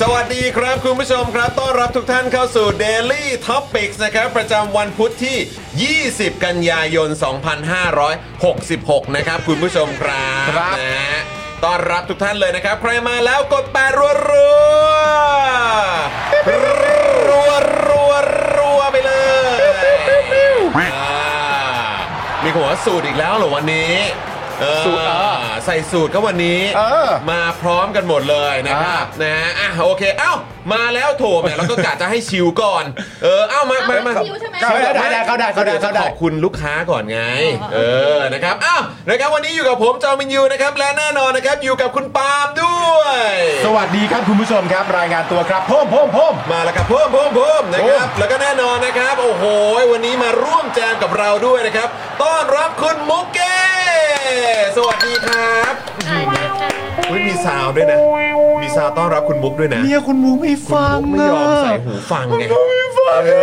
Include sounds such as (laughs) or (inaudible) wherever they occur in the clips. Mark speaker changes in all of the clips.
Speaker 1: สวัสดีครับคุณผู้ชมครับ ต้อนรับทุกท่านเข้าสู่ Daily Topics นะครับ ประจำวันพุธที่ 20 กันยายน 2566 นะครับ คุณผู้ชมครับ
Speaker 2: ครับ
Speaker 1: นะฮะต้อนรับทุกท่านเลยนะครับ ใครมาแล้วกดแปดรัวรัวรัวรัวรัวไปเลยอ่ามีคนบอกว่าสูตรอีกแล้วเหรอวันนี้เออ
Speaker 2: สูตรเหรอ
Speaker 1: ใส่สูตรก็วันนี้
Speaker 2: เออ
Speaker 1: มาพร้อมกันหมดเลยนะครับ
Speaker 2: อ่าน
Speaker 1: นะฮะอ่ะโอเค เอ้า มาแล้วโถ
Speaker 2: (laughs)
Speaker 1: แหมเราก็กะจะให้ชิวก่อน เออ เอ้า มามามา
Speaker 3: เอาชิวใช่ไหม
Speaker 1: ม่
Speaker 2: ได้ได้เข้าได้เข้าได้เข้าได้
Speaker 1: ขอบคุณลูกค้าก่อนไง เออ นะครับ อ้าว นะครับ วันนี้อยู่กับผมจอมินยูนะครับ และแน่นอนนะครับ อยู่กับคุณปาล์มด้วย
Speaker 4: สวัสดีครับคุณผู้ชมครับ รายงานตัวครับพ่มพ่มพ่ม
Speaker 1: มาแล้วครับเพิ่มเพิ่มเพิ่มนะครับ
Speaker 4: โอ้
Speaker 1: แล้วก็แน่นอนนะครับ โอ้โห วันนี้มาร่วมแจมกับเราด้วยนะครับ ต้อนรับคุณมุกเก้สวัสดีครับเฮ้ยมีซาวด์ด้วยนะ มีซาวด์ต้อนรับคุณมุกด้วยนะ
Speaker 4: เนี่ยคุณมูไม่
Speaker 1: คุณ
Speaker 4: ฟัง
Speaker 1: มุกไม่ยอมใส่หูฟังไงเอ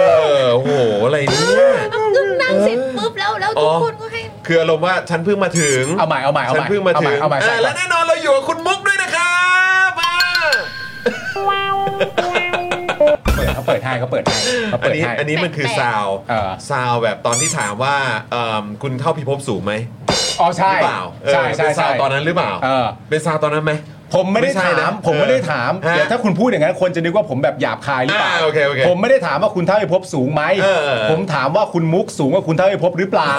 Speaker 1: อโอ้โห อะไรเนี่ย
Speaker 3: ก็นั่งเสร็จปุ๊บแล้วแล้ว
Speaker 1: อ๋
Speaker 3: ทุ
Speaker 1: อ
Speaker 3: กคนก็ให้
Speaker 1: คืออารมณ์ว่าฉันเพิ่งมาถึง
Speaker 4: เอาใหม่เอาใหม่เอา
Speaker 1: ฉั
Speaker 4: ให
Speaker 1: น
Speaker 4: ม่
Speaker 1: เพิ่งมาถึง
Speaker 4: เอาใหม่เอาใหม่
Speaker 1: เออและแน่นอนเราอยู่กับคุณมุกด้วยนะครับอ่า
Speaker 4: เปิดเขาเปิดให้เขาเปิดให้เขา
Speaker 1: อัน
Speaker 4: เปิด
Speaker 1: นี้
Speaker 4: ให้
Speaker 1: อันนี้มันคือซาวด์
Speaker 4: เออ
Speaker 1: ซาวด์แบบตอนที่ถามว่าเอิ่มคุณเท่าพิภพสูงไหม
Speaker 4: อ๋อใช่
Speaker 1: หรือเปล่าเออ
Speaker 4: ใช่ใช่
Speaker 1: เป็นซา
Speaker 4: ใช่
Speaker 1: วตอนนั้นหรือเปล่า
Speaker 4: เออ
Speaker 1: เป็นซาวตอนนั้นไหม
Speaker 4: ผมไม่ได้
Speaker 1: ไม่ใช่
Speaker 4: ถา
Speaker 1: นะ
Speaker 4: ม ผมไม่ได้ถาม
Speaker 1: ฮะ
Speaker 4: เดี๋ยวถ้าคุณพูดอย่างนั้นคนจะนึกว่าผมแบบหยาบคายหรือเปล่า
Speaker 1: อ่าโอเคโอเค
Speaker 4: ผมไม่ได้ถามว่าคุณเท่าไปพบสูงไหม
Speaker 1: เออเออ
Speaker 4: ผมถามว่าคุณมุกสูงกว่าคุณเท่าไปพบหรือเปล่า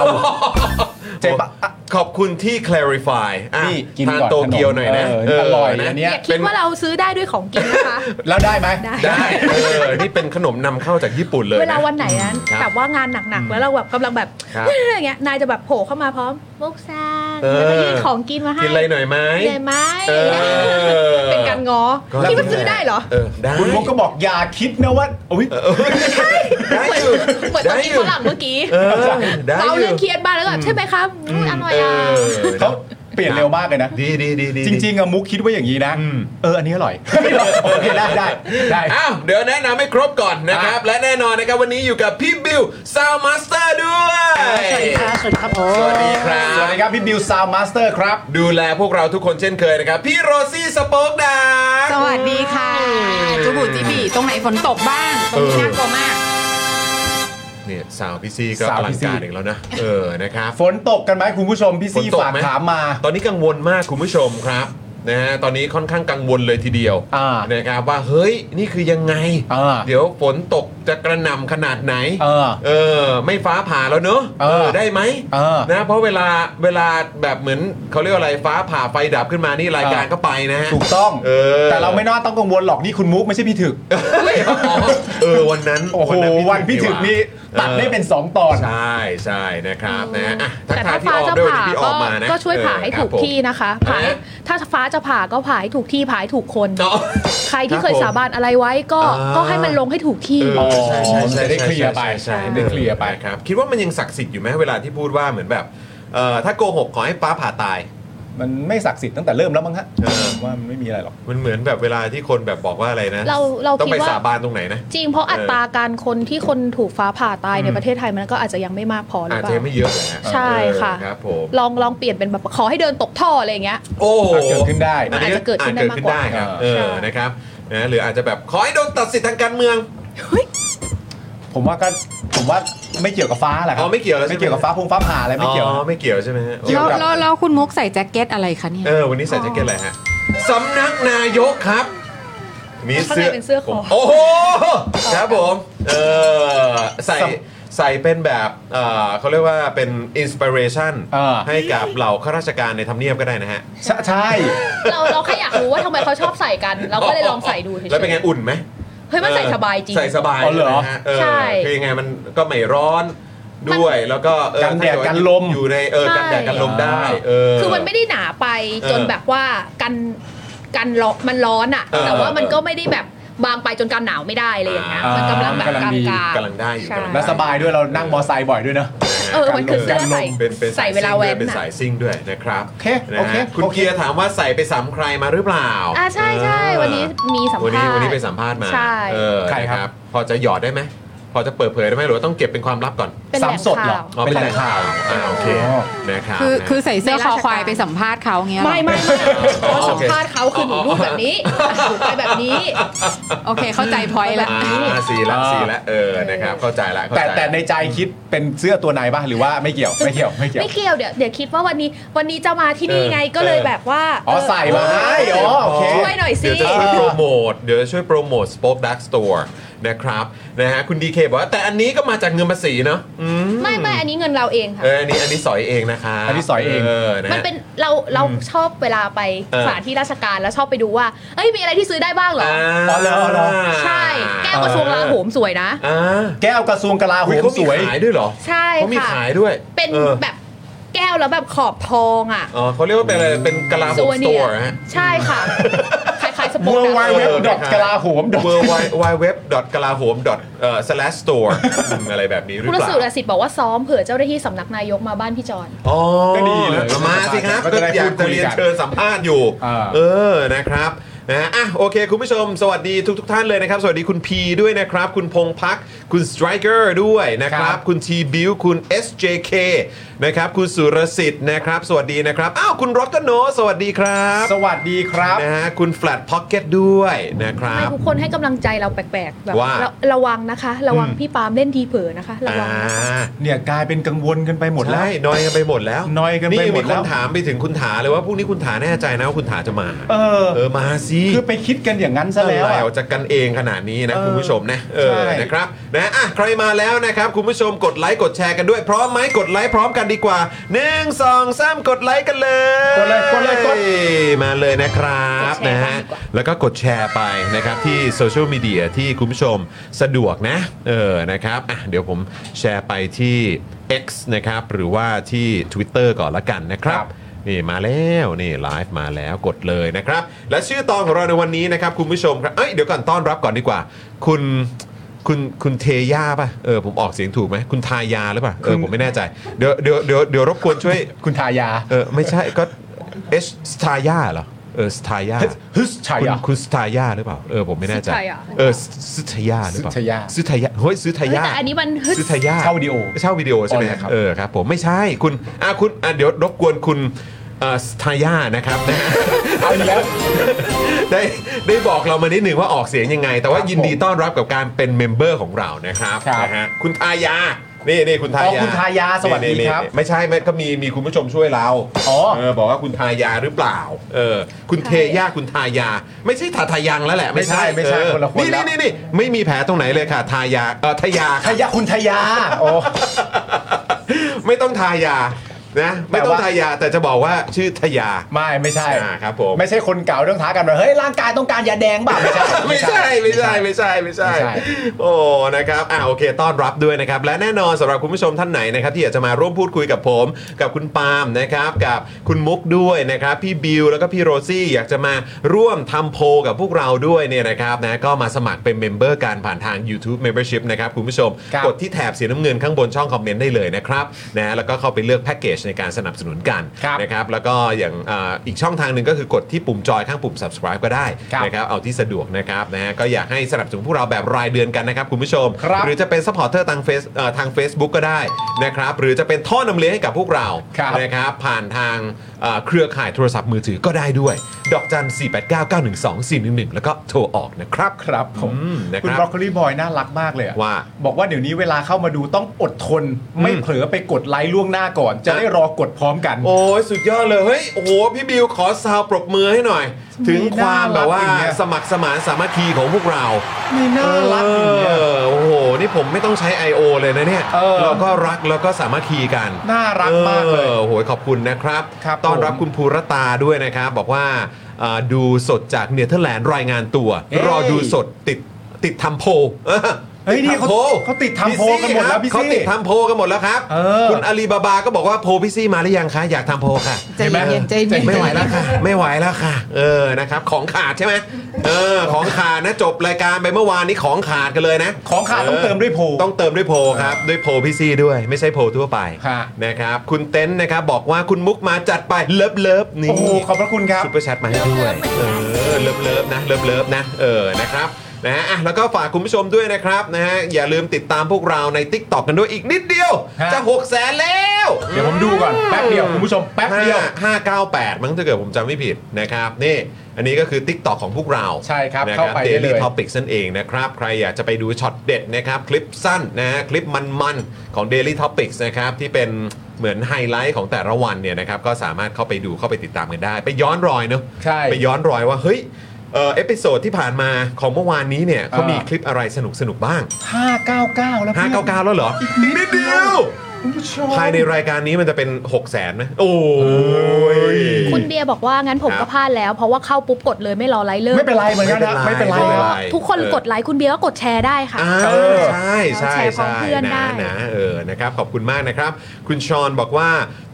Speaker 4: เจ็บปะอ่ะ
Speaker 1: ขอบคุณที่ clarify อ่ะ
Speaker 4: นี่กิน
Speaker 1: ทาน
Speaker 4: ก่อน
Speaker 1: โตเกียว
Speaker 4: ขนม
Speaker 1: หน่อยนะ
Speaker 4: เอออร่อยอันเนี้
Speaker 3: อย่าคิดว่าเราซื้อได้ด้วยของกินนะคะ
Speaker 4: แล้วได้ไหม
Speaker 3: ได้
Speaker 1: ได้เออนี่เป็นขนมนำเข้าจากญี่ปุ่นเลยะ
Speaker 3: เวลาวันไหนนั้น
Speaker 1: ครับ
Speaker 3: แบบว่างานหนักๆ แล้วเราแบบกำลังแบบ
Speaker 1: ครับ
Speaker 3: อย่างเงี้ยนายจะแบบโผล่เข้ามาพร้อมมุกซานแล้วก็ยื่นของกินมาให้
Speaker 1: กินอะไรหน่อยไหม
Speaker 3: ใหญ่ไหม
Speaker 1: เออ
Speaker 3: เป็นการง้อคิดว่าซื้อได้เหรอ
Speaker 1: เออได้
Speaker 4: คุณมุกก็บอกอย่าคิดนะว่าอุ๊ย
Speaker 1: ได้อยู่
Speaker 3: เหมือนตอนที่ฝรั่งเมื่อกี้
Speaker 1: เออได้
Speaker 3: เรา
Speaker 1: อ
Speaker 3: เรื่
Speaker 1: ยู่
Speaker 3: องเครียดมากแล้วก็แบบใช่ไหมครับอืมอร่อย
Speaker 1: เอ
Speaker 3: อ่ะ
Speaker 1: อ
Speaker 4: เขาเปลี่ยนเร็วมากเลยนะ
Speaker 1: ดีดีดีดี
Speaker 4: จริงๆอะมุกคิดว่าอย่างนี้นะ
Speaker 1: อืม
Speaker 4: เออ อันนี้อร่อย โอเค ได้ได้ได้
Speaker 1: อ้าว เดี๋ยวแนะนำให้ครบก่อนนะครับ และแน่นอนนะครับ วันนี้อยู่กับพี่บิวซาวมาสเตอร์ด้วย สวัสดีครับ สวัสดีครั
Speaker 4: สวัส
Speaker 1: บ
Speaker 4: ดีครับ พี่บิวซาวมาสเตอร์ครับ
Speaker 1: ดูแลพวกเราทุกคนเช่นเคยนะครับ พี่โรซี่สป็อกดาร์ก
Speaker 5: สวัสดีค่ะ จูบูจิบีตรงไหนฝนตกบ้าง ตรงนี้
Speaker 1: เออ
Speaker 5: น่ากลัวมาก
Speaker 1: เนี่ยสาวพี่ซีก็
Speaker 4: สา
Speaker 1: อ
Speaker 4: ว
Speaker 1: ลั
Speaker 4: พี่
Speaker 1: ง
Speaker 4: ซี่
Speaker 1: การอีกแล้วนะ เออ นะครับ
Speaker 4: ฝนตกกันไหมคุณผู้ชม พี่ซี่
Speaker 1: ฝนตก
Speaker 4: ฝาก
Speaker 1: ไหม
Speaker 4: ถามมา
Speaker 1: ตอนนี้กังวลมากคุณผู้ชมครับนะฮะตอนนี้ค่อนข้างกังวลเลยทีเดียว
Speaker 4: อ่า
Speaker 1: นะครับว่าเฮ้ยนี่คือยังไง
Speaker 4: อ่า
Speaker 1: เดี๋ยวฝนตกจะกระหน่ำขนาดไหน
Speaker 4: เออ
Speaker 1: เออไม่ฟ้าผ่าแล้วเนอะ
Speaker 4: เออ
Speaker 1: ได้ไหม
Speaker 4: เออ
Speaker 1: นะเพราะเวลาเวลาแบบเหมือนเขาเรียกว่าอะไรฟ้าผ่าไฟดับขึ้นมานี่รายการ
Speaker 4: เออ
Speaker 1: ก็ไปนะฮะ
Speaker 4: ถูกต้อง
Speaker 1: เออ
Speaker 4: แต่เราไม่น่าต้องกังวลหรอกนี่คุณมุกไม่ใช่พี่ถึก
Speaker 1: เออวันนั้น
Speaker 4: โอ้โห วันพี่ถึกนี่
Speaker 1: ว่า
Speaker 4: ตัดได้เป็น 2 ตอน
Speaker 1: ใช่ใช่นะครับนะอ่ะทัก
Speaker 3: แต่
Speaker 1: ทา
Speaker 3: ถ้าย
Speaker 1: พี่
Speaker 3: ฟ้า
Speaker 1: ออม
Speaker 3: จะ
Speaker 1: ด้วยวัน
Speaker 3: ผ่า
Speaker 1: นี้พี่อ
Speaker 3: ก็
Speaker 1: อมมานะ
Speaker 3: ก็ช่วยผ่า
Speaker 1: เออ
Speaker 3: ให้
Speaker 1: ครับ
Speaker 3: ถูก
Speaker 1: ผม
Speaker 3: ที่นะคะผ่าให้
Speaker 1: นะ
Speaker 3: ถ้าฟ้าจะผ่าก็ผ่าให้ถูกที่ผ่าให้ถูกคน
Speaker 1: เนาะ
Speaker 3: ใครที่
Speaker 1: ครับ
Speaker 3: เคยสาบานอะไรไว้ก็
Speaker 1: อ่า
Speaker 3: ก็ให้มันลงให้ถูกที่
Speaker 1: เออใช่ใช่
Speaker 4: อ๋อ
Speaker 1: ใช่
Speaker 4: จะได้เคลียร์ไป
Speaker 1: ใช่ใช่
Speaker 4: ได้เคลียร์ไป
Speaker 1: ครับ คิดว่ามันยังศักดิ์สิทธิ์อยู่ไหมเวลาที่พูดว่าเหมือนแบบเอ่อถ้าโกหกขอให้ฟ้าผ่าตาย
Speaker 2: มันไม่ศักดิ์สิทธิ์ตั้งแต่เริ่มแล้วมั้งฮะ
Speaker 1: เออ
Speaker 2: ผมว่ามันไม่มีอะไรหรอก
Speaker 1: มันเหมือนแบบเวลาที่คนแบบบอกว่าอะไรนะ
Speaker 3: เราเรา
Speaker 1: ต้อง
Speaker 3: คิด
Speaker 1: ไป
Speaker 3: ว่า
Speaker 1: สาบานตรงไหนนะ
Speaker 3: จริงเพราะอัตราการคนที่คนถูกฟ้าผ่าตายในประเทศไทยมันก็อาจจะยังไม่มากพอหรือ
Speaker 1: อาจ
Speaker 3: เปล่า
Speaker 1: จะยังไม่เยอะเลยนะ
Speaker 3: ใช่
Speaker 1: เออ
Speaker 3: ค่ะ
Speaker 1: ครับผม
Speaker 3: ลองลองเปลี่ยนเป็นแบบขอให้เดินตกท่ออะไรอย่างเงี้ย
Speaker 1: โอ้โห
Speaker 2: อาจเกิดขึ้นได้
Speaker 3: มันอาจจะเกิดขึ้นได้มากกว่า
Speaker 1: อจเครับเออนะครับนะหรืออาจจะแบบขอให้โดนตัดสิทธิ์ทางการเมือง
Speaker 2: ผมว่าก็ผมว่าไม่เกี่ยวกับฟ้าแหละครั
Speaker 1: อ๋อไม่เกี่ยวแล้วใช่ไหม
Speaker 2: ไม่เกี่ยวกับฟ้าพงฟ้าผ่าอะไรไม่เกี่ยว
Speaker 1: อ๋อ
Speaker 2: นะ
Speaker 1: ไม่เกี่ยวใช่ไหมฮะ
Speaker 2: เกี่ยว
Speaker 5: แล้ว
Speaker 2: กับ
Speaker 5: แล้วแล้วคุณมุกใส่แจ็คเก็ตอะไรคะเนี่ย
Speaker 1: เออวันนี้ใส่แจ็คเก็ตอะไรฮะสำนักนายกครับมีเสื้อ
Speaker 3: ข้างในเป็นเสื้อคอ
Speaker 1: โอ้โหครับผมเออใส่ใส่เป็นแบบเออเขาเรียกว่าเป็นอินสปิเรชัน
Speaker 2: เออ
Speaker 1: ให้กับเหล่าข้าราชการในทำเนียบก็ได้นะฮะ
Speaker 2: ใช่ใช่
Speaker 3: เราเราแค่อยากรู้ว่าทำไมเขาชอบใส่กัน เราก็เลยลองใส่ดูเฉย
Speaker 1: แล้วเป็นไงอุ่นไหม
Speaker 3: ๆเฮ้ยมันใส่สบายจริง
Speaker 1: ใส่สบาย
Speaker 2: อ๋อเหรอ
Speaker 1: ใช่ไมฮะเออ
Speaker 3: ใช่
Speaker 1: คือยังไงมันก็ไม่ร้อนด้วย แล้วก็เออ
Speaker 2: กันแดด
Speaker 1: ถ้เ
Speaker 2: กันลม
Speaker 1: อยู่ในเออกันแดดกันลมได้เออ
Speaker 3: คือมันไม่ได้หนาไปจน
Speaker 1: เออ
Speaker 3: แบบว่ากันกันร้อนมันร้อนอ่ะ
Speaker 1: เออ
Speaker 3: แต่ว่ามันก็ไม่ได้แบบบางไปจนกันหนาวไม่ได้อะไรอย่างเงี้ยมันกำลังแบบก
Speaker 2: กำลั
Speaker 3: ลาง
Speaker 2: ดี
Speaker 3: งๆ
Speaker 1: กำลังได้อยู่
Speaker 3: ใช่
Speaker 1: กำลัง
Speaker 2: แล้วสบายด้วยเรานั่งมอไซค์บ่อยด้วยเนอะ
Speaker 3: เออมันคือเสื้อใส่
Speaker 1: เป็นเป็น
Speaker 3: ใส่
Speaker 1: ย
Speaker 3: เวลา
Speaker 1: ซิ่งด้
Speaker 3: แว้
Speaker 1: ย
Speaker 3: น
Speaker 1: เป็น
Speaker 3: อะ
Speaker 1: สายซิ่งด้วยนะครับ
Speaker 2: โอเค
Speaker 1: นะ
Speaker 2: โอเค
Speaker 1: ฮะคุณ
Speaker 2: โอเค
Speaker 1: เกียร์ถามว่าใส่ไปสัมใครมาหรือเปล่า
Speaker 3: อ่าใช่ใช่วันนี้มีสัม
Speaker 1: วัน
Speaker 3: ภา
Speaker 1: นี้
Speaker 3: ษณ์
Speaker 1: วันนี้ไปสัมภาษณ์มา
Speaker 3: ใช่
Speaker 1: เออ
Speaker 2: ใครครับ
Speaker 1: นะพอจะหยอดได้ไหมพอจะเปิดเผยได้ไหมหรือว่าต้องเก็บเป็นความลับก่อน
Speaker 3: เป็นแหล่ง
Speaker 2: สามสดเหรอ
Speaker 3: ข่าว
Speaker 1: อ๋อ
Speaker 2: เป็นแหล่งข่าว
Speaker 1: อ่าโอเคนะครับ
Speaker 5: คือคือใส่เสื้อ
Speaker 3: ใน
Speaker 5: ค
Speaker 3: รา
Speaker 5: อ
Speaker 3: ชการ
Speaker 5: ควายไปสัมภาษณ์เขาเงี้ยเหรอ
Speaker 3: ไม่ไม่ไม่เพราะสัมภาษณ์เขาคือหนูรูปแบบนี้หนูไปแบบนี้
Speaker 5: โอเค เข้าใจพอยต์ละ
Speaker 1: อ่าสีละสีละเออนะครับเข้าใจละเข้า
Speaker 2: แต่
Speaker 1: ใจละ
Speaker 2: แต่ในใจคิดเป็นเสื้อตัวไหนบ้างหรือว่าไม่เกี่ยวไม่เกี่ยวไม่เกี่ยว
Speaker 3: ไม่เกี่ยวเดี๋ยวเดี๋ยวคิดว่าวันนี้วันนี้จะมาที่นี่ไงก็เลยแบบว่า
Speaker 2: อ๋อใส่มาให้อ๋อโอเค
Speaker 3: ช่วยหน่อยสิ
Speaker 1: เดี๋ยวจะช่วยโปรโมท เดี๋ยวจะช่วยโปรโมท Spoke Dark Store นะครับนะฮะคุณดีเคบอกว่า แต่อันนี้ก็มาจากเงินภาษีเนาะอืม
Speaker 3: ไม่ไม่อันนี้เงินเราเองค่ะ
Speaker 1: เอออันนี้อันนี้สอยเองนะคะ
Speaker 2: อันนี้สอยเอง
Speaker 1: เออนะ
Speaker 3: มัน
Speaker 1: ฮะ
Speaker 3: เป็นเราเราชอบเวลาไป
Speaker 1: เออ
Speaker 3: สถานที่ราชการแล้วชอบไปดูว่าเอ้ยมีอะไรที่ซื้อได้บ้างเหรอ
Speaker 2: อ๋อเหรอเหรอ
Speaker 3: ใช่ แก้วกระทรวงลาโหมสวยนะ
Speaker 1: อ่า
Speaker 2: แก้วกระทรวงกลาโห
Speaker 1: อุ๊ย
Speaker 2: ม
Speaker 1: เขา
Speaker 2: ส
Speaker 1: มี
Speaker 2: วย
Speaker 1: ขายด้วยเหรอ
Speaker 3: ใช่
Speaker 1: เขามี
Speaker 3: ค่ะ
Speaker 1: ขายด้วย
Speaker 3: เป็น
Speaker 1: ออ
Speaker 3: แบบแก้วแล้วแบบขอบทองอ่ะ
Speaker 1: อ๋อเขาเรียกว่าเป็นอะไรเป็นกะลาโหมส
Speaker 3: นี
Speaker 1: โต
Speaker 3: ย
Speaker 1: ร์ฮะ
Speaker 3: ใช่ค่ะคล้ายๆสปอ
Speaker 2: เวอ
Speaker 3: ร์
Speaker 2: ร์ไว
Speaker 3: ต
Speaker 2: เว็บดอท
Speaker 1: เออ
Speaker 2: กลาโหมดอ
Speaker 1: w w w g a l a h o m s l a s h s t o r e อะไรแบบนี้หรือ
Speaker 3: ผู้
Speaker 1: เป
Speaker 3: รู้
Speaker 1: ล่า
Speaker 3: สึกสิทธิ์บอกว่าซ้อมเผื่อเจ้าหน้าที่สำนักนายกมาบ้านพี่จอน
Speaker 1: อ๋อ
Speaker 2: ก็ดีเลย
Speaker 1: มาสิครับ
Speaker 2: ก็
Speaker 1: ก็
Speaker 2: จะได้
Speaker 1: อยา
Speaker 2: พู
Speaker 1: ก
Speaker 2: ดคุยกัน
Speaker 1: จะเรียนเชิญสัมภาษณ์อยู่
Speaker 2: อ่า
Speaker 1: เออ นะครับ นะฮะอ่ะ โอเค คุณผู้ชม สวัสดีทุกทท่านเลยนะครับ สวัสดีคุณพีด้วยนะครับ คุณพงพัก คุณสไตรเกอร์ด้วยนะครั
Speaker 2: ค
Speaker 1: บ
Speaker 2: รับ
Speaker 1: คุณทีบิวคุณ SJK นะครับ คุณสุรสิทธิ์นะครับ สวัสดีนะครับ อ้าว คุณรถก็โนตสวัสดีครับ
Speaker 2: สวัสดีครับ
Speaker 1: นะฮะ คุณ Flat Pocket ด้วยนะครับ
Speaker 3: ทำไมทุกคนให้กำลังใจเราแปลกๆแบบ
Speaker 1: ว่า
Speaker 3: ระระวังนะคะ ระวังพี่ปาล์มเล่นทีเผลอนะคะ ระ
Speaker 1: อ่
Speaker 3: วังนะคะ
Speaker 1: า
Speaker 2: เนี่ยกลายเป็นกังวลกันไปหมดแล้ว
Speaker 1: ใช่นอยกันไปหมดแล้ว
Speaker 2: นอยกันไปหมด
Speaker 1: มีค
Speaker 2: แล้ว
Speaker 1: นถามไปถึงคุณถาเลยว่าพรุ่งนี้คุณถาแน่ใจนะว่าคุณถาจะมา
Speaker 2: เออ
Speaker 1: เออมาสิ
Speaker 2: คือไปคิดกันอย่างนั้นซะ
Speaker 1: อะไร
Speaker 2: แล้วอะ
Speaker 1: ออกจากกันเองขนาดนี้นะ
Speaker 2: เออ
Speaker 1: คุณผู้ชมนะเอ
Speaker 2: ใช่
Speaker 1: อนะครับนะอ่ะใครมาแล้วนะครับ คุณผู้ชมกดไลค์กดแชร์กันด้วยพร้อมไหมกดไลค์พร้อมกันดีกว่า1 2 3กดไลค์กันเลย
Speaker 2: กดเลยกดเลยกด
Speaker 1: มาเลยนะครับนะฮะแล้วก็กดแชร์ไปนะครับที่โซเชียลมีเดียที่คุณผู้ชมสะดวกนะเออนะครับอ่ะเดี๋ยวผมแชร์ไปที่ X นะครับหรือว่าที่ Twitter ก่อนละกันนะครับ นี่มาแล้วนี่ไลฟ์มาแล้วกดเลยนะครับ และชื่อตอนของเราในวันนี้นะครับ คุณผู้ชมครับเอ้ยเดี๋ยวก่อนต้อนรับก่อนดีกว่า คุณคุณคุณเทย่าป่ะเออผมออกเสียงถูกไหมคุณทายาหรือเปล่าเออผมไม่แน่ใจเดี๋ยวเดี๋ยวเดี๋ยวเดี๋ยวรบกวนช่วย
Speaker 2: คุณทายา
Speaker 1: เออไม่ใช่ก็เอสทายาเหรอเออสทายา
Speaker 2: ฮึฮึสทายา
Speaker 1: คุณสทายาหรือเปล่าเออผมไม่แน่ใจ
Speaker 3: สทายา
Speaker 1: เออสทายาหรือเปล่า
Speaker 2: สทายา
Speaker 1: สทายาเฮ้ยสทายา
Speaker 3: แต่อันนี้มันฮึด
Speaker 1: สทายา
Speaker 2: เช่าวิดีโอ
Speaker 1: เช่าวิดีโอใช่ไหม
Speaker 2: อ๋อเหรอครับ
Speaker 1: เออครับผมไม่ใช่คุณอ่ะคุณอ่ะเดี๋ยวรบกวนคุณเอ่อสทายานะครับ (laughs)
Speaker 2: เอาอีกแล้ว
Speaker 1: ได้ได้บอกเรามานิดหนึ่งว่าออกเสียงยังไง แต่ว่า
Speaker 2: ครับ
Speaker 1: ยินดีต้อนรับกับการเป็นเมมเบอร์ของเรานะครับ
Speaker 2: ครับ
Speaker 1: นะฮะคุณทายา นี่นี่คุณทายา
Speaker 2: อ๋อคุณทายาสวัสดี
Speaker 1: นี่นี่
Speaker 2: ครับ
Speaker 1: นี่ไม่ใช่ไม่ก็มีมีคุณผู้ชมช่วยเรา
Speaker 2: อ๋อ
Speaker 1: เออบอกว่าคุณทายาหรือเปล่าเออคุณเทย่าคุณทายา ไม่ใช่ทาทายังแล้วแหละไม่ใช่
Speaker 2: ไม่ใช่
Speaker 1: เออ
Speaker 2: คนละคน
Speaker 1: นี่
Speaker 2: แล้ว
Speaker 1: นี่นี่ไม่มีแผลตรงไหนเลยค่ะทายาเออทาย (laughs) าครับ
Speaker 2: ทายาคุณทายาโอ้
Speaker 1: ไม่ต้องทายานะไม่ต้อ
Speaker 2: แต่
Speaker 1: ง
Speaker 2: ว่า
Speaker 1: ทายาแต่จะบอกว่าชื่อทายา
Speaker 2: ไม่ไม่ใช่
Speaker 1: อ่าครับผม
Speaker 2: ไม่ใช่คนเก่าต้องท้ากันว่าเฮ้ยร่างกายต้องการยาแดงบ้าไม่ใช่
Speaker 1: (laughs) ไม่ใช่ไม่ใช่ไม่ใช่ไม่ใช่
Speaker 2: ไม่ใช่
Speaker 1: โอ้นะครับอ่าโอเคต้อนรับด้วยนะครับ และแน่นอนสำหรับคุณผู้ชมท่านไหนนะครับ ที่อยากจะมาร่วมพูดคุยกับผม กับคุณปาล์มนะครับ กับคุณมุกด้วยนะครับ พี่บิวแล้วก็พี่โรซี่อยากจะมาร่วมทำโพลกับพวกเราด้วยเนี่ยนะครับนะก็มาสมัครเป็นเมมเบอร์การผ่านทาง YouTube Membership นะครับคุณผู้ชม
Speaker 2: ครับ
Speaker 1: กดที่แถบสีน้ำเงินข้างบนช่องคอมเมนต์ได้เลยนะครับนะแล้วก็เข้าไปเลือกแพ็กเกจ ในการสนับสนุนกัน
Speaker 2: ครับ
Speaker 1: นะครับแล้วก็อย่างเอ่ออีกช่องทางหนึ่งก็คือกดที่ปุ่มจอยข้างปุ่ม subscribe ก็ได้
Speaker 2: ครับ
Speaker 1: นะครับเอาที่สะดวกนะครับนะฮะก็อยากให้สนับสนุนพวกเราแบบรายเดือนกันนะครับคุณผู้ชม
Speaker 2: ครับ
Speaker 1: หรือจะเป็นซัพพอร์เตอร์ทางเฟซเอ่อทาง Facebook ก็ได้นะครับหรือจะเป็นท่อนำเลี้ยงให้กับพวกเรา
Speaker 2: ครับ
Speaker 1: นะครับผ่านทางเอ่อเครือข่ายโทรศัพท์มือถือก็ได้ด้วย ดอกจัน 4 8 9 9 1 2 4 1 1 แล้วก็โทรออกนะครับ
Speaker 2: ครับผม
Speaker 1: อืมนะครับ
Speaker 2: คุณบรอกโคลีบอยน่ารักมากเลยอะ
Speaker 1: ว่า
Speaker 2: บอกว่าเดี๋ยวนี้เวลาเข้ามาดูต้องอดทน ไม่เผลอไปกดไลค์ล่วงหน้าก่อน จะได้รอกดพร้อมกัน
Speaker 1: โอ้ยสุดยอดเลย เฮ้ย โอ้โห พี่บิวขอซาวปรบมือให้หน่อย ถึงความแบบว่า
Speaker 2: น่ารักอย่างเงี้ย
Speaker 1: สมัครสมานสามัคคีของพวกเรา
Speaker 2: นี่น่ารักอย่างเงี้ย
Speaker 1: เออโอ้โห นี่ผมไม่ต้องใช้ I.O. เลยนะเนี่ย
Speaker 2: เออ
Speaker 1: ก็รักแล้วก็สามัคคีกัน
Speaker 2: น่ารักมากเลย
Speaker 1: ออโอ้โหขอบคุณนะครับ
Speaker 2: ครับ
Speaker 1: ต้อนรับ
Speaker 2: ผม
Speaker 1: คุณภูรตาด้วยนะครับ บอกว่าเอ่อดูสดจากเนเธอร์แลนด์รายงานตัว
Speaker 2: เอ้ย
Speaker 1: รอดูสดติดติดทำโพลเออ
Speaker 2: เฮ้ยนี่เขา
Speaker 1: ติดทำโพล
Speaker 2: เขาติดทำโพลกันหมดแล้วพี่ซี่
Speaker 1: เขาติดทำโพลกันหมดแล้วครับ
Speaker 2: เออ
Speaker 1: คุณอาลีบาบาก็บอกว่าโพลพี่ซี่มาหรือยังคะอยากทำโพลค่ะ
Speaker 6: ใจเย็นๆใจเย็นๆ
Speaker 1: ไม่ไหวแล้วค่ะ ไม่ไหวแล้วค่ะ เออนะครับ ของขาดใช่ไหมเออ ของขาดนะจบรายการไปเมื่อวานนี้ของขาดกันเลยนะ
Speaker 2: ของขาดต้องเติมด้วยโพล
Speaker 1: ต้องเติมด้วยโพลครับ ด้วยโพลพี่ซี่ด้วยไม่ใช่โพลทั่วไป
Speaker 2: ฮะ
Speaker 1: นะครับคุณเต้นท์นะครับบอกว่าคุณมุกมาจัดไปเลิฟเลิฟนี่
Speaker 2: โอ้โหขอบพระคุณครับ
Speaker 1: ซุปเปอร์แชทมาให้ด้วย เออ เลิฟเลิฟนะ เลิฟเลิฟนะ เออ นะครับ นะฮะอ่ะแล้วก็ฝากคุณผู้ชมด้วยนะครับ นะฮะ อย่าลืมติดตามพวกเราใน t ิ k t o k กันด้วยอีกนิดเดียว
Speaker 2: ฮะ
Speaker 1: จะ6 0แสนแล้ว
Speaker 2: เดี๋ยวผมดูก่อนแป๊บเดียวคุณผู้ชมแป๊บเดียว
Speaker 1: ห้าเก้าแปดมั้งถ้าเกิดผมจำไม่ผิดนะครับ นี่ อันนี้ก็คือ t ิ k t o k ของพวกเรา
Speaker 2: ใช่ครับ
Speaker 1: นะ
Speaker 2: เข้าไปได้เล
Speaker 1: เด
Speaker 2: ย
Speaker 1: ลี่ท็อปิกนั่นเองนะครับ ใครอยากจะไปดูช็อตเด็ดนะครับ คลิปสั้นนะฮะคลิปมันๆของ Daily Topics นะครับที่เป็นเหมือนไฮไลท์ของแต่ละวันเนี่ยนะครับก็สามารถเข้าไปดูเข้าไปติดตามกันได้ ไปย้อนรอยเนอะ
Speaker 2: ใช่
Speaker 1: ไปย้อนรอยว่า เฮ้ยเอ่อเอพิโซดที่ผ่านมาของเมื่อวานนี้เนี่ยเขามีคลิปอะไรสนุกสนุกๆบ้าง
Speaker 2: 599 แล้วพี่อน
Speaker 1: 599 แล้วเหรออีกนิดเดียว
Speaker 2: คุณผู้ชม
Speaker 1: ภายในรายการนี้มันจะเป็น 6 0แสนไหมโอ้ย
Speaker 3: คุณเบียร์บอกว่างั้นผม
Speaker 1: ครั
Speaker 3: ก็
Speaker 1: บ
Speaker 3: พลาดแล้ว เพราะว่าเข้าปุ๊บกดเลยไม่รอไลค์เลิก
Speaker 2: ไม่เป็นไรเหมือนกันนะไม่เป็นไร
Speaker 1: ไม่เป็
Speaker 2: นะ
Speaker 1: นไร
Speaker 3: ทุกคนกดไลค์คุณเบียร์ก็กดแชร์ได้ค่ะ
Speaker 1: อ่า
Speaker 2: เออ
Speaker 1: ใช่ใช่
Speaker 3: แล้วแชร์ของ
Speaker 1: ใช่
Speaker 3: เพื่อนได้
Speaker 1: นะนะเออนะครับขอบคุณมากนะครับ คุณชอนบอกว่า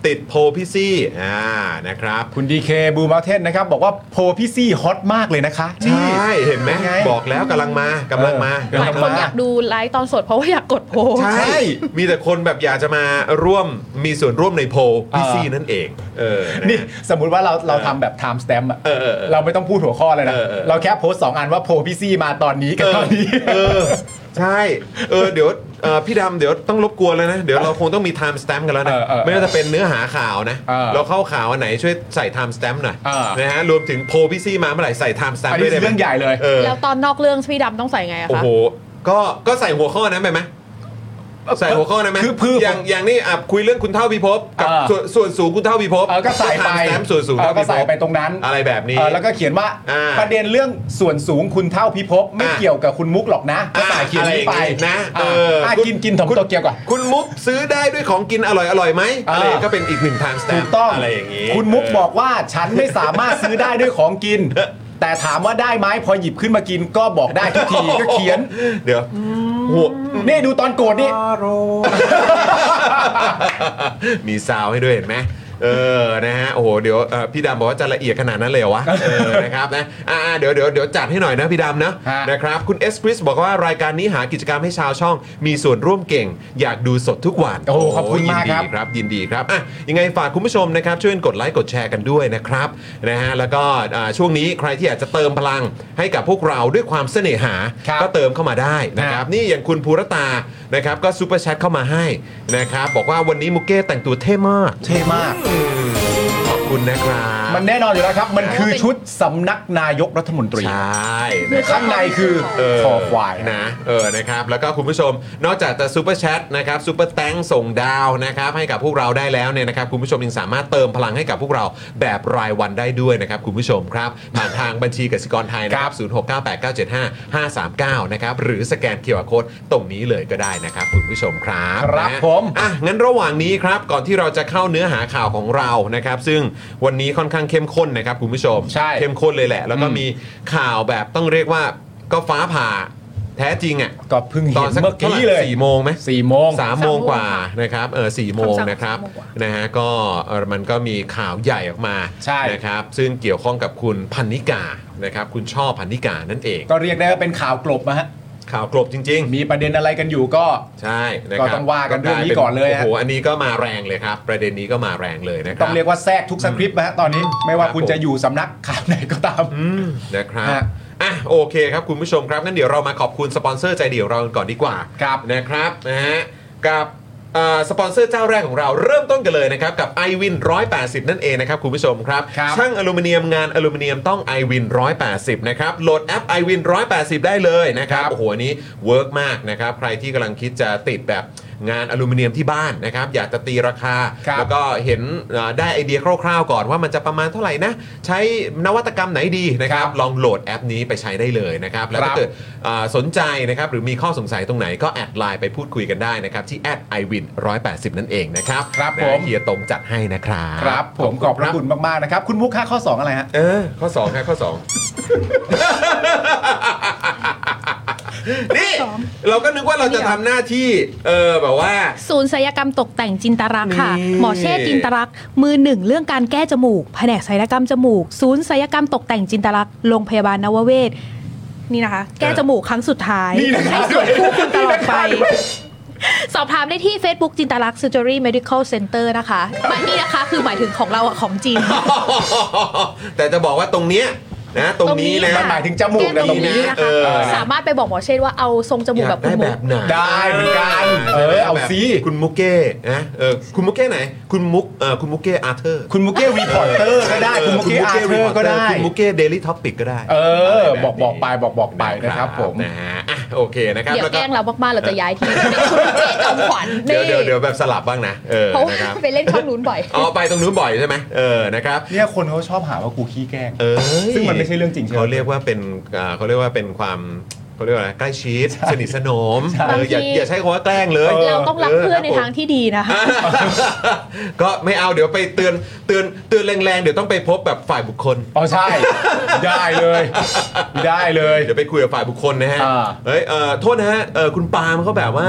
Speaker 1: ติดโพลพี่ซี่อ่านะครับ
Speaker 2: คุณดีเคบูมาเทนนะครับ บอกว่าโพลพี่ซี่ฮอตมากเลยนะคะ
Speaker 1: ใช
Speaker 2: นี่
Speaker 1: ่เห็นไหม
Speaker 2: เป็นไง
Speaker 1: บอกแล้วกำลังมากำลังมา
Speaker 2: เออ
Speaker 3: หลายคนอยากดูไลฟ์ตอนสดเพราะว่าอยากกดโพล
Speaker 1: ใช่ มีแต่คนแบบอยากจะมาร่วมมีส่วนร่วมในโพลพี่
Speaker 2: เออ
Speaker 1: ซี่นั่นเอง เออนะ
Speaker 2: นี่สมมุติว่าเราเราทำแบบ time stamp อะ
Speaker 1: เออเออเออ
Speaker 2: เราไม่ต้องพูดหัวข้อเลยนะ
Speaker 1: เออเออ
Speaker 2: เราแค่โพสต์สองอันว่าโพลพี่ซี่มาตอนนี้กับตอนนี้
Speaker 1: เออ ใช่ เออ เดี๋ยวเอ่อพี่ดำเดี๋ยวต้องรบกวนแล้วนะ เดี๋ยวเราคงต้องมีไทม์สแตมป์กันแล้วนะ
Speaker 2: เออเออ
Speaker 1: ไม่ว่าจะเป็นเนื้อหาข่าวนะ
Speaker 2: เออ
Speaker 1: เราเข้าข่าวอันไหนช่วยใส่ไทม์สแตมป์หน่อย
Speaker 2: เออ
Speaker 1: นะฮะ รวมถึงโพลพี่ซี่มาเมื่อไหร่ใส่ไทม์สแตม
Speaker 2: อัน
Speaker 1: ป์ด้ว
Speaker 2: นี้
Speaker 1: ยได้ไหม
Speaker 2: เรื่องใหญ่เลย
Speaker 1: เออ
Speaker 3: แล้วตอนนอกเรื่องพี่ดำต้องใส่ไงอะ
Speaker 1: โอ้
Speaker 3: คะ
Speaker 1: โห ก็ ก็ใส่หัวข้อนั้นไปไหมใส่หัวข้อนั้นไหม
Speaker 2: คือคือ
Speaker 1: อย่าง อย่างนี้อ่ะคุยเรื่องคุณเท่าพิภพกับ
Speaker 2: เออ
Speaker 1: ส่วนส่วนสูงคุณเท่าพิภพ
Speaker 2: เออก็ใส่ไป
Speaker 1: ไทม์สแตมป์ส่วนสูง
Speaker 2: เอ
Speaker 1: เท่า
Speaker 2: อก็
Speaker 1: พิภ
Speaker 2: ใส่
Speaker 1: พ
Speaker 2: ไปตรงนั้น
Speaker 1: อะไรแบบนี้
Speaker 2: เออแล้วก็เขียนว่า
Speaker 1: อ่า
Speaker 2: ประเด็นเรื่องส่วนสูงคุณเท่าพิภพไม่
Speaker 1: อ่า
Speaker 2: เกี่ยวกับคุณมุกหรอกนะ ก็ใส่เขียนนี้ไป
Speaker 1: อะไรอย่างงี้นะเออ
Speaker 2: อ่ะ
Speaker 1: คุณ
Speaker 2: กินกินถม
Speaker 1: คุณ
Speaker 2: โตเกียวก่อน
Speaker 1: คุณมุกซื้อได้ด้วยของกินอร่อยอร่อยๆไหม
Speaker 2: เอออ
Speaker 1: อะไรก็เป็นอีกหนึ่งทางสแต
Speaker 2: ถู
Speaker 1: ม
Speaker 2: กต้อง
Speaker 1: อะไรอย่างงี้
Speaker 2: คุณมุก
Speaker 1: เ
Speaker 2: บอกว่าฉันไม่สามารถซื้อได้ด้วยของกิน แต่ถามว่าได้ไหมพอหยิบขึ้นมากินก็บอกได้ทุกทีก็เขียน
Speaker 1: เดี๋ยวหัว (laughs)
Speaker 2: นี่ดูตอนโกรธนี่
Speaker 1: มีซาวให้ด้วยเห็นไหมเออนะฮะโอ้โหเดี๋ยวเอ่อพี่ดำบอกว่าจะละเอียดขนาดนั้นเลยเหรอวะเออนะครับนะอ่าอ่าเดี๋ยวเดี๋ยวเดี๋ยวจัดให้หน่อยนะพี่ดำนะ
Speaker 2: ฮะ
Speaker 1: นะครับคุณเอสคริสบอกว่ารายการนี้หากิจกรรมให้ชาวช่อง มีส่วนร่วมเก่ง อยากดูสดทุกวัน
Speaker 2: โอ้โหขอบคุณมากครับ
Speaker 1: ยินดีครับยินดีครับอ่ะยังไงฝากคุณผู้ชมนะครับช่วยกดไลค์กดแชร์กันด้วยนะครับนะฮะแล้วก็อ่าช่วงนี้ใครที่อยากจะเติมพลังให้กับพวกเราด้วยความเสน่หา
Speaker 2: ครับ
Speaker 1: ก็เติมเข้ามาได้นะครับ นี่อย่างคุณภูรตานะครับก็ซูเปอร์แชทเข้ามาให้นะครับบอกว่าวันนี้มุกเก้แต่งตัวเท่มาก
Speaker 2: เท่มาก
Speaker 1: อืมขอบคุณนะครับ
Speaker 2: มันแน่นอนอยู่แล้วครับ มันคือชุดสำนักนายกรัฐมนตรี
Speaker 1: ใช่นะ
Speaker 2: ข้างในคือ
Speaker 1: เ
Speaker 2: คอควายนะ
Speaker 1: นะเออนะครับแล้วก็คุณผู้ชมนอกจากจะซูเปอร์แชทนะครับซูเปอร์แตงส่งดาวนะครับให้กับพวกเราได้แล้วเนี่ยนะครับคุณผู้ชมยังสามารถเติมพลังให้กับพวกเราแบบรายวันได้ด้วยนะครับคุณผู้ชมครับผ่านทางบัญชีกสิกรไทยนะค
Speaker 2: ครั
Speaker 1: รับบ 0 6 9 8 9 7 5 5 3 9นะครับหรือสแกนเคอร์โค้ดตรงนี้เลยก็ได้นะครับคุณผู้ชมครับ
Speaker 2: ครับ
Speaker 1: นะ
Speaker 2: ผม
Speaker 1: อ่ะงั้นระหว่างนี้ครับก่อนที่เราจะเข้าเนื้อหาข่าวของเรานะครับ ซึ่งวันนี้ค่อนข้างเข้มข้นนะครับคุณผู้ชม
Speaker 2: ใช่
Speaker 1: เข้มข้นเลยแหละ แล้วก็
Speaker 2: อืม
Speaker 1: มีข่าวแบบต้องเรียกว่าก็ฟ้าผ่าแท้จริงอ่ะ
Speaker 2: ก็เพิ่ง
Speaker 1: ต
Speaker 2: เห็
Speaker 1: อน
Speaker 2: น
Speaker 1: สัก
Speaker 2: เมื่อ
Speaker 1: ท่าไหร่
Speaker 2: กี้เลย
Speaker 1: สี่โมงไหม
Speaker 2: สี่โมง
Speaker 1: สามโมงกว่านะครับเออสี่โมง
Speaker 3: สามโมง
Speaker 1: นะครับ
Speaker 3: สามโมงกว่า
Speaker 1: นะฮะก็เออมันก็มีข่าวใหญ่ออกมา
Speaker 2: ใช่
Speaker 1: นะครับซึ่งเกี่ยวข้องกับคุณพันนิกานะครับคุณช่อพันนิกานั่นเอง
Speaker 2: ก็เรียกได้ว่าเป็นข่าวกลบนะฮะ
Speaker 1: ข่าวกลบจริง
Speaker 2: มีประเด็นอะไรกันอยู่ก็
Speaker 1: ๆ ใช่นะค
Speaker 2: ก็
Speaker 1: รับ
Speaker 2: ต้องว่ากันเรื่องนี้ก่อนเลย
Speaker 1: โอ้
Speaker 2: ฮะ
Speaker 1: โหอันนี้ก็มาแรงเลยครับ ประเด็นนี้ก็มาแรงเลยนะค
Speaker 2: ต้อ
Speaker 1: รั
Speaker 2: ง
Speaker 1: บ
Speaker 2: เรียกว่าแทรกทุกสคริปต์นะฮะตอนนี้ไม่ว่า
Speaker 1: ครับ
Speaker 2: คุณ
Speaker 1: ผม
Speaker 2: จะอยู่สำนักข่าวไหนก็ตาม
Speaker 1: อืมนะครับ
Speaker 2: ฮะ
Speaker 1: อ่ะโอเคครับคุณผู้ชมครับงั้นเดี๋ยวเรามาขอบคุณสปอนเซอร์ใจเดียวเรากันก่อนดีกว่า
Speaker 2: ครับ
Speaker 1: นะครับนะฮะกับเอ่อสปอนเซอร์เจ้าแรกของเราเริ่มต้นกันเลยนะครับ กับ i w วิน180 นั่นเองนะครับ คุณผู้ชมครับ
Speaker 2: ครับ
Speaker 1: ช่างอลูมิเนียมงานอลูมิเนียมต้อง i w วิน180 นะครับ โหลดแอป i w วิน180 ได้เลยนะครับโอ้โหอันนี้เวิร์กมากนะครับ ใครที่กำลังคิดจะติดแบบงานอลูมิเนียมที่บ้านนะครับ อยากจะตีราคา
Speaker 2: ครับ
Speaker 1: แล้วก็ ก็เห็นเอ่อได้ไอเดียคร่าวๆก่อนว่ามันจะประมาณเท่าไหร่นะ ใช้นวัตกรรมไหนดีนะครับ ลองโหลดแอปนี้ไปใช้ได้เลยนะครับ แล้วถ้า
Speaker 2: ครับ
Speaker 1: เกิดเอ่อสนใจนะครับ หรือมีข้อสงสัยตรงไหนก็แอดไลน์ไปพูดคุยกันได้นะครับ ที่แอด i w i n 180 นั่นเองนะครับ
Speaker 2: ครับ
Speaker 1: นะ
Speaker 2: ผม
Speaker 1: เฮียตรงจัดให้นะครับ
Speaker 2: ครับ ผมขอบพระคุณมากๆนะครับ คุณมุกค่าข้อ 2 อะไรฮะ
Speaker 1: เออ ข้อ2ครับข้อ 2 นี่ เราก็นึกว่าเราจะทำหน้าที่ เออแบบ
Speaker 2: (laughs)
Speaker 1: ว่า
Speaker 3: ศูนย์ศัลยกรรมตกแต่งจินตรักษณ์ค่ะ
Speaker 1: นี่
Speaker 3: หมอเช่จินตรักษณ์มือหนึ่งเรื่องการแก้จมูก แผนกศัลยกรรมจมูก ศูนย์ศัลยกรรมตกแต่งจินตรักษณ์โรงพยาบาลนวเวศนี่นะคะ แก้จมูกครั้งสุดท้ายให้สวยคู่คุณตลอดไป สอบถามได้ที่ Facebook จินตรักซูเจอรี่ medical center นะคะบันนี้นะคะคือหมายถึงของเราอะของจริง
Speaker 1: แต่จะบอกว่าตรงเนี้ยนะตรงนี้
Speaker 2: มั
Speaker 1: นะ
Speaker 3: ตรงนี้
Speaker 2: น
Speaker 3: ค่ะ
Speaker 2: หมายถึงจมูกนะตรงนี้
Speaker 3: นะ
Speaker 1: เอ
Speaker 3: คะ
Speaker 1: อ
Speaker 3: สามารถไปบอกหมอเชษว่าเอาทรงจมูกแบบคุณหมอ
Speaker 2: ได้เหมือนกันเออเอาสิ
Speaker 1: คุณมุกเก้นะเออคุณมุกเก้ไหน คุณมุกเออคุณมุกเก้อาร์เธอร์
Speaker 2: คุณมุกเก้รีพอร์เตอร์ก็ได้คุณมุกเก้อาร์เธอร์ก็ได้
Speaker 1: คุณมุกเก้เดลี่ท็อปิกก็ได้
Speaker 2: เออ
Speaker 1: ะรแบบนี้
Speaker 2: อกบอกไปบอกบอกไปนะครับผม
Speaker 1: นะฮะอ่ะโอเคนะครับ
Speaker 3: เดี๋ยว
Speaker 1: ล้ว
Speaker 3: แกล้งเรามากๆเราจะย้ายที่เป็นคุณเจ๊จอมขวัญ
Speaker 1: เดี๋ยวเดี๋ยวเดี๋ยวแบบสลับบ้างนะเออ
Speaker 3: เพราะว่า
Speaker 1: นะครับ
Speaker 3: ไปเล่นช่องนู้นบ่อย
Speaker 1: อ๋อไปตรงนู้นบ่อยใช่ไหมเออนะครับ
Speaker 2: เนี่ยคนเขาชอบหาว่ากูขี้แกล้ง
Speaker 1: เอ้ย
Speaker 2: ซึ่งมันไม่ใช่เรื่องจริงใช่ไหม
Speaker 1: เขาเรียกว่าเป็นอ่าเขาเรียกว่าเป็นความเขาเรียกว่าอะไรใกล้ชิดสนิทสนม
Speaker 2: ใช่
Speaker 1: เอออย่า
Speaker 3: บางที
Speaker 1: อย่าใช้คำว่าแกล้งเลย
Speaker 3: เราต้องรักเพื่อนในทาง
Speaker 1: เ
Speaker 3: ที่ดีนะคะ
Speaker 1: ออครับผม (laughs) ก็ไม่เอาเดี๋ยวไปเตือนเตือนเตือนแรงๆ เดี๋ยวต้องไปพบแบบฝ่ายบุคคล
Speaker 2: อ๋อใช่ ได้เลย ได้เลย
Speaker 1: เดี๋ยวไปคุยกับฝ่ายบุคคลนะฮะ
Speaker 2: อ่า
Speaker 1: เฮ้ยเอ่อโทษนะฮะเอ่อคุณปาล์มเขาแบบว่า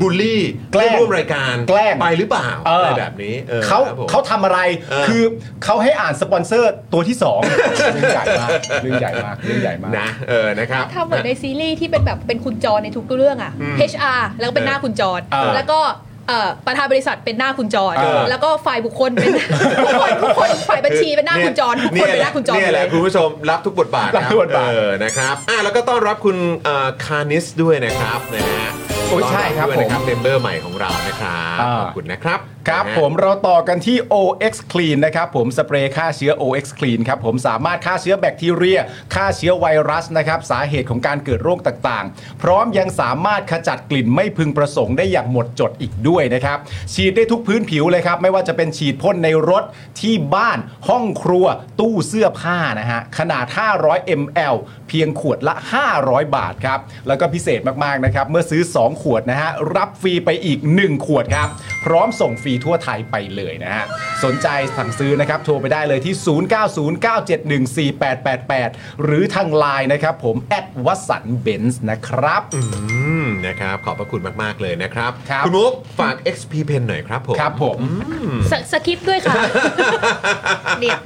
Speaker 1: บูลลี่
Speaker 2: แกล้ง
Speaker 1: เพื่อนร่วมรายการ
Speaker 2: แกล้ง
Speaker 1: ไปหรือเปล่า
Speaker 2: เอออ
Speaker 1: อะไรแบบนี้ออ
Speaker 2: เขา
Speaker 1: ครับผม
Speaker 2: เขาทำอะไร
Speaker 1: เออ
Speaker 2: คือเขาให้อ่านสปอนเซอร์ตัวที่สองเรื่องใหญ่มากเรื่องใหญ่มากเรื่องใหญ่มาก
Speaker 1: นะเออนะครับ
Speaker 3: ถ้าเหมือนในซีรีส์ที่เป็นแบบเป็นคุณจรในทุกเรื่องอ่ะ
Speaker 1: อืม
Speaker 3: HR แล้วก็เป็นหน้าคุณจร
Speaker 2: เออ
Speaker 3: แล้วก็เอ่อประธานบริษัทเป็นหน้าคุณจร
Speaker 2: เออ
Speaker 3: แล้วก็ฝ่ายบุค (laughs) คลเป็น ทุกคนทุกคนฝ่ายบัญชีเป็นหน้าคุณจรทุกคนเป็นหน้าคุณจร
Speaker 1: เนี่ย
Speaker 3: หมด
Speaker 1: แห
Speaker 3: เล
Speaker 1: ละ
Speaker 3: ย
Speaker 1: คุณผู้ชมรับทุกบทบาทค
Speaker 2: รับทุกบทบาท
Speaker 1: เออนะครับอ่ะแล้วก็ต้อนรับคุณเอ่อคานิสด้วยนะครับนะฮะ
Speaker 2: โอ้ยใช่ครับ
Speaker 1: ต้อนด้วยนะครับ
Speaker 2: ผม
Speaker 1: เมมเบอร์ใหม่ของเรานะครับ
Speaker 2: อ่า
Speaker 1: ขอบคุณนะครับ
Speaker 2: ครับ
Speaker 1: นะฮะ
Speaker 2: ผมเราต่อกันที่ OX Clean นะครับผมสเปรย์ฆ่าเชื้อ OX Clean ครับผมสามารถฆ่าเชื้อแบคทีเรียฆ่าเชื้อไวรัสนะครับสาเหตุของการเกิดโรคต่างๆ พร้อมยังสามารถขจัดกลิ่นไม่พึงประสงค์ได้อย่างหมดจดอีกด้วยนะครับฉีดได้ทุกพื้นผิวเลยครับ ไม่ว่าจะเป็นฉีดพ่นในรถที่บ้านห้องครัวตู้เสื้อผ้านะฮะขนาด 500 ml เพียงขวดละ 500 บาทครับแล้วก็พิเศษมากๆนะครับเมื่อซื้อ 2 ขวดนะฮะรับฟรีไปอีก 1 ขวดครับ พร้อมส่งฟรีทั่วไทยไปเลยนะฮะ สนใจสั่งซื้อนะครับ โทรไปได้เลยที่ 0909714888 หรือทางไลน์นะครับผมแอดวัสันเบนซ์นะครับ
Speaker 1: อืมนะครับขอบพระคุณมาก ๆ เลยนะครับ
Speaker 2: ครับ
Speaker 1: ณมุกฝาก XP Pen หน่อยครับผม
Speaker 2: ครับผม
Speaker 3: สสคริปต์ด้วยค่ะ เนี่ย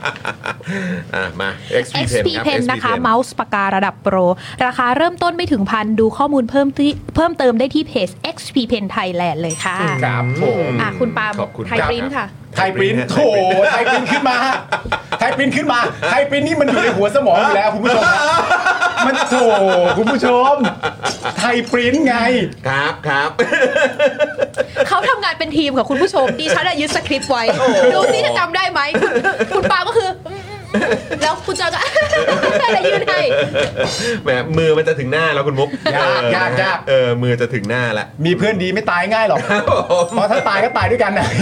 Speaker 1: อ่ะมา XP Pen
Speaker 3: XP
Speaker 1: ครับ
Speaker 3: Pen นะคะ
Speaker 1: Pen
Speaker 3: เมาส์ปากการะดับโปร ราคาเริ่มต้นไม่ถึงพัน ดูข้อมูลเพิ่มที่เพิ่มเติมได้ที่เพจ XP Pen Thailand เลยค่ะ
Speaker 2: ครับผม
Speaker 3: อ่ะคุณปาล์ม
Speaker 1: ขอบคุณ
Speaker 3: ไทย
Speaker 1: รับ
Speaker 3: ปริ้นท์ค่ะ
Speaker 2: ไทยปริ้นโถไทยปริ้นขึ้นมา ไทยปริ้นขึ้นมา ไทยปริ้นนี่มันอยู่ในหัวสมองอยู่แล้วคุณผู้ชมฮะมันโถคุณผู้ชม ไทยปริ้นไง
Speaker 1: ครับครับ (laughs)
Speaker 3: เขาทำงานเป็นทีมกับคุณผู้ชม ดิฉันอะยึดสคริปต์ไว้ ดูซิจะจำได้ไหม คุณคุณปาล์มก็คือ (laughs) อืมอืมอืมแล้วคุณจอยก็ (laughs) อะไรยืนให้
Speaker 1: แหมมือมันจะถึงหน้าแล้วคุณมุก
Speaker 2: ยากยากยาก
Speaker 1: เออมือจะถึงหน้าละ
Speaker 2: มีเพื่อนดีไม่ตายง่ายหรอก เพราะถ้าตายก็ตายด้วยกันนะ (laughs)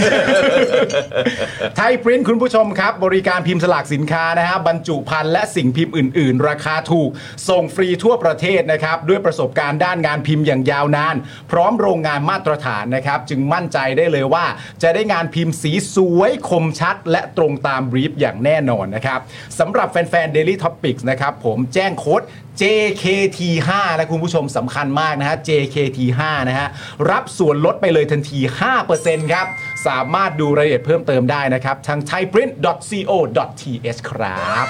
Speaker 2: ไทยปริ้นท์คุณผู้ชมครับ บริการพิมพ์สลากสินค้านะฮะบรรจุภัณฑ์และสิ่งพิมพ์อื่น ๆ ราคาถูก ส่งฟรีทั่วประเทศนะครับ ด้วยประสบการณ์ด้านงานพิมพ์อย่างยาวนาน พร้อมโรงงานมาตรฐานนะครับ จึงมั่นใจได้เลยว่า จะได้งานพิมพ์สีสวยคมชัด และตรงตามบรีฟอย่างแน่นอนนะครับสำหรับแฟน ๆ Daily Topics นะครับผมแจ้งโค้ด JKT5 นะคุณผู้ชมสำคัญมากนะฮะ JKT5 นะฮะ รับส่วนลดไปเลยทันที 5%ครับ สามารถดูรายละเอียดเพิ่มเติมได้นะครับ ทาง thaiprint.co.th ครับ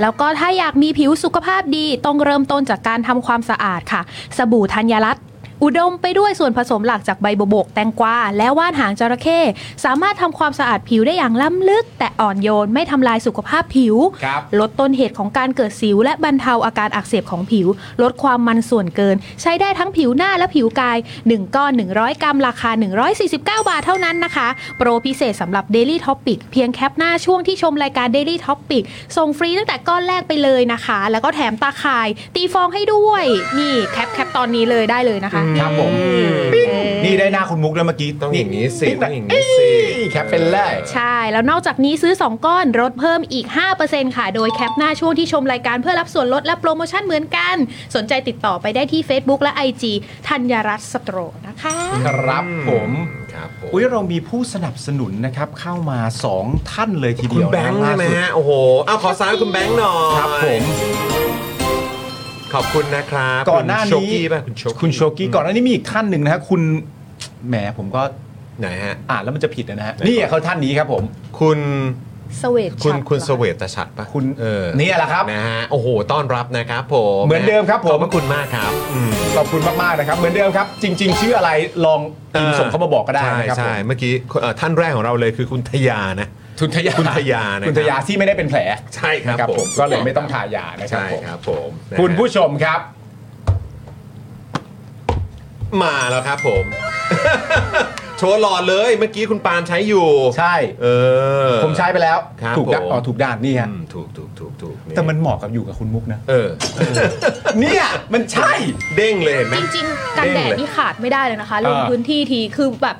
Speaker 3: แล้วก็ถ้าอยากมีผิวสุขภาพดีต้องเริ่มต้นจากการทำความสะอาดค่ะ สบู่ธัญรัตน์อุดมไปด้วยส่วนผสมหลักจากใบบวบก แตงกวาและว่านหางจระเข้สามารถทำความสะอาดผิวได้อย่างล้ำลึก แต่อ่อนโยนไม่ทำลายสุขภาพผิว
Speaker 2: ครับ
Speaker 3: ลดต้นเหตุของการเกิดสิว และบรรเทาอาการอักเสบของผิว ลดความมันส่วนเกิน ใช้ได้ทั้งผิวหน้าและผิวกาย 1 ก้อน 100 กรัม ราคา 149 บาทเท่านั้นนะคะ โปรพิเศษสำหรับ Daily Topic เพียงแคปหน้าช่วงที่ชมรายการ Daily Topic ส่งฟรีตั้งแต่ก้อนแรกไปเลยนะคะ แล้วก็แถมตาข่าย ตีฟองให้ด้วย นี่แคปแคปตอนนี้เลยได้เลยนะคะ
Speaker 2: ครับผมปิ้งนี่ได้หน้าคุณมุกด้วยเมื่อกี้
Speaker 1: ต้องอย่างนี้สิ
Speaker 2: ปิ้
Speaker 1: ต้องอย่างนี้สิ
Speaker 2: เอ้ยแคปเป็นแรก
Speaker 3: ใช่แล้วนอกจากนี้ซื้อ 2 ก้อนลดเพิ่มอีก 5%ค่ะ โดยแคปหน้าช่วงที่ชมรายการเพื่อรับส่วนลดและโปรโมชั่นเหมือนกัน สนใจติดต่อไปได้ที่ Facebook และ IG ธัญรัตน์สโตรนะคะ
Speaker 2: ครับผม
Speaker 1: ครับผม
Speaker 2: อุ้ยเรามีผู้สนับสนุนนะครับ เข้ามา 2 ท่านเลยที
Speaker 1: คุ
Speaker 2: เดี
Speaker 1: ณ
Speaker 2: ยว
Speaker 1: แบงค์
Speaker 2: นะ
Speaker 1: ใช่ไหม
Speaker 2: ล่าสุด
Speaker 1: ฮะโอ้โหเอาขอสายคุณแบงค์หน่อย
Speaker 2: ครับผม
Speaker 1: ขอบคุณนะครับ
Speaker 2: ก่อนหน้า
Speaker 1: คุณโช
Speaker 2: นี้
Speaker 1: กี้ป่ะคุณโชกี้
Speaker 2: คุณโชกี้ก่อนหน้านี้มีอีกท่านหนึ่งนะฮะคุณแหมผมก็
Speaker 1: ไหนฮะ
Speaker 2: อ่านแล้วมันจะผิดนะฮะ
Speaker 1: ไหนก่อน
Speaker 2: นี่เขาท่านนี้ครับผม
Speaker 1: คุณ
Speaker 3: สเวต
Speaker 1: คุณ
Speaker 3: ชัด
Speaker 1: คุณ
Speaker 3: เหรอ
Speaker 1: เสเวตชัดป่ะ
Speaker 2: คุณ
Speaker 1: เออ
Speaker 2: เนี่ยแหละครับ
Speaker 1: นะฮะโอ้โหต้อนรับนะครับผม
Speaker 2: เหมือนเดิมครับผม
Speaker 1: ขอบพระคุณมากครับอืม
Speaker 2: ขอบคุณมากๆนะครับ เหมือนเดิมครับ จริง ๆ ชื่ออะไรลองพิมพ์ส่งเข้ามาบอกก็ได้นะครับ
Speaker 1: ใช่
Speaker 2: ผ
Speaker 1: ใช่
Speaker 2: ม
Speaker 1: เมื่อกี้เอ่อท่านแรกของเราเลยคือคุณทยานะ
Speaker 2: คุณทยา
Speaker 1: คุณทยานะครับ
Speaker 2: คุณทยาที่ไม่ได้เป็นแผล
Speaker 1: ใช่ครับ
Speaker 2: ครับ
Speaker 1: ผ
Speaker 2: ผม มก็เลยไม่ต้องทายานะครับผ
Speaker 1: ใช่
Speaker 2: ม
Speaker 1: ครับผมนะฮะ
Speaker 2: คุณผู้ชมครับ
Speaker 1: มาแล้วครับผม
Speaker 2: (laughs)
Speaker 1: โชว์หล่อเลยเมื่อกี้คุณปานใช้อยู่
Speaker 2: ใช่
Speaker 1: เออ
Speaker 2: ผมใช้ไปแล้ว
Speaker 1: ครับ
Speaker 2: ถูกด้าน
Speaker 1: ผม
Speaker 2: อ๋อถูกด้านนี่
Speaker 1: อื
Speaker 2: ฮะ
Speaker 1: มถูกถูกถูกถูก
Speaker 2: แต่มันเหมาะกับอยู่กับคุณมุกนะ
Speaker 1: เออเออ
Speaker 2: เนี่ยมันใช่
Speaker 1: เด้งเลยเห็นไหม
Speaker 3: จริงๆ กันแดด
Speaker 1: เด้งเลย
Speaker 3: นี่ขาดไม่ได้เลยนะคะ ลง
Speaker 2: อ่า
Speaker 3: พื้นที่ทีคือแบบ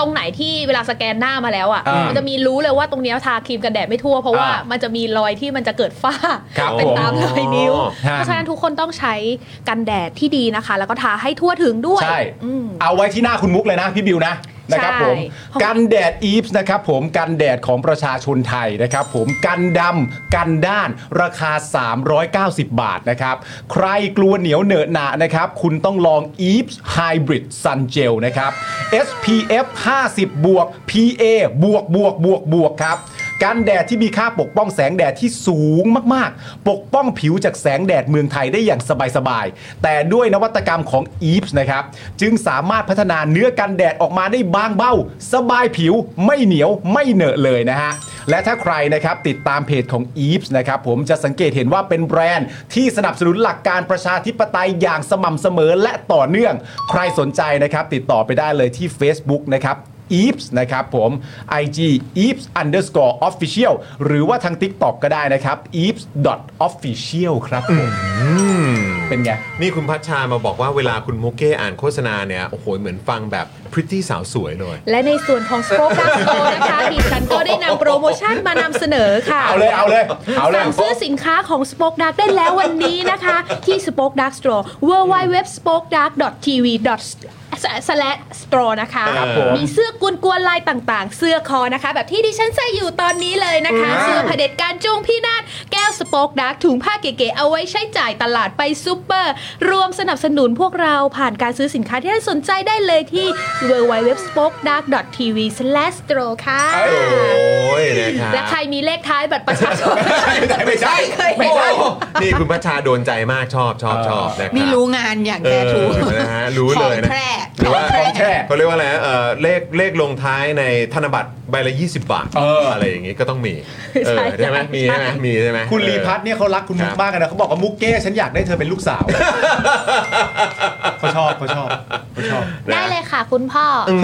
Speaker 3: ตรงไหนที่เวลาสแกนหน้ามาแล้วอ่ะ
Speaker 2: อ่ามั
Speaker 3: มันจะมีรู้เลยว่าตรงเนี้ยทาครีมกันแดดไม่ทั่ว เพราะว่า
Speaker 2: อ่ามั
Speaker 3: มันจะมีรอยที่มันจะเกิดฝ้า
Speaker 2: ครับ
Speaker 3: เป็นตาม
Speaker 1: ผม
Speaker 3: รอยนิ้ว
Speaker 2: ฮะ
Speaker 3: เพราะฉะนั้นทุกคนต้องใช้กันแดดที่ดีนะคะ แล้วก็ทาให้ทั่วถึงด้วย
Speaker 2: ใช่
Speaker 3: อืม
Speaker 2: เอาไว้ที่หน้าคุณมุกเลยนะพี่บิวนะนะครับผม
Speaker 3: ใช่
Speaker 2: กันแดดอีฟส์นะครับผมกันแดดของประชาชนไทยนะครับผมกันดำกันด้านราคา 390 บาทนะครับ ใครกลัวเหนียวเหนอะหนะนะครับ คุณต้องลอง e v e s Hybrid Sun Gel นะครับ SPF 50บวก PA บวกบวกบวกบวกครับ กันแดดที่มีค่าปกป้องแสงแดดที่สูงมากๆ ปกป้องผิวจากแสงแดดเมืองไทยได้อย่างสบายๆ แต่ด้วยนวัตกรรมของ e v e s นะครับ จึงสามารถพัฒนาเนื้อกันแดดออกมาได้บางเบ้า สบายผิวไม่เหนียวไม่เหนอะเลยนะฮะ และถ้าใครนะครับติดตามเพจของ e v e s นะครับผมจะสังเกตเห็นว่าเป็นแบรนด์ที่สนับสนุนหลักการประชาธิปไตยอย่างสม่ำเสมอและต่อเนื่อง ใครสนใจนะครับติดต่อไปได้เลยที่ Facebook นะครับ e v e s นะครับผม IG e v e s underscore official หรือว่าทาง TikTok ก็ได้นะครับ e v e s official ครับผมเป็นไง
Speaker 1: นี่คุณพัชชามาบอกว่าเวลาคุณมุกเก้อ่านโฆษณาเนี่ยโอ้โหเหมือนฟังแบบพริตตี้สาวสวยเลย
Speaker 3: และในส่วนของ Stroke Dark Store นะคะดิฉันก็ได้นำโปรโมชั่นมานำเสนอค่ะ
Speaker 2: เอาเลยเอาเลยเอาเลย
Speaker 3: สั่งซื้อสินค้าของ Spoke Dark ได้แล้ววันนี้นะคะ ที่ Spoke Dark Store w w w spoke dark tv store นะคะ
Speaker 1: ครับผม
Speaker 3: มีเสื้อกวนๆลายต่างๆ เสื้อคอนะคะ แบบที่ดิฉันใส่อยู่ตอนนี้เลยนะคะ เสื้อเผด็จการจงพี่นาฏแก้วสป็อกดาร์กถุงผ้าเก๋ๆเอาไว้ใช้จ่ายตลาดไปซูเปอร์ รวมสนับสนุนพวกเราผ่านการซื้อสินค้าที่ท่านสนใจได้เลยที่ w w w spoke dark tv store ค่ะ
Speaker 1: โอ้ยนะครับ
Speaker 3: และใครมีเลขท้ายบัตรประชาชน
Speaker 1: ไม่ใช่
Speaker 3: เคยเห็น
Speaker 1: โอ้โหนี่คุณพัชชาโดนใจมากชอบชอบชอบนะครับ
Speaker 7: นี่รู้งานอย่างแท้ทรู
Speaker 1: เออนะฮะรู้
Speaker 7: ข
Speaker 1: เล
Speaker 7: อง
Speaker 1: ยนะ
Speaker 7: แพร่
Speaker 1: หรือว่า
Speaker 2: ของแท้
Speaker 1: เขาเรียกว่าอะไรนะเออเลขเลขลงท้ายในธนบัตรใบละ 20 บาท
Speaker 2: เอออ
Speaker 1: อะไรอย่างงี้ก็ต้องมีเออ
Speaker 3: ใช่
Speaker 1: ใช่ไหมมีใช่ไหมมีใช่ไหม
Speaker 2: คุณลีพัฒน์เนี่ยเขารักคุณมุกมากเลยนะเขาบอกว่ามุกเก้ฉันอยากได้เธอเป็นลูกสาวเขาชอบเขาชอบเขาชอบ
Speaker 3: ได้เลยค่ะคุณพ่อ
Speaker 1: อื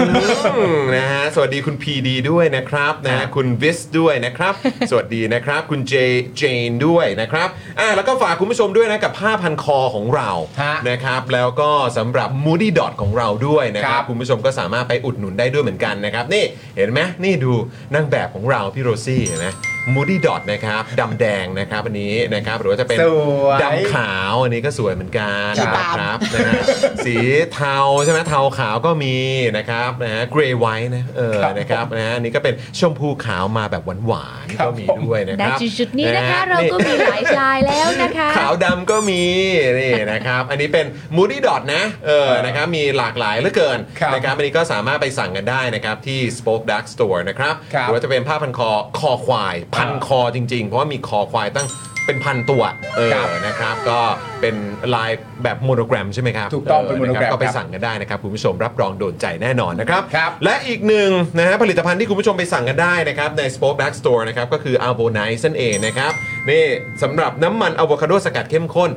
Speaker 1: มนะฮะสวัสดีคุณพีดีด้วยนะครับนะฮะคุณวิสด้วยนะครับ สวัสดีนะครับ คุณเจเจนด้วยนะครับอ่ะแล้วก็ฝากคุณผู้ชมด้วยนะกับผ้าพันคอของเรา
Speaker 2: ฮะ
Speaker 1: นะครับ แล้วก็สำหรับ Moody Dot ของเราด้วยนะค
Speaker 2: ค
Speaker 1: รั
Speaker 2: รับ บ
Speaker 1: คุณผู้ชมก็สามารถไปอุดหนุนได้ด้วยเหมือนกันนะครับ นี่เห็นไหมนี่ดูนางแบบของเราพี่โรซี่เห็นไหมมูดี้ดอทนะครับดำแดงนะครับอันนี้นะครับหรือว่าจะเป็น
Speaker 2: สวย
Speaker 1: ดำขาวอันนี้ก็สวยเหมือนกัน
Speaker 2: ครับ
Speaker 1: นะครับนะฮะสีเทาใช่ไหมเทาขาวก็มีนะครับนะฮะเกรย์ไวท์นะเออนะครับนะฮะอันนี่ก็เป็นชมพูขาวมาแบบหวานๆก็มีด้วยนะค
Speaker 3: ได้
Speaker 1: รับ
Speaker 3: จุดๆนี้นะคะ
Speaker 1: ฮ
Speaker 3: เราก็
Speaker 1: นี่
Speaker 3: มีหลายลายแล้วนะคะ
Speaker 1: ขาวดำก็มีนี่นะครับ อันนี้เป็น Moody Dot นะเออนะครับมีหลากหลายเหลือเกิน
Speaker 2: ครับ
Speaker 1: นะครับอันนี้ก็สามารถไปสั่งกันได้นะครับที่ Spoke Dark Store นะครับ
Speaker 2: ครับ
Speaker 1: หรือว่าจะเป็นผ้าพันคอคอควาย พันคอจริงๆ เพราะว่ามีคอควายตั้ง เป็นพันตัวเออ
Speaker 2: ครับ
Speaker 1: นะครับก็เป็นลายแบบโมโนแกรมใช่ไหมครับ
Speaker 2: ถูกต้องเป็น
Speaker 1: ะคบ
Speaker 2: โมโนแกรม
Speaker 1: ก็ไป
Speaker 2: ครับ
Speaker 1: สั่งกันได้นะครับคุณผู้ชมรับรองโดนใจแน่นอนนะครับ
Speaker 2: ครับ
Speaker 1: และอีกหนึ่งนะฮะผลิตภัณฑ์ที่คุณผู้ชมไปสั่งกันได้นะครับใน Spoke Dark Store นะครับก็คือ a l b o n i c e นั่นเองนะครับนี่สำหรับน้ำมันอะโวคาโดสกัดเข้มข้น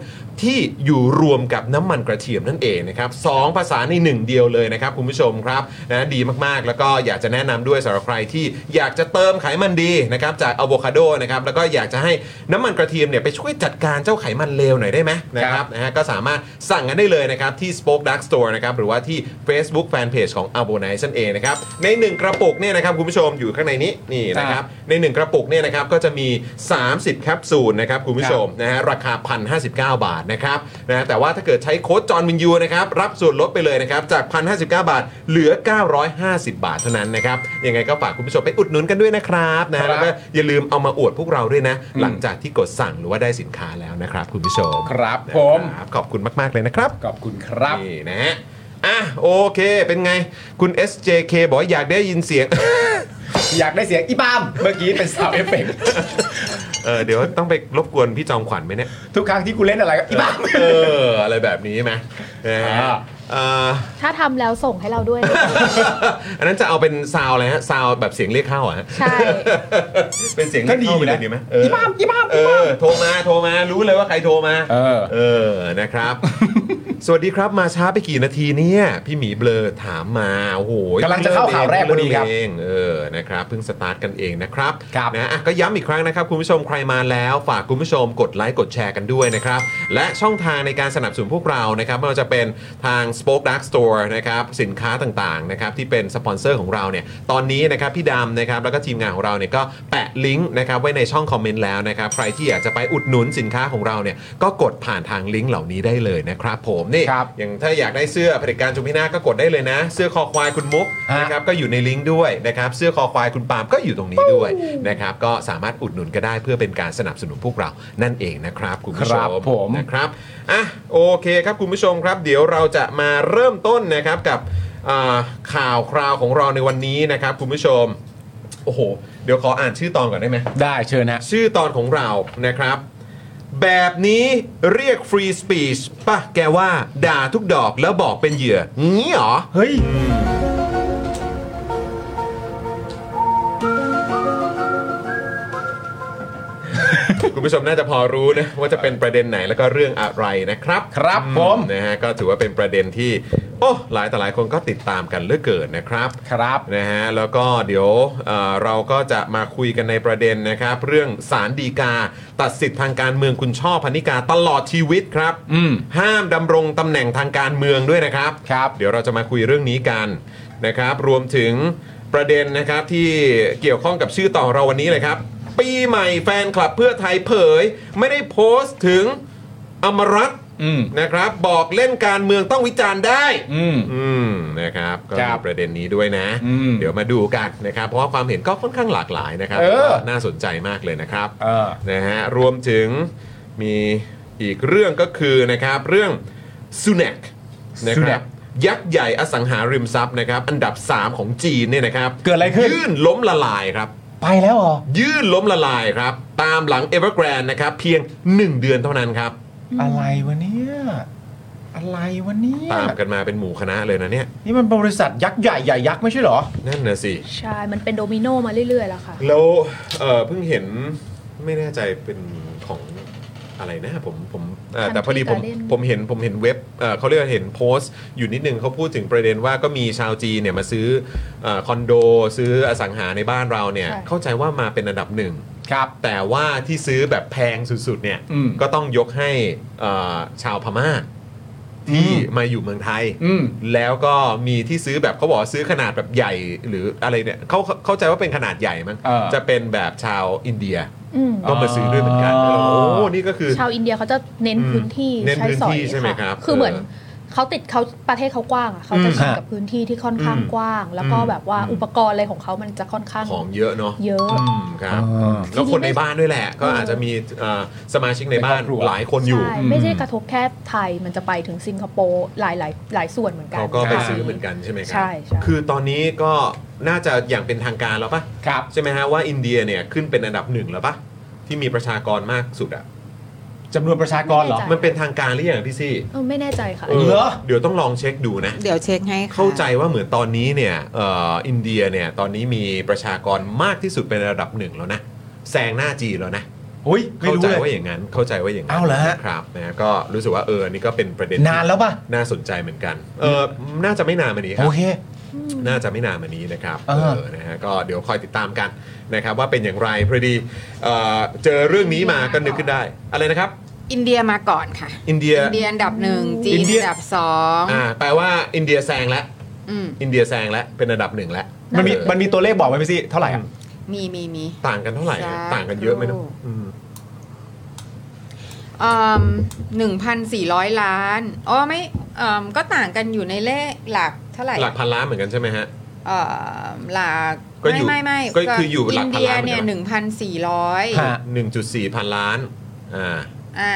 Speaker 1: ที่อยู่รวมกับน้ำมันกระเทียมนั่นเองนะครับสองภาษาในหนึ่งเดียวเลยนะครับคุณผู้ชมครับนะดีมากๆ แล้วก็อยากจะแนะนำด้วยสำหรับใครที่อยากจะเติมไขมันดีนะครับจากอะโวคาโดนะครับแล้วก็อยากจะให้น้ำมันกระเทียมเนี่ยไปช่วยจัดการเจ้าไขมันเลวหน่อยได้ไหมนะครับ นะฮะก็สามารถสั่งกันได้เลยนะครับ ที่ Spoke Dark Store นะครับ หรือว่าที่ Facebook Fanpage ของ a b o n i c e นั่นเองนะครับ ใน 1 กระปุกเนี่ยนะครับ คุณผู้ชมอยู่ข้างในนี้นี่นะครับ ใน 1 กระปุกเนี่ยนะครับ ก็จะมี 30 แคปซูลนะครับ คุณผู้ชมนะฮะราคา 1,059 บาทนะครับนะฮะแต่ว่าถ้าเกิดใช้โค้ดจอห์นวินยูนะครับ รับส่วนลดไปเลยนะครับ จาก 1,059 บาท เหลือ 950 บาทเท่านั้นนะครับยังไงก็ฝากคุณผู้ชมไปอุดหนุนกันด้วยนะครับนะฮะแล้วก็อย่าลืมเอามาอวดพวกเราด้วยนะ หลังจากที่กดสั่งหรือว่าได้สินค้าแล้วนะครับคุณผู้ชม
Speaker 2: ครับผม
Speaker 1: ครับขอบคุณมาก ๆ เลยนะครับ
Speaker 2: ขอบคุณครับ
Speaker 1: นี่นะฮะอ่ะโอเคเป็นไงคุณ SJK บอกว่าอยากได้ยินเสียง (laughs)
Speaker 2: อยากได้เสียงอีบาม เมื่อกี้เป็นสาวเอฟเฟกต์
Speaker 1: เออเดี๋ยวต้องไปรบกวนพี่จอมขวัญไหมเนี่ย
Speaker 2: ทุกครั้งที่กูเล่นอะไรก็อีบาม
Speaker 1: เอออะไรแบบนี้ไหมนะฮะ
Speaker 2: อ่า
Speaker 1: เอ่อ (laughs)
Speaker 3: ถ้าทำแล้วส่งให้เราด้วย
Speaker 1: อันนั้นจะเอาเป็นซาวอะไรฮะซาวแบบเสียงเรียกเข้าอะ
Speaker 2: (laughs)
Speaker 1: ฮะ
Speaker 3: ใช่
Speaker 1: เป็นเสียงเรี
Speaker 2: ก็
Speaker 1: ยก
Speaker 2: ดี
Speaker 1: เข้าไปเล
Speaker 2: นะ
Speaker 1: ยดีไหมเ
Speaker 2: อีบามอีบาม
Speaker 1: เอ
Speaker 2: อีบาม
Speaker 1: อโทรมาโทรมารู้เลยว่าใครโทรมา
Speaker 2: เออ
Speaker 1: เออนะครับ (laughs) สวัสดีครับมาช้าไปกี่นาทีเนี่ย พี่หมีเบลอถามมาโอ้โห
Speaker 2: กำลังจะเข้าข่าวแรกพอดีครับ
Speaker 1: เงเออนะครับเพิ่งสตาร์ทกันเองนะครับ
Speaker 2: ครับ
Speaker 1: นะอ่ะก็ย้ำอีกครั้งนะครับ คุณผู้ชมใครมาแล้ว ฝากคุณผู้ชมกดไลค์กดแชร์กันด้วยนะครับ และช่องทางในการสนับสนุนพวกเรานะครับไม่ว่าจะเป็นทาง Spoke Dark Store นะครับสินค้าต่างๆนะครับที่เป็นสปอนเซอร์ของเราเนี่ยตอนนี้นะครับพี่ดำนะครับแล้วก็ทีมงานของเราเนี่ยก็แปะลิงก์นะครับไว้ในช่องคอมเมนต์แล้วนะครับใครที่อยากจะไปอุดหนุนสินค้าของเราเนี่ยก็กดผ่านทางลิงก์เหล่านี้ได้เลยนะครับผมนี่
Speaker 2: ครับ
Speaker 1: อย่างถ้าอยากได้เสื้อเผด็จการจุมพินาศก็กดได้เลยนะ เสื้อคอควายคุณมุก
Speaker 2: ฮะ
Speaker 1: นะครับก็อยู่ในลิงก์ด้วยนะครับเสื้อคอควายคุณปาล์มก็อยู่ตรงนี้ด้วยนะครับก็สามารถอุดหนุนก็ได้เพื่อเป็นการสนับสนุนพวกเรานั่นเองนะครับคุณผู้ช
Speaker 2: ครับผม
Speaker 1: นะครับอ่ะโอเคครับคุณผู้ชมครับ เดี๋ยวเราจะมาเริ่มต้นนะครับกับอ่าข่าวคราวของเราในวันนี้นะครับคุณผู้ชมโอ้โหเดี๋ยวขออ่านชื่อตอนก่อนได้ไหม
Speaker 2: ได้เชิญฮะ
Speaker 1: ชื่อตอนของเรานะครับ แบบนี้เรียกฟรีสปีชป่ะแกว่า ด่าทุกดอกแล้วบอกเป็นเหยื่องี้เหรอ
Speaker 2: เฮ้ย
Speaker 1: คุณผู้ชมน่าจะพอรู้นะ ว่าจะเป็นประเด็นไหนแล้วก็เรื่องอะไรนะครับ
Speaker 2: ครับผม
Speaker 1: นะฮะก็ถือว่าเป็นประเด็นที่ โอ้หลายต่อหลายคนก็ติดตามกันเหลือเกินนะครับ
Speaker 2: ครับ
Speaker 1: นะฮะแล้วก็เดี๋ยวเอ่อเราก็จะมาคุยกันในประเด็นนะครับ เรื่องสารดีกา ตัดสิทธิ์ทางการเมืองคุณช่อพนิกาตลอดชีวิตครับ
Speaker 2: อืม
Speaker 1: ห้ามดำรงตำแหน่งทางการเมืองด้วยนะครับ
Speaker 2: ครับ
Speaker 1: เดี๋ยวเราจะมาคุยเรื่องนี้กันนะครับ รวมถึงประเด็นนะครับที่เกี่ยวข้องกับชื่อต่อเราวันนี้เลยครับ ปีใหม่แฟนคลับเพื่อไทยเผย ไม่ได้โพสต์ถึงอมรัตน์
Speaker 2: อืม
Speaker 1: นะครับ บอกเล่นการเมืองต้องวิจารณ์ได้
Speaker 2: อืม
Speaker 1: อืมนะครับก็
Speaker 2: ครั
Speaker 1: มี
Speaker 2: บ
Speaker 1: ประเด็นนี้ด้วยนะ
Speaker 2: อืม
Speaker 1: เดี๋ยวมาดูกันนะครับ เพราะว่าความเห็นก็ค่อนข้างหลากหลายนะครับ
Speaker 2: เออ
Speaker 1: ก็น่าสนใจมากเลยนะครับ
Speaker 2: เออ
Speaker 1: นะฮะรวมถึงมีอีกเรื่องก็คือนะครับเรื่องซูเนกนะครับ
Speaker 2: Sunak
Speaker 1: ยักษ์ใหญ่อสังหาริมทรัพย์นะครับ อันดับ 3 ของจีนเนี่ยนะครับ
Speaker 2: เกิดอะไรขึ้น
Speaker 1: ยื่นล้มละลายครับ
Speaker 2: ไปแล้วเหรอ
Speaker 1: ยื่นล้มละลายครับ ตามหลัง Evergrande นะครับ เพียง 1 เดือนเท่านั้นครับ
Speaker 2: อะไรวะเนี่ย อะไรวะเนี่ย
Speaker 1: ตามกันมาเป็นหมู่คณะเลยนะเนี่ย
Speaker 2: นี่มันบริษัทยักษ์ใหญ่ใหญ่ยักษ์ไม่ใช่เหรอ
Speaker 1: นั่นนะสิ
Speaker 3: ใช่ มันเป็นโดมิโนมาเรื่อยๆแล้วค่ะ
Speaker 1: แล้วเอ่อเพิ่งเห็นไม่แน่ใจเป็นของอะไรนะผมผมเอ่อ
Speaker 3: Country
Speaker 1: แต่พอดีผม
Speaker 3: Garden
Speaker 1: ผมเห็นผมเห็นเว็บเอ่อเขาเรียกว่าเห็นโพสต์ อยู่นิดนึงเขาพูดถึงประเด็นว่าก็มีชาวจีนเนี่ยมาซื้อเอ่อคอนโด ซื้ออสังหาในบ้านเราเนี่ย
Speaker 3: ใช่
Speaker 1: เข้าใจว่ามาเป็นอันดับหนึ่ง
Speaker 2: ครับ
Speaker 1: แต่ว่าที่ซื้อแบบแพงสุดๆเนี่ย
Speaker 2: อืม
Speaker 1: ก็ต้องยกให้เอ่อชาวพม่าที่
Speaker 2: อืม
Speaker 1: มาอยู่เมืองไทย
Speaker 2: อืม
Speaker 1: แล้วก็มีที่ซื้อแบบเขาบอกว่าซื้อขนาดแบบใหญ่หรืออะไรเนี่ยเขาเข้าใจว่าเป็นขนาดใหญ่มั้ง
Speaker 2: เออ
Speaker 1: จะเป็นแบบชาวอินเดีย
Speaker 3: อืม
Speaker 1: ก็มาซื้อด้วยเหมือนกันแล้วเราโอ้นี่ก็คือ
Speaker 3: ชาวอินเดียเขาจะเน้น
Speaker 1: อืม
Speaker 3: พื้นที่
Speaker 1: เน้น
Speaker 3: ใช้
Speaker 1: พื้น
Speaker 3: สอ
Speaker 1: ที่
Speaker 3: ย
Speaker 1: ใช่ไหมครับ
Speaker 3: คือเหมือน
Speaker 1: เออ
Speaker 3: เขาติดเขาประเทศเขากว้างอะเขาจะ
Speaker 1: อืม
Speaker 3: ชิน
Speaker 2: ฮะ
Speaker 3: กับพื้นที่ที่ค่อนข้าง
Speaker 1: อืม
Speaker 3: กว้าง แล้วก็
Speaker 1: อืม
Speaker 3: แบบว่า
Speaker 1: อืม
Speaker 3: อุปกรณ์อะไรของเขามันจะค่อนข้าง
Speaker 1: ของเยอะเนาะ
Speaker 3: เยอะ
Speaker 1: อืมครับ
Speaker 2: อ่า
Speaker 1: แล้วคนในบ้านด้วยแหละ ก็อาจจะมีเอ่อสมาชิกในบ้าน
Speaker 2: ในครอบครัว
Speaker 1: หลายคนอยู่
Speaker 3: ใช่
Speaker 2: อืม
Speaker 3: ไม่ใช่กระทบแค่ไทยมันจะไปถึงสิงคโปร์หลายหลายๆหลายส่วนเหมือนกัน
Speaker 1: เขาก็ไปซื้อเหมือนกันใช่ไหมครั
Speaker 3: ใช่ใช่
Speaker 1: คือตอนนี้ก็น่าจะอย่างเป็นทางการแล้วปะ
Speaker 2: ครับ
Speaker 1: ใช่ไหมฮะว่าอินเดียเนี่ยขึ้นเป็นอันดับหนึ่งแล้วปะที่มีประชากรมากสุดอะ
Speaker 2: จำนวนประชากรเหรอ
Speaker 3: ไม่แใจ
Speaker 1: มันเป็นทางการหรือยังพี่ซี่
Speaker 3: เออไม่แน่ใจค่ะ
Speaker 2: เออ หร
Speaker 1: เดี๋ยวต้องลองเช็คดูนะ
Speaker 7: เดี๋ยวเช็คให้ค่ะ
Speaker 1: เข้าใจว่าเหมือนตอนนี้เนี่ยเอ่ออินเดียเนี่ยตอนนี้มีประชากรมากที่สุดเป็นระดับหนึ่งแล้วนะแซงหน้าจีนแล้วนะ
Speaker 2: อุ้ยไม่
Speaker 1: เข้า
Speaker 2: รู้
Speaker 1: ใจ
Speaker 2: เลย
Speaker 1: ว่าอย่างนั้นเข้าใจว่าอย่างนั้น
Speaker 2: เอาเหรอฮะ
Speaker 1: ครับนะก็รู้สึกว่าเอออันนี่ก็เป็นประเด็น
Speaker 2: นานแล้วป่ะ
Speaker 1: น่าสนใจเหมือนกันเออน่าจะไม่นานมานี้ครั
Speaker 2: โอบ เค
Speaker 1: น่าจะไม่นานมานี้นะครับ
Speaker 2: อ่า
Speaker 1: เออนะฮะก็เดี๋ยวคอยติดตามกันนะครับว่าเป็นอย่างไรพอดีเอ่อเจอเรื่องนี้มาก็นึกขึ้นได้อะไรนะครับ
Speaker 7: อินเดียมาก่อนค่ะ
Speaker 1: อินเดีย
Speaker 7: อินเดียอันดับหนึ่งจีน
Speaker 1: อินเดีย
Speaker 7: อันดับสอง
Speaker 1: อ่าแปลว่าอินเดียแซงแล้ว
Speaker 7: อืม
Speaker 1: อินเดียแซงแล้วเป็นระดับหนึ่งแล้ว
Speaker 2: มันมี
Speaker 1: เออ
Speaker 2: มันมีตัวเลขบอกไว้ไหมพี่ซี่เท่าไหร่อ่ะ
Speaker 7: มีมีมี
Speaker 1: ต่างกันเท่าไหร่อะ
Speaker 7: สาธุ
Speaker 1: ต่างกันเยอะไหมเนาะอืม
Speaker 7: หนึ่งพันสี่ร้อยล้านอ๋อไม่เอิ่มก็ต่างกันอยู่ในเลขหลักเท่าไหร่
Speaker 1: หลักพันล้านเหมือนกันใช่ไหมฮะ
Speaker 7: เอิ่มหลัก
Speaker 1: ก็อยู่
Speaker 7: ไม่ไม่ไม่
Speaker 1: ก็คืออยู่หลัก
Speaker 7: น
Speaker 1: พัน
Speaker 7: เดีย
Speaker 1: ล้านเหมือนกัน
Speaker 7: เนี่ยหนึ่งพันสี่ร้อย
Speaker 2: ฮะ
Speaker 1: 1.4 พันล้านอ่า
Speaker 7: อ่า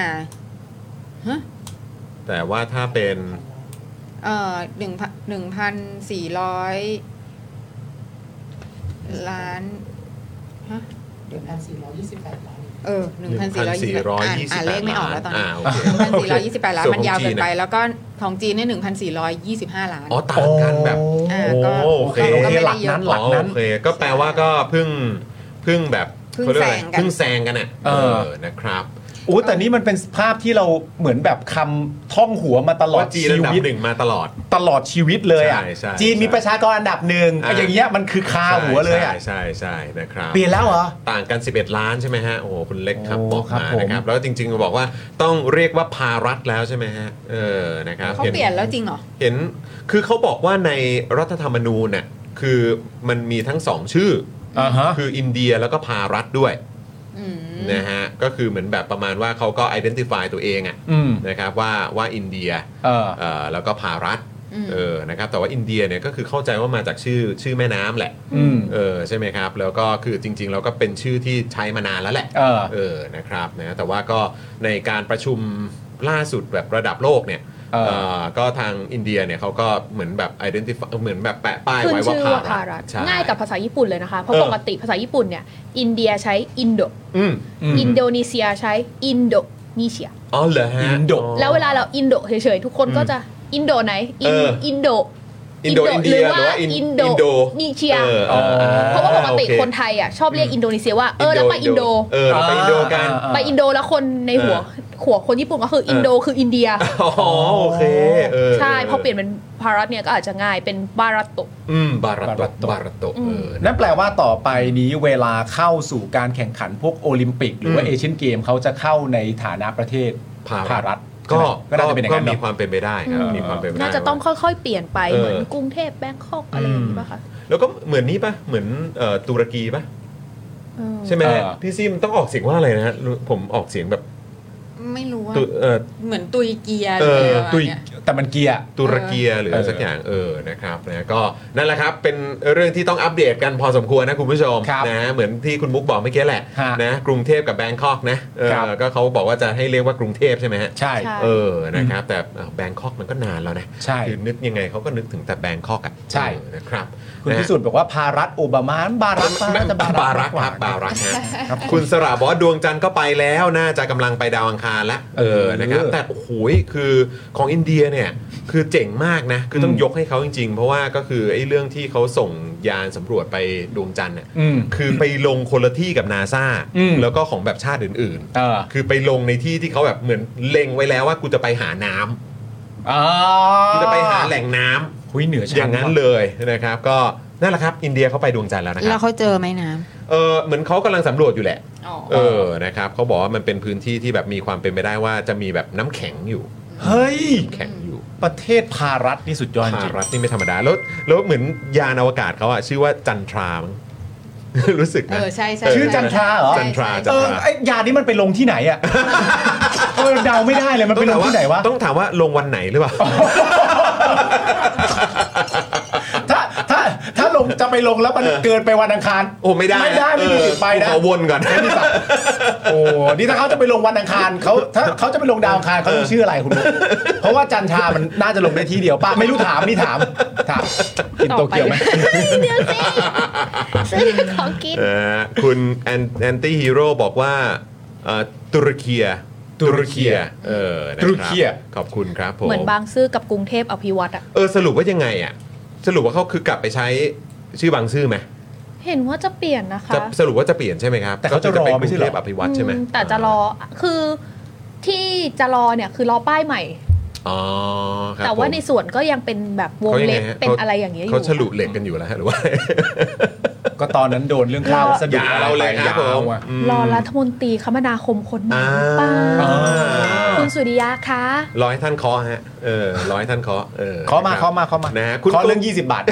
Speaker 1: แต่ว่าถ้าเป็น
Speaker 7: เอ่อหนึ่งพันหนึ่งพันสี่ร้อยล้านฮะเออหนึ่งพันสี่ร้อยยี่สิบแปดล้านเออหนึ่งพันสี่ร้อยยี่สิบ
Speaker 1: 1,428
Speaker 7: อ่านเลขไม่ออกแล้วตอนนี้
Speaker 1: าโอเค
Speaker 7: พันสี่ร้อยยี่สิบแปดล้าน
Speaker 1: ส่วน
Speaker 7: มันยาว
Speaker 1: ของจี
Speaker 7: เกิน
Speaker 1: นน่ะ
Speaker 7: ไป แล้วก็ของจีนเนี่ยหนึ่งพันสี่ร้อยยี่สิบห้าล้าน
Speaker 1: อ๋อต่างกันแบบ
Speaker 7: อ่า
Speaker 2: โอ้
Speaker 7: ก็
Speaker 2: โอเค
Speaker 1: โอเค
Speaker 2: หลักนั้นหลักนั้น
Speaker 1: อ๋อโอเคก็แปลว่าก็เพึ่งเพึ่งแบบ
Speaker 7: เพิ่ง
Speaker 1: เขาเรียกว่าอะไร
Speaker 7: แซงกัน
Speaker 1: เพึ่งแซงกันอ่ะ
Speaker 2: เออ
Speaker 1: นะครับ
Speaker 2: โอ้แต่นี่มันเป็นภาพที่เราเหมือนแบบคำท่องหัวมาตลอด
Speaker 1: ว่าจีน
Speaker 2: ชี
Speaker 1: ระดับ
Speaker 2: วิต
Speaker 1: หนึ่งมาตลอด
Speaker 2: ตลอดชีวิตเลยอ่ะ
Speaker 1: ใช่ใช่
Speaker 2: จีนมีประชากรอันดับหนึ่ง
Speaker 1: อ่า
Speaker 2: อย่างเงี้ยมันคือคาหัวเลยอ่ะ
Speaker 1: ใช่ใช่ใช่นะครับ
Speaker 2: เปลี่ยนแล้วเหรอ
Speaker 1: ต่างกัน 11 ล้านใช่ไหมฮะโอ้โหคุณเล็กครับ
Speaker 2: โอ้
Speaker 1: บอก
Speaker 2: ครับ
Speaker 1: มา
Speaker 2: ผม
Speaker 1: นะครับแล้วจริงๆบอกว่าต้องเรียกว่าภารัฐแล้วใช่ไหมฮะเออนะครับ
Speaker 7: เขา
Speaker 1: ห็
Speaker 7: เปลี่ยนแล้วจริงเหรอ
Speaker 1: เห็น คือเขาบอกว่าในรัฐธรรมนูญเนี่ยคือมันมีทั้งสองชื่อ
Speaker 2: อ่าฮะ
Speaker 1: คืออินเดียแล้วก็พารัฐด้วย
Speaker 7: อืม
Speaker 1: นะฮะ ก็คือเหมือนแบบประมาณว่าเขาก็ identify ตัวเองอะ
Speaker 2: อืม
Speaker 1: นะครับว่าว่าอินเดีย
Speaker 2: เออ
Speaker 1: เอ่อแล้วก็พารัฐ
Speaker 7: อืม
Speaker 1: เออ นะครับ แต่ว่าอินเดียเนี่ยก็คือเข้าใจว่ามาจากชื่อชื่อแม่น้ำแหละ
Speaker 2: อืม
Speaker 1: เออ ใช่ไหมครับ แล้วก็คือจริงๆแล้วก็เป็นชื่อที่ใช้มานานแล้วแหละ
Speaker 2: เออ
Speaker 1: เออ นะครับ นะ แต่ว่าก็ในการประชุมล่าสุดแบบระดับโลกเนี่ย
Speaker 2: เออ
Speaker 1: เอ่อก็ทางอินเดียเนี่ยเขาก็เหมือนแบบ identify เหมือนแบบแปะป้าย
Speaker 3: ขึ้น
Speaker 1: ไว้ว่า
Speaker 3: ชื่อ
Speaker 1: พา
Speaker 3: ว่า
Speaker 1: รั
Speaker 3: ภา
Speaker 1: ฐ
Speaker 3: รัฐ
Speaker 1: ใช่
Speaker 3: ง่ายกับภาษาญี่ปุ่นเลยนะคะ เพราะปกติภาษาญี่ปุ่นเนี่ย อินเดียใช้อินโด
Speaker 1: อืม
Speaker 2: ม
Speaker 3: อินโดนีเซียใช้อินโดนีเซีย
Speaker 1: อ๋อเหรอฮะ
Speaker 2: อินโด
Speaker 3: แล้วเวลาเราอินโดเฉยๆ ทุกคนก็จะอินโดไหน อิน
Speaker 1: เออ
Speaker 3: อินโด
Speaker 1: อินโดอินเดียหรือว่าอิ
Speaker 3: อิ
Speaker 1: น
Speaker 3: นโด
Speaker 1: อินโด
Speaker 3: นีเซีย
Speaker 1: ออ
Speaker 2: อ๋อ
Speaker 3: เพราะว่าปกติ
Speaker 1: โอเ
Speaker 3: คนไทยอ่ะชอบเรียกอินโดนีเซียว่าเออแล้วไปอินโด
Speaker 1: เออเราไปอินโดกัน
Speaker 3: ไปอินโดแล้วคนในหัวหัวคนญี่ปุ่นก็คืออินโดคืออินเดีย
Speaker 1: อ๋อโอเคเออ
Speaker 3: ใช่พอเปลี่ยนเป็นพารัตเนี่ยก็อาจจะง่ายเป็นบารัตโต
Speaker 1: อืมบารัตโต
Speaker 2: บารัตโต
Speaker 1: บารัตโต
Speaker 3: อื
Speaker 1: เอ
Speaker 3: ม
Speaker 1: อ
Speaker 2: นั่นแปลว่าต่อไปนี้เวลาเข้าสู่การแข่งขันพวกโอลิมปิก หรือว่า
Speaker 1: อืม
Speaker 2: เอเชียนเกมเขาจะเข้าในฐานะประเทศ
Speaker 1: พา
Speaker 2: ภา
Speaker 1: รั
Speaker 2: รั
Speaker 1: ฐ
Speaker 2: ฐ
Speaker 1: ก็
Speaker 2: ใช่ไหมก็น่าจะเป็นอย่างนั้น
Speaker 1: ก็มี
Speaker 2: เนาะ
Speaker 1: ความเป็นไปได้ครับมีความเป็นไปได้
Speaker 3: น่าจะต้องค่อยๆ เปลี่ยนไป
Speaker 1: เออ
Speaker 3: เหมือนกรุงเทพแบงคอกอะไรอย่างนี้ป่ะคะ
Speaker 1: แล้วก็เหมือนนี้ป่ะเหมือนเอ่อตุรกีป่ะ
Speaker 3: เออ
Speaker 1: ใช่ไหมฮะ
Speaker 2: เออ
Speaker 1: พี่ซิมต้องออกเสียงว่าอะไรนะฮะรู้ผมออกเสียงแบบ
Speaker 7: ไม่รู้ว่า
Speaker 1: ตุเอ่อ
Speaker 7: เหมือนตุยเกียร์
Speaker 1: เอ
Speaker 7: หรือ
Speaker 1: อ
Speaker 7: อะไร
Speaker 1: ตุย
Speaker 7: เงี้ย
Speaker 2: แต่มันเกียร์
Speaker 1: ตุรเกียหรืออะไร
Speaker 2: เออ
Speaker 1: สักอย่างเออนะครับนะก็นั่นแหละครับเป็นเรื่องที่ต้องอัปเดตกันพอสมควรนะคุณผู้ชม
Speaker 2: ครับ
Speaker 1: นะเหมือนที่คุณมุกบอกเมื่อกี้แหละ
Speaker 2: ฮะ
Speaker 1: นะกรุงเทพกับแบงคอกนะเอ
Speaker 2: ครับ
Speaker 1: อก็เขาบอกว่าจะให้เรียกว่ากรุงเทพใช่ไหมฮะ
Speaker 2: ใช่
Speaker 3: ใช่
Speaker 1: เออนะครับแต่แบงคอกมันก็นานแล้วนะ
Speaker 2: ใช่
Speaker 1: คือนึกยังไงเขาก็นึกถึงแต่แบงคอกอ่ะ
Speaker 2: ใช่
Speaker 1: เออนะครับ
Speaker 2: คุณพิสุทธิ์บอกว่าภารัฐโอบามาบารัก
Speaker 1: นะ
Speaker 2: จะบารัก
Speaker 1: บารั
Speaker 2: ม
Speaker 1: กครับ
Speaker 2: กกว่
Speaker 1: บารักฮะ
Speaker 2: ครับ
Speaker 1: คุณสระบอกว่าดวงจันทร์ก็ไปแล้วน่าจะกำลังไปดาวอังคารละเออนะครับ
Speaker 2: เออ
Speaker 1: แต่โอ้โหคือของอินเดียเนี่ย คือเจ๋งมากนะ คือต้องยกให้เขาจริงๆ เพราะว่าก็คือไอ้เรื่องที่เขาส่งยานสำรวจไปดวงจันทร์เนี่ย
Speaker 2: อืม
Speaker 1: คือไปลงคนละที่กับนาซา
Speaker 2: อืม
Speaker 1: แล้วก็ของแบบชาติอื่น
Speaker 2: เออ
Speaker 1: ๆ คือไปลงในที่ที่เขาแบบเหมือนเล็งไว้แล้วว่ากูจะไปหาน้ำ
Speaker 2: อ่า
Speaker 1: กูจะไปหาแหล่งน้ำ
Speaker 2: หุยเหนือชั้น
Speaker 1: อย่างนั้นเลยนะครับ ก็นั่นแหละครับ อินเดียเขาไปดวงจันทร์แล้วนะค
Speaker 7: แล้
Speaker 1: รั
Speaker 7: ว
Speaker 1: บ
Speaker 7: เขาเจอไหมน้
Speaker 1: เออเหมือนเขากำลังสำรวจอยู่แหละ
Speaker 7: ำอ๋อ
Speaker 1: เออนะครับเขาบอกว่ามันเป็นพื้นที่ที่แบบมีความเป็นไปได้ว่าจะมีแบบน้ำแข็งอยู่
Speaker 2: เฮ้ย
Speaker 1: แข็งอยู่
Speaker 2: ประเทศภารัฐนี่สุดยอดจ
Speaker 1: ภา
Speaker 2: ริง
Speaker 1: รัฐนี่ไม่ธรรมดาแล้วแล้วเหมือนยานอวกาศเขาอะชื่อว่าจันทรามั้ง (laughs) รู้สึก
Speaker 7: เอ
Speaker 1: นะ
Speaker 7: อใช่ใช่
Speaker 1: ชื่อ
Speaker 7: ใ
Speaker 2: จันทราเหรอ
Speaker 7: ใช่
Speaker 1: จันทรา
Speaker 7: ใช่
Speaker 1: จัน
Speaker 2: เออ
Speaker 1: ทรา
Speaker 2: ไอ้ยานี้มันไปลงที่ไหน
Speaker 1: (laughs)
Speaker 2: อะ เออเดาไม่ได้เลยมันไปลงที่ไหนวะ
Speaker 1: ต้องถามว่าลงวันไหนหรือเปล่า
Speaker 2: ถ้าถ้าถ้าลงจะไปลงแล้วมันเกินไปวันอังคาร
Speaker 1: โอ้ไม่ได้นะ
Speaker 2: ไม่ได้ไม่มี
Speaker 1: เออ
Speaker 2: สิทธิ์ไปนะ
Speaker 1: ขอวน
Speaker 2: (laughs)
Speaker 1: ก่อน
Speaker 2: ไม่มีสิทธิ์โอ้นี่ถ้าเขาจะไปลงวันอังคารเขาถ้าเขาจะไปลงดาวอังคารเขาต้องชื่ออะไรคุณบุ๊คเพราะว่าจันทรามันน่าจะลงได้ที่เดียวป่ะไม่รู้ถามนี่ถามถ (laughs) ามกินโตเกียวไหม (laughs)
Speaker 3: เดี๋ยวสิซื้อของกิน
Speaker 1: เออคุณแอนตี้ฮีโร่บอกว่าเอ่อตุรเกีย ตุรเคียเออนะบ
Speaker 2: ตุรเคีย
Speaker 1: ขอบคุณครับผม
Speaker 3: เหมือนบางซื่อกับกรุงเทพอภิวัตอะ
Speaker 1: เออสรุปว่ายังไงอ่ะ สรุปว่าเขาคือกลับไปใช้ชื่อบางซื่อไหม
Speaker 3: เห็นว่าจะเปลี่ยนนะคะ
Speaker 1: จะสรุปว่าจะเปลี่ยนใช่ไหมครับ
Speaker 2: แต่เขาจะรอ
Speaker 1: ก็คืป็น
Speaker 2: ไม่ใช่เหรอ
Speaker 1: กงทพอภิวัตรใช่ไหม
Speaker 3: อืแต่จะรอคือที่จะรอเนี่ยคือรอป้ายใหม่
Speaker 1: อ๋อครับ
Speaker 3: แต่ว่าใน
Speaker 1: ผม
Speaker 3: ส่วนก็ยังเป็นแบบวงเล็บ
Speaker 1: ขายัไฮะ
Speaker 3: เป็น
Speaker 1: ขา
Speaker 3: อะไรอย่างเงี้ยอยู่
Speaker 1: เขาฉลุเหล็กกันอยู่แล้วฮะหรือว่า
Speaker 2: ก็ตอนนั้นโดนเรื่องข้าว
Speaker 3: รอ
Speaker 2: สะดุด
Speaker 1: ยาวเลยครับ
Speaker 2: ยาว
Speaker 1: ผม
Speaker 2: อะ
Speaker 3: รอรัฐมนตรีคมนาคมคนใหม่
Speaker 1: อ่า
Speaker 3: หรือเปล่า
Speaker 2: อ่า
Speaker 3: คุณสุริยะคะ
Speaker 1: ร้อยท่านเคอฮะเออร้อยท่านเคอเออ
Speaker 2: ขอมา
Speaker 1: นะ
Speaker 2: ข
Speaker 1: รั
Speaker 2: อบ มาขอมา
Speaker 1: นะฮะคุ
Speaker 2: คุณ ณขอเรื่อง 20 บาท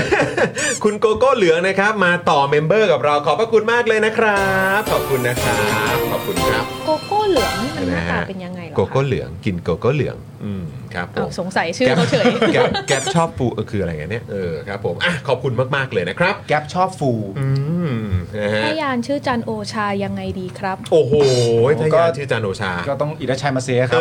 Speaker 1: คุณโกโก้เหลืองนะครับ มาต่อเมมเบอร์กับเราขอบพระคุณมากเลยนะครับ ขอบคุณนะครับขอบคุณครับ
Speaker 3: โกโก้เหลืองนี่มันหน้าตาเป็นยังไงเหรอ
Speaker 1: โกโก้
Speaker 3: คะ
Speaker 1: เหลืองกินโกโก้เหลือง อืมครับผ
Speaker 3: อ้าว
Speaker 1: ม
Speaker 3: สงสัยชื่อ
Speaker 1: แก๊ป
Speaker 3: เขาเฉย
Speaker 1: แก๊ปแก๊ปชอบปูเออคืออะไรกันเนี่ยเออครับผมอ่ะขอบคุณมาก ๆ เลยนะครับ
Speaker 2: แก๊ปชอบฟู
Speaker 1: อืมนะฮะ
Speaker 3: พยานชื่อจันโอชายังไงดีครับ
Speaker 1: โอ้โหทา
Speaker 2: ก็
Speaker 1: ยานชื่อจานโอชา
Speaker 2: ก็ต้องอิรัชัยมาเซครับ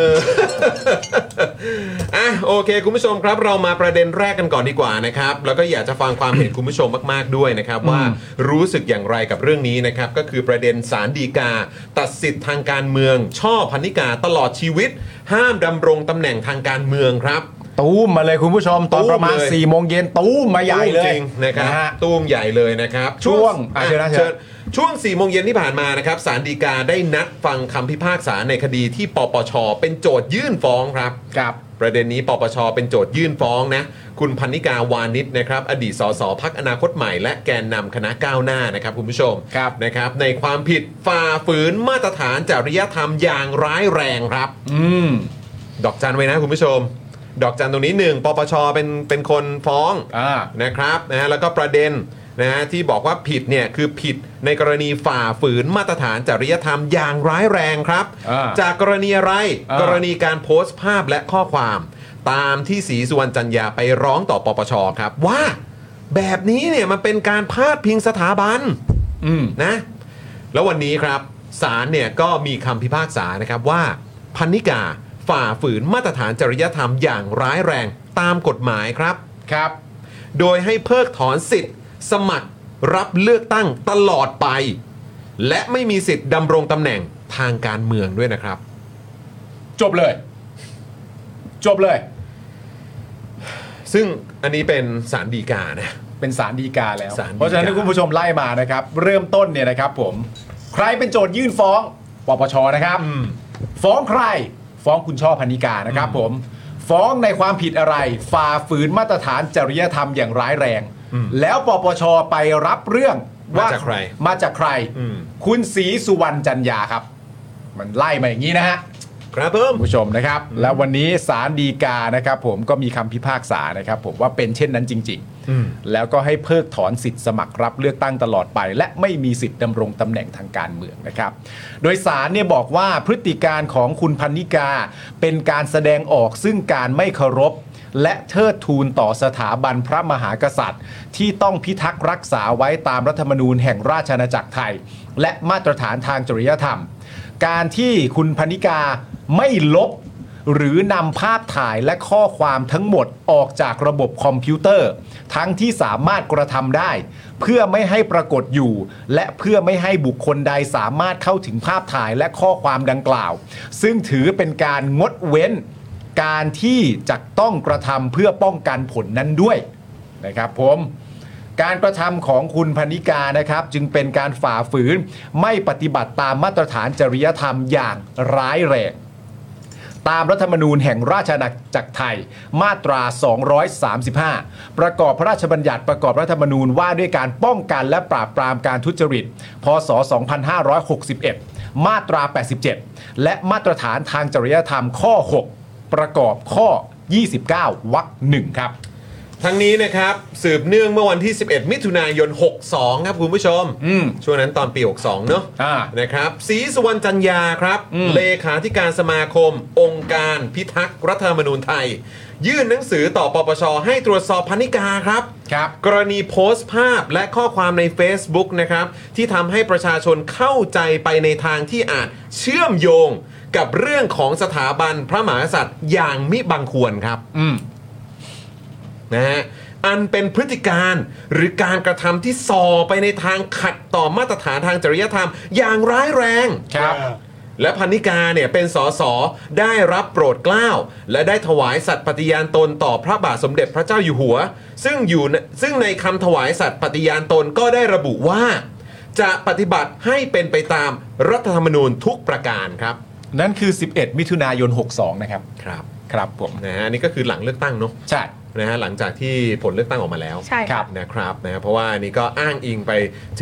Speaker 1: อ่ะโอเค คุณผู้ชมครับเรามาประเด็นแรกกันก่อนดีกว่านะครับ แล้วก็อยากจะฟังความเห็น (laughs) คุณผู้ชมมาก ๆ ด้วยนะครับ ว่ารู้สึกอย่างไรกับเรื่องนี้นะครับ ก็คือประเด็นสารดีกา ตัดสิทธิ์ทางการเมือง ช่อพันนิกาตลอดชีวิต ห้ามดำรงตำแหน่งทางการเมืองครับ
Speaker 2: ตูมมาเลยคุณผู้ชม ตอนประมาณ
Speaker 1: ตูมเลย
Speaker 2: 4ี่โมงเย็นตูมมาใหญ่เล
Speaker 1: จ
Speaker 2: ย
Speaker 1: ริงนะครับ
Speaker 2: นะฮะ
Speaker 1: ตูมใหญ่เลยนะครับ
Speaker 2: ช่วงอ่ะเชิญนะเชิญ
Speaker 1: ช่วง4ี่โมงเย็นที่ผ่านมานะครับสารดีกาได้นัดฟังคำพิพากษาในคดีที่ปปช เป็นโจทยื่นฟ้องครับ
Speaker 2: กับ
Speaker 1: ประเด็นนี้ปปช เป็นโจทยื่นฟ้องนะ คุณพันนิกาวานิชนะครับ อดีตสสพักอนาคตใหม่และแกนนำคณะก้าวหน้านะครับคุณผู้ชม
Speaker 2: ครับ
Speaker 1: นะครับ ในความผิดฝ่าฝืนมาตรฐานจริยธรรมอย่างร้ายแรงครับ
Speaker 2: อืม
Speaker 1: ดอกจันไว้นะคุณผู้ชม ดอกจันตรงนี้หนึ่งปปช เป็นเป็นคนฟ้อง
Speaker 2: อ่า
Speaker 1: นะครับนะฮะแล้วก็ประเด็นนะฮะที่บอกว่าผิดเนี่ยคือผิดในกรณีฝ่าฝืนมาตรฐานจริยธรรมอย่างร้ายแรงครับ
Speaker 2: อ่า
Speaker 1: จากกรณีอะไร
Speaker 2: อ่าก
Speaker 1: รณีการโพสต์ภาพและข้อความ ตามที่สีสุวรรณจันยาไปร้องต่อปปชครับ ว่าแบบนี้เนี่ยมันเป็นการพาดพิงสถาบัน
Speaker 2: อืม
Speaker 1: นะแล้ววันนี้ครับศาลเนี่ยก็มีคำพิพากษานะครับว่าพันนิกาฝ่าฝืนมาตรฐานจริยธรรมอย่างร้ายแรงตามกฎหมายครับ
Speaker 2: ครับ
Speaker 1: โดยให้เพิกถอนสิทธิ์ สมัครรับเลือกตั้งตลอดไป และไม่มีสิทธิ์ดำรงตำแหน่งทางการเมืองด้วยนะครับ
Speaker 2: จบเลย จบเลย
Speaker 1: ซึ่งอันนี้เป็นสารดีกานะ
Speaker 2: เป็นสารดีกาแล้ว
Speaker 1: ศาลฎีกา
Speaker 2: เพราะฉะนั้นถ้าคุณผู้ชมไล่มานะครับ เริ่มต้นเนี่ยนะครับผม ใครเป็นโจทยื่นฟ้องปปชนะครับ ฟ้องใคร ฟ้องคุณช่อพันนิกานะครับผม ฟ้องในความผิดอะไร ฝ่าฝืนมาตรฐานจริยธรรมอย่างร้ายแรง แล้วปปชไปรับเรื่องว่
Speaker 1: มาจากใคร
Speaker 2: มาจากใคร
Speaker 1: อืม
Speaker 2: คุณศรีสุวรรณจันยาครับ มันไล่มาอย่างนี้นะฮะ
Speaker 1: ครับเพิ่ม
Speaker 2: คุณผู้ชมนะครับ และวันนี้ศาลฎีกานะครับผมก็มีคำพิพากษานะครับผมว่าเป็นเช่นนั้นจริง
Speaker 1: อืม
Speaker 2: ๆ แล้วก็ให้เพิกถอนสิทธิ์สมัครรับเลือกตั้งตลอดไป และไม่มีสิทธิ์ดำรงตำแหน่งทางการเมืองนะครับ โดยศาลเนี่ยบอกว่าพฤติการของคุณพันนิกา เป็นการแสดงออกซึ่งการไม่เคารพ และเทิดทูนต่อสถาบันพระมหากษัตริย์ ที่ต้องพิทักษ์รักษาไว้ตามรัฐธรรมนูญแห่งราชอาณาจักรไทย และมาตรฐานทางจริยธรรม การที่คุณพนิกาไม่ลบ หรือนำภาพถ่ายและข้อความทั้งหมดออกจากระบบคอมพิวเตอร์ ทั้งที่สามารถกระทำได้ เพื่อไม่ให้ปรากฏอยู่ และเพื่อไม่ให้บุคคลใดสามารถเข้าถึงภาพถ่ายและข้อความดังกล่าว ซึ่งถือเป็นการงดเว้น การที่จะต้องกระทำเพื่อป้องกันผลนั้นด้วยนะครับผม การกระทำของคุณพนิกานะครับ จึงเป็นการฝ่าฝืนไม่ปฏิบัติตามมาตรฐานจริยธรรมอย่างร้ายแรง ตามรัฐธรรมนูญแห่งราชอาณาจักรไทยมาตรา 235 ประกอบพระราชบัญญัติประกอบรัฐธรรมนูญว่าด้วยการป้องกันและปราบปรามการทุจริต พศ 2561 มาตรา 87 และมาตรฐานทางจริยธรรมข้อ 6 ประกอบข้อ 29 วรรคหนึ่งครับ
Speaker 1: ทั้งนี้นะครับ สืบเนื่องเมื่อวันที่ 11 มิถุนายน 62 ครับคุณผู้ชม
Speaker 2: อืม
Speaker 1: ช่วงนั้นตอนปี 62 เนอะ
Speaker 2: อ่า
Speaker 1: นะครับศรีสุวรรณจันยาครับ
Speaker 2: อืม
Speaker 1: เลขาธิการสมาคม องค์การพิทักษ์รัฐธรรมนูญไทย ยื่นหนังสือต่อปปช ให้ตรวจสอบพันนิกาครับ
Speaker 2: ครับ
Speaker 1: กรณีโพสต์ภาพและข้อความใน Facebook นะครับ ที่ทำให้ประชาชนเข้าใจไปในทางที่อาจเชื่อมโยงกับเรื่องของสถาบันพระมหากษัตริย์อย่างมิบังควรครับ
Speaker 2: อืม
Speaker 1: นะฮะอันเป็นพฤติการหรือการกระทำที่ส่อไปในทางขัดต่อมาตรฐานทางจริยธรรม อย่างร้ายแรง
Speaker 2: ครับ
Speaker 1: และพันนิกาเนี่ยเป็นสสได้รับโปรดเกล้า และได้ถวายสัตย์ปฏิญาณตนต่อพระบาทสมเด็จพระเจ้าอยู่หัว ซึ่งอยู่ในซึ่งในคำถวายสัตย์ปฏิญาณตนก็ได้ระบุว่า จะปฏิบัติให้เป็นไปตามรัฐธรรมนูญทุกประการครับ
Speaker 2: นั่นคือ 11 มิถุนายน 62 นะครับ
Speaker 1: ครับ
Speaker 2: ครับผม
Speaker 1: นะฮะอันนี่ก็คือหลังเลือกตั้งเนาะ
Speaker 2: ใช่
Speaker 1: นะฮะหลังจากที่ผลเลือกตั้งออกมาแล้ว
Speaker 3: ใช่ค่ะ
Speaker 1: นะครับนะฮะเพราะว่านี่ก็อ้างอิงไป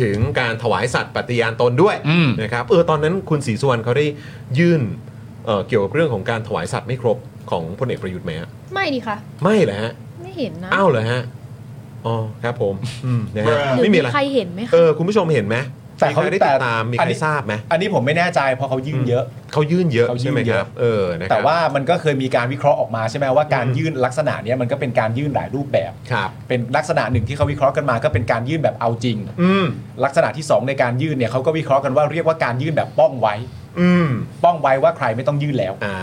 Speaker 1: ถึงการถวายสัตย์ปฏิญาณตนด้วย
Speaker 2: อืม
Speaker 1: นะครับเออตอนนั้นคุณศรีสุวรรณเขาได้ยื่นเอ่อเกี่ยวกับเรื่องของการถวายสัตย์ไม่ครบของพลเอกประยุทธ์ไหมฮะ
Speaker 3: ไม่ดีค่ะ
Speaker 1: ไม่เหรอฮะ
Speaker 3: ไม่เห็นนะ
Speaker 1: อ้าวเหรอฮะอ๋อครับผมอืมนะฮะ
Speaker 3: หรือ
Speaker 1: ไม่มี
Speaker 3: มี
Speaker 1: อะไร
Speaker 3: ใครเห็นไหม
Speaker 1: เอ
Speaker 3: คะ
Speaker 1: อคุณผู้ชมเห็นไหม
Speaker 2: แต่เขา
Speaker 1: มีใครได้ติดตามมี
Speaker 2: อั
Speaker 1: ใคร
Speaker 2: นนี้
Speaker 1: ทราบไหม
Speaker 2: อันนี้ผมไม่แน่ใจเพราะเขายื่นเยอะ
Speaker 1: เขายื่นเยอะ
Speaker 2: เขายื่
Speaker 1: ใช่
Speaker 2: น
Speaker 1: ไหม
Speaker 2: เย
Speaker 1: ค
Speaker 2: อะ
Speaker 1: รับ เออนะครับ
Speaker 2: แต่ว่ามันก็เคยมีการวิเคราะห์ออกมาใช่ไหมว่าการยื่นลักษณะเนี้ยมันก็เป็นการยื่นหลายรูปแบบ
Speaker 1: ครับ
Speaker 2: เป็นลักษณะหนึ่งที่เขาวิเคราะห์กันมาก็เป็นการยื่นแบบเอาจริง
Speaker 1: อืม
Speaker 2: ลักษณะที่สองในการยื่นเนี่ยเขาก็วิเคราะห์กันว่าเรียกว่าการยื่นแบบป้องไว้
Speaker 1: อืม
Speaker 2: ป้องไว้ว่าใครไม่ต้องยื่นแล้ว
Speaker 1: อ่า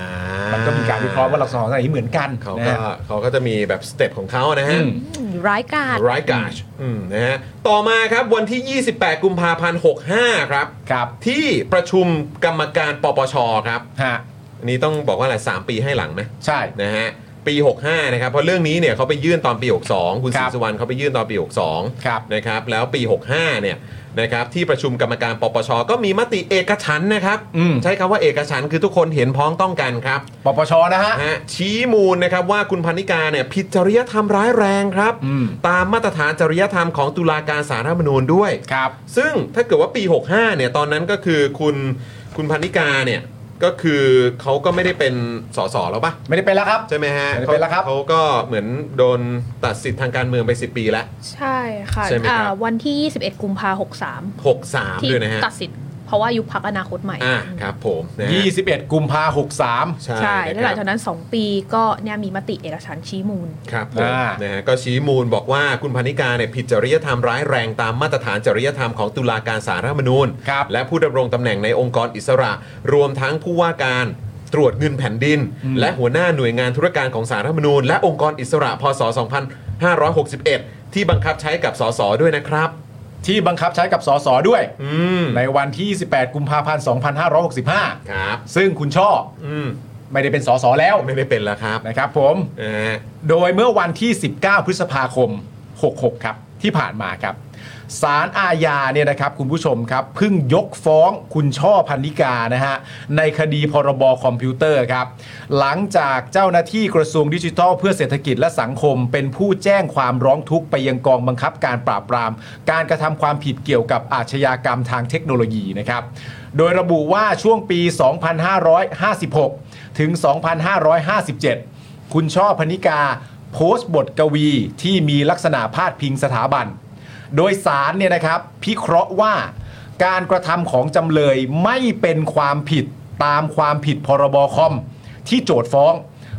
Speaker 1: มั
Speaker 2: มันก็มีการวิเคราะห์ว่าลักษณะของอะไรเหมือนกัน
Speaker 1: เขา
Speaker 2: นะ
Speaker 1: ก็
Speaker 2: ฮะ
Speaker 1: เขาก็จะมีแบบสเต็ปของเขานะฮะ
Speaker 2: อืม
Speaker 3: อืมร้ายกาจ
Speaker 1: ร้ายกาจอืมนะฮะ ต่อมาครับวันที่ 28 กุมภาพันธ์ 65 ครับ
Speaker 2: ครับ
Speaker 1: ที่ประชุมกรรมการปปชครับ
Speaker 2: ฮะ
Speaker 1: อันนี้ต้องบอกว่าอะไร 3 ปีให้หลังไหม
Speaker 2: ใช่
Speaker 1: นะฮะ ปี 65 นะครับ เพราะเรื่องนี้เนี่ยเขาไปยื่นตอนปี 62 คุณศ
Speaker 2: ค
Speaker 1: รี
Speaker 2: รับ
Speaker 1: สุวรรณเขาไปยื่นตอนปี 62
Speaker 2: ครับ
Speaker 1: นะครับแล้วปี 65 เนี่ยนะครับที่ประชุมกรรมการปปช ก็มีมติเอกฉันท์นะครับ
Speaker 2: อืม
Speaker 1: ใช้คำว่าเอกฉันท์คือทุกคนเห็นพ้องต้องกันครับ
Speaker 2: ปปชนะฮะ
Speaker 1: ฮะชี้มูลนะครับว่าคุณพันนิกาเนี่ยผิดจริยธรรมร้ายแรงครับ
Speaker 2: อืม
Speaker 1: ตามมาตรฐานจริยธรรมของตุลาการสารรัฐธรรมนูญด้วย
Speaker 2: ครับ
Speaker 1: ซึ่งถ้าเกิดว่าปี 65 เนี่ยตอนนั้นก็คือคุณคุณพันนิกาเนี่ยก็คือเขาก็ไม่ได้เป็นสสแล้วปะ
Speaker 2: ไม่ได้เป็นแล้วครับ
Speaker 1: ใช่ไหมฮะ
Speaker 2: ไม่ได้เป็นแล้วครับ
Speaker 1: เขาก็เหมือนโดนตัดสิทธิ์ทางการเมืองไป 10 ปีแล้ว
Speaker 3: ใช่ค่ะ
Speaker 1: ใช่ไหมครับ
Speaker 3: อ่าวันที่ 21 กุมภาพันธ์63
Speaker 1: 63
Speaker 3: ที่
Speaker 1: ด้วยนะฮะ
Speaker 3: ตัดสินเพราะว่ายุบพักอนาคตใหม่
Speaker 1: อ่าครับผมนะฮะ
Speaker 2: 21 กุมภาหกสาม
Speaker 1: ใช่
Speaker 3: ใช่
Speaker 1: นะ
Speaker 3: แล้ว
Speaker 1: ค
Speaker 3: ห
Speaker 1: รั
Speaker 3: ลั
Speaker 1: บ
Speaker 3: งจากนั้น 2 ปีก็เนี่ยมีมติเอกฉันท์ชี้มูล
Speaker 1: ครับผม
Speaker 2: อ่า
Speaker 1: นะฮะก็ชี้มูลบอกว่าคุณพนิกาเนี่ยผิดจริยธรรมร้ายแรงตามมาตรฐานจริยธรรมของตุลาการสารรัฐธรรมนูญ
Speaker 2: ครับ
Speaker 1: และผู้ดำรงตำแหน่งในองค์กรอิสระ รวมทั้งผู้ว่าการตรวจเงินแผ่นดิน และหัวหน้าหน่วยงานธุรการของสารรัฐธรรมนูญ และองค์กรอิสระพศ 2561 ที่บังคับใช้กับสสด้วยนะครับ
Speaker 2: ที่บังคับใช้กับสสด้วย
Speaker 1: อืม
Speaker 2: ในวันที่ 28 กุมภาพันธ์ 2565
Speaker 1: ครับ
Speaker 2: ซึ่งคุณช่อ
Speaker 1: อืม
Speaker 2: ไม่ได้เป็นสสแล้ว
Speaker 1: ไม่ได้เป็นแล้วครับ
Speaker 2: นะครับผม
Speaker 1: นะฮะ
Speaker 2: โดยเมื่อวันที่ 19 พฤษภาคม 66 ครับที่ผ่านมาครับศาลอาญาเนี่ยนะครับคุณผู้ชมครับเพิ่งยกฟ้องคุณช่อพันนิกานะฮะในคดีพรบคอมพิวเตอร์ครับ หลังจากเจ้าหน้าที่กระทรวงดิจิทัลเพื่อเศรษฐกิจและสังคม เป็นผู้แจ้งความร้องทุกข์ไปยังกองบังคับการปราบปราม การกระทำความผิดเกี่ยวกับอาชญากรรมทางเทคโนโลยีนะครับ โดยระบุว่าช่วงปี 2556 ถึง 2557 คุณช่อพนิกา โพสต์บทกวีที่มีลักษณะพาดพิงสถาบัน โดยสารเนี่ยนะครับ พิเคราะห์ว่าการกระทำของจำเลยไม่เป็นความผิดตามความผิดพรบคอม ที่โจทย์ฟ้อง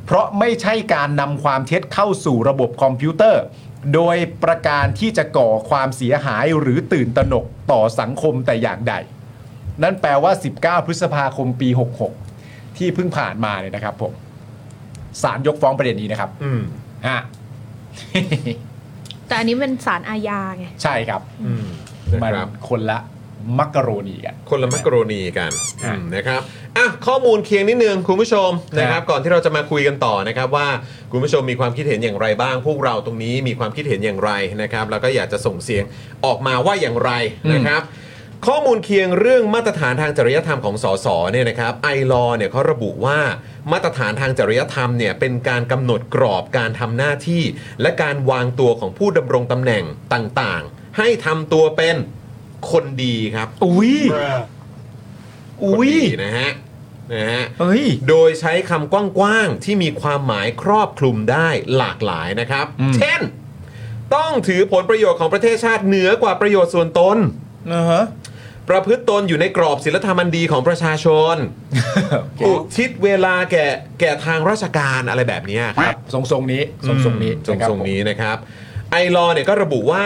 Speaker 2: เพราะไม่ใช่การนำความเท็จเข้าสู่ระบบคอมพิวเตอร์ โดยประการที่จะก่อความเสียหายหรือตื่นตระหนกต่อสังคมแต่อย่างใด นั่นแปลว่า 19 พฤษภาคมปี 66 ที่เพิ่งผ่านมาเนี่ยนะครับผมศาลยกฟ้องประเด็นนี้นะครับ
Speaker 1: อืม
Speaker 2: ฮะ
Speaker 3: แต่อันนี้เป็นสารอาญาไง
Speaker 2: ใช่ครับ
Speaker 1: อืม
Speaker 2: มัน
Speaker 1: นะครับ
Speaker 2: คนละมักกะโรนีกัน
Speaker 1: คนละมักกะโรนีกัน
Speaker 2: ฮะ
Speaker 1: อืมนะครับอ่ะข้อมูลเคียงนิดนึงคุณผู้ชมนะครับ ก่อนที่เราจะมาคุยกันต่อนะครับว่าคุณผู้ชมมีความคิดเห็นอย่างไรบ้าง พวกเราตรงนี้มีความคิดเห็นอย่างไรนะครับ แล้วก็อยากจะส่งเสียงออกมาว่าอย่างไรนะครับ ข้อมูลเคียงเรื่องมาตรฐานทางจริยธรรมของสสเนี่ยนะครับไอลอเนี่ยเขาระบุว่ามาตรฐานทางจริยธรรมเนี่ยเป็นการกำหนดกรอบการทำหน้าที่ และการวางตัวของผู้ดำรงตำแหน่งต่างๆ ให้ทำตัวเป็นคนดีครับ
Speaker 2: อุ้ย
Speaker 1: คน
Speaker 2: อุ้ย
Speaker 1: ดีนะฮะนะฮะ
Speaker 2: เอ้ย
Speaker 1: โดยใช้คำกว้างๆ ที่มีความหมายครอบคลุมได้หลากหลายนะครับ
Speaker 2: อืม
Speaker 1: เช่น ต้องถือผลประโยชน์ของประเทศชาติเหนือกว่าประโยชน์ส่วนตน
Speaker 2: นะฮะ
Speaker 1: ประพฤติตนอยู่ในกรอบศีลธรรมอันดีของประชาชน
Speaker 2: (laughs) โอเค
Speaker 1: อุทิศเวลาแก่แก่ทางราชการอะไรแบบเนี้ยครับ
Speaker 2: ครับทรงทรงๆนี้ทรงทรงๆนี้
Speaker 1: ทรง
Speaker 2: ะคบ
Speaker 1: ทรงนี้นะครับไอรอเนี่ยก็ระบุว่า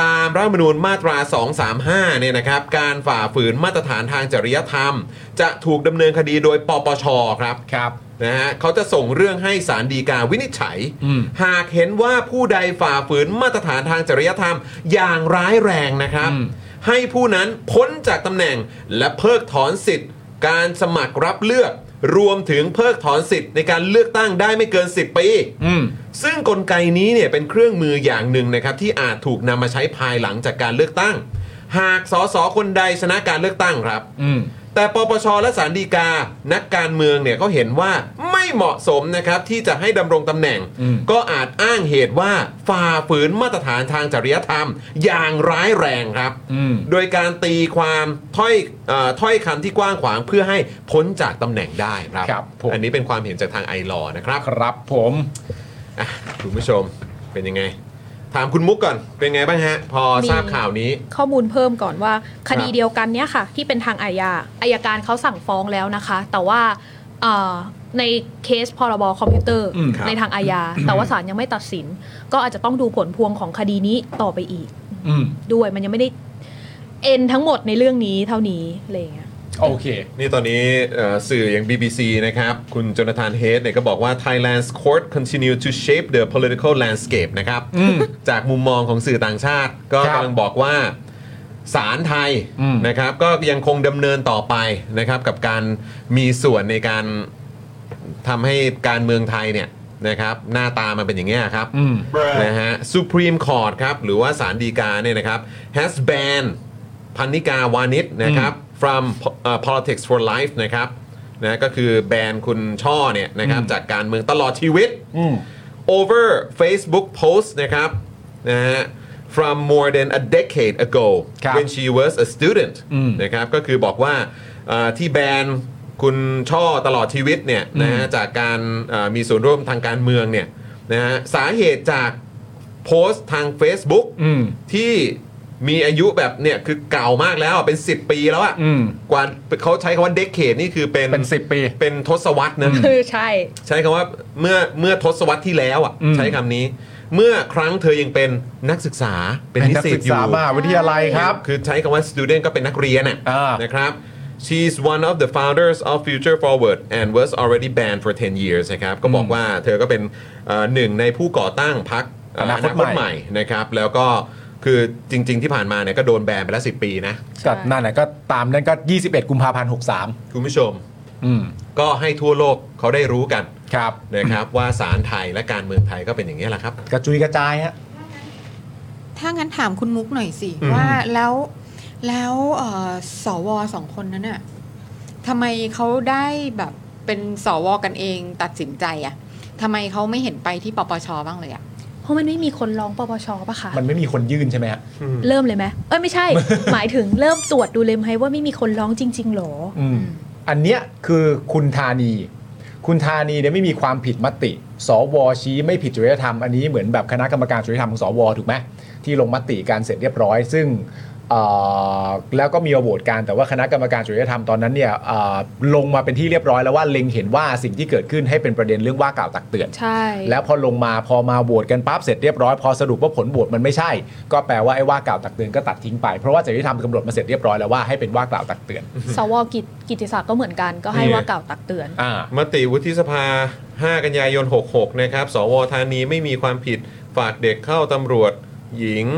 Speaker 1: ตามรัฐธรรมนูญมาตรา 235 เนี่ยนะครับการฝ่าฝืนมาตรฐานทางจริยธรรม จะถูกดำเนินคดีโดยปปชครับ
Speaker 2: ครับ
Speaker 1: นะฮะเขาจะส่งเรื่องให้ศาลฎีกาวินิจฉัย
Speaker 2: อืม
Speaker 1: หากเห็นว่าผู้ใดฝ่าฝืนมาตรฐานทางจริยธรรมอย่างร้ายแรงนะครับ ให้ผู้นั้นพ้นจากตำแหน่งและเพิกถอนสิทธิ์ การสมัครรับเลือก รวมถึงเพิกถอนสิทธิ์ในการเลือกตั้งได้ไม่เกิน 10 ปี
Speaker 2: อืม
Speaker 1: ซึ่งกลไกนี้เนี่ยเป็นเครื่องมืออย่างหนึ่งนะครับที่อาจถูกนำมาใช้ภายหลังจากการเลือกตั้ง หากสสคนใดชนะการเลือกตั้งครับ
Speaker 2: อืม
Speaker 1: แต่ปปชและสารดีกา นักการเมืองเนี่ยก็เห็นว่าไม่เหมาะสมนะครับที่จะให้ดำรงตำแหน่ง
Speaker 2: อืม
Speaker 1: ก็อาจอ้างเหตุว่าฝ่าฝืนมาตรฐานทางจริยธรรม อย่างร้ายแรงครับ
Speaker 2: อืม
Speaker 1: โดยการตีความถ้อยเออถ้อยคำที่กว้างขวางเพื่อให้พ้นจากตำแหน่งได้ครับ
Speaker 2: ครับผม
Speaker 1: อันนี้เป็นความเห็นจากทางไอรอนะครับ
Speaker 2: ครับผม
Speaker 1: อ่ะคุณผู้ชมเป็นยังไง ถามคุณมุกก่อนเป็นไงบ้างฮะ พอ
Speaker 3: มี
Speaker 1: ทราบข่าวนี้
Speaker 3: ข้อมูลเพิ่มก่อนว่าคดี
Speaker 1: ครับ
Speaker 3: เดียวกันเนี้ยค่ะ ที่เป็นทางอาญาอายการเขาสั่งฟ้องแล้วนะคะ แต่ว่าเอ่อในเคสพรบคอมพิวเตอร์
Speaker 2: อืมครับ
Speaker 3: ในทางอาญาแต่ว่าศาลยังไม่ตัดสิน ก็อาจจะต้องดูผลพวงของคดีนี้ต่อไปอีก
Speaker 2: อืม
Speaker 3: ด้วยมันยังไม่ได้เอ็นทั้งหมดในเรื่องนี้เท่านี้อะไรอย่างเงี้ย
Speaker 2: โอเค
Speaker 1: นี่ตอนนี้เอ่อสื่ออย่าง BBC นะครับ คุณจนทานเฮดเนี่ยก็บอกว่า Thailand's court continue to shape the political landscape นะครับ
Speaker 2: อืม
Speaker 1: จากมุมมองของสื่อต่างชาติ ก็
Speaker 2: ครับ
Speaker 1: กำลังบอกว่าศาลไทย
Speaker 2: อืม
Speaker 1: นะครับ ก็ยังคงดำเนินต่อไปนะครับ กับการมีส่วนในการทำให้การเมืองไทยเนี่ยนะครับ หน้าตามันเป็นอย่างเงี้ยครับ
Speaker 2: อืม
Speaker 1: นะฮะ Supreme Court ครับ หรือว่าศาลฎีกาเนี่ยนะครับ has banned พันนิกาวานิชนะครับ from po- เอ่อ politics for life นะครับนะก็คือแบนคุณช่อเนี่ยนะครับ
Speaker 2: อืม
Speaker 1: จากการเมืองตลอดชีวิต
Speaker 2: อืม
Speaker 1: over Facebook post นะครับนะฮะ from more than a decade ago
Speaker 2: ครับ
Speaker 1: when she was a student
Speaker 2: อืม
Speaker 1: นะครับก็คือบอกว่าเอ่อที่แบนคุณช่อตลอดชีวิตเนี่ยนะฮะจากการเอ่อมีส่วนร่วมทางการเมืองเนี่ยนะฮะสาเหตุจากโพสต์ทาง Facebook
Speaker 2: อืม
Speaker 1: ที่มีอายุแบบเนี่ยคือเก่ามากแล้วอะเป็น 10 ปีแล้วอะ
Speaker 2: อืม
Speaker 1: กว่าเขาใช้คำว่าเด็กเขตนี่คือเป็น
Speaker 2: เป็น10ปี
Speaker 1: เป็นทศวรรษนะ
Speaker 3: คือใช่
Speaker 1: ใช้คำว่าเมื่อเมื่อทศวรรษที่แล้วอ่ะ
Speaker 2: อืม
Speaker 1: ใช้คำนี้ เมื่อครั้งเธอยังเป็นนักศึกษาเป็นนิสิตอยู่
Speaker 2: มหาวิทยาลัยครับ
Speaker 1: คือใช้คำว่า student ก็เป็นนักเรียนน่ะ
Speaker 2: อ่าน
Speaker 1: นะครับ she's one of the founders of Future Forward and was already banned for 10 years นะครับก็บอกว่าเธอก็เป็นเอ่อหนึ่งในผู้ก่อตั้งพรรคเอ่ออ
Speaker 2: นาคตใหม่
Speaker 1: ใหม่นะครับ แล้วก็คือจริง ๆ ที่ผ่านมาเนี่ยก็โดนแบนไปแล้ว10 ปีนะ
Speaker 2: ก็นั่นแหละก็ตามนั้นก็ 21 กุมภาพันธ์63
Speaker 1: คุณผู้ชม
Speaker 2: อืม
Speaker 1: ก็ให้ทั่วโลกเขาได้รู้กัน
Speaker 2: ครับ
Speaker 1: นะครับว่าศาลไทยและการเมืองไทยก็เป็นอย่างนี้ยแหละครับ
Speaker 2: กระจุยกระจายฮะ
Speaker 7: ถ้างั้นถามคุณมุกหน่อยสิ
Speaker 1: อืม
Speaker 7: ว่าแล้วแล้วเอ่อสวสองคนนั้นน่ะทำไมเขาได้แบบเป็นสวกันเองตัดสินใจอะทำไมเขาไม่เห็นไปที่ปปชบ้างเลยอะ
Speaker 3: เพราะมันไม่มีคนร้องปปชปะคะ
Speaker 2: มันไม่มีคนยื่นใช่ไหมฮะ
Speaker 3: เริ่มเลยไหมเอ้ยไม่
Speaker 1: (laughs)
Speaker 3: ใช่ หมายถึงเริ่มตรวจดูเลยไหมว่าไม่มีคนร้องจริง ๆหรอ
Speaker 2: อืม อันเนี้ยคือคุณธานี คุณธานีเนี่ยไม่มีความผิดมติ สวชี้ไม่ผิดจริยธรรม อันนี้เหมือนแบบคณะกรรมการจริยธรรมของสวถูกไหมที่ลงมติการเสร็จเรียบร้อย ซึ่งเอ่อแล้วก็มีมาโหวตการแต่ว่าคณะกรรมการจริยธรรมตอนนั้นเนี่ยเอ่อลงมาเป็นที่เรียบร้อยแล้วว่าเล็งเห็นว่าสิ่งที่เกิดขึ้นให้เป็นประเด็นเรื่องว่ากล่าวตักเตือน
Speaker 3: ใช่
Speaker 2: แล้วพอลงมาพอมาโหวตกันปั๊บเสร็จเรียบร้อยพอสรุปว่าผลโหวตมันไม่ใช่ ก็แปลว่าไอ้ว่ากล่าวตักเตือนก็ตัดทิ้งไปเพราะว่าจริยธรรมกำหนดมาเสร็จเรียบร้อยแล้วว่าให้เป็นว่ากล่าวตักเตือน
Speaker 3: สวกิจกิติศักดิ์ก็เหมือนกันก็ให้
Speaker 1: นี่ไง
Speaker 3: ว่ากล่าวตักเตือน
Speaker 2: อ่า
Speaker 1: มติวุฒิสภา 5 กันยายน 66 นะครับ สวธานีไม่มีความผิดฝากเด็กเข้าตำรวจหญิง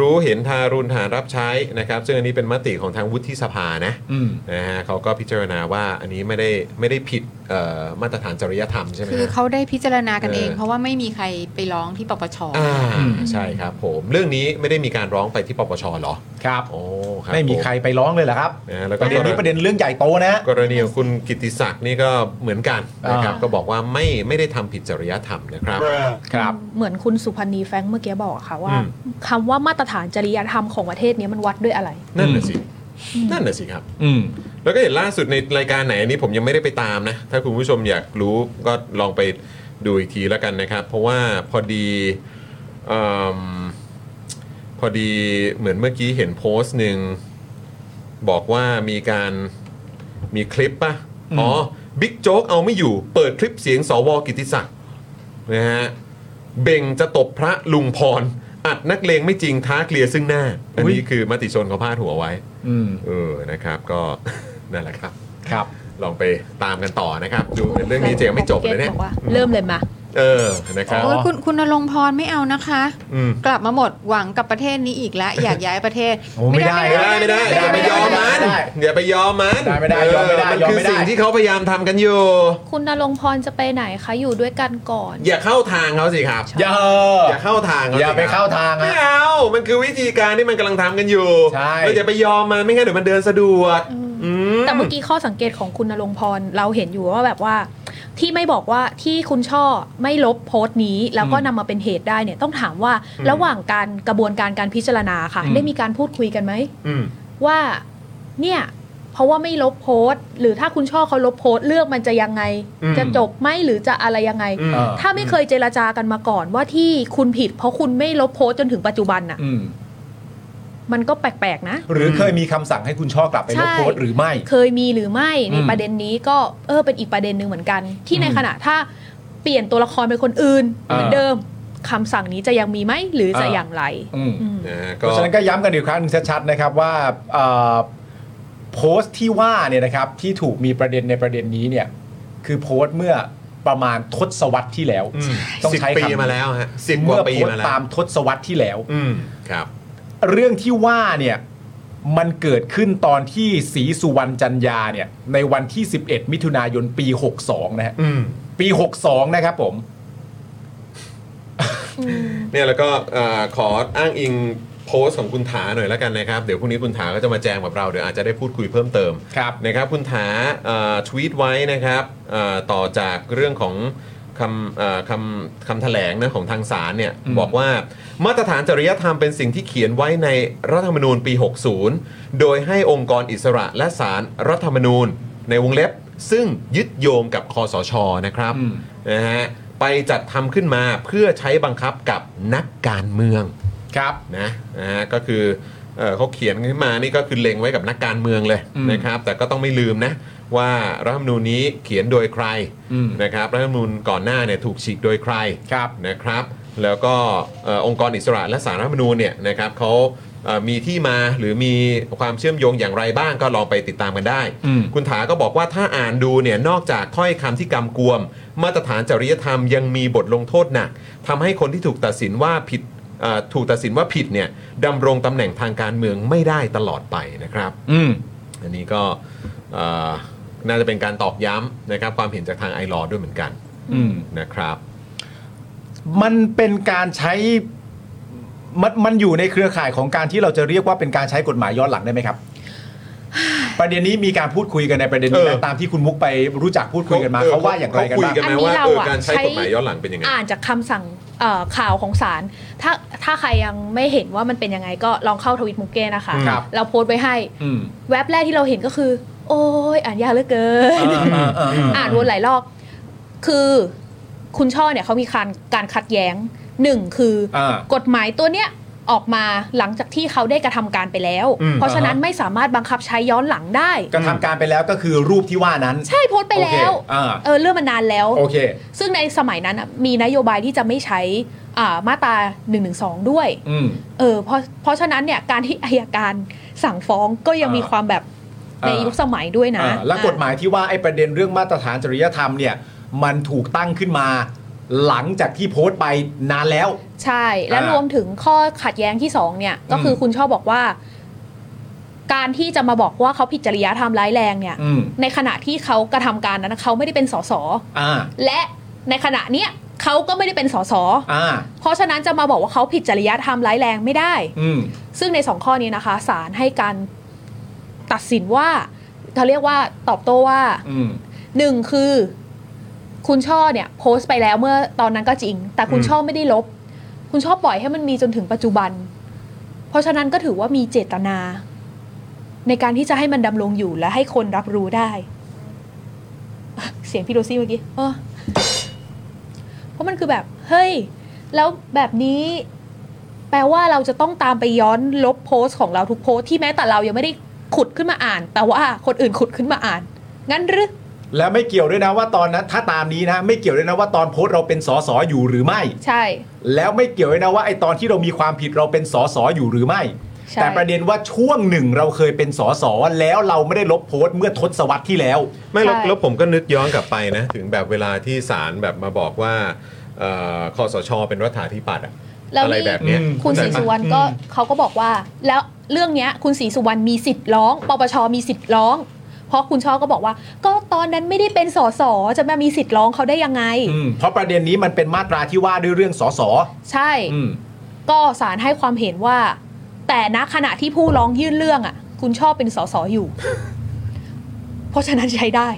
Speaker 1: รู้เห็นทารุณฐานรับใช้นะครับ ซึ่งอันนี้เป็นมติของทางวุฒิสภานะ
Speaker 2: อืม
Speaker 1: นะฮะเขาก็พิจารณาว่าอันนี้ไม่ได้ไม่ได้ผิดเอ่อมาตรฐานจริยธรรมใช่ไหม
Speaker 7: คือ
Speaker 1: ฮะ
Speaker 7: เขาได้พิจารณากันเอง
Speaker 1: เออ
Speaker 7: เพราะว่าไม่มีใครไปร้องที่ปปช
Speaker 1: อ่าใช่ครับผม เรื่องนี้ไม่ได้มีการร้องไปที่ปปชเหรอ
Speaker 2: ครับ
Speaker 1: โอ้ครับ
Speaker 2: ไม่มี
Speaker 1: ผ
Speaker 2: ใครไปร้องเลยเหรอครับ
Speaker 1: นะแล้ว
Speaker 2: ป
Speaker 1: ก็
Speaker 2: ระเด็นนี้ประเด็นเรื่องใหญ่โตนะ
Speaker 1: กรณีของคุณกิติศักดิ์นี่ก็เหมือนกันนะครับ
Speaker 2: อ่า
Speaker 1: ก็บอกว่าไม่ไม่ได้ทำผิดจริยธรรมนะครับ
Speaker 2: ครับ
Speaker 3: เหมือนคุณสุพันธ์นีแฟรงค์เมื่อกี้บอกอะค่ะว่า
Speaker 1: อืม
Speaker 3: คำว่ามาตรฐานจริยธรรมของประเทศเนี้ยมันวัดด้วยอะไร
Speaker 1: นั่นน่ะสินั่นน่ะสิครับ
Speaker 2: อืม
Speaker 1: แล้วก็เห็นล่าสุดในรายการไหนอันนี้ผมยังไม่ได้ไปตามนะ ถ้าคุณผู้ชมอยากรู้ก็ลองไปดูอีกทีแล้วกันนะครับ เพราะว่าพอดีเอมพอดีเหมือนเมื่อกี้เห็นโพสต์หนึ่งบอกว่ามีการมีคลิปปะ
Speaker 2: อืม
Speaker 1: อ๋อบิ๊กโจ๊กเอาไม่อยู่ เปิดคลิปเสียงสวกิติศักดิ์นะฮะเบ่งจะตบพระลุงพร อัดนักเลงไม่จริงท้าเคลียร์ซึ่งหน้า อันนี้คือมติชนเขาพาดหัวไว้
Speaker 2: อืม
Speaker 1: เออ นะครับ ก็ (laughs) นั่นแหละครับ
Speaker 2: ครับ
Speaker 1: ลองไปตามกันต่อนะครับ ดูเรื่องนี้เจยังไม่จบเลยเนี่ย
Speaker 3: บอกว่าเริ่มเลยมา
Speaker 1: เออนะครับ
Speaker 5: โอ้ยคุณคุณณรงค์พรไม่เอานะคะ
Speaker 1: อืม
Speaker 5: กลับมาหมดหวังกับประเทศนี้อีกแล้วอยากย้ายประเทศ
Speaker 2: โอ้ไม่ได้
Speaker 1: ไม่ได้ไม่ได้อย่าไปยอมมัน
Speaker 2: ไม่ได้
Speaker 1: อย่าไปยอมมัน
Speaker 2: ได้ไม่ได้ยอมไม่ได้
Speaker 1: เมัน
Speaker 2: ยอม
Speaker 1: คือ
Speaker 2: ไม่ได้
Speaker 1: สิ่งที่เขาพยายามทำกันอยู่
Speaker 8: คุณนรงค์พรจะไปไหนคะ อยู่ด้วยกันก่อน
Speaker 1: อย่าเข้าทางเขาสิครับ
Speaker 2: อย่า
Speaker 1: อย่าเข้าทางเขา
Speaker 2: อย่าไป
Speaker 1: สิครับ
Speaker 2: เข้าทาง
Speaker 1: ไม่
Speaker 2: นะ
Speaker 1: เอามันคือวิธีการที่มันกำลังทำกันอยู่
Speaker 2: ใช่
Speaker 1: เราอย่าไปยอมมันไม่งั้นเดี๋ยวมันเดินสะดวกอืม
Speaker 3: แต่เมื่อกี้ข้อสังเกตของคุณนรงค์พรเราเห็นอยู่ว่าแบบว่า ที่ไม่บอกว่าที่คุณช่อไม่ลบโพสต์นี้ แล้วก็นำมาเป็นเหตุได้เนี่ยต้องถามว่า
Speaker 1: อืม
Speaker 3: ระหว่างการกระบวนการการพิจารณาค่ะ
Speaker 1: อืม
Speaker 3: ได้มีการพูดคุยกันไหม
Speaker 1: อืม
Speaker 3: ว่าเนี่ยเพราะว่าไม่ลบโพสต์ หรือถ้าคุณช่อเขาลบโพสต์เรื่องมันจะยังไง
Speaker 1: อืม
Speaker 3: จะจบไหมหรือจะอะไรยังไง
Speaker 1: อืม
Speaker 2: เออ
Speaker 3: ถ้าไม่เคยเจรจากันมาก่อนว่าที่คุณผิด เพราะคุณไม่ลบโพสต์จนถึงปัจจุบันน่ะ
Speaker 2: อืม
Speaker 3: มันก็แปลกๆนะ
Speaker 2: หรือเคยมีคำสั่งให้คุณช่อกลับไปลบโพสต์หรือไม่
Speaker 3: เคยมีหรือไม่ใน
Speaker 2: อืม
Speaker 3: ประเด็นนี้ก็เออเป็นอีกประเด็นหนึ่งเหมือนกัน ที่ใน
Speaker 2: อืม
Speaker 3: ขณะถ้าเปลี่ยนตัวละครเป็นคนอื่นเหมือน
Speaker 2: อ่า
Speaker 3: เดิมคำสั่งนี้จะยังมีไหมหรือจะ
Speaker 2: อ่า
Speaker 3: อย่างไร
Speaker 2: อืม
Speaker 3: อืม
Speaker 1: นะฮะ
Speaker 2: เพ
Speaker 1: ก็
Speaker 2: ราะฉะนั้นก็ย้ำกันอีกครั้งหนึงชัดๆนะครับว่าเอ่อโพสต์ที่ว่าเนี่ยนะครับที่ถูกมีประเด็นในประเด็นนี้เนี่ยคือโพสต์เมื่อประมาณทศวรรษที่แล้ว
Speaker 1: อืม
Speaker 2: ต้อง
Speaker 1: สิบ
Speaker 2: ใช้
Speaker 1: ปี
Speaker 2: คำนี้
Speaker 1: มาแล้วฮะสิบก
Speaker 2: เมื่
Speaker 1: ว่า
Speaker 2: อ
Speaker 1: ปี
Speaker 2: โพส
Speaker 1: มา
Speaker 2: ต์
Speaker 1: แล้ว
Speaker 2: ตามทศวรรษที่แล้ว
Speaker 1: อืมครับ
Speaker 2: เรื่องที่ว่าเนี่ยมันเกิดขึ้นตอนที่ศรีสุวรรณจันยาเนี่ยในวันที่ 11 มิถุนายนปี 62 นะฮะ
Speaker 1: อืม
Speaker 2: ปี 62 นะครับผม
Speaker 1: เนี่ยแล้วก็เอ่อขออ้างอิงโพสต์ของคุณถาหน่อยแล้วกันนะครับเดี๋ยวพรุ่งนี้คุณถาก็จะมาแจงกับเราเดี๋ยวอาจจะได้พูดคุยเพิ่มเติม
Speaker 2: ครับ
Speaker 1: นะครับคุณถาเอ่อทวีตไว้นะครับเอ่อต่อจากเรื่องของคำเอ่อคำคำแถลงนะของทางศาลเนี่ย
Speaker 2: อืม
Speaker 1: บอกว่ามาตรฐานจริยธรรมเป็นสิ่งที่เขียนไว้ในรัฐธรรมนูญปี 60 โดยให้องค์กรอิสระและศาลรรัฐธรรมนูญในวงเล็บ ซึ่งยึดโยงกับคอสชนะครับนะฮะไปจัดทำขึ้นมาเพื่อใช้บังคับกับนักการเมือง
Speaker 2: ครับ
Speaker 1: นะนะฮะก็คือเอ่อเขาเขียนขึ้นมานี่ก็คือเล็งไว้กับนักการเมืองเลย
Speaker 2: อืม
Speaker 1: นะครับ แต่ก็ต้องไม่ลืมนะว่ารัฐธรรมนูญนี้เขียนโดยใคร
Speaker 2: อืม
Speaker 1: นะครับรัฐธรรมนูญก่อนหน้าเนี่ยถูกฉีกโดยใคร
Speaker 2: ครับ
Speaker 1: นะครับ แล้วก็เอ่อองค์กรอิสระและสารรัฐธรรมนูญเนี่ยนะครับเขาเอ่อมีที่มาหรือมีความเชื่อมโยงอย่างไรบ้างก็ลองไปติดตามกันได้
Speaker 2: อืม
Speaker 1: คุณถาก็บอกว่าถ้าอ่านดูเนี่ยนอกจากถ้อยคำที่กำกวม มาตรฐานจริยธรรมยังมีบทลงโทษหนักทำให้คนที่ถูกตัดสินว่าผิดเอ่อถูกตัดสินว่าผิดเนี่ยดำรงตำแหน่งทางการเมืองไม่ได้ตลอดไปนะครับ
Speaker 2: อืม
Speaker 1: อันนี้ก็เอ่อน่าจะเป็นการตอกย้ำนะครับความเห็นจากทางไอรอด้วยเหมือนกัน
Speaker 2: อืม
Speaker 1: นะครับ
Speaker 2: มันเป็นการใช้มันมันอยู่ในเครือข่ายของการที่เราจะเรียกว่าเป็นการใช้กฎหมายย้อนหลังได้ไหมครับ ประเด็นนี้มีการพูดคุยกันในประเด็นนี้นะ
Speaker 1: เออ
Speaker 2: ตามที่คุณมุกไปรู้จักพูดคุยกันมาเขาว่าอย่างไรกัน
Speaker 1: คุย
Speaker 2: บ้าง
Speaker 1: กันไหมว่า
Speaker 3: อันนี้เรา
Speaker 1: เออ
Speaker 3: อะ
Speaker 1: การใช้
Speaker 3: ใช้
Speaker 1: กฎหมายย้อนหลังเป็นยังไง
Speaker 3: อ่านจากคำสั่งเอ่อข่าวของศาลถ้าถ้าใครยังไม่เห็นว่ามันเป็นยังไงก็ลองเข้าทวิตมุกเก้นะคะ
Speaker 2: ครับ
Speaker 3: เราโพสต์ไว้ให้
Speaker 2: อืม
Speaker 3: แว็บแรกที่เราเห็นก็คือ โอ้ยอ่านยากเหลือเกิน อ่านวนหลายรอบ คือคุณช่อเนี่ยเขามีการการคัดแย้งหนึ่งคืออ
Speaker 2: อ่า
Speaker 3: กฎหมายตัวเนี้ยออกมาหลังจากที่เขาได้กระทำการไปแล้ว
Speaker 2: อืม
Speaker 3: เพราะฉะนั้น
Speaker 2: อ่าฮะ
Speaker 3: ไม่สามารถบังคับใช้ย้อนหลังได้
Speaker 2: กระทำการไปแล้วก็คือรูปที่ว่านั้น
Speaker 3: ใช่โพสต์ไป
Speaker 2: โอเค
Speaker 3: แล้ว
Speaker 2: อ่า
Speaker 3: เออเรื่องมันนานแล้ว
Speaker 2: โอเค
Speaker 3: ซึ่งในสมัยนั้นน่ะมีนโยบายที่จะไม่ใช้อ่ามาตรา1นึด้วย
Speaker 2: อืม
Speaker 3: เออเพราะเพราะฉะนั้นเนี่ยการที่อ (laughs) ายการสั่งฟ้องก็ยัง
Speaker 2: อ่ามี
Speaker 3: มีความแบบใน
Speaker 2: อ่ายุ
Speaker 3: ยุคสมัยด้วยนะ
Speaker 2: อ่าและกฎหมายที่ว่าไอ้ประเด็นเรื่องมาตรฐานจริยธรรมเนี่ย มันถูกตั้งขึ้นมา หลังจากที่โพสต์ไปนานแล้ว
Speaker 3: ใช่ แล้ว
Speaker 2: อ่าร
Speaker 3: รวมถึงข้อขัดแย้งที่สองเนี่ย ก็คืออ
Speaker 2: ม
Speaker 3: คุณชอบบอกว่า การที่จะมาบอกว่าเขาผิดจริยธรรมร้ายแรงเนี่ย
Speaker 2: อืม
Speaker 3: ในขณะที่เขากระทำการนั้นเขาไม่ได้เป็นสส
Speaker 2: อ่า
Speaker 3: และในขณะเนี้ยเขาก็ไม่ได้เป็นสส
Speaker 2: อ่า
Speaker 3: เพราะฉะนั้นจะมาบอกว่าเขาผิดจริยธรรมร้ายแรงไม่ได้
Speaker 2: อืม
Speaker 3: ซึ่งในสองข้อนี้นะคะศาลให้การตัดสินว่าเขาเรียกว่าตอบโต้ว่า
Speaker 2: อืม
Speaker 3: หนึ่งคือ คุณช่อเนี่ย โพสต์ไปแล้วเมื่อตอนนั้นก็จริง แต่คุณ
Speaker 2: อืม
Speaker 3: ช่อไม่ได้ลบ คุณช่อปล่อยให้มันมีจนถึงปัจจุบัน เพราะฉะนั้นก็ถือว่ามีเจตนา ในการที่จะให้มันดำรงอยู่และให้คนรับรู้ได้ เสียงพี่โรซี่เมื่อกี้เออเพราะมันคือแบบ เฮ้ย แล้วแบบนี้ แปลว่าเราจะต้องตามไปย้อนลบโพสต์ของเราทุกโพสต์ที่แม้แต่เรายังไม่ได้ขุดขึ้นมาอ่าน แต่ว่าคนอื่นขุดขึ้นมาอ่าน งั้นหรือ
Speaker 2: และไม่เกี่ยวด้วยนะว่าตอนนั้นถ้าตามนี้นะ ไม่เกี่ยวด้วยนะว่าตอนโพสต์เราเป็นสอสออยู่หรือไม่
Speaker 3: ใช่
Speaker 2: แล้วไม่เกี่ยวด้วยนะว่าไอตอนที่เรามีความผิดเราเป็นสอสออยู่หรือไม่
Speaker 3: ใช่
Speaker 2: แต่ประเด็นว่าช่วงหนึ่งเราเคยเป็นสอสอแล้วเราไม่ได้ลบโพสต์เมื่อทศวรรษที่แล้ว
Speaker 1: ไม่แล้ว
Speaker 3: ใช่
Speaker 1: แล้วผมก็นึกย้อนกลับไปนะ ถึงแบบเวลาที่ศาลแบบมาบอกว่า เอ่อคอสช เป็นรัฐาธิปัตย์อะ
Speaker 3: แล้ว
Speaker 1: อะไร
Speaker 3: นี่
Speaker 1: แบบเนี้ย
Speaker 2: อืม
Speaker 3: คุณศรี
Speaker 1: เข้าใจ
Speaker 3: สุ
Speaker 1: ปะ
Speaker 3: วรรณก็เขาก็บอกว่า แล้วเรื่องเนี้ยคุณศรีสุวรรณมีสิทธิ์ร้องปปชมีสิทธิ์ร้อง เพราะคุณช่อก็บอกว่า ก็ตอนนั้นไม่ได้เป็นสสจะมามีสิทธิ์ร้องเขาได้ยังไง
Speaker 2: อืมเพราะประเด็นนี้มันเป็นมาตราที่ว่าด้วยเรื่องสส
Speaker 3: ใช่
Speaker 2: อืม
Speaker 3: ก็ศาลให้ความเห็นว่า แต่ณขณะที่ผู้ร้องยื่นเรื่องอ่ะ คุณชอบเป็นสสอยู่ (laughs) เพราะฉะนั้นใช้ได้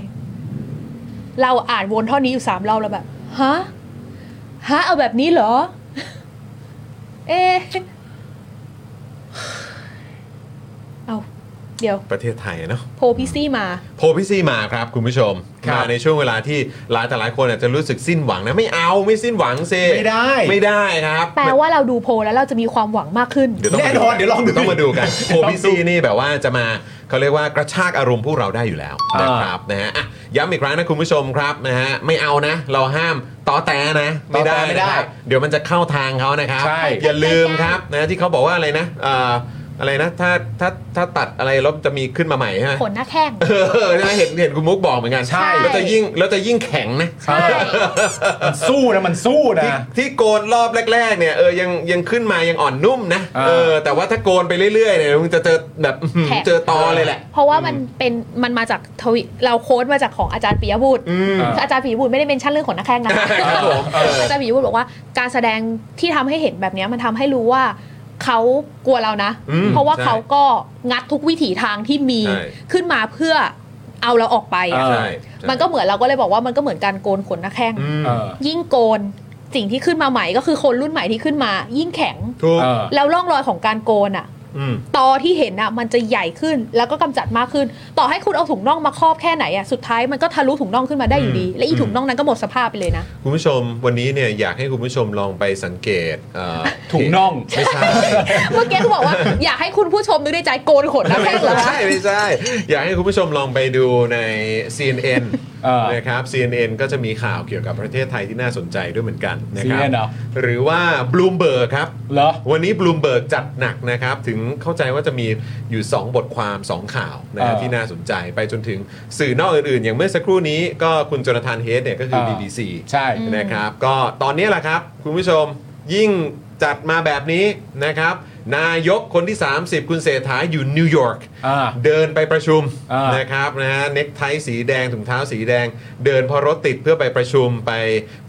Speaker 3: เราอ่านวนท่อนนี้อยู่สามรอบแล้วแบบฮะฮะเอาแบบนี้เหรอ (laughs) เอะ (sighs) เอาเดี๋ยว
Speaker 1: ประเทศไทยเนาะ
Speaker 3: โพพิซี่มา
Speaker 1: โพลพี่ซี่มาครับคุณผู้ชม
Speaker 2: ครับ
Speaker 1: มาในช่วงเวลาที่หลายแต่หลายคนอาจจะรู้สึกสิ้นหวังนะ ไม่เอาไม่สิ้นหวังเซ
Speaker 2: ไม่ได้
Speaker 1: ไม่ได้ครับ
Speaker 3: แปลว่าเราดูโพลแล้วเราจะมีความหวังมากขึ้น
Speaker 1: เดี๋ยวต้อง
Speaker 2: แน่นอนเดี๋ยวลองดู
Speaker 1: ต้องมาดูกันโพ
Speaker 2: ลองดู
Speaker 1: พิซีนี่แบบว่าจะมาเขาเรียกว่ากระชากอารมณ์พวกเราได้อยู่แล้ว
Speaker 2: อ่าน
Speaker 1: นะครับนะฮะอ่ะย้ำอีกครั้งนะคุณผู้ชมครับนะฮะไม่เอานะ เราห้ามต่อแตนะไม่ได้
Speaker 2: ต่อแตไม่ได้
Speaker 1: นะครับเดี๋ยวมันจะเข้าทางเขานะครับ
Speaker 2: ใช่
Speaker 1: อย่าลืมครับนะที่เขาบอกว่าอะไรนะเอ่ออะไรนะถ้าถ้าถ้าตัดอะไรแล้วจะมีขึ้นมาใหม่
Speaker 3: (laughs)
Speaker 1: ใช่ไหม
Speaker 3: ขนหน้าแข้ง
Speaker 1: เออใช่ไหมเห็นเห็นคุณมุกบอกเหมือนกัน
Speaker 3: ใช่
Speaker 1: แล้วจะยิ่งแล้วจะยิ่งแข็งนะ
Speaker 3: ใช่
Speaker 2: มันสู้นะมันสู้นะ
Speaker 1: ที่ที่โกนรอบแรกๆเนี่ยเออยังยังขึ้นมายังอ่อนนุ่มนะ
Speaker 2: อ่า
Speaker 1: เออแต่ว่าถ้าโกนไปเรื่อยๆเนี่ยมึงจะเจอแบบอื้อหือ
Speaker 3: แขก
Speaker 1: เจอตอเลยแหละ
Speaker 3: เพราะว่ามันเป็นมันมาจากทวิเราโค้ดมาจากของอาจารย์ปิยบุตร
Speaker 1: อืม
Speaker 3: อาจารย์ปิยบุตรไม่ได้เมนชั่นเรื่องของนักแข่งนะ
Speaker 1: รับผมเอออ
Speaker 3: อาจารย์ปิยบุตรบอกว่าการแสดงที่ทำให้เห็นแบบเนี้ยมันทำให้รู้ว่าเขากลัวเรานะ
Speaker 1: อืม
Speaker 3: เพราะว่า
Speaker 1: ใช่
Speaker 3: เขาก็งัดทุกวิถีทางที่มี
Speaker 1: ใช่
Speaker 3: ขึ้นมาเพื่อเอาเราออกไปอะ
Speaker 2: เออ
Speaker 1: ใช่
Speaker 3: มันก็เหมือนเราก็เลยบอกว่ามันก็เหมือนการโกนขนนักแข่ง
Speaker 1: อืม
Speaker 2: เออ
Speaker 3: ยิ่งโกนสิ่งที่ขึ้นมาใหม่ก็คือคนรุ่นใหม่ที่ขึ้นมา ยิ่งแข็ง
Speaker 1: ถูก
Speaker 2: เออ
Speaker 3: แล้วร่องรอยของการโกนอ่ะ
Speaker 1: อืม
Speaker 3: ตอที่เห็นอ่ะมันจะใหญ่ขึ้นแล้วก็กำจัดมากขึ้น ต่อให้คุณเอาถุงน่องมาครอบแค่ไหนอ่ะสุดท้ายมันก็ทะลุถุงน่องขึ้นมาได้อยู่ดี และอีถุงน่องนั้นก็หมดสภาพไปเลยนะ
Speaker 1: คุณผู้ชมวันนี้เนี่ยอยากให้คุณผู้ชมลองไปสังเกตเอ่อ
Speaker 2: ถุงน่อง
Speaker 1: ไม่ใช่
Speaker 3: เมื่อกี้คุณ
Speaker 1: (laughs)
Speaker 3: บอกว่า อยากให้คุณผู้ชมนึกในใจโกนขนนะแค่เหรอ
Speaker 1: ไม่
Speaker 3: วะ
Speaker 1: ใช่ไม่ใช่ อยากให้คุณผู้ชมลองไปดูใน CNN
Speaker 2: เออ
Speaker 1: นะครับ CNN ก็จะมีข่าวเกี่ยวกับประเทศไทยที่น่าสนใจด้วยเหมือนกันนะครั
Speaker 2: CNN เหรอ
Speaker 1: หรือว่า Bloomberg ครับ
Speaker 2: เหรอ
Speaker 1: วันนี้บลูมเบิร์กจัดหนักนะครับ ถึงเข้าใจว่าจะมีอยู่ 2 บทความ 2 ข่าวนะฮะ
Speaker 2: เออ
Speaker 1: ที่น่าสนใจไปจนถึงสื่อนอกอื่นๆ อย่างเมื่อสักครู่นี้ก็คุณโจนาธานเฮดเนี่ยก็คือ
Speaker 2: เออ
Speaker 1: BBC
Speaker 2: ใช่
Speaker 1: นะครับ ก็ตอนนี้แหละครับ คุณผู้ชมยิ่งจัดมาแบบนี้นะครับ นายกคนที่ 30 คุณเศรษฐาอยู่นิวยอร์ก
Speaker 2: อ่า
Speaker 1: เดินไปประชุม
Speaker 2: อ่าน
Speaker 1: นะครับนะฮะเน็กไทสีแดงถุงเท้าสีแดง เดินพอรถติดเพื่อไปประชุมไป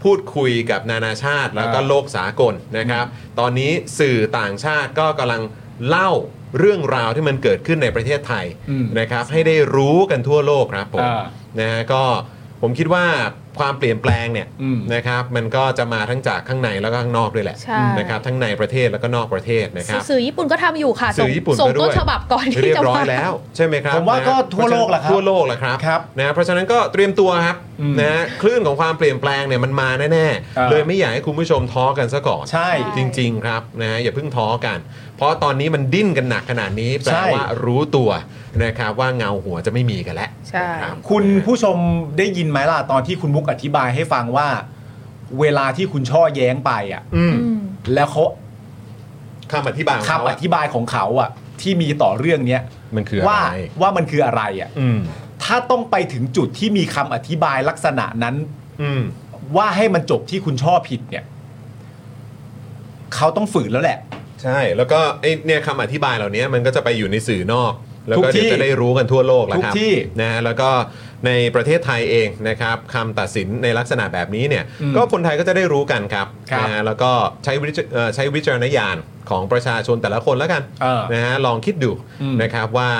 Speaker 1: พูดคุยกับนานาชาติ แล้วก็
Speaker 2: อ่า
Speaker 1: โลกสากลนะครับ ตอนนี้สื่อต่างชาติก็กำลังเล่าเรื่องราวที่มันเกิดขึ้นในประเทศไทย
Speaker 2: อืม
Speaker 1: นะครับ ให้ได้รู้กันทั่วโลกครับผม
Speaker 2: อ่า
Speaker 1: นะฮะก็ผมคิดว่าความเปลี่ยนแปลงเนี่ย
Speaker 2: อืม
Speaker 1: นะครับ มันก็จะมาทั้งจากข้างในแล้วก็ข้างนอกด้วยแหละ
Speaker 3: ใช่
Speaker 1: นะครับทั้งในประเทศแล้วก็นอกประเทศนะครับ
Speaker 3: สื่อญี่ปุ่นก็ทำอยู่ค่ะ
Speaker 1: สื่อญี่ปุ่น
Speaker 3: ส่ง
Speaker 1: มาด้
Speaker 3: ต้
Speaker 1: วน ย
Speaker 3: ฉบับก่อนที่
Speaker 1: เรีย
Speaker 3: จะ
Speaker 1: บร้อย
Speaker 3: มา (laughs)
Speaker 1: แล้วใช่ไหมครับ
Speaker 2: ผมว่าก็
Speaker 1: นะ
Speaker 2: ทั่วโลกแหละครับ
Speaker 1: ทั่วโลกแหละครับ
Speaker 2: ครับ
Speaker 1: นะเพราะฉะนั้นก็เตรียมตัวครับ
Speaker 2: อืม
Speaker 1: นะคลื่นของความเปลี่ยนแปลงเนี่ยมันมาแน่
Speaker 2: อ่า
Speaker 1: ๆเลยไม่อยากให้คุณผู้ชมท้อกันซะก่อน
Speaker 2: ใช่
Speaker 1: จริง ๆ ครับนะฮะอย่าเพิ่งท้อกัน เพราะตอนนี้มันดิ้นกันหนักขนาดนี้แปล
Speaker 2: ใช่
Speaker 1: ว่ารู้ตัวนะครับว่าเงาหัวจะไม่มีกันแล้ว
Speaker 5: ใช่
Speaker 1: รับ
Speaker 2: คุณผู้ชมได้ยินไหมล่ะ ตอนที่คุณมุกอธิบายให้ฟังว่า เวลาที่คุณช่อแย้งไปอ่ะ
Speaker 1: อืม
Speaker 3: อืม
Speaker 2: แล้วเขา
Speaker 1: คำอธิบายของเขา
Speaker 2: คำอ
Speaker 1: อะ
Speaker 2: ธิบายของเขาอ่ะ ที่มีต่อเรื่องเนี้ย
Speaker 1: มันคือ
Speaker 2: ว่า
Speaker 1: อะไร
Speaker 2: ว่ามันคืออะไรอ่ะ
Speaker 1: อืม
Speaker 2: ถ้าต้องไปถึงจุดที่มีคำอธิบายลักษณะนั้น
Speaker 1: อืม
Speaker 2: ว่าให้มันจบที่คุณช่อผิดเนี่ย เขาต้องฝืนแล้วแหละ
Speaker 1: ใช่แล้วก็ไอเนี่ยคำอธิบายเหล่านี้มันก็จะไปอยู่ในสื่อนอก แล้วก็
Speaker 2: ทุกที่
Speaker 1: เดี๋ยวจะได้รู้กันทั่วโลกแล้วครับ
Speaker 2: ทุกที่
Speaker 1: นะฮะแล้วก็ในประเทศไทยเองนะครับคำตัดสินในลักษณะแบบนี้เนี่ย
Speaker 2: อืม
Speaker 1: ก็คนไทยก็จะได้รู้กันครับ
Speaker 2: ครับ
Speaker 1: นะฮะแล้วก็ใช้วิจเอ่อใช้วิจารณญาณของประชาชนแต่ละคนแล้วกัน
Speaker 2: เออ
Speaker 1: นะฮะลองคิดดู
Speaker 2: อืม
Speaker 1: นะครับว่า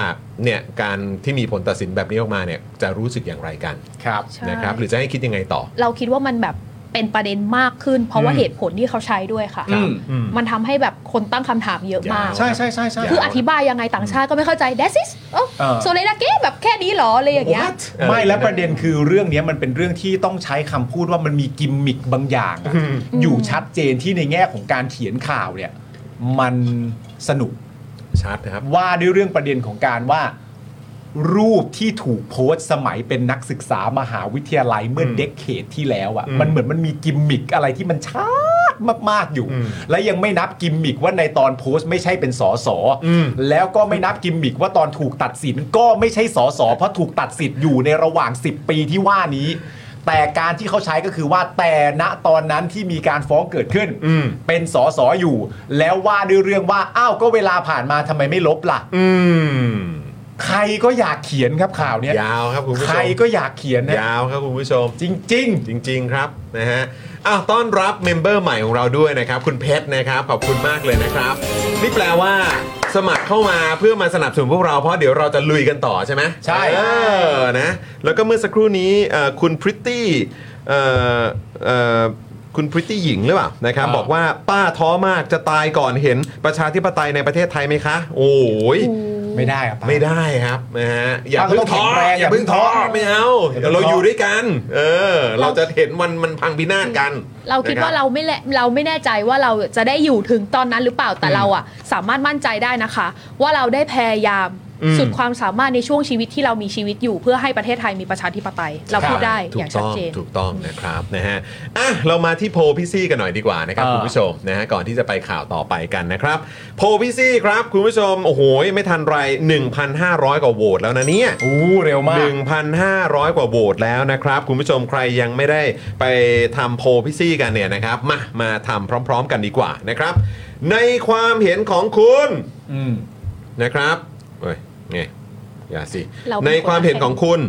Speaker 1: เนี่ยการที่มีผลตัดสินแบบนี้ออกมาเนี่ยจะรู้สึกอย่างไรกัน
Speaker 2: ครับ
Speaker 3: ใช่
Speaker 1: นะครับหรือจะให้คิดยังไงต่อ
Speaker 3: เราคิดว่ามันแบบเป็นประเด็นมากขึ้น เพราะว่า
Speaker 2: อืม
Speaker 3: เหตุผลที่เขาใช้ด้วยค่ะ
Speaker 2: อืม
Speaker 1: อืม
Speaker 3: มันทำให้แบบคนตั้งคำถามเยอะมาก
Speaker 2: ใช่ใช่ใช่ใช่
Speaker 3: คืออธิบายยังไงต่างชาติก็ไม่เข้าใจ that is โอ้
Speaker 2: เออ
Speaker 3: โซเลนาเก้แบบแค่นี้เหรออะไรอย่างเงี้ย
Speaker 1: What?
Speaker 2: ไม่แล้วประเด็นคือเรื่องเนี้ยมันเป็นเรื่องที่ต้องใช้คำพูดว่ามันมีกิมมิกบางอย่างอะอยู่ชัดเจนที่ในแง่ของการเขียนข่าวเนี่ย มันสนุก
Speaker 1: ชัดนะครับ
Speaker 2: ว่าด้วยเรื่องประเด็นของการว่า รูปที่ถูกโพสต์สมัยเป็นนักศึกษามหาวิทยาลัยเมื่ออ
Speaker 1: ม
Speaker 2: เด็กเคดที่แล้วอะ่ะ
Speaker 1: อืม
Speaker 2: มันเหมือนมันมีกิมมิกอะไรที่มันชัดมากๆอยู่
Speaker 1: อืม
Speaker 2: และยังไม่นับกิมมิกว่าในตอนโพสต์ไม่ใช่เป็นสอสออ
Speaker 1: ม
Speaker 2: แล้วก็ไม่นับกิมมิกว่าตอนถูกตัดสินก็ไม่ใช่สอสอเพราะถูกตัดสิทธิ์อยู่ในระหว่าง 10 ปีที่ว่านี้ แต่การที่เขาใช้ก็คือว่าแต่ณตอนนั้นที่มีการฟ้องเกิดขึ้น
Speaker 1: อืม
Speaker 2: เป็นสอสออยู่ แล้วว่าด้วยเรื่องว่าอ้าวก็เวลาผ่านมาทำไมไม่ลบล่ะ
Speaker 1: อืม
Speaker 2: ใครก็อยากเขียนครับข่าวเนี้ย
Speaker 1: ยาวครับคุณผู้ชม
Speaker 2: ใครก็อยากเขียนนะ
Speaker 1: ยาวครับคุณผู้ชม
Speaker 2: จริง
Speaker 1: จริง ๆ ครับนะฮะอ้าวต้อนรับเมมเบอร์ใหม่ของเราด้วยนะครับ คุณเพชรนะครับ ขอบคุณมากเลยนะครับ นี่แปลว่า สมัครเข้ามาเพื่อมาสนับสนุนพวกเราเพราะเดี๋ยวเราจะลุยกันต่อใช่ไหม
Speaker 2: ใช่
Speaker 1: เออนะแล้วก็เมื่อสักครู่นี้เอ่อคุณพริตตี้เอ่อเอ่อคุณพริตตี้หญิงหรือเปล่านะครับบอกว่าป้าท้อมากจะตายก่อนเห็นประชาธิปไตยในประเทศไทยไหมคะ โอ้ย
Speaker 2: ๆ ไม่ได้ครับ
Speaker 1: ไม่ได้ครับนะฮะอย่า
Speaker 2: ตั้ง
Speaker 1: เพิ่ง
Speaker 2: ต้อง
Speaker 1: ท้อ
Speaker 2: แข็งแรง
Speaker 1: อย่าเพิ่
Speaker 2: อ
Speaker 1: ง
Speaker 2: ย่าเพิ่ง
Speaker 1: ท้อ
Speaker 2: ท้อ
Speaker 1: ไม่เอา
Speaker 2: อย่าเพิ่ง
Speaker 1: เรา
Speaker 2: ท้อ
Speaker 1: อ
Speaker 2: อ
Speaker 1: ยู่ด้วยกัน เออ เราจะเห็นวันมันพังพินาศกัน
Speaker 3: เราคิดว่า
Speaker 1: นะ
Speaker 3: เราไม่แลเราไม่แน่ใจว่าเราจะได้อยู่ถึงตอนนั้นหรือเปล่าแต่เราอะสามารถมั่นใจได้นะคะ ว่าเราได้พยายามสุดความสามารถในช่วงชีวิตที่เรามีชีวิตอยู่ เพื่อให้ประเทศไทยมีประชาธิปไตย เรา
Speaker 1: ค
Speaker 3: พู
Speaker 1: รับ
Speaker 3: ดได้
Speaker 1: ถู
Speaker 3: อย่าง
Speaker 1: ก
Speaker 3: ชั
Speaker 1: ต้
Speaker 3: ด
Speaker 1: อง
Speaker 3: เจน
Speaker 1: ถูกต้องนะครับนะฮะอ่ะเรามาที่โพลพี่ซี่กันหน่อยดีกว่านะครับ
Speaker 2: เออ
Speaker 1: คุณผู้ชมนะฮะก่อนที่จะไปข่าวต่อไปกันนะครับ โพลพี่ซี่ครับคุณผู้ชมโอ้โหไม่ทันไร 1,500 กว่าโหวตแล้วนะเนี่ย
Speaker 2: โอ้เร็วมาก
Speaker 1: 1,500 กว่าโหวตแล้วนะครับ คุณผู้ชมใครยังไม่ได้ไปทำโพลพี่ซี่กันเนี่ยนะครับ มามาทำพร้อม ๆ กันดีกว่านะครับ ในความเห็นของคุณ
Speaker 2: อืม
Speaker 1: นะครับเอ้ยไงอย่าสิ
Speaker 3: เราเป็นคน
Speaker 1: ในความเห็นของคุณ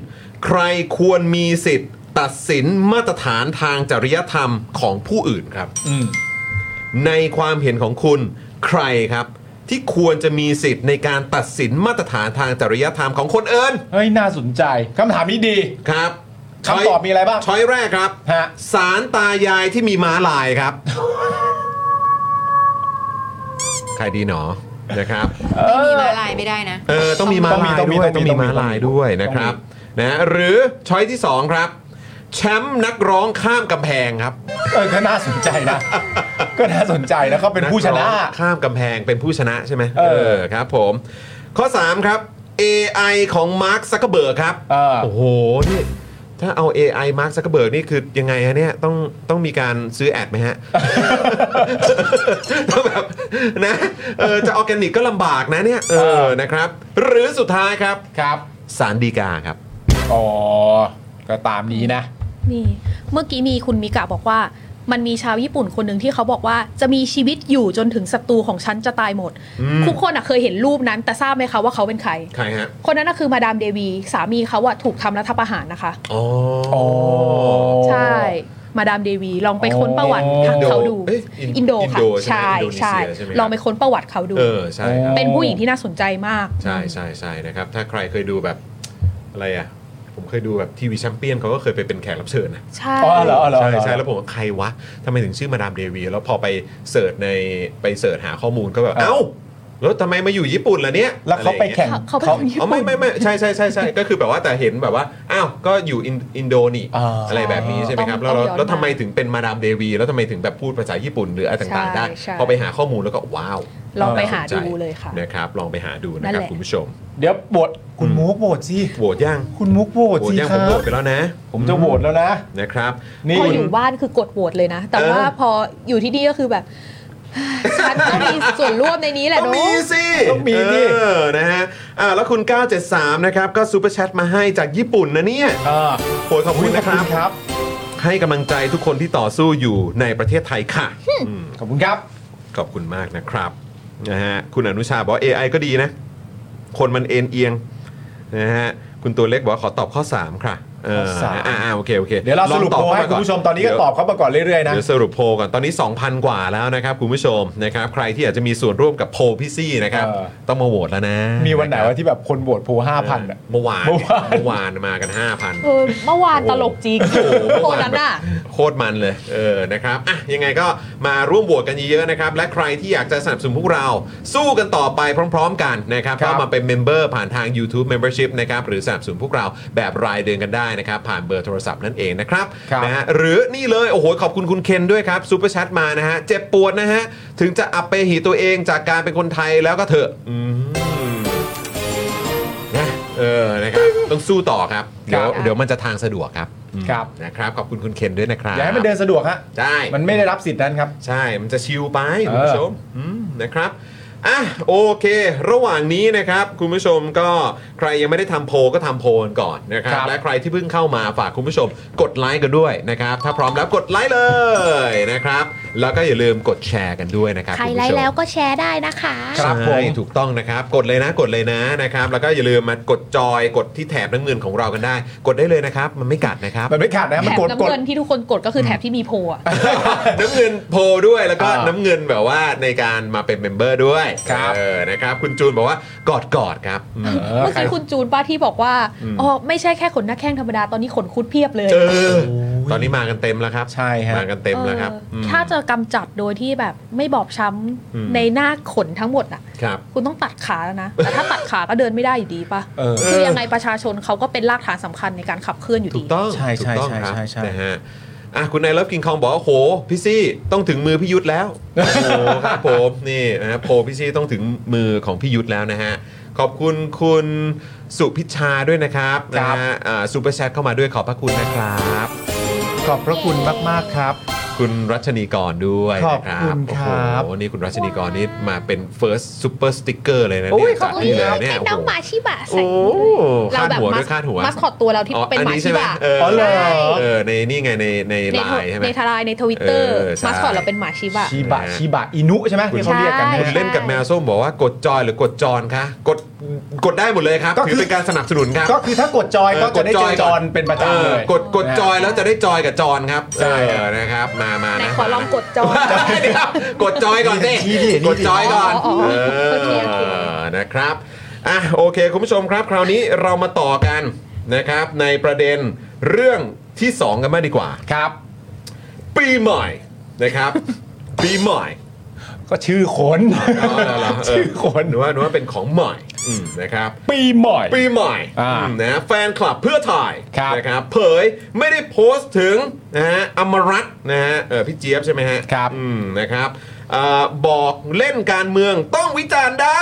Speaker 1: ใครควรมีสิทธิ์ ตัดสินมาตรฐานทางจริยธรรมของผู้อื่นครับ
Speaker 2: อืม
Speaker 1: ในความเห็นของคุณใครครับ ที่ควรจะมีสิทธิ์ในการตัดสินมาตรฐานทางจริยธรรมของคนอื่น
Speaker 2: เฮ้ย น่าสนใจคำถามนี้ดี
Speaker 1: ครับ
Speaker 2: คำตอบมีอะไรบ้าง
Speaker 1: ช้อยแรกครับ
Speaker 2: ฮะ
Speaker 1: สารตายายที่มีม้าลายครับ ใครดีหนอ นะครับ
Speaker 7: ไม่มีมาลายไม่ได้นะ
Speaker 1: เออต้องมีม้าลาย
Speaker 2: ต้องมี
Speaker 1: ด้วย
Speaker 2: ต้
Speaker 1: ต้อ
Speaker 2: อง งมี
Speaker 1: มีม้าลายด้วย
Speaker 2: ต้องมี
Speaker 1: นะครับนะหรือช้อยที่สองครับ แชมป์นักร้องข้ามกำแพงครับ
Speaker 2: เออก็น่าสนใจนะ (laughs) ก็น่าสนใจนะเขาเป็นผู้ชนะ
Speaker 1: กร้องข้ามกำแพงเป็นผู้ชนะใช่ไหม
Speaker 2: เออ
Speaker 1: ครับผม ข้อ 3 ครับ AI ของมาร์คซักเบิร์กครับ
Speaker 2: เออ
Speaker 1: โอ้โหนี่ถ้าเอา AI มาร์คซักเบิร์กนี่คือยังไงฮะเนี่ยต้องต้องมีการซื้อแอดไหมฮะ (laughs) ต้องแบบนะเออจะออร์แกนิกก็ลำบากนะเนี่ยเอ
Speaker 2: เอ
Speaker 1: อ
Speaker 2: อ
Speaker 1: นะครับ หรือสุดท้ายครับ
Speaker 2: ครับ
Speaker 1: สารดีกาครับ
Speaker 2: อ๋อ ก็ตามนี้นะ
Speaker 3: นี่เมื่อกี้มีคุณมิกะบอกว่า มันมีชาวญี่ปุ่นคนหนึ่งที่เขาบอกว่าจะมีชีวิตอยู่จนถึงศัตรูของฉันจะตายหมด
Speaker 1: อืม
Speaker 3: ทุกคนอะเคยเห็นรูปนั้น แต่ทราบไหมคะว่าเขาเป็นใคร
Speaker 1: ใครฮะ
Speaker 3: คนนั้นน่ะคือมาดามเดวี สามีเขาอะถูกทำรัฐประหารนะคะ
Speaker 1: อ๋อ
Speaker 2: อ๋อ
Speaker 3: ใช่ มาดามเดวีลองไปค้นประวัติ
Speaker 2: อ๋อ
Speaker 3: ทางเขาดู
Speaker 1: เอ้ย
Speaker 3: อินโดค่ะ
Speaker 1: ใช่ไหมอินโดนี
Speaker 3: ใช่
Speaker 1: เซียใช่ไหมครับ
Speaker 3: ลองไปค้นประวัติเขาดู
Speaker 1: เออใช่ครับ
Speaker 3: เป็นผู้หญิงที่น่าสนใจมาก
Speaker 1: ใช่ใช่ใช่นะครับ ถ้าใครเคยดูแบบอะไรอ่ะ ผมเคยดูแบบทีวีแชมเปี้ยนเขาก็เคยไปเป็นแขกรับเชิญนะ
Speaker 3: ใช่
Speaker 2: อ๋อเหรอเหรอ
Speaker 1: ใช่
Speaker 2: เหรอ
Speaker 1: ใช่แล้วผมว่าใครวะทำไมถึงชื่อมาดามเดวีแล้วพอไปเสิร์ชในไปเสิร์ชหาข้อมูลก็แบบ
Speaker 2: เออ
Speaker 1: เอ้า แล้วทำไมมาอยู่ญี่ปุ่นล่ะเนี่ย
Speaker 2: แล้วเขาไปแข่ง
Speaker 3: เขาเป็นคนญี่
Speaker 1: อ๋อ
Speaker 3: ปุ่
Speaker 1: ไม่
Speaker 3: น
Speaker 1: ไม่ไม่ใช่ใช่ใช่ใช่
Speaker 2: (laughs)
Speaker 1: ก็คือแบบว่าแต่เห็นแบบว่าอ้าวก็อยู่อินอินโดนี
Speaker 2: อ่า
Speaker 1: อะไรแบบนี้ใช่ไหมครับ
Speaker 3: ต้
Speaker 1: แล้
Speaker 3: อ
Speaker 1: ว
Speaker 3: ง
Speaker 1: แล้วแล้ว
Speaker 3: ต้องย้อน
Speaker 1: ทำไมถึงเป็นมาดามเดวีแล้วทำไมถึงแบบพูดภาษาญี่ปุ่นหรืออะไรต่างๆได้
Speaker 3: ใช่ใช่
Speaker 1: พอไปหาข้อมูลแล้วก็ว้าว
Speaker 3: ลองไปหา
Speaker 1: น่สนใจ
Speaker 3: ดูเลยค่ะ
Speaker 1: นะครับลองไปหาดูนะ
Speaker 3: นั่น
Speaker 1: ครับ
Speaker 3: แหละ
Speaker 1: คุณผู้ชม
Speaker 2: เดี๋ยวโหวตคุณมุกโหวตสิ
Speaker 1: โหวตยัง
Speaker 2: คุณมุกโหวต
Speaker 1: โหวต
Speaker 2: สิ
Speaker 1: ยัง
Speaker 2: ค
Speaker 1: ผม
Speaker 2: รั
Speaker 1: โหว
Speaker 2: บ
Speaker 1: ตไปแล้วนะ
Speaker 2: ผมจะโหวตแล้วนะ
Speaker 1: นะครับ
Speaker 2: นี่
Speaker 3: พออยู่บ้านคือกดโหวตเลยนะ แต่ว่า
Speaker 1: เออ
Speaker 3: พออยู่ที่นี่ก็คือแบบ (sighs) ฉันก็มีส่วนร่วมในนี้แหละ
Speaker 1: ต้อง
Speaker 3: เนาะ
Speaker 1: มีสิ
Speaker 2: ต้องมีดิ
Speaker 1: เออนะฮะอ่าแล้วคุณ 973 นะครับ ก็ซูเปอร์แชทมาให้จากญี่ปุ่นนะเนี่ย
Speaker 2: เออ
Speaker 1: โอ้ยขอบคุณนะค
Speaker 2: ข
Speaker 1: รั
Speaker 2: อบ บครับ
Speaker 1: ให้กำลังใจทุกคนที่ต่อสู้อยู่ในประเทศไทยค่ะ
Speaker 2: ขอบคุณครับ
Speaker 1: ขอบคุณมากนะครับนะฮะคุณอนุชาบอกว่า AI ก็ดีนะ คนมันเอ็นเอียงนะฮะคุณตัวเล็กบอกว่าขอตอบข้อ 3 ค่ะเออ
Speaker 2: ข้อสาม
Speaker 1: อ่าอ่าโอเคโอเค
Speaker 2: เดี๋ยวเราสรุป
Speaker 1: ลอง
Speaker 2: โพ
Speaker 1: ต
Speaker 2: ล
Speaker 1: อบ
Speaker 2: ให้
Speaker 1: เข้าา
Speaker 2: คุณ
Speaker 1: อน
Speaker 2: ผู้ชมตอนนี้ก็ตอบเข้ามาก่อนเรื่อยๆนะ
Speaker 1: เดี๋ยวสรุปโพลกันตอนนี้ 2,000 กว่าแล้วนะครับคุณผู้ชมนะครับใครที่อยากจะมีส่วนร่วมกับโพลพี่ซี่นะครับ
Speaker 2: เออ
Speaker 1: ต้องมาโหวตแล้วนะ
Speaker 2: มีวันไหนวะที่แบบคนโหวตโพห้า
Speaker 1: เอ
Speaker 2: พัน
Speaker 1: อ
Speaker 2: อะ
Speaker 1: เมื่อวาน
Speaker 2: เมื่อวาน
Speaker 1: เมื่อวานมากัน 5,000
Speaker 3: เออเมื่อวานตลกจริง
Speaker 1: โอ้โห
Speaker 3: โค
Speaker 1: เมื่อวา
Speaker 3: นั้นน่ะ
Speaker 1: แบบโคตรมันเลย เออ นะครับ อ่ะ ยังไงก็มาร่วมโหวตกันเยอะๆ นะครับ และใครที่อยากจะสนับสนุนพวกเรา สู้กันต่อไปพร้อม ๆ กันนะครับ
Speaker 2: ครั
Speaker 1: ก็
Speaker 2: บ
Speaker 1: มาเป็นเมมเบอร์ผ่านทาง YouTube Membership นะครับ หรือสนับสนุนพวกเราแบบรายเดือนกันได้นะครับ ผ่านเบอร์โทรศัพท์นั่นเองนะครับ
Speaker 2: ครับ
Speaker 1: นะฮะ หรือนี่เลย โอ้โห ขอบคุณคุณเคนด้วยครับซูเปอร์แชทมานะฮะ เจ็บปวดนะฮะ ถึงจะอับไปหีตัวเองจากการเป็นคนไทยแล้วก็เถอะ อืม นะเออนะครับ ต้องสู้ต่อครับ เดี๋ยว
Speaker 2: ครับ
Speaker 1: เดี๋ยวมันจะทางสะดวกครับอืม
Speaker 2: ครับ
Speaker 1: นะครับ ขอบคุณคุณเคนด้วยนะครับ
Speaker 2: อย่าให้มันเดินสะดวกฮะ
Speaker 1: ได้
Speaker 2: มันไม่ได้รับสิทธิ์นั้นครับ
Speaker 1: ใช่มันจะชิลไปคุณผู้ชมมนะครับ อ่ะโอเค ระหว่างนี้นะครับคุณผู้ชมก็ใครยังไม่ได้ทำโพลก็ทำโพลกันก่อนนะครับ
Speaker 2: ครับ
Speaker 1: และใครที่เพิ่งเข้ามาฝากคุณผู้ชมกดไลค์กันด้วยนะครับ ถ้าพร้อมแล้วกดไลค์เลยนะครับ แล้วก็อย่าลืมกดแชร์กันด้วยนะครับ
Speaker 9: ใคร
Speaker 1: ณ
Speaker 9: ไล
Speaker 1: ผู้ชม
Speaker 9: ค์แล้วก็แชร์ได้นะคะ
Speaker 2: ครับผ
Speaker 1: ใช่
Speaker 2: ม
Speaker 1: ถูกต้องนะครับ กดเลยนะกดเลยนะนะครับ แล้วก็อย่าลืมมากดจอยกดที่แถบน้ำเงินของเรากันได้ กดได้เลยนะครับ มันไม่กัดนะครับ
Speaker 2: มันไม่ขาดนะมัน
Speaker 3: แถบ
Speaker 2: กด
Speaker 3: น้ำ
Speaker 2: กด
Speaker 3: เงินที่ทุกคนกดก็คือแถบที่มีโพลอะ
Speaker 1: (laughs) น้ำเงินโพลด้วยแล้วก็
Speaker 2: อ่า
Speaker 1: น้ำเงินแบบว่าในการมาเป็นเมมเบอร์ด้วย
Speaker 2: ครับ
Speaker 1: เออนะครับ คุณจูนบอกว่ากอดกอดๆครับอืม
Speaker 2: เออ
Speaker 3: เมื่อ
Speaker 2: ใคร
Speaker 3: กี้คุณจูนป้าที่บอกว่าอ๋อไม่ใช่แค่ขนหน้าแข้งธรรมดาตอนนี้ขนคุดเพียบเลย
Speaker 1: เออ ตอนนี้มากันเต็มแล้วครับ
Speaker 2: ใช่ฮะ
Speaker 1: มากันเต็มแล้วครับ
Speaker 3: เอออ
Speaker 1: ม
Speaker 3: ถ้าจะกำจัดโดยที่แบบไม่บอบช้
Speaker 1: อืม
Speaker 3: ำในหน้าขนทั้งหมดอ่ะ
Speaker 1: ครับ
Speaker 3: คุณต้องตัดขาแล้วนะ แต่ถ้าตัดขาก็เดินไม่ได้อยู่ดีปะ
Speaker 2: เออ
Speaker 3: คือยังไงประชาชนเขาก็เป็นรากฐานสำคัญในการขับเคลื่อนอยู่
Speaker 1: ถู
Speaker 3: ดี
Speaker 1: กต้อง
Speaker 2: ใช่ใช่
Speaker 1: ถูกต้องครับ
Speaker 2: ใช่ใช่ใช่
Speaker 1: นะฮะอ่ะคุณนายเลิฟกินคองบอกว่าโหพี่ซี่ต้องถึงมือพี่ยุทธแล้วโอ้โหครับผมนี่นะฮะโพลพี่ซี่ต้องถึงมือของพี่ยุทธแล้วนะฮะขอบคุณคุณสุพิชชาด้วยนะครับ
Speaker 2: ค
Speaker 1: นะ
Speaker 2: รับ
Speaker 1: ฮะอ่าซูเปอร์แชทเข้ามาด้วยขอบพระคุณนะครับ
Speaker 2: ขอบพระคุณมาก ๆ ครับ
Speaker 1: คุณรัชนีกรด้วย
Speaker 2: ขอบ
Speaker 1: นะ
Speaker 2: คุณครับ
Speaker 1: โอ้โหนี่คุณรัชนีกรนี่มาเป็น first super sticker เลยนะ
Speaker 2: โอ้
Speaker 1: เนี่ย ย
Speaker 2: ข
Speaker 1: จาก
Speaker 2: อบคุณ
Speaker 1: นี่เลยเนี่ย
Speaker 9: เป็นน้องหมาชิบะใส่
Speaker 1: โอ้โห
Speaker 3: เรา
Speaker 1: คาด
Speaker 3: แบบ
Speaker 1: หัว
Speaker 3: มั
Speaker 1: ด้วยคาดหัว
Speaker 3: มัสคอตตัวเราที่
Speaker 1: อ๋อ
Speaker 3: เป็นหมา
Speaker 1: อั
Speaker 3: ชิ
Speaker 1: ใไห
Speaker 3: บะ
Speaker 1: เออ
Speaker 2: อ๋อเหรอ
Speaker 1: เออในนี่ไงในใน
Speaker 3: ใน
Speaker 1: ไลน์ใช่ไหม
Speaker 3: ในทลายในทวิตเตอร์
Speaker 1: เออใช่
Speaker 3: มัสคอตเราเป็นหมาชิบะ
Speaker 2: ชิบะชิบะอินุใช่ไหมที่เขาเรียกกัน
Speaker 1: คุณ
Speaker 2: เนี่ย
Speaker 1: เล่นกับแมวส้มบอกว่ากดจอยหรือกดจอนคะกดกดได้หมดเลยครับ
Speaker 2: ก็คือ
Speaker 1: ถือเป็นการสนับสนุนครับ
Speaker 2: ก็คือถ้ากดจอย
Speaker 1: เออ
Speaker 2: ก็จะได้เจ
Speaker 1: กดจอ
Speaker 2: อย จอนเป็นประ
Speaker 1: เอ
Speaker 2: จำเล
Speaker 1: อย กดกดจอยแล้วจะได้จอยกับจอนครับ
Speaker 2: ใช่
Speaker 1: เออนะครับมามา
Speaker 3: ไหน
Speaker 1: นะ
Speaker 3: ขอลองกดจอ
Speaker 1: (laughs) เดี๋ยวกดจอยก่อนสิ
Speaker 2: ชี้ดิ
Speaker 1: กดจอยก่อน
Speaker 3: อ๋ออ๋อ
Speaker 1: เออ
Speaker 3: โอเคโอเค
Speaker 1: นะครับอ่ะโอเค คุณผู้ชมครับ คราวนี้เรามาต่อกันนะครับ ในประเด็นเรื่องที่ 2 กันมากดีกว่า
Speaker 2: ครับ
Speaker 1: ปีใหม่นะครับ (laughs) ปีใหม่
Speaker 2: ก็ชื่อคน
Speaker 1: เอาละละเ
Speaker 2: ชื่อคน
Speaker 1: หนูว่าหนูว่าเป็นของใหม่อืมนะครับ
Speaker 2: ปีใหม่
Speaker 1: ปีใหม่
Speaker 2: อ่า
Speaker 1: อืมนะแฟนคลับเพื่อถ่าย
Speaker 2: ครับ
Speaker 1: นะครับเผยไม่ได้โพสต์ถึงนะฮะอมรัตน์นะฮะเออพี่เจี๊ยบใช่ไหมฮะ
Speaker 2: ครับ
Speaker 1: อืมนะครับเอ่อบอกเล่นการเมืองต้องวิจารณ์ได้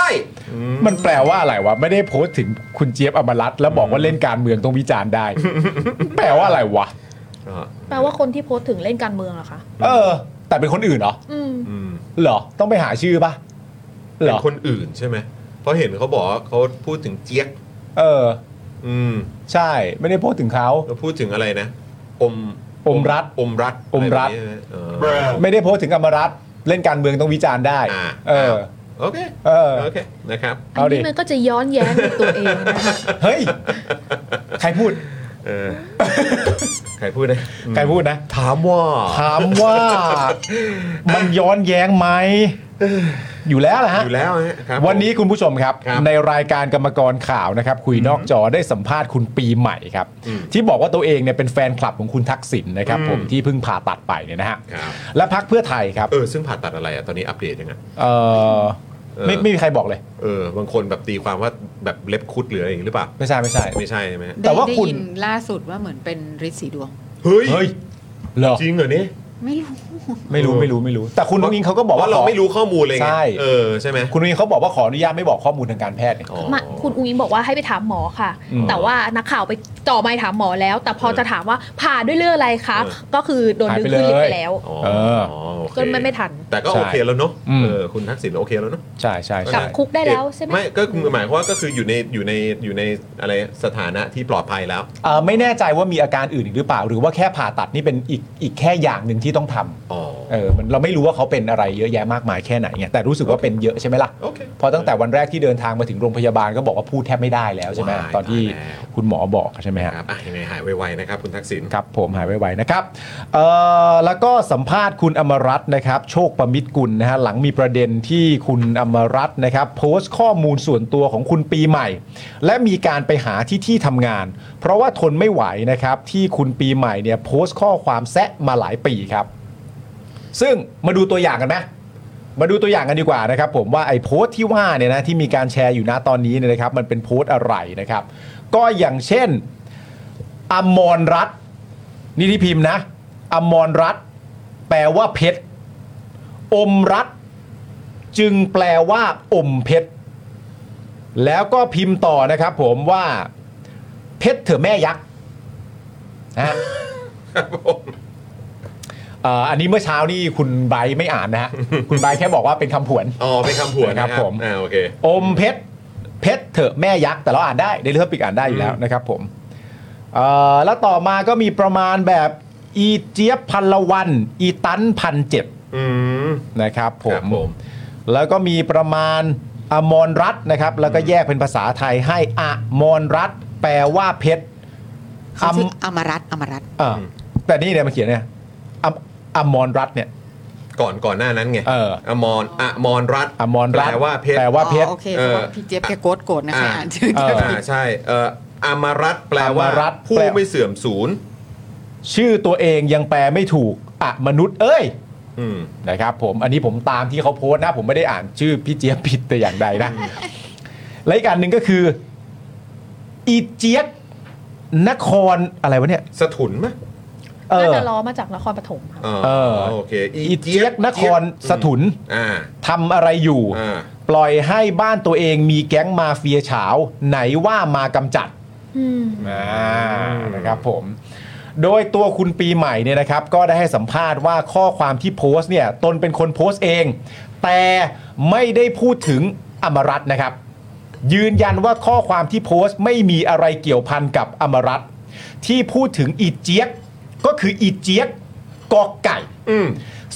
Speaker 2: มันแปลว่าอะไรวะ ไม่ได้โพสต์ถึงคุณเจี๊ยบอมรัตน์แล้วบอกว่าเล่นการเมืองต้องวิจารณ์
Speaker 1: (laughs)
Speaker 2: ได้ แปลว่าอะไรวะ
Speaker 3: แปลว่าคนที่โพสต์ถึงเล่นการเมืองเหรอคะ
Speaker 2: เออ แต่เป็นคนอื่นเหรอ
Speaker 3: อืม
Speaker 1: อืม
Speaker 2: เหรอ ต้องไปหาชื่อปะเหร
Speaker 1: เป็น
Speaker 2: อ
Speaker 1: คนอื่นใช่ไหมเพราะเห็นเขาบอกว่าเขาพูดถึงเจี๊ยบ
Speaker 2: เออ
Speaker 1: อืม
Speaker 2: ใช่ไม่ได้โพสต์ถึงเขา
Speaker 1: แล้วพูดถึงอะไรนะอม
Speaker 2: อมรัตน์
Speaker 1: อมรัตน์
Speaker 2: อมรัตน์
Speaker 1: ะไแบบนี้ใช่ไหเออ
Speaker 2: ไม่ได้โพสต์ถึงอมรัตน์เล่นการเมืองต้องวิจารณ์ได้
Speaker 1: อ่า
Speaker 2: เออ
Speaker 1: โอเค
Speaker 2: เออ
Speaker 1: โอเคนะครับ
Speaker 3: อั
Speaker 2: เอา
Speaker 3: น
Speaker 2: ดิ
Speaker 3: นี้มันก็จะย้อนแย้งกับตัวเองนะคะ
Speaker 2: เฮ้ย ใครพูด
Speaker 1: เออ ใครพูดนะ
Speaker 2: ใครพูดนะ
Speaker 1: ถามว่า
Speaker 2: ถาม
Speaker 1: (laughs)
Speaker 2: ว่ามันย้อนแย้งไหม อยู่แล้วแหละฮะ
Speaker 1: อยู่แล้วฮะครับผม
Speaker 2: วันนี้คุณผู้ชมครับ
Speaker 1: ครับ
Speaker 2: ในรายการกรรมกรข่าวนะครับ คุยนอกจอได้สัมภาษณ์คุณปีใหม่ครับ
Speaker 1: อืม
Speaker 2: ที่บอกว่าตัวเองเนี่ยเป็นแฟนคลับของคุณทักษิณนะครับ
Speaker 1: อืม
Speaker 2: ผมที่เพิ่งผ่าตัดไปเนี่ยนะฮะ
Speaker 1: ครับ
Speaker 2: และพักเพื่อไทยครับ
Speaker 1: เออ ซึ่งผ่าตัดอะไรอะตอนนี้อัปเดตยังไง
Speaker 2: เออไม่
Speaker 1: เออ
Speaker 2: ไม่มีใครบอกเลย
Speaker 1: เออบางคนแบบตีความว่าแบบเล็บคุดหรืออะไรอย่างนี้หรือเปล่า
Speaker 2: ไม่ใช่ไม่ใช่
Speaker 1: ไม่ใช่ใช่ไหมฮะ
Speaker 2: แต่ว่า
Speaker 7: ได้
Speaker 2: คุณ
Speaker 7: ยินล่าสุดว่าเหมือนเป็นฤทธิ์สีดวง
Speaker 1: เฮ้ย
Speaker 2: เฮ้ยเหรอ
Speaker 1: จริงเหรอเนี่ย
Speaker 7: ไม่รู้
Speaker 2: ไม่รู้ไม่รู้ไม่รู้ แต่คุณนุ้งอิงเขาก็บอก
Speaker 1: ว่า
Speaker 2: ว่า
Speaker 1: เราไม่
Speaker 2: ขอ
Speaker 1: รู้ข้อมูลเลยไง
Speaker 2: ใช่
Speaker 1: เออใช่ไหม
Speaker 2: คุณนุ้งอิงเขาบอกว่าขออนุญาตไม่บอกข้อมูลทางการแพทย์เนี่ย
Speaker 1: อ๋อ
Speaker 3: มาคุณอุ้งอิงบอกว่าให้ไปถามหมอค่ะ
Speaker 2: อืม
Speaker 3: แต่ว่านักข่าวไปจ่อไมค์ถามหมอแล้ว แต่พอ
Speaker 1: เออ
Speaker 3: จะถามว่าผ่าด้วยเรื่องอะไรคะ
Speaker 1: เออ
Speaker 3: ก็คือโดนดึงขึ้นลิฟต์ไปแล้ว
Speaker 1: อ๋อ
Speaker 2: เออ
Speaker 1: โอเค
Speaker 3: ก็ไม่ไม่ทัน
Speaker 1: แต่ก็โอเคแล้วเนาะ
Speaker 2: อืม
Speaker 1: เออคุณทักษิณโอเคแล้วเนาะ
Speaker 2: ใช่ใช่
Speaker 3: กลั
Speaker 2: ใช่
Speaker 3: บคุกได้แล้วใช่ไหม
Speaker 1: ไม่ก็คือหมายความว่าก็คืออยู่ในอยู่ในอยู่ในอะไรสถานะที่ปลอดภัยแล้ว
Speaker 2: เอ่อไม่แน่ใจว่ามีอาการอื่นอีกหรือเปล่า หรือว่าแค่ผ่าตัดนี่เป็นอีกอีกแค่อย่างหนึ่งที่ต้องทำ
Speaker 1: อ๋อ
Speaker 2: เออมันเราไม่รู้ว่าเขาเป็นอะไรเยอะแยะมากมายแค่ไหนไงแต่รู้สึกว่าเป็นเยอะใช่ไหมล่ะ
Speaker 1: โอเค
Speaker 2: เพอตั้งแต่วันแรกที่เดินทางมาถึงโรงพยาบาลก็บอกว่าพูดแทบไม่ได้แล้วใช่ไหม
Speaker 1: ว้าย
Speaker 2: ตอนที่
Speaker 1: ตายแล้ว
Speaker 2: คุณหมอบอกใช่ไหมฮะ
Speaker 1: ครับอ่ะยังไงหายไวๆนะครับคุณทักษิณ
Speaker 2: ครับผมหายไวๆนะครับเอ่อแล้วก็สัมภาษณ์คุณอมรัตน์นะครับ โชคประมิตรกุลนะฮะหลังมีประเด็นที่คุณอมรัตน์นะครับ โพสต์ข้อมูลส่วนตัวของคุณปีใหม่ และมีการไปหาที่ที่ทำงาน เพราะว่าทนไม่ไหวนะครับที่คุณปีใหม่เนี่ยโพสต์ข้อความแซะมาหลายปีครับ ซึ่งมาดูตัวอย่างกันไหมมาดูตัวอย่างกันดีกว่านะครับ ผมว่าไอ้โพสต์ที่ว่าเนี่ยนะที่มีการแชร์อยู่นะตอนนี้เนี่ยนะครับ มันเป็นโพสต์อะไรนะครับ ก็อย่างเช่น อมรรัตน์นี่ที่พิมพ์นะ อมรรัตน์แปลว่าเพชร อมรัตน์จึงแปลว่า อมเพชร แล้วก็พิมพ์ต่อนะครับผมว่า เพชรเถอะแม่ยักษ์นะฮะ เอ่ออันนี้เมื่อเช้านี่คุณไบรท์ไม่อ่านนะฮะ คุณไบรท์แค่บอกว่าเป็นคำผวน
Speaker 1: อ๋อเป็นคำผวนนะครับ
Speaker 2: ครับผม
Speaker 1: อ่าโอเค
Speaker 2: อมเพชรเพชรเถอะแม่ยักษ์แต่เราอ่านได้เดลิเทอร์ปิกอ่านได้อยู่แล้วนะครับผมเอ่อแล้วต่อมาก็มีประมาณแบบอีเจี๊ยบพันละวันอีตันพันเจ็บ
Speaker 1: อืม
Speaker 2: นะครับผ
Speaker 1: ครั
Speaker 2: ม
Speaker 1: บผม
Speaker 2: แล้วก็มีประมาณอมรรัตน์นะครับ แล้วก็แยกเป็นภาษาไทยให้อมรรัตน์แปลว่าเพชร
Speaker 7: เขาชื่ออมรัตน์อมรัตน์
Speaker 2: เออแต่นี่เนี่ยมาเขียนเนี่ยอมอมรรัตน์เนี่ย
Speaker 1: ก่อนก่อนหน้านั้นไง
Speaker 2: เออ
Speaker 1: มรอมรรัตน์
Speaker 2: อมรรัตน์
Speaker 1: แปลว่าเพชร
Speaker 2: แปลว่าเพชร
Speaker 7: อ๋อโอเค
Speaker 1: เอ
Speaker 7: เพ
Speaker 1: อ
Speaker 7: ราะว่าพี่เจี๊ยบแกโกรธโกรธนะคะอ่านชื่อ
Speaker 2: เอ
Speaker 7: เจี๊ยบ
Speaker 2: อ
Speaker 1: อ่าใช่เอ่ออมรัตน์แปลว่า
Speaker 2: อมรัตน์
Speaker 1: ผู้
Speaker 2: แปล
Speaker 1: ไม่เสื่อมศูนย์
Speaker 2: ชื่อตัวเองยังแปลไม่ถูกอะมนุษย์เอ้ย
Speaker 1: อืม
Speaker 2: นะครับผมอันนี้ผมตามที่เขาโพสต์นะ ผมไม่ได้อ่านชื่อพี่เจี๊ยบผิดแต่อย่างใด
Speaker 3: (laughs)
Speaker 2: นะ และอีกอันหนึ่งก็คือ อีเจี๊ยบนครอะไรวะเนี่ย
Speaker 1: สถุนไหม
Speaker 2: เอ
Speaker 3: น่า
Speaker 2: อ
Speaker 3: จะล้อมาจากนครปฐม
Speaker 1: อ๋อ
Speaker 2: เออ
Speaker 1: โอเค
Speaker 2: อีเจี๊ยบนครสถุน
Speaker 1: อ่า
Speaker 2: ทำอะไรอยู่
Speaker 1: อ่า
Speaker 2: ปล่อยให้บ้านตัวเองมีแก๊งมาเฟียเฉาว ไหนว่ามากำจัด
Speaker 3: อืม
Speaker 2: อ่านะครับผม โดยตัวคุณปีใหม่เนี่ยนะครับ ก็ได้ให้สัมภาษณ์ว่าข้อความที่โพสต์เนี่ยตนเป็นคนโพสต์เอง แต่ไม่ได้พูดถึงอมรัตน์นะครับ ยืนยันว่าข้อความที่โพสต์ไม่มีอะไรเกี่ยวพันกับอมรัตน์ที่พูดถึงอีเจี๊ยกก็คืออีเจี๊ยกกอไก่
Speaker 1: อืม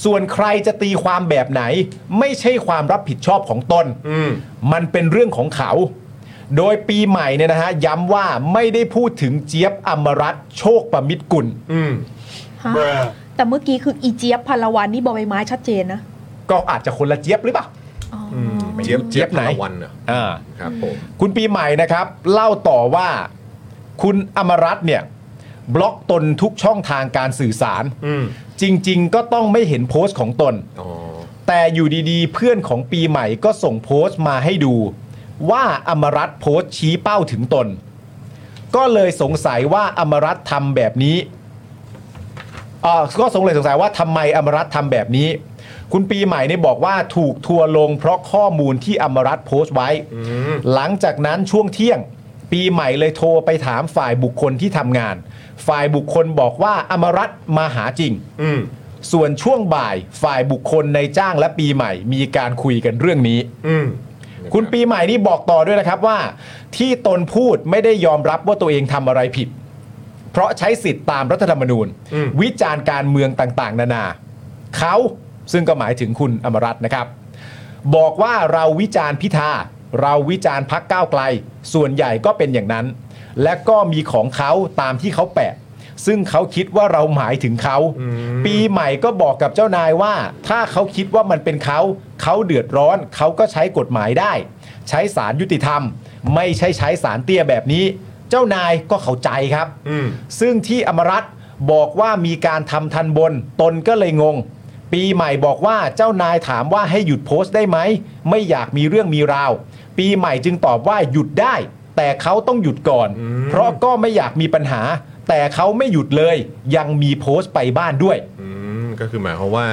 Speaker 2: ส่วนใครจะตีความแบบไหน ไม่ใช่ความรับผิดชอบของตน
Speaker 1: อืม
Speaker 2: มันเป็นเรื่องของเขา โดยปีใหม่เนี่ยนะฮะย้ำว่าไม่ได้พูดถึงเจี๊ยบอมรัตน์โชคประมิตรกุล
Speaker 1: อืม
Speaker 3: ฮะ แต่เมื่อกี้คืออีเจี๊ยบพันละวันนี่บอใบไม้ชัดเจนนะ
Speaker 2: ก็อาจจะคนละเจี๊ยบหรือเปล่า
Speaker 3: อ๋ออ
Speaker 1: อืมเจี๊ยบ
Speaker 2: เจี๊
Speaker 1: เจี๊
Speaker 2: ย
Speaker 1: ย
Speaker 2: บบ ไหน
Speaker 1: พลวันเหรอ
Speaker 2: อ่า
Speaker 1: ครับผม
Speaker 2: คุณปีใหม่นะครับ เล่าต่อว่าคุณอมรัตน์เนี่ย บล็อกตนทุกช่องทางการสื่อสาร
Speaker 1: อืม
Speaker 2: จริง ๆ ก็ต้องไม่เห็นโพสต์ของตน
Speaker 1: อ๋อ
Speaker 2: แต่อยู่ดีๆ เพื่อนของปีใหม่ก็ส่งโพสต์มาให้ดู ว่าอมรัตน์โพสต์ชี้เป้าถึงตน ก็เลยสงสัยว่าอมรัตน์ทำแบบนี้เอ่อก็สงเลยสงสัยว่าทำไมอมรัตน์ทำแบบนี้ คุณปีใหม่เนี่ยบอกว่าถูกทัวร์ลงเพราะข้อมูลที่อมรัตน์โพสต์ไว้
Speaker 1: อืม
Speaker 2: หลังจากนั้นช่วงเที่ยง ปีใหม่เลยโทรไปถามฝ่ายบุคคลที่ทำงาน ฝ่ายบุคคลบอกว่าอมรัตน์มาหาจริง
Speaker 1: อืม
Speaker 2: ส่วนช่วงบ่ายฝ่ายบุคคลในจ้างและปีใหม่ มีการคุยกันเรื่องนี้
Speaker 1: อืม
Speaker 2: คุณปีใหม่นี่บอกต่อด้วยนะครับว่า ที่ตนพูดไม่ได้ยอมรับว่าตัวเองทำอะไรผิด เพราะใช้สิทธิ์ตามรัฐธรรมนูญ
Speaker 1: อืม
Speaker 2: วิจารณ์การเมืองต่างๆ นานา เขาซึ่งก็หมายถึงคุณอมรัตน์นะครับ บอกว่าเราวิจารณ์พิธา เราวิจารณ์พักก้าวไกล ส่วนใหญ่ก็เป็นอย่างนั้น และก็มีของเขาตามที่เขาแปะ ซึ่งเขาคิดว่าเราหมายถึงเขา ปีใหม่ก็บอกกับเจ้านายว่า ถ้าเขาคิดว่ามันเป็นเขาเขาเดือดร้อน เขาก็ใช้กฎหมายได้ ใช้สารยุติธรรม ไม่ใช่ใช้สารเตี้ยแบบนี้ เจ้านายก็เข้าใจครับ
Speaker 1: อืม
Speaker 2: ซึ่งที่อมรัตน์บอกว่ามีการทำทันบน ตนก็เลยงง ปีใหม่บอกว่าเจ้านายถามว่าให้หยุดโพสต์ได้ไหม ไม่อยากมีเรื่องมีราว ปีใหม่จึงตอบว่าหยุดได้ แต่เขาต้องหยุดก่อน เพราะก็ไม่อยากมีปัญหา แต่เขาไม่หยุดเลย ยังมีโพสต์ไปบ้านด้วย
Speaker 1: อืมก็คือหมายความว่า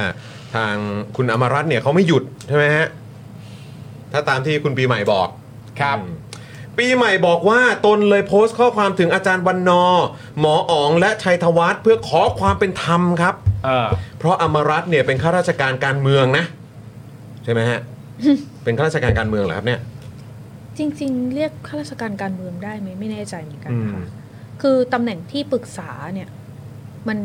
Speaker 1: ทางคุณอมรัตน์เนี่ยเขาไม่หยุดใช่ไหมฮะถ้าตามที่คุณปีใหม่บอก อืมปีใหม่บอกว่าตนเลยโพสต์ข้อความถึงอาจารย์วันนอร์หมออ๋องและชัยธวัฒน์เพื่อขอความเป็นธรรมครับ
Speaker 2: เออ
Speaker 1: เพราะอมรัตน์เนี่ยเป็นข้าราชการการเมืองนะ ใช่ไหมฮะ เป็นข้าราชการการเมืองเหรอครับเนี่ย
Speaker 3: จริง ๆ เรียกข้าราชการการเมืองได้ไหมไม่แน่ใจเหมือนกันนะ
Speaker 1: อื
Speaker 3: คะ
Speaker 1: ม
Speaker 3: คือตำแหน่งที่ปรึกษาเนี่ยมัน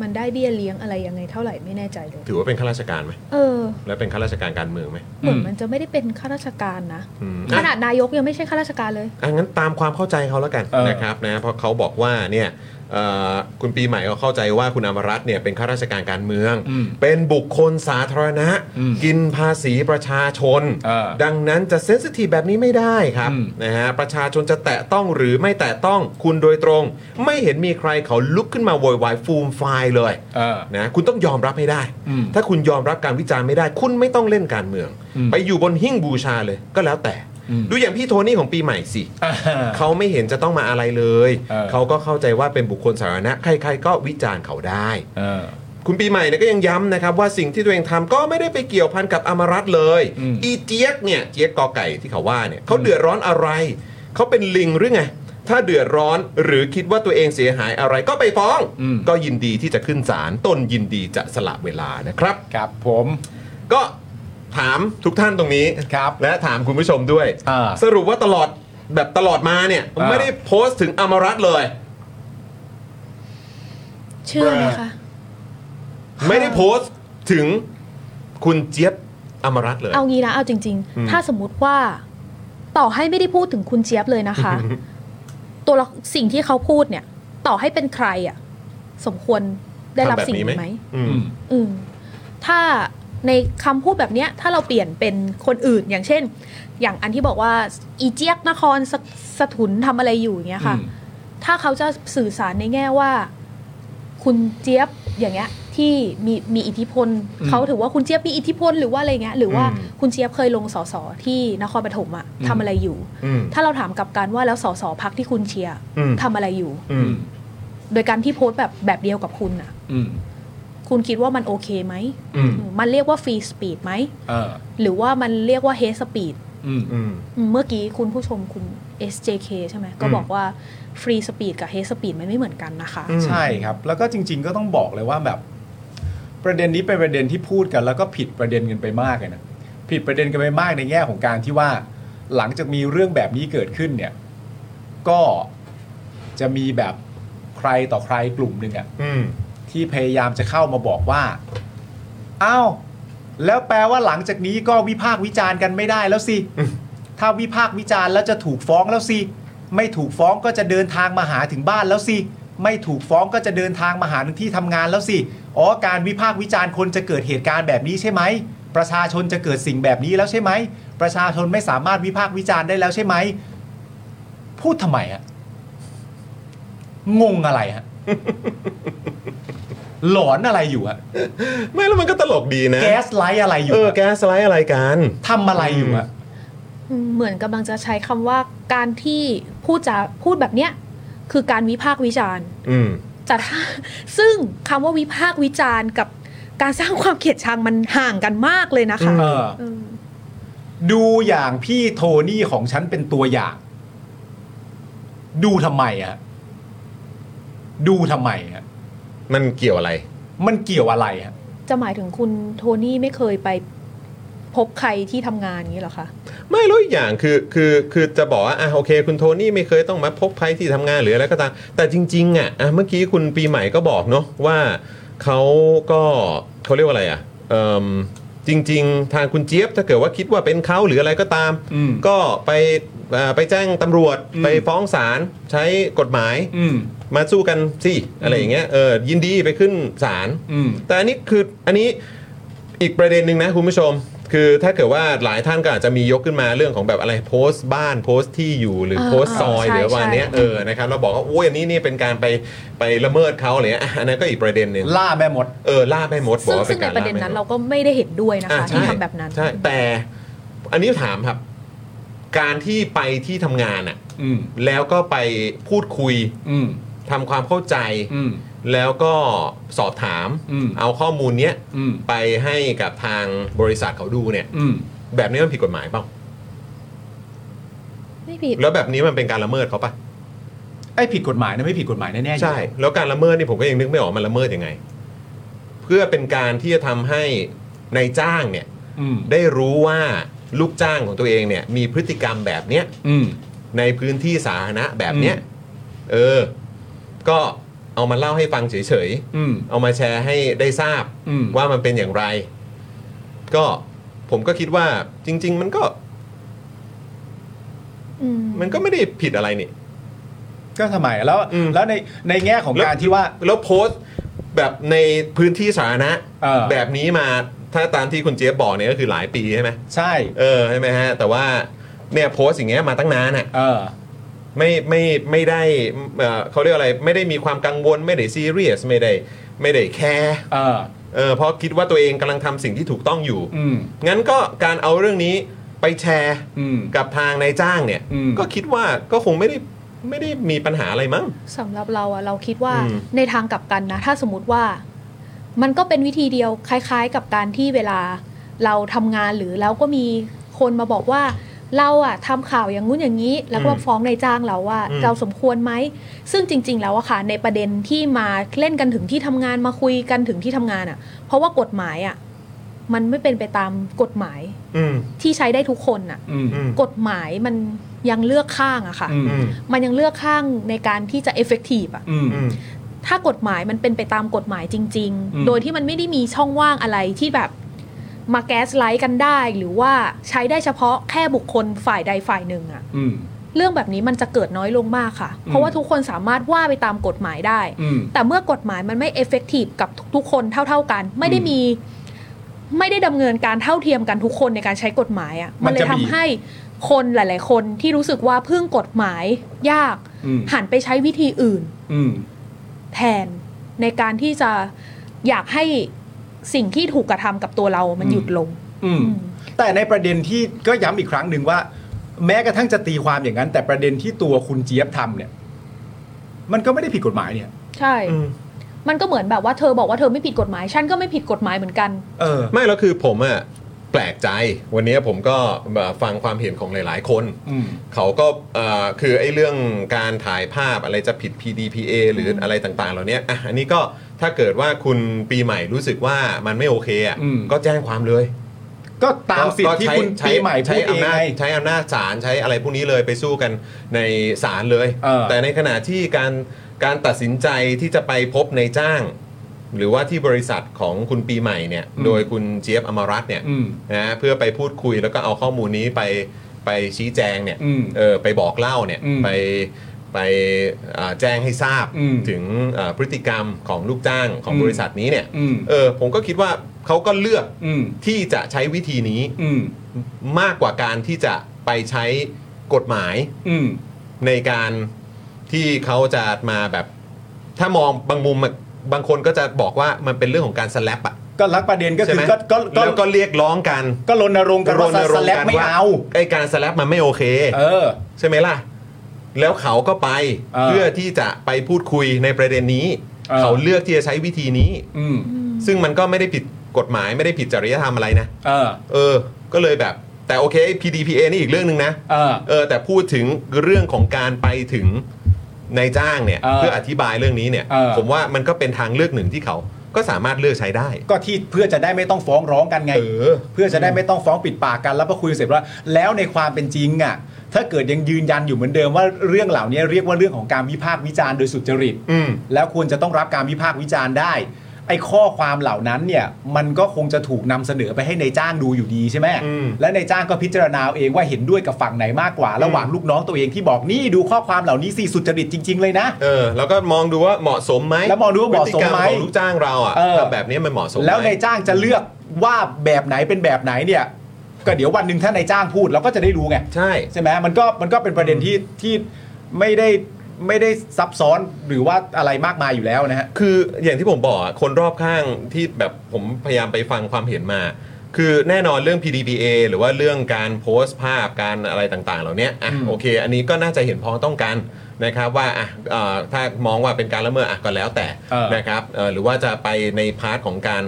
Speaker 3: มันได้เบี้ยเลี้ยงอะไรยังไงเท่าไหร่ไม่แน่ใจเลย
Speaker 1: ถือว่าเป็นข้าราชการไหม
Speaker 3: เออ
Speaker 1: และเป็นข้าราชการการเมืองไหม
Speaker 3: เหมือนมันจะไม่ได้เป็นข้าราชการนะ
Speaker 1: อืม
Speaker 3: ข
Speaker 1: อ่ะ
Speaker 3: นาดนายกยังไม่ใช่ข้าราชการเลย
Speaker 1: อ่ะงั้นตามความเข้าใจเขาแล้วกัน
Speaker 2: เออ
Speaker 1: นะครับนะเพราะเขาบอกว่าเนี่ยเอ่อคุณปีใหม่ก็เข้าใจว่าคุณอมรัตน์เนี่ยเป็นข้าราชการการเมือง
Speaker 2: อืม
Speaker 1: เป็นบุคคลสาธารณะ
Speaker 2: อืม
Speaker 1: กินภาษีประชาชน
Speaker 2: เออ
Speaker 1: ดังนั้นจะเซนซิทีฟแบบนี้ไม่ได้ครับ
Speaker 2: อืม
Speaker 1: นะฮะประชาชนจะแตะต้องหรือไม่แตะต้องคุณโดยตรง ไม่เห็นมีใครเขาลุกขึ้นมาโวยวายฟูมไฟล์เลย
Speaker 2: เออ
Speaker 1: นะคุณต้องยอมรับให้ได้
Speaker 2: อืม
Speaker 1: ถ้าคุณยอมรับการวิจารณ์ไม่ได้ คุณไม่ต้องเล่นการเมือง
Speaker 2: อืม
Speaker 1: ไปอยู่บนหิ้งบูชาเลยก็แล้วแต่
Speaker 2: อืม
Speaker 1: ดูอย่างพี่โทนี่ของปีใหม่สิ
Speaker 2: อ่า
Speaker 1: เขาไม่เห็นจะต้องมาอะไรเลย
Speaker 2: เออ
Speaker 1: เขาก็เข้าใจว่าเป็นบุคคลสาธารณะใคร ๆ ก็วิจารณ์เขาได้
Speaker 2: เออ
Speaker 1: คุณปีใหม่เนี่ยก็ยังย้ำนะครับว่าสิ่งที่ตัวเองทำก็ไม่ได้ไปเกี่ยวพันกับอมรัตน์เลย
Speaker 2: อืม
Speaker 1: เจี๊ยกเนี่ยเจี๊ยกกอไก่ที่เขาว่าเนี่ยเขาเดือดร้อนอะไร เขาเป็นลิงหรือไง ถ้าเดือดร้อนหรือคิดว่าตัวเองเสียหายอะไรก็ไปฟ้อง
Speaker 2: อืม
Speaker 1: ก็ยินดีที่จะขึ้นศาลตนยินดีจะสละเวลานะครับ
Speaker 2: ครับผม
Speaker 1: ก็ถามทุกท่านตรงนี้
Speaker 2: ครับ
Speaker 1: และถามคุณผู้ชมด้วย
Speaker 2: อ่า
Speaker 1: สรุปว่าตลอดแบบตลอดมาเนี่ย
Speaker 2: อ่า
Speaker 1: ไม่ได้โพสต์ถึงอมรัตน์เลย
Speaker 3: เชื่อไหมคะ
Speaker 1: ไม่ได้โพสต์ถึงคุณเจี๊ยบอมรัตน์เลย
Speaker 3: เอางี้นะ เอาจริง
Speaker 1: อืม
Speaker 3: ๆ ถ้าสมมติว่าต่อให้ไม่ได้พูดถึงคุณเจี๊ยบเลยนะคะ ตัวละสิ่งที่เขาพูดเนี่ย ต่อให้เป็นใครอ่ะ สมควรได้รับ
Speaker 1: ทำแบบ
Speaker 3: สิ่ง
Speaker 1: นี้
Speaker 3: นี้ไหม
Speaker 1: อื
Speaker 2: อื
Speaker 1: ม
Speaker 2: ม
Speaker 3: อืมถ้าในคำพูดแบบเนี้ย ถ้าเราเปลี่ยนเป็นคนอื่นอย่างเช่น อย่างอันที่บอกว่า อีเจี๊ยบนครสสถุนทำอะไรอยู่อย่างเงี้ยค่ะ
Speaker 2: อืม
Speaker 3: ถ้าเขาจะสื่อสารในแง่ว่า คุณเจี๊ยบอย่างเงี้ย ที่มีมีอิทธิพล
Speaker 2: อืม
Speaker 3: เขาถือว่าคุณเจี๊ยบมีอิทธิพลหรือว่าอะไรเงี้ยหรือว่า
Speaker 1: อืม
Speaker 3: คุณเจี๊ยบเคยลงสสที่นครปฐมอะ
Speaker 2: อืม
Speaker 3: ทำอะไรอยู่
Speaker 1: อืม
Speaker 3: ถ้าเราถามกลับกันว่าแล้วสสพักที่คุณเชียร์
Speaker 1: อืม
Speaker 3: ทำอะไรอยู่
Speaker 1: อืม
Speaker 3: โดยการที่โพสต์แบบแบบเดียวกับคุณอะ
Speaker 2: อืม
Speaker 3: คุณคิดว่ามันโอเคไหม
Speaker 1: อืม
Speaker 3: อืมมันเรียกว่าฟรีสปีดไหม
Speaker 2: เออ
Speaker 3: หรือว่ามันเรียกว่าเฮสปีด
Speaker 2: อืม
Speaker 1: อืม
Speaker 3: เมื่อกี้คุณผู้ชมคุณ SJK ใช่ไหมก็
Speaker 1: อืม
Speaker 3: บอกว่าฟรีสปีดกับเฮสปีดมันไม่เหมือนกันนะคะ
Speaker 1: อืม
Speaker 2: ใช่ครับ แล้วก็จริง ๆ ก็ต้องบอกเลยว่าแบบ ประเด็นนี้เป็นประเด็นที่พูดกันแล้วก็ผิดประเด็นกันไปมากเลยนะผิดประเด็นกันไปมากในแง่ของการที่ว่า หลังจากมีเรื่องแบบนี้เกิดขึ้นเนี่ย ก็จะมีแบบใครต่อใครกลุ่มหนึ่งอะ
Speaker 1: อืม
Speaker 2: ที่พยายามจะเข้ามาบอกว่า อ้าว แล้วแปลว่าหลังจากนี้ก็วิพากษ์วิจารณ์กันไม่ได้แล้วสิ (laughs)
Speaker 1: อืม
Speaker 2: ถ้าวิพากษ์วิจารณ์แล้วจะถูกฟ้องแล้วสิ ไม่ถูกฟ้องก็จะเดินทางมาหาถึงบ้านแล้วสิ ไม่ถูกฟ้องก็จะเดินทางมาหาถึงที่ทำงานแล้วสิ อ๋อ การวิพากษ์วิจารณ์คนจะเกิดเหตุการณ์แบบนี้ใช่ไหม ประชาชนจะเกิดสิ่งแบบนี้แล้วใช่ไหม ประชาชนไม่สามารถวิพากษ์วิจารณ์ได้แล้วใช่ไหม พูดทำไมอะงงอะไรฮะ หลอนอะไรอยู่อะ
Speaker 1: ไม่แล้วมันก็ตลกดีนะ
Speaker 2: แก๊สไลท์อะไรอยู่
Speaker 1: เออ
Speaker 2: อะ
Speaker 1: แก๊สไลท์อะไรกัน
Speaker 2: ทำอะไรอยู่อะ
Speaker 3: อืมเหมือนกำลังจะใช้คำว่าการที่พูดจะพูดแบบเนี้ยคือการวิพากษ์วิจารณ์
Speaker 1: อืม
Speaker 3: จัด (laughs) ซึ่งคำว่าวิพากษ์วิจารณ์กับการสร้างความเกลียดชังมันห่างกันมากเลยนะคะ
Speaker 2: เออ
Speaker 3: เออ
Speaker 2: ดูอย่างพี่โทนี่ของฉันเป็นตัวอย่าง ดูทำไมอะดูทำไมอะ
Speaker 1: มันเกี่ยวอะไร
Speaker 2: มันเกี่ยวอะไรอะ
Speaker 3: จะหมายถึงคุณโทนี่ไม่เคยไปพบใครที่ทำงานอย่างนี้เหรอคะ
Speaker 1: ไม่รู้อีกอย่างคือคือคือจะบอกว่าอ่ะโอเค คุณโทนี่ไม่เคยต้องมาพบใครที่ทำงานหรืออะไรก็ตามแต่จริงๆอ่ะอ่ะเมื่อกี้คุณปีใหม่ก็บอกเนาะว่าเขาก็เขาเรียกว่าอะไรอ่ะเอิ่มจริง ๆ ทางคุณเจี๊ยบถ้าเกิดว่าคิดว่าเป็นเขาหรืออะไรก็ตาม
Speaker 2: อืม
Speaker 1: ก็ไปเอ่อไปแจ้งตำรวจ
Speaker 2: อืม
Speaker 1: ไปฟ้องศาลใช้กฎหมาย
Speaker 2: อืม
Speaker 1: มาสู้กันสิอะไรอย่างเงี้ยเออยินดีไปขึ้นศาล
Speaker 2: อืม
Speaker 1: แต่อันนี้คืออันนี้อีกประเด็นหนึ่งนะคุณผู้ชม คือถ้าเกิดว่าหลายท่านก็อาจจะมียกขึ้นมาเรื่องของแบบอะไรโพสต์บ้านโพสต์ที่อยู่หรืออา โพสต์ซอย
Speaker 3: ใช่
Speaker 1: หรือวันเนี้ย
Speaker 3: ใช่
Speaker 1: เออนะครับเราบอกว่าโอ้ยอันนี้นี่เป็นการไปไปละเมิดเขาอะไรเงี้ยอ่ะอันนั้นก็อีกประเด็นหนึ่ง
Speaker 2: ล่าแม่มด
Speaker 1: เออล่าแม่มดบอ
Speaker 3: ซึ่
Speaker 1: ก
Speaker 3: ง
Speaker 1: ว่า
Speaker 3: ซึ่
Speaker 1: เป็
Speaker 3: ง
Speaker 1: นการ
Speaker 3: ใน
Speaker 1: ล่า
Speaker 3: ประเด็น
Speaker 1: แม่มด
Speaker 3: นั้นเราก็ไม่ได้เห็นด้วยนะ
Speaker 1: อ่ะ
Speaker 3: คะ
Speaker 1: ใช่
Speaker 3: ที่ทำแบบนั้น
Speaker 1: ใช่แต่อันนี้ถามครับ การที่ไปที่ทำงานอ่ะ
Speaker 2: อืม
Speaker 1: แล้วก็ไปพูดคุย
Speaker 2: อืม
Speaker 1: ทำความเข้าใจ
Speaker 2: อืม
Speaker 1: แล้วก็สอบถาม
Speaker 2: อืม
Speaker 1: เอาข้อมูลเนี้ย
Speaker 2: อืม
Speaker 1: ไปให้กับทางบริษัทเขาดูเนี่ย
Speaker 2: อืม
Speaker 1: แบบนี้มันผิดกฎหมายเปล่า
Speaker 3: ไม่ผิด
Speaker 1: แล้วแบบนี้มันเป็นการละเมิดเขาปะ
Speaker 2: ไอ้ผิดกฎหมายนะไม่ผิดกฎหมายแน่ๆอยู่
Speaker 1: ใช่ แล้วการละเมิดนี่ผมก็ยังนึกไม่ออกมันละเมิดยังไง เพื่อเป็นการที่จะทำให้นายจ้างเนี่ย
Speaker 2: อืม
Speaker 1: ได้รู้ว่าลูกจ้างของตัวเองเนี่ย มีพฤติกรรมแบบเนี้ย
Speaker 2: อืม
Speaker 1: ในพื้นที่สาธารณะแบบเนี้ยเออ ก็เอามาเล่าให้ฟังเฉย
Speaker 2: อืม
Speaker 1: ๆเอามาแชร์ให้ได้ทราบ
Speaker 2: อืม
Speaker 1: ว่ามันเป็นอย่างไร ก็ผมก็คิดว่าจริง ๆ มันก็
Speaker 3: อืม
Speaker 1: มันก็ไม่ได้ผิดอะไรนี่
Speaker 2: ก็ทำไมแล้ว
Speaker 1: อืม
Speaker 2: แล้วในในแง่ของการที่ว่า
Speaker 1: แล้วโพสต์แบบในพื้นที่สาธารณะ
Speaker 2: เออ
Speaker 1: แบบนี้มาถ้าตามที่คุณเจี๊ยบบอกเนี่ยก็คือหลายปีใช่ไหม
Speaker 2: ใช่
Speaker 1: เออใช่ไหมฮะ แต่ว่าเนี่ยโพสต์อย่างเงี้ยมาตั้งนานอ่ะ
Speaker 2: เออ
Speaker 1: ไม่ไม่ไม่ได้เอ่อเขาเรียกอะไร ไม่ได้มีความกังวลไม่ได้ซีเรียสไม่ได้ไม่ได้แคร์
Speaker 2: เออ
Speaker 1: เออเพราะคิดว่าตัวเองกำลังทำสิ่งที่ถูกต้องอยู่
Speaker 2: อืม
Speaker 1: งั้นก็การเอาเรื่องนี้ไปแชร์
Speaker 2: อืม
Speaker 1: กับทางนายจ้างเนี่ย
Speaker 2: อืม
Speaker 1: ก็คิดว่าก็คงไม่ได้ไม่ได้มีปัญหาอะไรมั้ง
Speaker 3: สำหรับเราอะเราคิดว่า
Speaker 1: อืม
Speaker 3: ในทางกลับกันนะ ถ้าสมมติว่า มันก็เป็นวิธีเดียวคล้าย ๆ กับการที่เวลาเราทำงานหรือเราก็มีคนมาบอกว่า เราอะทำข่าวอย่างงู้นอย่างนี้ แล้วก็
Speaker 1: อืม
Speaker 3: ฟ้องนายจ้างเราว่า
Speaker 1: อืม
Speaker 3: เราสมควรไหม ซึ่งจริง ๆ แล้วอะค่ะ ในประเด็นที่มาเล่นกันถึงที่ทำงานมาคุยกันถึงที่ทำงานอะเพราะว่ากฎหมายอะมันไม่เป็นไปตามกฎหมาย
Speaker 1: อืม
Speaker 3: ที่ใช้ได้ทุกคนอะ
Speaker 2: อืม
Speaker 1: อืม
Speaker 3: กฎหมายมันยังเลือกข้างอะค่ะ
Speaker 2: อืม
Speaker 1: อืม
Speaker 3: มันยังเลือกข้างในการที่จะ effective อะ
Speaker 2: อืม
Speaker 1: อืม
Speaker 3: ถ้ากฎหมายมันเป็นไปตามกฎหมายจริง
Speaker 2: อืม
Speaker 3: ๆ โดยที่มันไม่ได้มีช่องว่างอะไรที่แบบมาแก๊สไลท์กันได้ หรือว่าใช้ได้เฉพาะแค่บุคคลฝ่ายใดฝ่ายหนึ่งอะ
Speaker 2: อืม
Speaker 3: เรื่องแบบนี้มันจะเกิดน้อยลงมากค่ะ เพราะว่าทุกคนสามารถว่าไปตามกฎหมายได้
Speaker 2: อืม
Speaker 3: แต่เมื่อกฎหมายมันไม่เอฟเฟกตีฟกับทุกๆ คนเท่า ๆกัน ไม่ได้
Speaker 2: อืม
Speaker 3: มี ไม่ได้ดำเนินการเท่าเทียมกันทุกคนในการใช้กฎหมายอะ
Speaker 2: มั
Speaker 3: มัน นเล
Speaker 2: จะ
Speaker 3: ย
Speaker 2: มี
Speaker 3: ทำให้คนหลาย ๆ คนที่รู้สึกว่าพึ่งกฎหมายยาก
Speaker 2: อืม
Speaker 3: หันไปใช้วิธีอื่น
Speaker 2: อืม
Speaker 3: แทนในการที่จะอยากให้สิ่งที่ถูกกระทำกับตัวเรามัน
Speaker 2: อืม
Speaker 3: หยุดลง
Speaker 2: อืม
Speaker 3: อืม
Speaker 2: แต่ในประเด็นที่ก็ย้ำอีกครั้งหนึ่งว่า แม้กระทั่งจะตีความอย่างนั้น แต่ประเด็นที่ตัวคุณเจี๊ยบทำเนี่ย มันก็ไม่ได้ผิดกฎหมายเนี่ย
Speaker 3: ใช่ มันก็เหมือนแบบว่าเธอบอกว่าเธอไม่ผิดกฎหมาย ฉันก็ไม่ผิดกฎหมายเหมือนกัน
Speaker 2: เออ
Speaker 1: ไม่แล้วคือผมอะแปลกใจ วันนี้ผมก็แบบฟังความเห็นของหลาย ๆ คน
Speaker 2: อืม
Speaker 1: เขาก็เอ่อคือไอ้เรื่องการถ่ายภาพอะไรจะผิด PDPA หรืออะไรต่าง ๆ เหล่านี้อ่ะอันนี้ก็ถ้าเกิดว่าคุณปีใหม่รู้สึกว่ามันไม่โอเคอะ
Speaker 2: อืม
Speaker 1: ก็แจ้งความเลย
Speaker 2: ก็ตามสิทธิ์ที่
Speaker 1: ก็
Speaker 2: คุณ
Speaker 1: ใช้
Speaker 2: ปีใหม่
Speaker 1: ใช้
Speaker 2: พูดเอง
Speaker 1: อำนาจ
Speaker 2: ไง
Speaker 1: ใช้อำนาจศาลใช้อะไรพวกนี้เลยไปสู้กันในศาลเลย
Speaker 2: เออ
Speaker 1: แต่ในขณะที่การการตัดสินใจที่จะไปพบในจ้าง หรือว่าที่บริษัทของคุณปีใหม่เนี่ยโดยคุณเจี๊ยบอมรรัตน์เนี่ย
Speaker 2: อืม
Speaker 1: นะเพื่อไปพูดคุยแล้วก็เอาข้อมูลนี้ไปไปชี้แจงเนี่ย
Speaker 2: อืม
Speaker 1: เออไปบอกเล่าเนี่ย
Speaker 2: อืม
Speaker 1: ไปไปอ่าแจ้งให้ทราบ
Speaker 2: อืม
Speaker 1: ถึงอ่าพฤติกรรมของลูกจ้างของ
Speaker 2: อืม
Speaker 1: บริษัทนี้เนี่ย
Speaker 2: อืม
Speaker 1: เออผมก็คิดว่าเขาก็เลือก
Speaker 2: อืม
Speaker 1: ที่จะใช้วิธีนี้
Speaker 2: อืม
Speaker 1: มากกว่าการที่จะไปใช้กฎหมาย
Speaker 2: อืม
Speaker 1: ในการที่เขาจะมาแบบ ถ้ามองบางมุมอะบางคนก็จะบอกว่ามันเป็นเรื่องของการสแลปอะ
Speaker 2: ก็รักประเด็นก็คื
Speaker 1: ใช่ไห
Speaker 2: อ
Speaker 1: ม
Speaker 2: ก็ก็ก็
Speaker 1: แล้วก็เรียกร้องกัน
Speaker 2: ก็รณรงค์กัน
Speaker 1: ร
Speaker 2: ว่า
Speaker 1: ณรงค์
Speaker 2: แล
Speaker 1: กัน
Speaker 2: ไม่
Speaker 1: ว่า
Speaker 2: เอา
Speaker 1: ไอการสแลปมันไม่โอเค
Speaker 2: เออ
Speaker 1: ใช่ไหมล่ะ แล้วเขาก็ไป
Speaker 2: เออ
Speaker 1: เพื่อที่จะไปพูดคุยในประเด็นนี้
Speaker 2: เออ
Speaker 1: เขาเลือกที่จะใช้วิธีนี้
Speaker 2: อืม
Speaker 1: ซึ่งมันก็ไม่ได้ผิดกฎหมายไม่ได้ผิดจริยธรรมอะไรนะ
Speaker 2: เออ
Speaker 1: เออ ก็เลยแบบ แต่โอเค PDPA นี่อีกเรื่องหนึ่งนะ
Speaker 2: เออ
Speaker 1: เออ แต่พูดถึงเรื่องของการไปถึงนายจ้างเนี่ย
Speaker 2: เออ
Speaker 1: ออธิบายเรื่องนี้เนี่ย
Speaker 2: เออ
Speaker 1: ผมว่ามันก็เป็นทางเลือกหนึ่งที่เขาก็สามารถเลือกใช้ได้
Speaker 2: ก็ที่เพื่อจะได้ไม่ต้องฟ้องร้องกันไง
Speaker 1: เออ
Speaker 2: เพื่อจะได้ไม่ต้องฟ้องปิดปากกันแล้วพอคุยเสร็จว่าแล้วในความเป็นจริงอ่ะถ้าเกิดยังยืนยันอยู่เหมือนเดิมว่าเรื่องเหล่านี้เรียกว่าเรื่องของการวิพากษ์วิจารณ์โดยสุจริต
Speaker 1: อืม
Speaker 2: แล้วควรจะต้องรับการวิพากษ์วิจารณ์ได้ ไอ้ข้อความเหล่านั้นเนี่ยมันก็คงจะถูกนำเสนอไปให้ในายจ้างดูอยู่ดีใช่ไหม
Speaker 1: อืม
Speaker 2: และในายจ้างก็พิจารณาเอาเองว่าเห็นด้วยกับฝั่งไหนมากกว่า ระหว่างลูกน้องตัวเองที่บอกนี่ดูข้อความเหล่านี้สิสุจริตจริง ๆ เลยนะ
Speaker 1: เออ แล้วก็มองดูว่าเหมาะสมไหม
Speaker 2: แล้วมองดูว่าเหมาะสมไหม
Speaker 1: พฤติกรรของลูกจ้างเราอ่ะ
Speaker 2: เออ
Speaker 1: ทำแบบนี้มันเหมาะสมไหม
Speaker 2: แล้วนายจ้างจะเลือกว่าแบบไหนเป็นแบบไหนเนี่ย ก็เดี๋ยววันหนึ่งถ้านายจ้างพูดเราก็จะได้รู้ไง
Speaker 1: ใช่
Speaker 2: ใช่ไหมมันก็มันก็เป็นประเด็นที่ที่ไม่ได้ไม่ได้ซับซ้อนหรือว่าอะไรมากมายอยู่แล้วนะฮะ
Speaker 1: คืออย่างที่ผมบอกอะคนรอบข้างที่แบบผมพยายามไปฟังความเห็นมา คือแน่นอนเรื่อง PDPA หรือว่าเรื่องการโพสต์ภาพการอะไรต่างๆ เหล่านี้อ่ะ
Speaker 2: อืม
Speaker 1: โอเค อันนี้ก็น่าจะเห็นพ้องต้องกันนะครับว่าอ่ะเอ่อถ้ามองว่าเป็นการละเมิดอ่ะก็แล้วแต่
Speaker 2: เออ
Speaker 1: นะครับเอ่อหรือว่าจะไปในพาร์ทของการ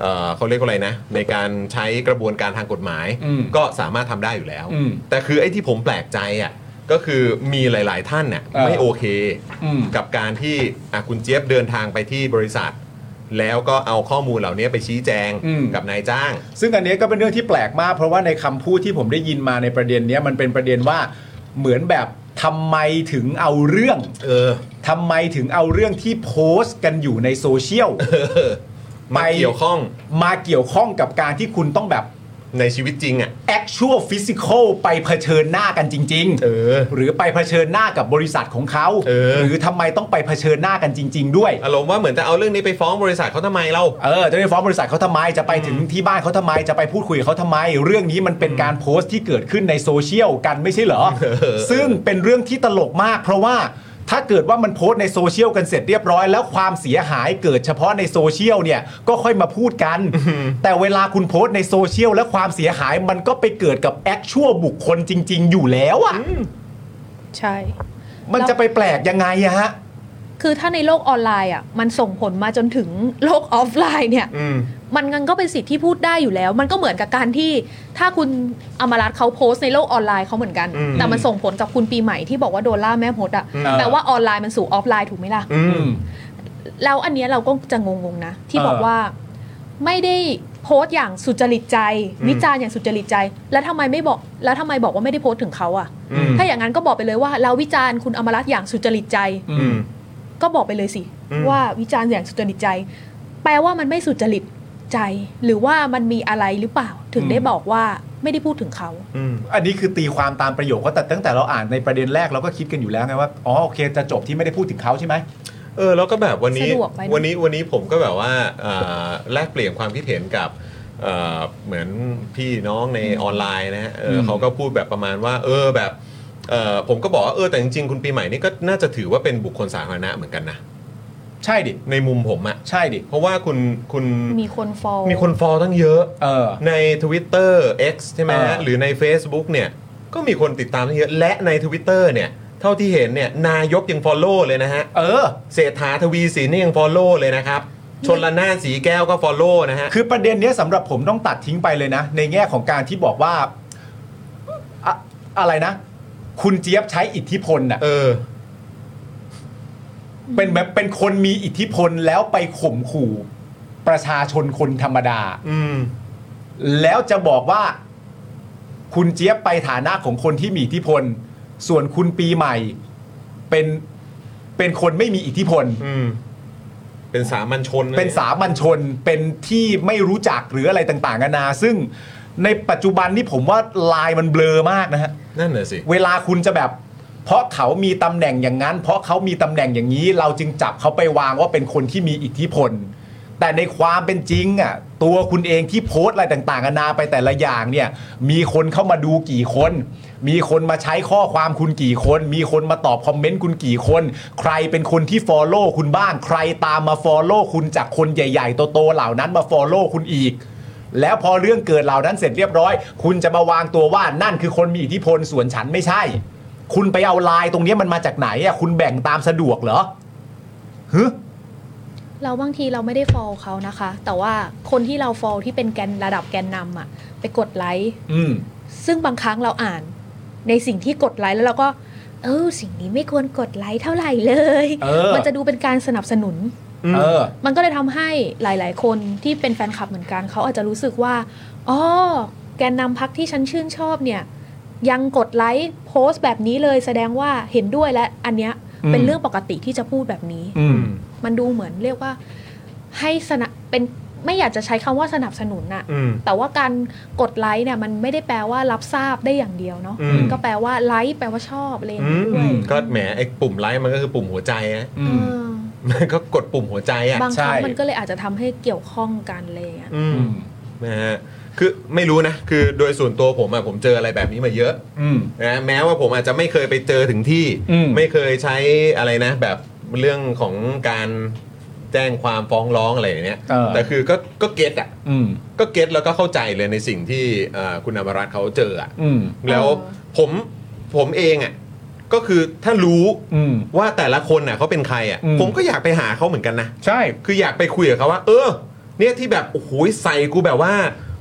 Speaker 1: เอ่อเขาเรียกว่าอะไรนะ ในการใช้กระบวนการทางกฎหมาย
Speaker 2: อืม
Speaker 1: ก็สามารถทำได้อยู่แล้ว
Speaker 2: อืม
Speaker 1: แต่คือไอ้ที่ผมแปลกใจอ่ะก็คือมีหลาย ๆ ท่านน่ะ
Speaker 2: เออ
Speaker 1: ไม่โอเค
Speaker 2: อืม
Speaker 1: กับการที่อ่ะคุณเจี๊ยบเดินทางไปที่บริษัท แล้วก็เอาข้อมูลเหล่านี้ไปชี้แจง
Speaker 2: อืม
Speaker 1: กับนายจ้าง
Speaker 2: ซึ่งอันเนี้ยก็เป็นเรื่องที่แปลกมาก เพราะว่าในคำพูดที่ผมได้ยินมาในประเด็นเนี้ยมันเป็นประเด็นว่าเหมือนแบบทำไมถึงเอาเรื่อง
Speaker 1: เออ
Speaker 2: ทำไมถึงเอาเรื่องที่โพสต์กันอยู่ในโซเชี
Speaker 1: (laughs)
Speaker 2: ยล
Speaker 1: มา
Speaker 2: ไป
Speaker 1: เกี่ยวข้อง
Speaker 2: มาเกี่ยวข้องกับการที่คุณต้องแบบ
Speaker 1: ในชีวิตจริงอ่ะ
Speaker 2: actual physical ไปเผชิญหน้ากันจริง ๆ
Speaker 1: เออ
Speaker 2: หรือไปเผชิญหน้ากับบริษัทของเขา
Speaker 1: เออ
Speaker 2: หรือทำไมต้องไปเผชิญหน้ากันจริง ๆ ด้วย
Speaker 1: อารมณ์ว่าเหมือนจะเอาเรื่องนี้ไปฟ้องบริษัทเขาทำไมเรา
Speaker 2: เออจะไปฟ้องบริษัทเขาทำไมจะไปถึงที่บ้านเขาทำไมจะไปพูดคุยกับเขาทำไม เรื่องนี้มันเป็นการโพสต์ที่เกิดขึ้นในโซเชียลกันไม่ใช่เหรอ
Speaker 1: อ
Speaker 2: ซึ่งเป็นเรื่องที่ตลกมาก เพราะว่าถ้าเกิดว่ามันโพสต์ในโซเชียลกันเสร็จเรียบร้อย แล้วความเสียหายเกิดเฉพาะในโซเชียลเนี่ยก็ค่อยมาพูดกัน แต่เวลาคุณโพสต์ในโซเชียลและความเสียหายมันก็ไปเกิดกับแอคชั่วบุคคลจริง ๆ อยู่แล้วอะ
Speaker 3: ใช่
Speaker 2: มันจะไปแปลกยังไงอะฮะ
Speaker 3: คือถ้าในโลกออนไลน์อ่ะมันส่งผลมาจนถึงโลกออฟไลน์เนี่ย
Speaker 1: อืม
Speaker 3: มันงันก็เป็นสิทธิ์ที่พูดได้อยู่แล้ว มันก็เหมือนกับการที่ถ้าคุณอมรัตน์เขาโพสต์ในโลกออนไลน์เขาเหมือนกัน
Speaker 1: อืม
Speaker 3: แต่มันส่งผลกับคุณปีใหม่ที่บอกว่าโดนล่าแม่มดอ่ะ
Speaker 1: อืม
Speaker 3: แปลว่าออนไลน์มันสู่ออฟไลน์ถูกไหมล่ะ
Speaker 1: อื
Speaker 2: อื
Speaker 1: ม
Speaker 2: ม
Speaker 3: แล้วอันเนี้ยเราก็จะงงๆนะ ที่บอก
Speaker 2: เออ
Speaker 3: ว่าไม่ได้โพสต์อย่างสุจริตใจ
Speaker 1: อืม
Speaker 3: วิจารณ์อย่างสุจริตใจ แล้วทำไมไม่บอกแล้วทำไมบอกว่าไม่ได้โพสต์ถึงเขาอ่ะ
Speaker 1: อืม
Speaker 3: ถ้าอย่างนั้นก็บอกไปเลยว่า เราวิจารณ์คุณอมรัตน์อย่างสุจริตใจ
Speaker 2: อื
Speaker 1: อื
Speaker 2: ม
Speaker 1: ม
Speaker 3: ก็บอกไปเลยสิ
Speaker 1: อืม
Speaker 3: ว่าวิจารณ์อย่างสุจริตใจ แปลว่ามันไม่สุจริตใจ หรือว่ามันมีอะไรหรือเปล่า ถึงได้บอกว่าไม่ได้พูดถึงเขา
Speaker 1: อืม
Speaker 2: อันนี้คือตีความตามประโยคว่าแต่ตั้งแต่เราอ่านในประเด็นแรกเราก็คิดกันอยู่แล้วไงว่าอ๋อโอเคจะจบที่ไม่ได้พูดถึงเขาใช่ไหม
Speaker 1: เออแล้วก็แบบวันนี้
Speaker 3: สะดวกไปเนอะ
Speaker 1: วันนี้วันนี้ผมก็แบบว่าเอ่อแลกเปลี่ยนความคิดเห็นกับเอ่อเหมือนพี่น้องในออนไลน์นะฮะเออ
Speaker 2: ม
Speaker 1: เขาก็พูดแบบประมาณว่า เออแบบเออผมก็บอกว่าเออแต่จริงๆคุณปีใหม่นี่ก็น่าจะถือว่าเป็นบุคคลสาธารณะเหมือนกันนะ
Speaker 2: ใช่ดิ
Speaker 1: ในมุมผมอะ
Speaker 2: ใช่ดิ
Speaker 1: เพราะว่าคุณคุณ
Speaker 3: มีคนฟอล
Speaker 1: มีคนฟอลตั้งเยอะ
Speaker 2: เออ
Speaker 1: ใน Twitter X ใช่ไหมฮะ
Speaker 2: เออ
Speaker 1: หรือใน Facebook เนี่ยก็มีคนติดตามตั้งเยอะและใน Twitter เนี่ยเท่าที่เห็นเนี่ยนายกยังฟอลโล่เลยนะฮะ
Speaker 2: เออ
Speaker 1: เศรษฐาทวีสินนี่ยังฟอลโล่เลยนะครับ ชนละนานสีแก้วก็ฟอลโล่นะฮะ
Speaker 2: คือประเด็นเนี้ยสำหรับผมต้องตัดทิ้งไปเลยนะ ในแง่ของการที่บอกว่าอะอะไรนะ คุณเจี๊ยบใช้อิทธิพลน่ะ
Speaker 1: เออ
Speaker 2: เป็นแบบเป็นคนมีอิทธิพลแล้วไปข่มขู่ประชาชนคนธรรมดา
Speaker 1: อืม
Speaker 2: แล้วจะบอกว่า คุณเจี๊ยบไปฐานะของคนที่มีอิทธิพล ส่วนคุณปีใหม่เป็นเป็นคนไม่มีอิทธิพล
Speaker 1: อืม เป็นสามัญชน
Speaker 2: เป็นสามัญชนเป็นที่ไม่รู้จักหรืออะไรต่างๆนานา ซึ่งในปัจจุบันนี่ผมว่าลายมันเบลอมากนะฮะ
Speaker 1: นั่นน่ะสิ
Speaker 2: เวลาคุณจะแบบ เพราะเขามีตำแหน่งอย่างนั้น เพราะเขามีตำแหน่งอย่างนี้ เราจึงจับเขาไปวางว่าเป็นคนที่มีอิทธิพล แต่ในความเป็นจริงอ่ะตัวคุณเองที่โพสต์อะไรต่างๆนานาไปแต่ละอย่างเนี่ยมีคนเข้ามาดูกี่คน มีคนมาใช้ข้อความคุณกี่คน มีคนมาตอบคอมเมนต์คุณกี่คน ใครเป็นคนที่ฟอลโล่คุณบ้าง ใครตามมาฟอลโล่คุณจากคนใหญ่ๆโตๆเหล่านั้นมาฟอลโล่คุณอีก แล้วพอเรื่องเกิดเหล่านั้นเสร็จเรียบร้อย คุณจะมาวางตัวว่านั่นคือคนมีอิทธิพลส่วนฉันไม่ใช่ คุณไปเอาไลายตรงเนี้ยมันมาจากไหนอ่ะคุณแบ่งตามสะดวกเหรอฮึ
Speaker 3: เราบางทีเราไม่ได้ฟอลเขานะคะ แต่ว่าคนที่เราฟอลที่เป็นแกนระดับแกนนำอะไปกดไลค์
Speaker 2: อืม
Speaker 3: ซึ่งบางครั้งเราอ่าน ในสิ่งที่กดไลค์แล้วเราก็ เออสิ่งนี้ไม่ควรกดไลค์เท่าไหร่เลย
Speaker 2: เออ
Speaker 3: มันจะดูเป็นการสนับสนุน
Speaker 2: เออ
Speaker 3: มันก็เลยทำให้หลาย ๆ คนที่เป็นแฟนคลับเหมือนกัน เขาอาจจะรู้สึกว่า อ๋อ แกนนำพักที่ฉันชื่นชอบเนี่ย ยังกดไลค์โพสต์แบบนี้เลยแสดงว่าเห็นด้วยและอันเนี้ย
Speaker 2: อืม
Speaker 3: เป็นเรื่องปกติที่จะพูดแบบนี้
Speaker 2: อืม
Speaker 3: มันดูเหมือนเรียกว่าให้สนับเป็นไม่อยากจะใช้คำว่าสนับสนุนน่ะ
Speaker 1: อืม
Speaker 3: แต่ว่าการกดไลค์เนี่ยมันไม่ได้แปลว่ารับทราบได้อย่างเดียวเนาะ
Speaker 1: อืม
Speaker 3: ก็แปลว่าไลค์แปลว่าชอบอะไรอย่าง
Speaker 1: อื
Speaker 3: เงี้
Speaker 1: ม
Speaker 3: ยด้วย
Speaker 1: ก็แหมไอ้ปุ่มไลค์มันก็คือปุ่มหัวใจนะ (laughs)
Speaker 2: อืม
Speaker 3: เออ
Speaker 1: มันก็กดปุ่มหัวใจอ่ะ
Speaker 3: บางครั้ง
Speaker 2: ใช่
Speaker 3: มันก็เลยอาจจะทำให้เกี่ยวข้องกันอะไรอย่างเลย
Speaker 1: อื
Speaker 2: อื
Speaker 1: ม
Speaker 2: ม
Speaker 1: นะฮะคือไม่รู้นะ คือโดยส่วนตัวผมอะผมเจออะไรแบบนี้มาเยอะ
Speaker 2: อืม
Speaker 1: นะแม้ว่าผมอาจจะไม่เคยไปเจอถึงที่
Speaker 2: อืม
Speaker 1: ไม่เคยใช้อะไรนะ แบบเรื่องของการแจ้งความฟ้องร้องอะไรอย่างเนี้ย
Speaker 2: เออ
Speaker 1: แต่คือก็ก็เก็ตอ่ะ
Speaker 2: อืม
Speaker 1: ก็เก็ตแล้วก็เข้าใจเลยในสิ่งที่เอ่อคุณอมรัตน์เขาเจออ่ะ
Speaker 2: อืม
Speaker 1: แล้ว
Speaker 3: เออ
Speaker 1: ผมผมเองอ่ะก็คือถ้ารู้
Speaker 2: อืม
Speaker 1: ว่าแต่ละคนน่ะเขาเป็นใครอ่ะ
Speaker 2: อืม
Speaker 1: ผมก็อยากไปหาเขาเหมือนกันนะ
Speaker 2: ใช่
Speaker 1: คืออยากไปคุยกับเขาว่า เออ เนี่ยที่แบบโอ้โหใส่กูแบบว่า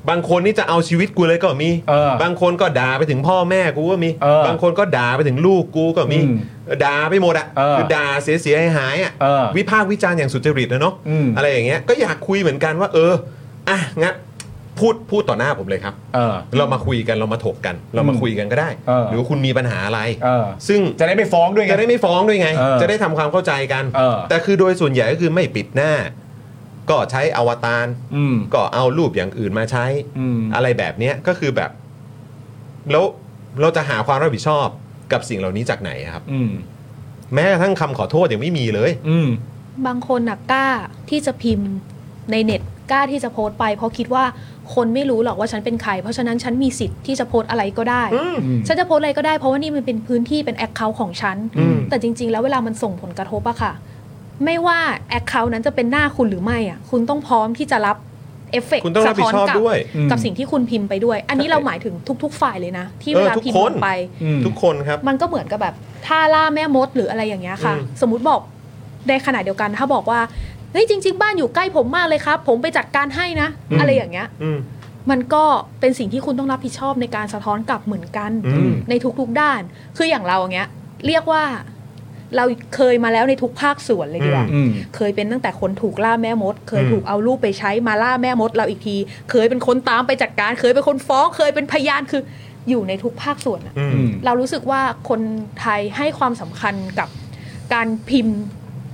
Speaker 1: บางคนนี่จะเอาชีวิตกูเลยก็มี
Speaker 2: เออบ
Speaker 1: างคนก็ด่าไปถึงพ่อแม่กูก็มี
Speaker 2: เออบ
Speaker 1: างคนก็ด่าไปถึงลูกกูก็มี
Speaker 2: อืม
Speaker 1: ด่าไปหมดอะ
Speaker 2: เออ
Speaker 1: คือด่าเสียเสียหายหายๆอะ
Speaker 2: เออ
Speaker 1: วิพากษ์วิจารณ์อย่างสุจริตนะเนาะ
Speaker 2: อืม
Speaker 1: อะไรอย่างเงี้ยก็อยากคุยเหมือนกันว่า เอออ่ะงั้นพูดพูดต่อหน้าผมเลยครับ
Speaker 2: เออ
Speaker 1: เรามาคุยกันเรามาถกกัน เรามาคุยกันก็ได้
Speaker 2: เออ
Speaker 1: หรือว่าคุณมีปัญหาอะไร
Speaker 2: เออ
Speaker 1: ซึ่ง
Speaker 2: จะได้ไม่ฟ้องด้วยไง
Speaker 1: จะได้ไม่ฟ้องด้วยไง
Speaker 2: เออ
Speaker 1: จะได้ทำความเข้าใจกัน
Speaker 2: เออ
Speaker 1: แต่คือโดยส่วนใหญ่ก็คือไม่ปิดหน้า ก็ใช้อวตาร
Speaker 2: อืม
Speaker 1: ก็เอารูปอย่างอื่นมาใช้
Speaker 2: อืม
Speaker 1: อะไรแบบเนี้ยก็คือแบบ แล้วเราจะหาความรับผิดชอบกับสิ่งเหล่านี้จากไหนอะครับ
Speaker 2: อืม
Speaker 1: แม้กระทั่งคำขอโทษยังไม่มีเลย
Speaker 2: อืม
Speaker 3: บางคนน่ะกล้าที่จะพิมพ์ในเน็ตกล้าที่จะโพสต์ไป เพราะคิดว่าคนไม่รู้หรอกว่าฉันเป็นใคร เพราะฉะนั้นฉันมีสิทธิ์ที่จะโพสต์อะไรก็ได้ ฉันจะโพสต์อะไรก็ได้เพราะว่านี่มันเป็นพื้นที่เป็นแอคเคาท์ของฉัน
Speaker 2: อืม
Speaker 3: แต่จริง ๆ แล้วเวลามันส่งผลกระทบอะค่ะ ไม่ว่าแอคเคาท์นั้นจะเป็นหน้าคุณหรือไม่อะคุณต้องพร้อมที่จะรับเอฟเฟกต์
Speaker 1: คุณต้องรับผิดชอบ
Speaker 3: กั
Speaker 1: ด้วย
Speaker 2: อืม
Speaker 3: กับสิ่งที่คุณพิมพ์ไปด้วย อันนี้เราหมายถึงทุก ๆ ฝ่ายเลยนะ ที่เวลา
Speaker 1: เออทุก
Speaker 3: พิม
Speaker 1: ค
Speaker 3: พ์ล
Speaker 1: น
Speaker 3: งไป
Speaker 2: อืม
Speaker 1: ทุกคนครับ
Speaker 3: มันก็เหมือนกับแบบท่าล่าแม่มดหรืออะไรอย่างเงี้ยค่ะ
Speaker 1: อืม
Speaker 3: สมมติบอก ในขณะเดียวกันถ้าบอกว่าเฮ้ยจริง ๆ บ้านอยู่ใกล้ผมมากเลยครับ ผมไปจัดการให้นะ
Speaker 1: อืม
Speaker 3: อะไรอย่างเงี้ย
Speaker 1: อืม
Speaker 3: มันก็เป็นสิ่งที่คุณต้องรับผิดชอบในการสะท้อนกลับเหมือนกัน
Speaker 1: อืม
Speaker 3: ในทุกๆด้าน คืออย่างเราอย่างเงี้ย เรียกว่าเราเคยมาแล้วในทุกภาคส่วนเลยดีกว่า
Speaker 2: อื
Speaker 1: อื
Speaker 2: ม
Speaker 3: เคยเป็นตั้งแต่คนถูกล่าแม่มด เคย
Speaker 1: อืม
Speaker 3: ถูกเอาลูกไปใช้มาล่าแม่มดเราอีกที เคยเป็นคนตามไปจัดการ เคยเป็นคนฟ้อง เคยเป็นพยาน คืออยู่ในทุกภาคส่วนอะ
Speaker 1: อืม
Speaker 3: เรารู้สึกว่าคนไทยให้ความสำคัญกับการพิมพ์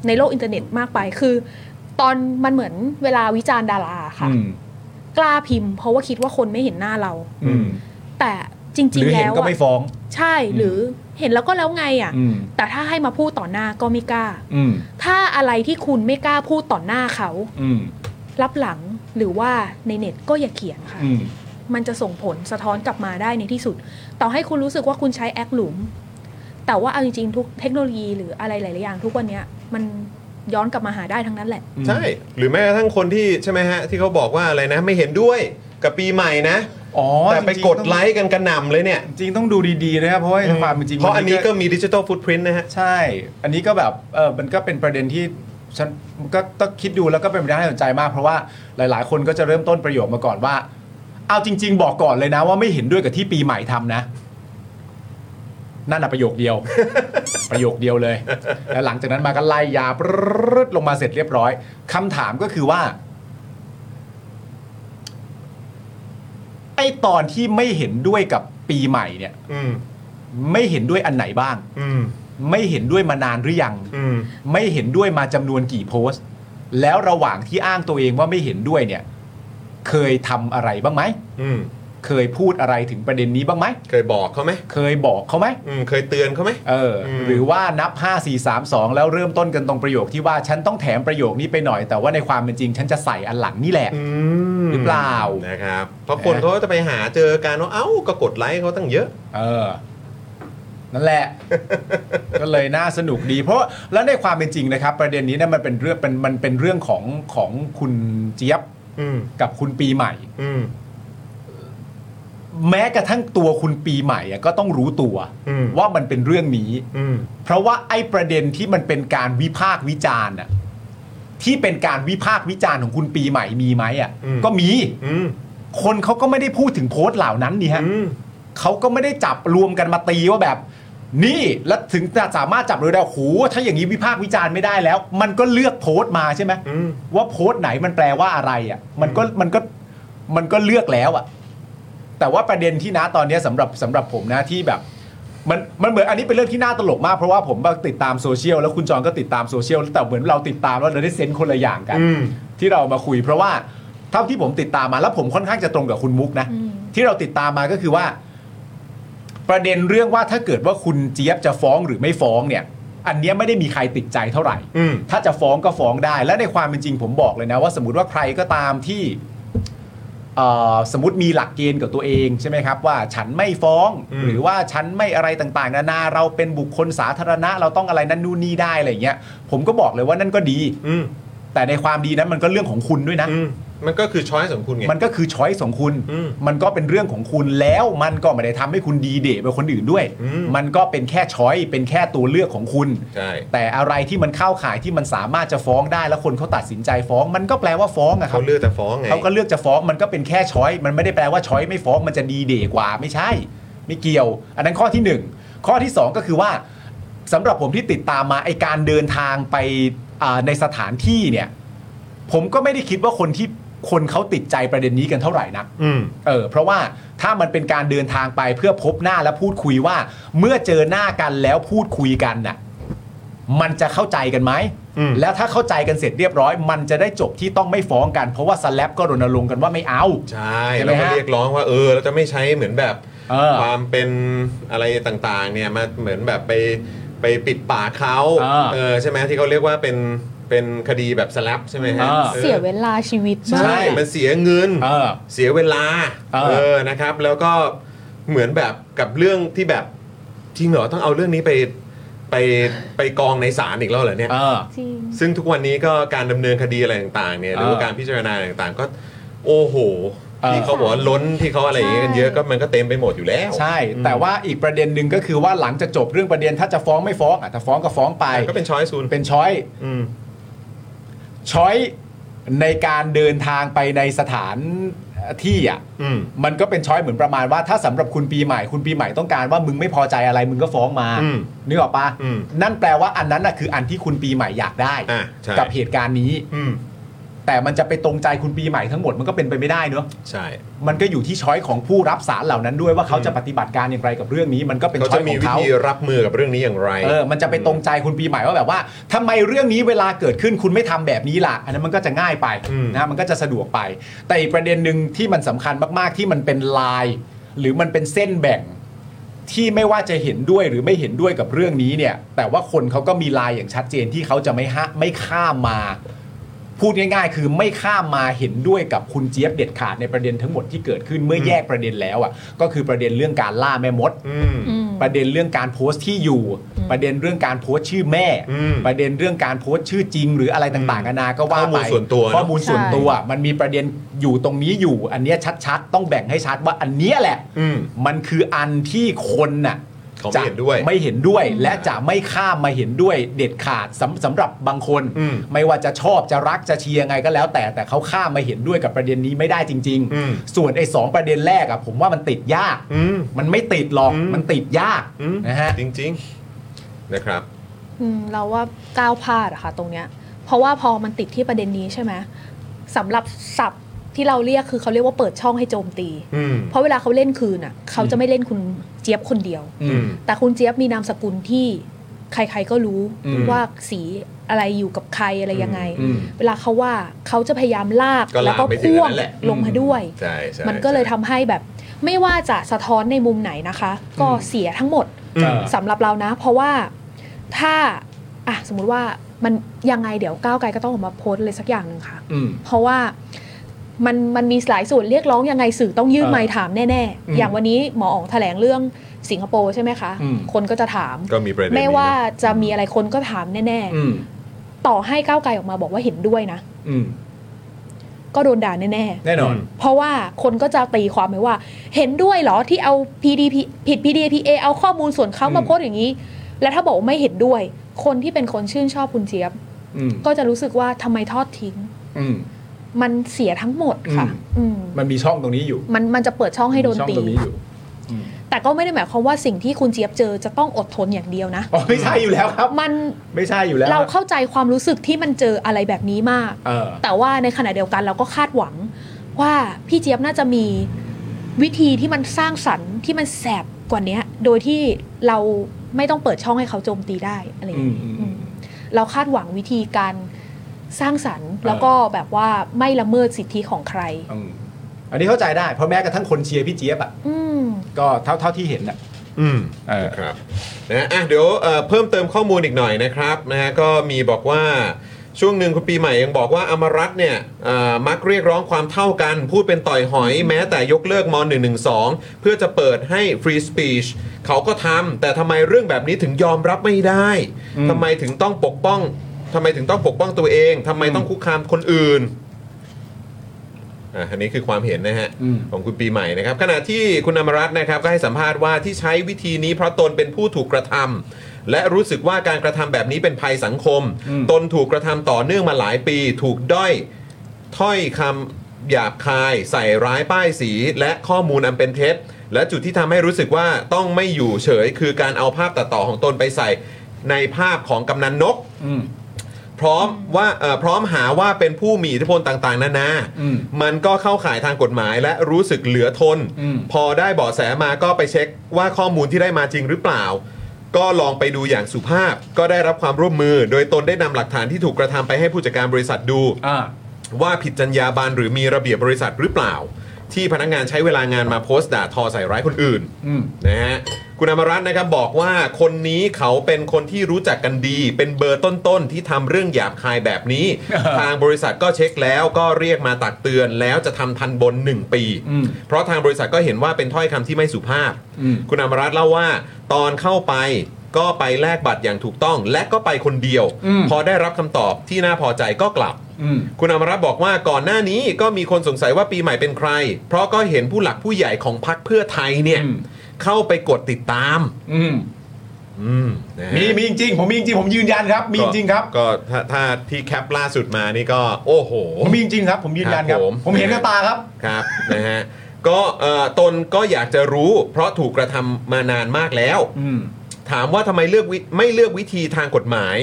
Speaker 3: ในโลกอินเทอร์เน็ตมากไป คือ ตอนมันเหมือนเวลาวิจารณ์ดาราค่ะ
Speaker 2: อืม
Speaker 3: กล้าพิมพ์เพราะว่าคิดว่าคนไม่เห็นหน้าเรา
Speaker 2: อืม
Speaker 3: แต่จ
Speaker 2: ห
Speaker 3: ริ
Speaker 2: รือ
Speaker 3: งๆ
Speaker 2: เห็น
Speaker 3: แล้ว
Speaker 2: ก็
Speaker 3: อะ
Speaker 2: ไม่ฟ้อง
Speaker 3: ใช่หรือเห็นแล้วก็แล้วไงอ่ะ
Speaker 2: อืม
Speaker 3: แต่ถ้าให้มาพูดต่อหน้าก็ไม่กล้า
Speaker 2: อืม
Speaker 3: ถ้าอะไรที่คุณไม่กล้าพูดต่อหน้าเขา
Speaker 2: อืม
Speaker 3: รับหลังหรือว่าในเน็ตก็อย่าเขียนค่ะ
Speaker 2: อืม
Speaker 3: มันจะส่งผลสะท้อนกลับมาได้ในที่สุด ต่อให้คุณรู้สึกว่าคุณใช้แอคหลุม แต่ว่าเอาจริงๆทุกเทคโนโลยีหรืออะไรหลายๆอย่าง ทุกวันเนี้ยมันย้อนกลับมาหาได้ทั้งนั้นแหละ
Speaker 1: ใช่ หรือแม้กระทั่งคนที่ใช่ไหมฮะ ที่เขาบอกว่าอะไรนะ ไม่เห็นด้วยกับปีใหม่นะ
Speaker 2: อ๋อ
Speaker 1: แต่ไปกดไล
Speaker 2: ค์
Speaker 1: ค์กันกระหน่ำเลยเนี่ย
Speaker 2: จริงๆต้องดูดีๆนะครับเพราะว่าความเป็นจริง
Speaker 1: เพราะอันนี้ก็มีดิจิ t a ลฟุตพิ i n t นะฮะ
Speaker 2: ใช่ อันนี้ก็แบบเออมันก็เป็นประเด็นที่ฉันก็ต้องคิดดูแล้วก็เป็นประเด็นที่น่าสนใจมาก เพราะว่าหลาย ๆ คนก็จะเริ่มต้นประโยคมาก่อนว่า เอาจริง ๆ บอกก่อนเลยนะว่าไม่เห็นด้วยกับที่ปีใหม่ทำนะ นั่นน่ะประโยคเดียว (laughs) ประโยคเดียวเลย แล้วหลังจากนั้นมาก็ไล่ยาวปรึ๊ดลงมาเสร็จเรียบร้อยคำถามก็คือว่า ไอตอนที่ไม่เห็นด้วยกับปีใหม่เนี่ย
Speaker 1: อืม
Speaker 2: ไม่เห็นด้วยอันไหนบ้าง
Speaker 1: อืม
Speaker 2: ไม่เห็นด้วยมานานหรือยัง
Speaker 1: อืม
Speaker 2: ไม่เห็นด้วยมาจำนวนกี่โพสต์ แล้วระหว่างที่อ้างตัวเองว่าไม่เห็นด้วยเนี่ย เคยทำอะไรบ้างไหม
Speaker 1: อืม
Speaker 2: เคยพูดอะไรถึงประเด็นนี้บ้างไหม
Speaker 1: เคยบอกเขาไหม
Speaker 2: เคยบอกเขาไหม
Speaker 1: อืม เคยเตือนเขาไหม
Speaker 2: เอออ
Speaker 1: ม
Speaker 2: หรือว่านับ 5 4 3 2 แล้วเริ่มต้นกันตรงประโยคที่ว่าฉันต้องแถมประโยคนี้ไปหน่อย แต่ว่าในความเป็นจริง ฉันจะใส่อันหลังนี่แหละ
Speaker 1: อืม
Speaker 2: หรือเปล่า
Speaker 1: นะครับ เพราะคนเขาก็จะไปหาเจอการว่าเอ้าก็กดไลค์เขาตั้งเยอะ
Speaker 2: เออ นั่นแหละ ก็เลยน่าสนุกดี เพราะแล้วในความเป็นจริงนะครับ ประเด็นนี้เนี่ยมันเป็นเรื่องเป็นมันเป็นเรื่องของของคุณเจี๊ยบ
Speaker 1: อืม
Speaker 2: กับคุณปีใหม่
Speaker 1: อืม
Speaker 2: แม้กระทั่งตัวคุณปีใหม่อะก็ต้องรู้ตัว
Speaker 1: อืม
Speaker 2: ว่ามันเป็นเรื่องนี้
Speaker 1: อืม
Speaker 2: เพราะว่าไอ้ประเด็นที่มันเป็นการวิพากษ์วิจารณ์อะที่เป็นการวิพากษ์วิจารณ์ของคุณปีใหม่มีไหมอะ
Speaker 1: อืม
Speaker 2: ก็มี
Speaker 1: อืม
Speaker 2: คนเขาก็ไม่ได้พูดถึงโพสต์เหล่านั้นนี่ฮะ
Speaker 1: อืม
Speaker 2: เขาก็ไม่ได้จับรวมกันมาตีว่าแบบ นี่แล้วถึงจะสามารถจับเลยได้โหถ้าอย่างนี้วิพากษ์วิจารณ์ไม่ได้แล้ว มันก็เลือกโพสต์มาใช่ไหม
Speaker 1: อืม
Speaker 2: ว่าโพสต์ไหนมันแปลว่าอะไรอ่ะ มันก็มันก็มันก็เลือกแล้วอ่ะ แต่ว่าประเด็นที่นะตอนเนี้ยสำหรับสำหรับผมนะที่แบบ มันมันเหมือนอันนี้เป็นเรื่องที่น่าตลกมากเพราะว่าผมก็ติดตามโซเชียลแล้วคุณจอนก็ติดตามโซเชียลแต่เหมือนเราติดตามแล้วเราได้เซนส์คนละอย่างกัน
Speaker 1: อืม
Speaker 2: ที่เรามาคุยเพราะว่าเท่าที่ผมติดตามมาแล้วผมค่อนข้างจะตรงกับคุณมุกนะ
Speaker 3: อืม
Speaker 2: ที่เราติดตามมาก็คือว่า ประเด็นเรื่องว่าถ้าเกิดว่าคุณเจี๊ยบจะฟ้องหรือไม่ฟ้องเนี่ย อันเนี้ยไม่ได้มีใครติดใจเท่าไหร่
Speaker 1: อืม
Speaker 2: ถ้าจะฟ้องก็ฟ้องได้ และในความเป็นจริงผมบอกเลยนะ ว่าสมมติว่าใครก็ตามที่เอ่อสมมติมีหลักเกณฑ์กับตัวเองใช่ไหมครับ ว่าฉันไม่ฟ้อง
Speaker 1: อืม
Speaker 2: หรือว่าฉันไม่อะไรต่างๆ นานาเราเป็นบุคคลสาธารณะ เราต้องอะไรนั่นนู่นนี่ได้อะไรอย่างเงี้ยผมก็บอกเลยว่านั่นก็ดี
Speaker 1: อืม
Speaker 2: แต่ในความดีนั้นมันก็เรื่องของคุณด้วยนะ
Speaker 1: อืม มันก็คือช้อยส์ของคุณไง
Speaker 2: มันก็คือช้อยส์ของคุณ
Speaker 1: อืม
Speaker 2: มันก็เป็นเรื่องของคุณแล้วมันก็ไม่ได้ทำให้คุณดีเดทไปคนอื่นด้วย
Speaker 1: อืม
Speaker 2: มันก็เป็นแค่ช้อยส์เป็นแค่ตัวเลือกของคุณ
Speaker 1: ใช่
Speaker 2: แต่อะไรที่มันเข้าข่ายที่มันสามารถจะฟ้องได้แล้วคนเขาตัดสินใจฟ้อง มันก็แปลว่าฟ้องอะครั
Speaker 1: เขา
Speaker 2: บ
Speaker 1: เลือกแต่ฟ้องไง
Speaker 2: เขาก็เลือกจะฟ้องมันก็เป็นแค่ช้อยส์มันไม่ได้แปลว่าช้อยส์ไม่ฟ้องมันจะดีเดทกว่าไม่ใช่ ไม่เกี่ยว อันนั้นข้อที่หนึ่งข้อที่สองก็คือว่าสำหรับผมที่ติดตามมาไอการเดินทางไปอ่าในสถานที่เนี่ย ผมก็ไม่ได้คิดว่าคนที่คนเขาติดใจประเด็นนี้กันเท่าไหร่นัก
Speaker 1: อืม
Speaker 2: เออเพราะว่าถ้ามันเป็นการเดินทางไปเพื่อพบหน้าและพูดคุยว่า เมื่อเจอหน้ากันแล้วพูดคุยกันน่ะมันจะเข้าใจกันไหม
Speaker 1: อืม
Speaker 2: แล้วถ้าเข้าใจกันเสร็จเรียบร้อย มันจะได้จบที่ต้องไม่ฟ้องกัน เพราะว่าสแลปก็รณรงค์กันว่าไม่เอา
Speaker 1: ใช่
Speaker 2: ใช่ไหม
Speaker 1: เราก็
Speaker 2: ฮะ
Speaker 1: เรียกร้องว่าเออเราจะไม่ใช้เหมือนแบบ
Speaker 2: เออ
Speaker 1: ความเป็นอะไรต่างๆเนี่ยมาเหมือนแบบไปไปปิดปากเขา
Speaker 2: เออ
Speaker 1: เออใช่ไหมที่เขาเรียกว่าเป็นเป็นคดีแบบสลับใช่ไหมฮะ
Speaker 2: เออ
Speaker 1: ออ
Speaker 3: เสียเวลาชีวิตมาก
Speaker 1: ใช่มันเสียเงิน
Speaker 2: เออ
Speaker 1: เสียเวลา
Speaker 2: เออ
Speaker 1: นะครับ แล้วก็เหมือนแบบกับเรื่องที่แบบจริงเหรอต้องเอาเรื่องนี้ไปไปไปกองในศาลอีกแล้วเหรอเนี่ย
Speaker 2: เออ
Speaker 3: จริง
Speaker 1: ซึ่งทุกวันนี้ก็การดำเนินคดีอะไรต่างๆเนี่ยหรือว่า
Speaker 2: เออ
Speaker 1: การพิจารณาอะไรต่างๆก็ โอ้โห
Speaker 2: เอ่อ
Speaker 1: ที่เขาบอกว่าล้นที่เขาอะไรอย่างเงี้ยกันเยอะก็มันก็เต็มไปหมดอยู่แล้ว
Speaker 2: ใช่ แต่ว่าอีกประเด็นหนึ่งก็คือว่าหลังจากจบเรื่องประเด็นถ้าจะฟ้องไม่ฟ้องอ่ะถ้าฟ้องก็ฟ้องไป
Speaker 1: ก็เป็นช้อยซูน
Speaker 2: เป็นช้อย
Speaker 1: อืม
Speaker 2: ช้อยในการเดินทางไปในสถานที่อ่ะ
Speaker 1: อืม
Speaker 2: มันก็เป็นช้อยเหมือนประมาณว่าถ้าสำหรับคุณปีใหม่คุณปีใหม่ต้องการว่ามึงไม่พอใจอะไรมึงก็ฟ้องมา
Speaker 1: อืม
Speaker 2: นึกออกปะ
Speaker 1: อืม
Speaker 2: นั่นแปลว่าอันนั้นน่ะคืออันที่คุณปีใหม่อยากได้
Speaker 1: อ่ะใช่
Speaker 2: กับเหตุการณ์นี้
Speaker 1: อืม
Speaker 2: แต่มันจะไปตรงใจคุณปีใหม่ทั้งหมดมันก็เป็นไปไม่ได้เนอะ
Speaker 1: ใช่
Speaker 2: มันก็อยู่ที่ช้อยของผู้รับสารเหล่านั้นด้วยว่าเขาจะปฏิบัติการอย่างไรกับเรื่องนี้ มันก็เป็น
Speaker 1: เขา
Speaker 2: ช้อย
Speaker 1: จะ
Speaker 2: ข
Speaker 1: มี
Speaker 2: อง
Speaker 1: วิ
Speaker 2: เขา
Speaker 1: ธีรับมือกับเรื่องนี้อย่างไร
Speaker 2: เออ มันจะไปตรงใจคุณปีใหม่ว่าแบบว่าทำไมเรื่องนี้เวลาเกิดขึ้นคุณไม่ทำแบบนี้ล่ะ อันนั้นมันก็จะง่ายไป
Speaker 1: อืม
Speaker 2: นะมันก็จะสะดวกไป แต่อีกประเด็นหนึ่งที่มันสำคัญมากๆที่มันเป็นลาย หรือมันเป็นเส้นแบ่งที่ไม่ว่าจะเห็นด้วยหรือไม่เห็นด้วยกับเรื่องนี้เนี่ย แต่ว่าคนเขาก็มีลายอย่างชัดเจนที่เขาจะไม่ฮะไม่ข้ามมา พูดง่าย ๆ คือไม่ข้ามมาเห็นด้วยกับคุณเจี๊ยบเด็ดขาดในประเด็นทั้งหมดที่เกิดขึ้นเมื่อแยกประเด็นแล้วอ่ะก็คือประเด็นเรื่องการล่าแม่มด
Speaker 1: อืม
Speaker 3: อืม
Speaker 2: ประเด็นเรื่องการโพสต์ที่อยู่ ประเด็นเรื่องการโพสต์ชื่อแม่
Speaker 1: อืม
Speaker 2: ประเด็นเรื่องการโพสต์ชื่อจริง หรืออะไรต่างๆกันานาก็ว่า
Speaker 1: ข้อมู
Speaker 2: ไป
Speaker 1: ลส่วนตัวเนอะ
Speaker 2: ข้อมูลส่วนตัว มันมีประเด็นอยู่ตรงนี้อยู่ อันเนี้ยชัดๆ ต้องแบ่งให้ชัดว่าอันเนี้ยแหละ
Speaker 1: อืม
Speaker 2: มันคืออันที่คนน่ะ
Speaker 1: เขาไม่เห็นด้วย
Speaker 2: จะไม่เห็นด้วยและจะไม่ข้ามมาเห็นด้วยเด็ดขาดสำสำหรับบางคน
Speaker 1: อืม
Speaker 2: ไม่ว่าจะชอบจะรักจะเชียร์ไงก็แล้ว แต่แต่เขาข้ามมาเห็นด้วยกับประเด็นนี้ไม่ได้จริง
Speaker 1: อืม
Speaker 2: ๆ ส่วนไอ้สองประเด็นแรกอะผมว่ามันติดยาก
Speaker 1: อืม
Speaker 2: มันไม่ติดหรอก
Speaker 1: อืม
Speaker 2: มันติดยาก
Speaker 1: อืม
Speaker 2: นะฮะ
Speaker 1: จริง ๆ นะครับ
Speaker 3: อืมเราว่าก้าวพลาดอะค่ะตรงเนี้ย เพราะว่าพอมันติดที่ประเด็นนี้ใช่ไหมสำหรับศัพท์ที่เราเรียกคือเขาเรียกว่าเปิดช่องให้โจมตี
Speaker 1: อืม
Speaker 3: เพราะเวลาเขาเล่นคืนอ่ะเขาจะไม่เล่นคุณเจี๊ยบคนเดียว
Speaker 1: อืม
Speaker 3: แต่คุณเจี๊ยบมีนามสกุลที่ใครๆก็รู้
Speaker 2: อืม
Speaker 3: ว่าสีอะไรอยู่กับใครอะไรยังไง
Speaker 2: อืม
Speaker 3: เวลาเขาว่าเขาจะพยายามลาก
Speaker 1: ก็ลาก
Speaker 3: แล้วก็
Speaker 1: ไปถึง
Speaker 3: พ่ว
Speaker 1: อั
Speaker 3: ง
Speaker 1: นนั้นแหละ
Speaker 3: ลงมาด้วย
Speaker 1: ใช่ใช่
Speaker 3: มันก็เลยทำให้แบบ ไม่ว่าจะสะท้อนในมุมไหนนะคะ ก็
Speaker 2: อืม
Speaker 3: เสียทั้งหมด
Speaker 1: อืม
Speaker 3: สำหรับเรานะ เพราะว่าถ้าอ่ะสมมุติว่ามันยังไงเดี๋ยวก้าวไกลก็ต้องออกมาโพสต์เลยสักอย่างหนึ่งค่ะ
Speaker 2: อืม
Speaker 3: เพราะว่ามันมันมีหลายส่วนเรียกร้องยังไงสื่อต้องยื่น
Speaker 2: เออ
Speaker 3: ไมค์ถามแน่
Speaker 2: อืม
Speaker 3: ๆ อย่างวันนี้หมออ๋องแถลงเรื่องสิงคโปร์ใช่ไหมคะ
Speaker 2: อืม
Speaker 3: คนก็จะถาม
Speaker 1: ก็มีประเด็นนี้
Speaker 3: ไม่
Speaker 1: นะ
Speaker 3: ว่าจะมีอะไรคนก็ถามแน่
Speaker 2: อืม
Speaker 3: ๆ ต่อให้ก้าวไกลออกมาบอกว่าเห็นด้วยนะ
Speaker 2: อืม
Speaker 3: ก็โดนด่าแน่
Speaker 2: แน่นอน
Speaker 3: ๆ เพราะว่าคนก็จะตีความไปว่า เห็นด้วยเหรอที่เอา PDP ผิด PDPA เอาข้อมูลส่วนเขามา
Speaker 2: อืม
Speaker 3: โพสต์อย่างนี้ และถ้าบอกว่าไม่เห็นด้วย คนที่เป็นคนชื่นชอบคุณเจี๊ยบ
Speaker 2: อืม
Speaker 3: ก็จะรู้สึกว่าทำไมทอดทิ้ง
Speaker 2: อืม
Speaker 3: มันเสียทั้งหมดค่ะ
Speaker 2: อืม
Speaker 3: อืม
Speaker 2: มันมีช่องตรงนี้อยู่
Speaker 3: มันมันจะเปิดช่องให้โด
Speaker 2: มี
Speaker 3: น
Speaker 2: ช่อง
Speaker 3: ตี
Speaker 2: ตรงนี้อยู่
Speaker 3: แต่ก็ไม่ได้หมายความว่าสิ่งที่คุณเจี๊ยบเจอจะต้องอดทนอย่างเดียวนะ
Speaker 2: อ๋อไม่ใช่อยู่แล้วครับ
Speaker 3: มัน
Speaker 2: ไม่ใช่อยู่แล้ว
Speaker 3: เราเข้าใจความรู้สึกที่มันเจออะไรแบบนี้มาก
Speaker 2: เออ
Speaker 3: แต่ว่าในขณะเดียวกันเราก็คาดหวังว่าพี่เจี๊ยบน่าจะมีวิธีที่มันสร้างสรรค์ที่มันแสบกว่าเนี้ย โดยที่เราไม่ต้องเปิดช่องให้เขาโจมตีได้อะไรอย่างเงี้ย
Speaker 2: อืม
Speaker 3: อืมเราคาดหวังวิธีการสร้างสรรค์แล้วก็แบบว่าไม่ละเมิดสิทธิของใคร
Speaker 2: อืมอันนี้เข้าใจได้ เพราะแม้กระทั่งคนเชียร์พี่เจี๊ยบอ่ะ
Speaker 3: อืม
Speaker 2: ก็เท่าเท่าที่เห็นอ่ะ
Speaker 1: อืม
Speaker 2: เออ
Speaker 1: ครับนะอ่ะเดี๋ยวเอ่อเพิ่มเติมข้อมูลอีกหน่อยนะครับนะฮะก็มีบอกว่าช่วงหนึ่งคุณปีใหม่ยังบอกว่าอมรัตน์เนี่ยเอ่อมักเรียกร้องความเท่ากัน พูดเป็นต่อยหอยแม้แต่ยกเลิกม .112 เพื่อจะเปิดให้ฟรีสปีชเขาก็ทำแต่ทำไมเรื่องแบบนี้ถึงยอมรับไม่ได้ทำไมถึงต้องปกป้องทำไมถึงต้องปกป้องตัวเองทำไมต้องคุกคามคนอื่น อ่ะอันนี้คือความเห็นนะฮะ
Speaker 2: อืม
Speaker 1: ของคุณปีใหม่นะครับ ขณะที่คุณอมรัตน์นะครับก็ให้สัมภาษณ์ว่าที่ใช้วิธีนี้เพราะตนเป็นผู้ถูกกระทำและรู้สึกว่าการกระทำแบบนี้เป็นภัยสังคม
Speaker 2: อืม
Speaker 1: ตนถูกกระทำต่อเนื่องมาหลายปี ถูกด้อยถ้อยคำหยาบคาย ใส่ร้ายป้ายสี และข้อมูลอันเป็นเท็จ และจุดที่ทำให้รู้สึกว่าต้องไม่อยู่เฉย คือการเอาภาพตัดต่อของตนไปใส่ในภาพของกำนันนก
Speaker 2: อืม
Speaker 1: พร้อมว่าเอ่อพร้อมหาว่าเป็นผู้มีอิทธิพลต่างๆ นานา
Speaker 2: อืม
Speaker 1: มันก็เข้าข่ายทางกฎหมายและรู้สึกเหลือทน
Speaker 2: อืม
Speaker 1: พอได้เบาะแสมาก็ไปเช็คว่าข้อมูลที่ได้มาจริงหรือเปล่า ก็ลองไปดูอย่างสุภาพ ก็ได้รับความร่วมมือ โดยตนได้นำหลักฐานที่ถูกกระทำไปให้ผู้จัดการบริษัทดู
Speaker 2: อ่า
Speaker 1: ว่าผิดจรรยาบรรณหรือมีระเบียบบริษัทหรือเปล่า ที่พนักงานใช้เวลางานมาโพสต์ด่าทอใส่ร้ายคนอื่น
Speaker 2: อืม
Speaker 1: นะฮะคุณอมรัตน์นะครับบอกว่าคนนี้เขาเป็นคนที่รู้จักกันดี เป็นเบอร์ต้นๆ ที่ทำเรื่องหยาบคายแบบ
Speaker 2: (laughs)
Speaker 1: นี้ ทางบริษัทก็เช็คแล้วก็เรียกมาตักเตือนแล้วจะทำทันบน 1 ปี
Speaker 2: อืม
Speaker 1: เพราะทางบริษัทก็เห็นว่าเป็นถ้อยคำที่ไม่สุภาพ
Speaker 2: อืม
Speaker 1: คุณอมรัตน์เล่าว่าตอนเข้าไปก็ไปแลกบัตรอย่างถูกต้อง และก็ไปคนเดียว
Speaker 2: อืม
Speaker 1: พอได้รับคำตอบที่น่าพอใจก็กลับ
Speaker 2: อืม
Speaker 1: คุณอมรัตน์บอกว่าก่อนหน้านี้ก็มีคนสงสัยว่าปีใหม่เป็นใคร เพราะก็เห็นผู้หลักผู้ใหญ่ของพรรคเพื่อไทยเนี่ย
Speaker 2: อืม
Speaker 1: เข้าไปกดติดตาม
Speaker 2: อืม
Speaker 1: อืมนะฮะ
Speaker 2: มีมีจริงๆผมมีจริงๆผมยืนยันครับ มีจริงครับ
Speaker 1: ก็ถ้าถ้าที่แคปล่าสุดมานี่ก็ โอ้โห
Speaker 2: ผมมีจริงครับ ผมยืนยันครับ
Speaker 1: ครับผม
Speaker 2: ผมเห็นกับตาครับ
Speaker 1: ครับ นะฮะก็เอ่อตนก็อยากจะรู้เพราะถูกกระทำมานานมากแล้ว
Speaker 2: อืม
Speaker 1: ถามว่าทำไมเลือกวิไม่เลือกวิธีทางกฎหมาย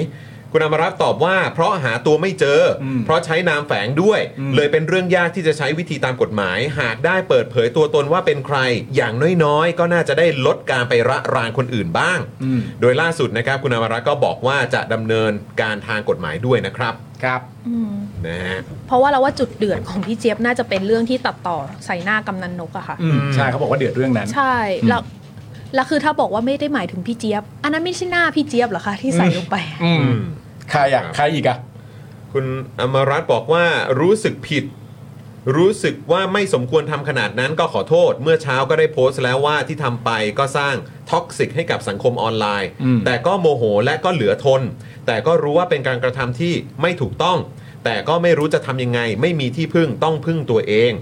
Speaker 1: คุณอมรัตน์ตอบว่า เพราะหาตัวไม่เจออ
Speaker 2: ม
Speaker 1: เพราะใช้นามแฝงด้วย
Speaker 2: อืม
Speaker 1: เลยเป็นเรื่องยากที่จะใช้วิธีตามกฎหมาย หากได้เปิดเผยตัวตนว่าเป็นใคร อย่างน้อยๆ ก็น่าจะได้ลดการไประรานคนอื่นบ้าง
Speaker 2: อืม
Speaker 1: โดยล่าสุดนะครับคุณอมรัตน์ก็บอกว่าจะดำเนินการทางกฎหมายด้วยนะครับ
Speaker 2: ครับ
Speaker 10: อืม
Speaker 1: นะฮะ
Speaker 10: เพราะว่าเราว่าจุดเดือดของพี่เจี๊ยบน่าจะเป็นเรื่องที่ตัดต่อใส่หน้ากำนันนกอะค่ะ
Speaker 2: อืมใช่เขาบอกว่าเดือดเรื่องนั้น
Speaker 10: ใช่แล้วแล้วคือถ้าบอกว่าไม่ได้หมายถึงพี่เจี๊ยบ อันนั้นไม่ใช่หน้าพี่เจี๊ยบเหรอคะที่ใส่ลงไป
Speaker 2: อืมใครอ่ะ ใครอีกอ่ะ
Speaker 1: คุณอมรัตน์บอกว่ารู้สึกผิด รู้สึกว่าไม่สมควรทำขนาดนั้นก็ขอโทษ เมื่อเช้าก็ได้โพสต์แล้วว่าที่ทำไปก็สร้างท็อกซิกให้กับสังคมออนไลน์
Speaker 2: อืม
Speaker 1: แต่ก็โมโหและก็เหลือทน แต่ก็รู้ว่าเป็นการกระทำที่ไม่ถูกต้อง แต่ก็ไม่รู้จะทำยังไง ไม่มีที่พึ่งต้องพึ่งตัวเอง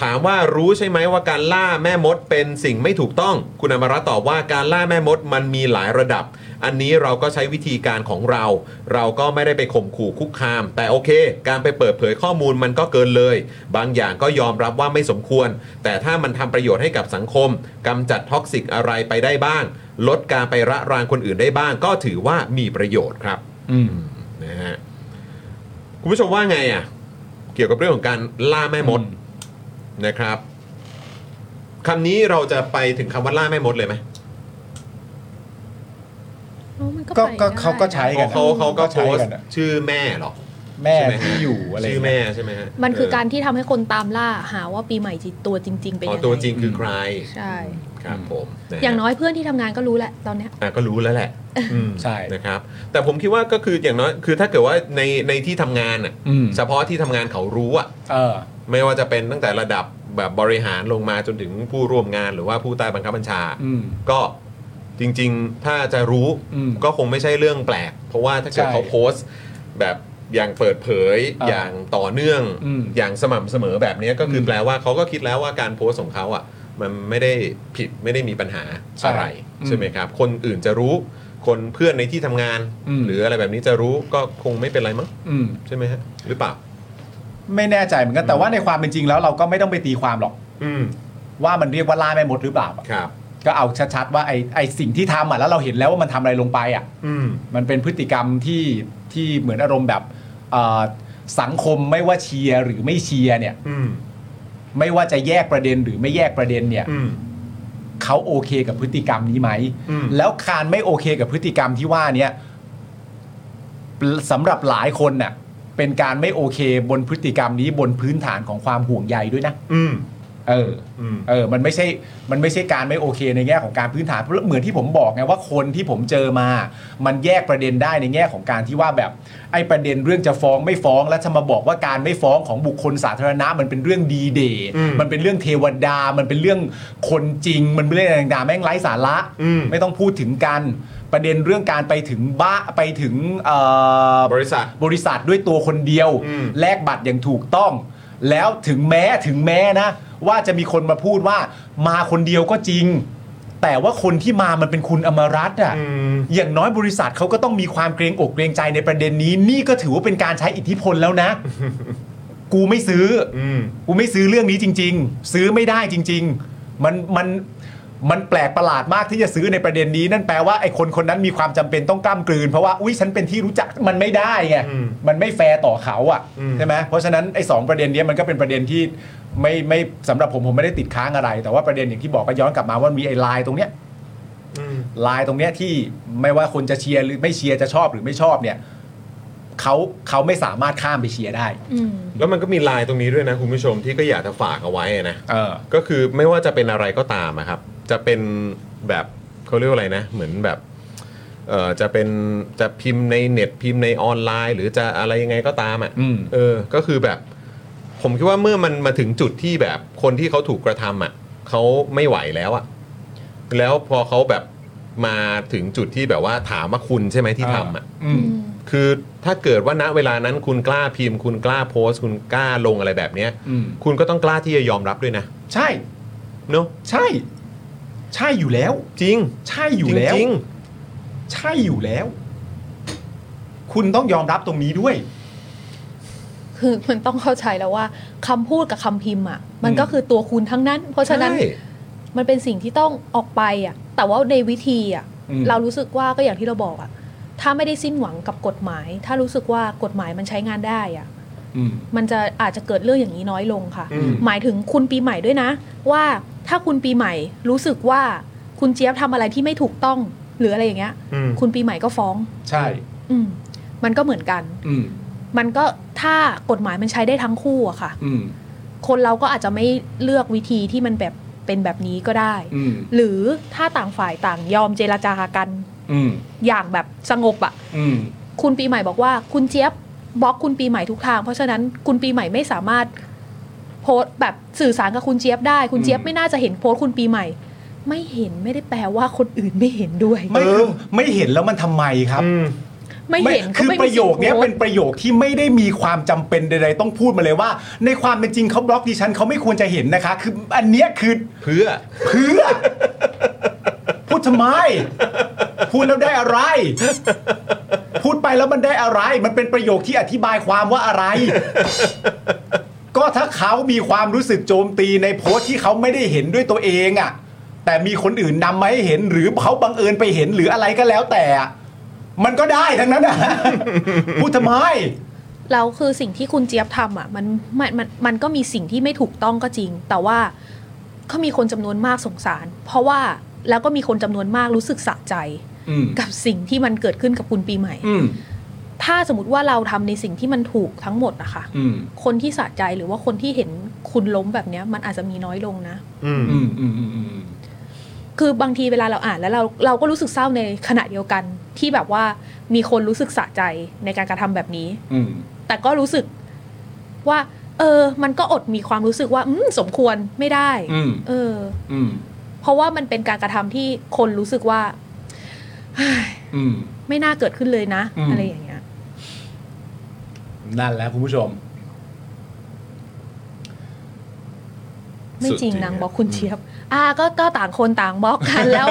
Speaker 1: ถามว่ารู้ใช่ไหมว่าการล่าแม่มดเป็นสิ่งไม่ถูกต้อง คุณอมรตน์ตอบว่าการล่าแม่มดมันมีหลายระดับ อันนี้เราก็ใช้วิธีการของเรา เราก็ไม่ได้ไปข่มขู่คุกคาม แต่โอเค การไปเปิดเผยข้อมูลมันก็เกินเลย บางอย่างก็ยอมรับว่าไม่สมควร แต่ถ้ามันทำประโยชน์ให้กับสังคมกำจัดท็อกซิกอะไรไปได้บ้าง ลดการไประรานคนอื่นได้บ้าง ก็ถือว่ามีประโยชน์ครับ
Speaker 2: อืม
Speaker 1: นะฮะคุณผู้ชมว่าไงอ่ะ เกี่ยวกับเรื่องของการล่าแม่มด
Speaker 2: อืม
Speaker 1: นะครับคำนี้เราจะไปถึงคำว่าล่าแม่มดเลยไหม
Speaker 2: ก็ก็เขาก็ใช้กันนะ
Speaker 1: เขาเขาก็โพ
Speaker 2: ใช้
Speaker 1: สต์
Speaker 2: นอะ
Speaker 1: ชื่อแม่เหรอ
Speaker 2: แม่
Speaker 1: ใช่ไหม
Speaker 2: ที่อยู่อะไร
Speaker 1: ชื่อแม่ใช่ไหมฮะ
Speaker 10: มันคือการ
Speaker 1: เ
Speaker 10: ที่ทำให้คนตามล่าหาว่าปีใหม่จิตตัวจริง ๆ เป็น
Speaker 1: อ๋อ
Speaker 10: ยังไง
Speaker 1: ตัวจริงคือใคร
Speaker 10: ใช่
Speaker 1: ครับผมะฮะ
Speaker 10: อย่างน้อยเพื่อนที่ทำงานก็รู้แหละตอนเนี้ย
Speaker 1: อ่ะก็รู้แล้วแหละอืม
Speaker 2: ใช่
Speaker 1: นะครับ แต่ผมคิดว่าก็คืออย่างน้อยคือถ้าเกิดว่าในในที่ทำงานอ่ะ
Speaker 2: อืม
Speaker 1: เฉพาะที่ทำงานเขารู้อ่ะ
Speaker 2: เออ
Speaker 1: ไม่ว่าจะเป็นตั้งแต่ระดับแบบบริหารลงมาจนถึงผู้ร่วมงานหรือว่าผู้ใต้บังคับบัญชา
Speaker 2: อืม
Speaker 1: ก็จริงๆ ถ้าจะรู้
Speaker 2: อืม
Speaker 1: ก็คงไม่ใช่เรื่องแปลก เพราะว่าถ้าเกิด
Speaker 2: ใช่
Speaker 1: เขาโพสต์แบบอย่างเปิดเผย
Speaker 2: อ่า
Speaker 1: อย่างต่อเนื่อง
Speaker 2: อืม
Speaker 1: อย่างสม่ำเสมอแบบเนี้ยก็คืออ
Speaker 2: ม
Speaker 1: แปลว่าเขาก็คิดแล้วว่าการโพสต์ของเขาอ่ะมันไม่ได้ผิดไม่ได้มีปัญหา
Speaker 2: ใช่
Speaker 1: อะไร
Speaker 2: อืม
Speaker 1: ใช่ไหมครับ คนอื่นจะรู้คนเพื่อนในที่ทำงาน
Speaker 2: อืม
Speaker 1: หรืออะไรแบบนี้จะรู้ก็คงไม่เป็นไรมั้ง
Speaker 2: อืม
Speaker 1: ใช่ไหมฮะหรือเปล่า
Speaker 2: ไม่แน่ใจเหมือนกันแต่ว่าในความเป็นจริงแล้วเราก็ไม่ต้องไปตีความหรอก
Speaker 1: อืม
Speaker 2: ว่ามันเรียกว่าล่าแม่มดหรือเปล่าอะ
Speaker 1: ครับ
Speaker 2: ก็เอาชัดๆว่าไอ้ไอ้สิ่งที่ทำอ่ะแล้วเราเห็นแล้วว่ามันทำอะไรลงไปอ่ะ
Speaker 1: อืม
Speaker 2: มันเป็นพฤติกรรมที่ที่เหมือนอารมณ์แบบเอ่อสังคมไม่ว่าเชียร์หรือไม่เชียร์เนี่ย
Speaker 1: อืม
Speaker 2: ไม่ว่าจะแยกประเด็นหรือไม่แยกประเด็นเนี่ย
Speaker 1: อืม
Speaker 2: เขาโอเคกับพฤติกรรมนี้ไหม
Speaker 1: อืม
Speaker 2: แล้วการไม่โอเคกับพฤติกรรมที่ว่าเนี่ยสำหรับหลายคนน่ะเป็นการไม่โอเคบนพฤติกรรมนี้บนพื้นฐานของความห่วงใยด้วยนะ
Speaker 1: อืม
Speaker 2: เออ
Speaker 1: อืม
Speaker 2: เออ มันไม่ใช่ มันไม่ใช่การไม่โอเคในแง่ของการพื้นฐานเพราะเหมือนที่ผมบอกไงว่าคนที่ผมเจอมา มันแยกประเด็นได้ในแง่ของการที่ว่าแบบ ไอ้ประเด็นเรื่องจะฟ้องไม่ฟ้อง แล้วจะมาบอกว่าการไม่ฟ้องของบุคคลสาธารณะ มันเป็นเรื่องดีเดย์
Speaker 1: อืม
Speaker 2: มันเป็นเรื่องเทวดา มันเป็นเรื่องคนจริง มันเป็นเรื่องอะไรต่างๆแม่งไร้สาระ
Speaker 1: อืม
Speaker 2: ไม่ต้องพูดถึงกัน ประเด็นเรื่องการไปถึงบ้าไปถึงเอ่อ
Speaker 1: บริษัท
Speaker 2: บริษัทด้วยตัวคนเดียว
Speaker 1: อืม
Speaker 2: แลกบัตรอย่างถูกต้อง แล้วถึงแม้ถึงแม้นะ ว่าจะมีคนมาพูดว่ามาคนเดียวก็จริง แต่ว่าคนที่มามันเป็นคุณอมรัตน์อ่ะ
Speaker 1: อืม
Speaker 2: อย่างน้อยบริษัทเขาก็ต้องมีความเกรงอกเกรงใจในประเด็นนี้ นี่ก็ถือว่าเป็นการใช้อิทธิพลแล้ว
Speaker 1: (laughs)
Speaker 2: นะ กูไม่ซื้ออ
Speaker 1: อืม
Speaker 2: กูไม่ซื้อเรื่องนี้จริง ๆ ซื้อไม่ได้จริง ๆ มันมันมันแปลกประหลาดมากที่จะซื้อในประเด็นนี้ นั่นแปลว่าไอ้คนคนนั้นมีความจำเป็นต้องกล้ามกลืน เพราะว่าอุ้ยฉันเป็นที่รู้จักมันไม่ได้ไง
Speaker 1: อืม
Speaker 2: มันไม่แฟร์ต่อเขาอ่ะ
Speaker 1: อืม
Speaker 2: ใช่ไหมเพราะฉะนั้นไอ้สองประเด็นเนี้ยมันก็เป็นประเด็นที่ไม่ไม่สำหรับผมผมไม่ได้ติดค้างอะไร แต่ว่าประเด็นอย่างที่บอกก็ย้อนกลับมาว่ามีไอ้ไลน์ตรงเนี้ย
Speaker 1: อืม
Speaker 2: ไลายตรงเนี้ยที่ไม่ว่าคนจะเชียร์หรือไม่เชียร์จะชอบหรือไม่ชอบเนี่ยเขาเขาไม่สามารถข้ามไปเชียร์ได้
Speaker 10: อืม
Speaker 1: แล้วมันก็มีไลน์ตรงนี้ด้วยนะคุณผู้ชมที่ก็อยากจะฝากเอาไว้นะ
Speaker 2: เออ
Speaker 1: ก็คือไม่ว่าจะเป็นอะไรก็ตามอะครับ จะเป็นแบบเขาเรียกว่าอะไรนะ เหมือนแบบเออจะเป็นจะพิมพ์ในเน็ตพิมพ์ในออนไลน์ หรือจะอะไรยังไงก็ตามอ่ะ
Speaker 2: อืม
Speaker 1: เออ ก็คือแบบ ผมคิดว่าเมื่อมันมาถึงจุดที่แบบคนที่เขาถูกกระทำอ่ะเขาไม่ไหวแล้วอ่ะแล้วพอเขาแบบ มาถึงจุดที่แบบว่าถามว่าคุณใช่ไหมที่ทำอ่ะ
Speaker 2: อืม
Speaker 1: คือถ้าเกิดว่าณเวลานั้นคุณกล้าพิมพ์ คุณกล้าโพสต์ คุณกล้าลงอะไรแบบเนี้ย
Speaker 2: อืม
Speaker 1: คุณก็ต้องกล้าที่จะยอมรับด้วยนะ
Speaker 2: ใช่
Speaker 1: เนาะ
Speaker 2: ใช่ ใช่อยู่แล้ว
Speaker 1: จริง
Speaker 2: ใช่อยู่แล้ว
Speaker 1: จริง
Speaker 2: ใช่อยู่แล้ว คุณต้องยอมรับตรงนี้ด้วย
Speaker 3: คือ (laughs) มันต้องเข้าใจแล้วว่าคำพูดกับคำพิมพ์อ่ะ มันก็คือตัวคุณทั้งนั้น เพราะฉะนั้น
Speaker 1: ใช่
Speaker 3: มันเป็นสิ่งที่ต้องออกไปอ่ะ แต่ว่าในวิธีอ่ะ
Speaker 2: อืม
Speaker 3: เรารู้สึกว่าก็อย่างที่เราบอกอ่ะ ถ้าไม่ได้สิ้นหวังกับกฎหมาย ถ้ารู้สึกว่ากฎหมายมันใช้งานได้อ่ะ
Speaker 2: อืม
Speaker 3: มันจะอาจจะเกิดเรื่องอย่างนี้น้อยลงค่ะ
Speaker 2: อืม
Speaker 3: หมายถึงคุณปีใหม่ด้วยนะ ว่าถ้าคุณปีใหม่รู้สึกว่าคุณเจี๊ยบทำอะไรที่ไม่ถูกต้อง หรืออะไรอย่างเงี้ย
Speaker 1: อืม
Speaker 3: คุณปีใหม่ก็ฟ้อง
Speaker 2: ใช่
Speaker 3: อืมมันก็เหมือนกัน
Speaker 2: อืม
Speaker 3: มันก็ถ้ากฎหมายมันใช้ได้ทั้งคู่อะค่ะ
Speaker 2: อืม
Speaker 3: คนเราก็อาจจะไม่เลือกวิธีที่มันแบบเป็นแบบนี้ก็ได้
Speaker 2: อืม
Speaker 3: หรือถ้าต่างฝ่ายต่างยอมเจรจากัน
Speaker 2: อืม
Speaker 3: อย่างแบบสงบอะ
Speaker 2: อืม
Speaker 3: คุณปีใหม่บอกว่าคุณเจี๊ยบบล็อกคุณปีใหม่ทุกทาง เพราะฉะนั้นคุณปีใหม่ไม่สามารถโพสต์แบบสื่อสารกับคุณเจี๊ยบได้ คุณเจี๊ยบ
Speaker 2: อืม
Speaker 3: ไม่น่าจะเห็นโพสต์คุณปีใหม่ ไม่เห็นไม่ได้แปลว่าคนอื่นไม่เห็นด้วย
Speaker 2: ไม่คือไม่เห็นแล้วมันทำไมครับ
Speaker 3: ไม่เห็นก็
Speaker 2: คือ
Speaker 3: ไม่มี
Speaker 2: ประโยคเนี้ย
Speaker 3: สิทธิ์โพสต์
Speaker 2: เป็นประโยคที่ไม่ได้มีความจำเป็นใดๆต้องพูดมาเลยว่า ในความเป็นจริงเขาบล็อกดิฉันเขาไม่ควรจะเห็นนะคะ คืออันเนี้ยคือ
Speaker 1: เพื่อ
Speaker 2: เพื่อ พูดทำไม พูดแล้วได้อะไร พูดไปแล้วมันได้อะไร มันเป็นประโยคที่อธิบายความว่าอะไร ก็ถ้าเขามีความรู้สึกโจมตีในโพสต์ที่เขาไม่ได้เห็นด้วยตัวเองอะ่ะ แต่มีคนอื่นนำมาให้เห็นหรือเขาบังเอิญไปเห็นหรืออะไรก็แล้วแต่อะมันก็ได้ทั้งนั้นอะ พูดทำไม
Speaker 3: แล้วคือสิ่งที่คุณเจี๊ยบทำอ่ะมันมันมันมันก็มีสิ่งที่ไม่ถูกต้องก็จริง แต่ว่าก็มีคนจำนวนมากสงสาร เพราะว่าแล้วก็มีคนจำนวนมากรู้สึกสะใจ
Speaker 2: อืม
Speaker 3: กับสิ่งที่มันเกิดขึ้นกับคุณปีใหม่
Speaker 2: อืม
Speaker 3: ถ้าสมมติว่าเราทำในสิ่งที่มันถูกทั้งหมดนะคะ
Speaker 2: อืม
Speaker 3: คนที่สะใจหรือว่าคนที่เห็นคุณล้มแบบเนี้ยมันอาจจะมีน้อยลงนะ
Speaker 1: อืม
Speaker 2: อืม อืม อืม อืม
Speaker 3: คือบางทีเวลาเราอ่านแล้วเราเราก็รู้สึกเศร้าในขณะเดียวกัน ที่แบบว่ามีคนรู้สึกสะใจในการกระทำแบบนี้
Speaker 2: อืม
Speaker 3: แต่ก็รู้สึกว่า เออ มันก็อดมีความรู้สึกว่าอืมสมควรไม่ได้
Speaker 2: อืม
Speaker 3: เออ
Speaker 2: อืม
Speaker 3: เพราะว่ามันเป็นการกระทำที่คนรู้สึกว่า (sighs)
Speaker 2: อืม
Speaker 3: ไม่น่าเกิดขึ้นเลยนะ
Speaker 2: อืม
Speaker 3: อะไรอย่างเงี้ย
Speaker 2: นั่นแหละคุณผู้ชม
Speaker 3: ไม่จริง
Speaker 1: สุด
Speaker 3: นางบอกคุณเชียบ อ่า ก็ก็ต่างคนต่างบล็อกกันแล้ว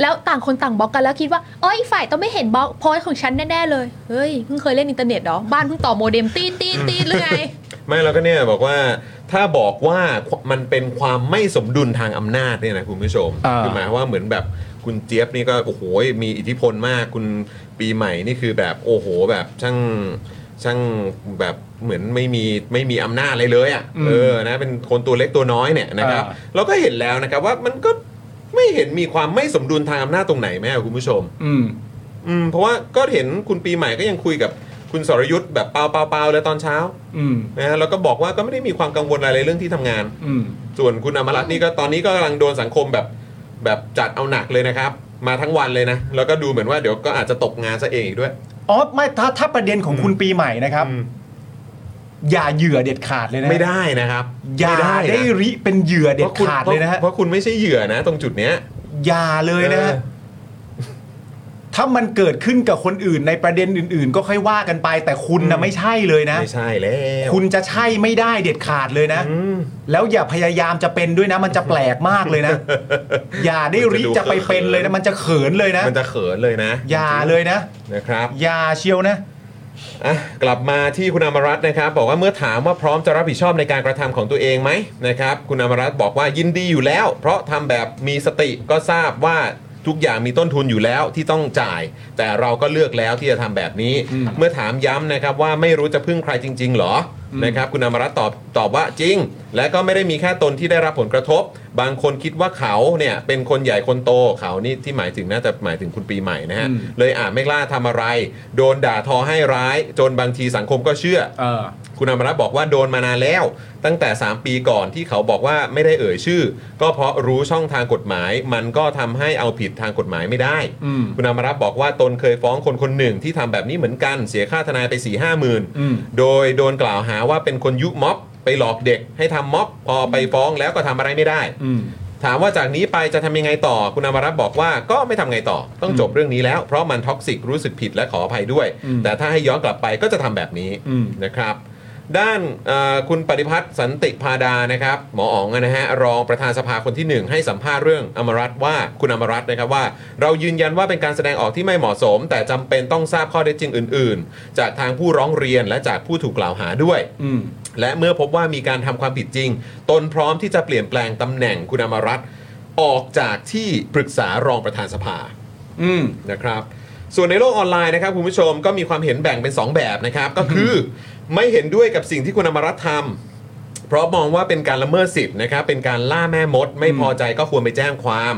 Speaker 3: แล้วต่างคนต่างบล็อกกันแล้วคิดว่าเอ้ยอีกฝ่ายต้องไม่เห็นบล็อกโพสต์ของฉันแน่ๆเลย เฮ้ยเพิ่งเคยเล่นอินเทอร์เน็ตเหรอบ้านเพิ่งต่อโมเด็มตีดตีดตีดหรือไง
Speaker 1: ไม่เราก็เนี่ยบอกว่าถ้าบอกว่ามันเป็นความไม่สมดุลทางอำนาจเนี่ยนะคุณผู้ชม
Speaker 2: อ่า
Speaker 1: คือหมายว่าเหมือนแบบคุณเจี๊ยบนี่ก็โอ้โหมีอิทธิพลมากคุณปีใหม่นี่คือแบบโอ้โหแบบช่างช่างแบบเหมือนไม่มีไม่มีอำนาจอะไรเลยอะ่ะเออนะเป็นคนตัวเล็กตัวน้อยเนี่ยนะครับ เราก็เห็นแล้วนะครับว่ามันก็ไม่เห็นมีความไม่สมดุลทางอำนาจตรงไหนแม่คุณผู้ชม
Speaker 2: อืม
Speaker 1: อืมเพราะว่าก็เห็นคุณปีใหม่ก็ยังคุยกับคุณสรยุทธ์แบบเปล่าเปล่าเปล่าเลยตอนเช้า
Speaker 2: อืม
Speaker 1: นะฮะแล้วก็บอกว่าก็ไม่ได้มีความกังวลอะไรเรื่องที่ทำงาน
Speaker 2: อืม
Speaker 1: ส่วนคุณอมรัตน์นี่ก็ตอนนี้ก็กำลังโดนสังคมแบบแบบจัดเอาหนักเลยนะครับ มาทั้งวันเลยนะ แล้วก็ดูเหมือนว่าเดี๋ยวก็อาจจะตกงานซะเองอีกด้วย
Speaker 2: อ๋อ ไม่ ถ้า ถ้าประเด็นของคุณปีใหม่นะครับ
Speaker 1: อืม
Speaker 2: อย่าเหยื่อเด็ดขาดเลยนะ
Speaker 1: ไม่ได้นะครับ
Speaker 2: อย่า
Speaker 1: ม่
Speaker 2: ได้
Speaker 1: นะ
Speaker 2: ริเป็นเหยื่อเด็ดขาดเลยนะฮะ
Speaker 1: พรคุณพรเพราะคุณไม่ใช่เหยื่อนะ ตรงจุดเนี้ย
Speaker 2: อย่าเลยนะฮะ
Speaker 1: เออ
Speaker 2: ถ้ามันเกิดขึ้นกับคนอื่นในประเด็นอื่น ๆ ก็ค่อยว่ากันไป แต่คุณนะไม่ใช่เลยนะ
Speaker 1: ไม่ใช่แล้ว
Speaker 2: คุณจะใช่ไม่ได้เด็ดขาดเลยนะ
Speaker 1: อืม
Speaker 2: แล้วอย่าพยายามจะเป็นด้วยนะ มันจะแปลกมากเลย
Speaker 1: (laughs)
Speaker 2: นะ อย่าได้ริ
Speaker 1: มันจะดู
Speaker 2: จะไปเป็นเลยนะ มันจะเขินเลยนะ
Speaker 1: มันจะเขินเลยนะ
Speaker 2: อย่าเลยนะ
Speaker 1: นะครับ
Speaker 2: อย่าเชียวนะ
Speaker 1: อ่ะกลับมาที่คุณอมรัตน์นะครับ บอกว่าเมื่อถามว่าพร้อมจะรับผิดชอบในการกระทำของตัวเองไหมนะครับคุณอมรัตน์บอกว่ายินดีอยู่แล้ว เพราะทำแบบมีสติก็ทราบว่าทุกอย่างมีต้นทุนอยู่แล้วที่ต้องจ่าย แต่เราก็เลือกแล้วที่จะทำแบบนี้ เมื่อถามย้ำนะครับว่าไม่รู้จะพึ่งใครจริง ๆ หรอนะครับคุณอมรัตน์ตอบตอบว่าจริง และก็ไม่ได้มีแค่ตนที่ได้รับผลกระทบ บางคนคิดว่าเขาเนี่ยเป็นคนใหญ่คนโตเขานี่ที่หมายถึงน่าจะหมายถึงคุณปีใหม่นะฮะ
Speaker 2: อืม
Speaker 1: เลยอาจไม่กล้าทำอะไร โดนด่าทอให้ร้าย จนบางทีสังคมก็เชื่อ
Speaker 2: เออ
Speaker 1: คุณอมรัตน์บอกว่าโดนมานานแล้ว ตั้งแต่ 3 ปีก่อนที่เขาบอกว่าไม่ได้เอ่ยชื่อ ก็เพราะรู้ช่องทางกฎหมาย มันก็ทำให้เอาผิดทางกฎหมายไม่ได้
Speaker 2: อืม
Speaker 1: คุณอมรัตน์บอกว่าตนเคยฟ้องคนคนหนึ่งที่ทำแบบนี้เหมือนกันเสียค่าทนายไป4ี่ห้าหมื่น
Speaker 2: อืม
Speaker 1: โดยโดนกล่าวหาว่าเป็นคนยุม็อบ ไปหลอกเด็กให้ทำม็อบ พอไปฟ้องแล้วก็ทำอะไรไม่ได้
Speaker 2: อืม
Speaker 1: ถามว่าจากนี้ไปจะทำยังไงต่อคุณอมรัตน์บอกว่าก็ไม่ทำไงต่อต้องจบเรื่องนี้แล้ว เพราะมันท็อกซิกรู้สึกผิดและขออภัยด้วย
Speaker 2: อืม
Speaker 1: แต่ถ้าให้ย้อนกลับไปก็จะทำแบบนี้
Speaker 2: อืม
Speaker 1: นะครับด้านเอ่อคุณปฏิพัฒน์สันติพาดานะครับหมออ๋องนะฮะรองประธานสภาคนทีหนึ่งให้สัมภาษณ์เรื่องอมรัตน์ว่าคุณอมรัตน์นะครับว่า เรายืนยันว่าเป็นการแสดงออกที่ไม่เหมาะสม แต่จำเป็นต้องทราบข้อเท็จจริงอื่น ๆ จากทางผู้ร้องเรียนและจากผู้ถูกกล่าวหาด้วย
Speaker 2: อืม
Speaker 1: และเมื่อพบว่ามีการทำความผิดจริง ตนพร้อมที่จะเปลี่ยนแปลงตำแหน่งคุณอมรัตน์ออกจากที่ปรึกษารองประธานสภา
Speaker 2: อืม
Speaker 1: นะครับส่วนในโลกออนไลน์นะครับคุณผู้ชมก็มีความเห็นแบ่งเป็น 2 แบบนะครับก็คือไม่เห็นด้วยกับสิ่งที่คุณอมรัตน์ทำเพราะมองว่าเป็นการละเมิดสิทธิ์นะครับเป็นการล่าแม่มด ไม่พอใจก็ควรไปแจ้งความ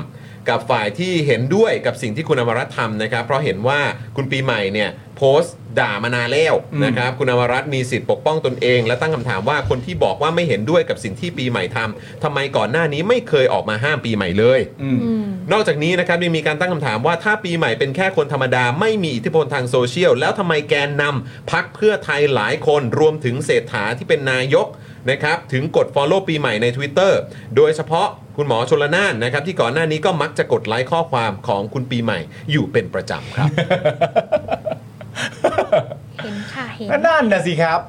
Speaker 1: กับฝ่ายที่เห็นด้วยกับสิ่งที่คุณอมรัตน์ทำนะครับเพราะเห็นว่าคุณปีใหม่เนี่ยโพสต์ด่ามานานแล้ว
Speaker 2: อืม
Speaker 1: นะครับคุณอมรัตน์มีสิทธิ์ปกป้องตนเอง และตั้งคำถามว่าคนที่บอกว่าไม่เห็นด้วยกับสิ่งที่ปีใหม่ทำทำไมก่อนหน้านี้ไม่เคยออกมาห้ามปีใหม่เลย
Speaker 2: อืม
Speaker 3: อืม
Speaker 1: นอกจากนี้นะครับยังมีการตั้งคำถามว่าถ้าปีใหม่เป็นแค่คนธรรมดาไม่มีอิทธิพลทางโซเชียล แล้วทำไมแกนนำพักเพื่อไทยหลายคนรวมถึงเศรษฐาที่เป็นนายกนะครับถึงกด Follow ปีใหม่ใน Twitter โดยเฉพาะคุณหมอชนละนานนะครับที่ก่อนหน้านี้ก็มักจะกดไลค์ข้อความของคุณปีใหม่อยู่เป็นประจำครับ
Speaker 9: เห็นค่ะเห็น
Speaker 2: (laughs) นั่นนะสิครับ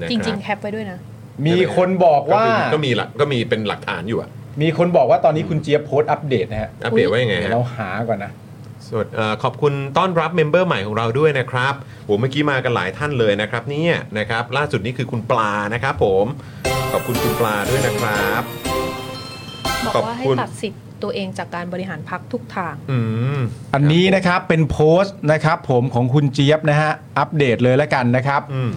Speaker 1: นะ
Speaker 3: จริง
Speaker 1: ค
Speaker 3: ๆแคปไว้ด้วยนะ
Speaker 2: มีคนบอก
Speaker 1: รับ
Speaker 2: ว่า
Speaker 1: ก็มีหลักก็มีเป็นหลักฐานอยู่อะ
Speaker 2: มีคนบอกว่าตอนนี้คุณเจี๊ยบโพสต์อัปเดตนะฮะ
Speaker 1: อัปเดตว่ายังไง
Speaker 2: เดี๋ยว
Speaker 1: ฮะ
Speaker 2: เราหาก่อนนะ
Speaker 1: สวัสดีเอ่อขอบคุณต้อนรับเมมเบอร์ใหม่ของเราด้วยนะครับโหเมื่อกี้มากันหลายท่านเลยนะครับเนี่ยนะครับ ล่าสุดนี่คือคุณปลานะครับผม ขอบคุณคุณปลาด้วยนะครับ
Speaker 3: บอก
Speaker 1: ขอบ
Speaker 3: ว่าให้
Speaker 1: คุณ
Speaker 3: ตัดสิทธิ์ตัวเองจากการบริหารพักทุกทาง
Speaker 1: อืม
Speaker 2: อันนี้นะครับเป็นโพสต์นะครับผมของคุณเจี๊ยบนะฮะ อัปเดตเลยละกันนะครับ
Speaker 1: อืม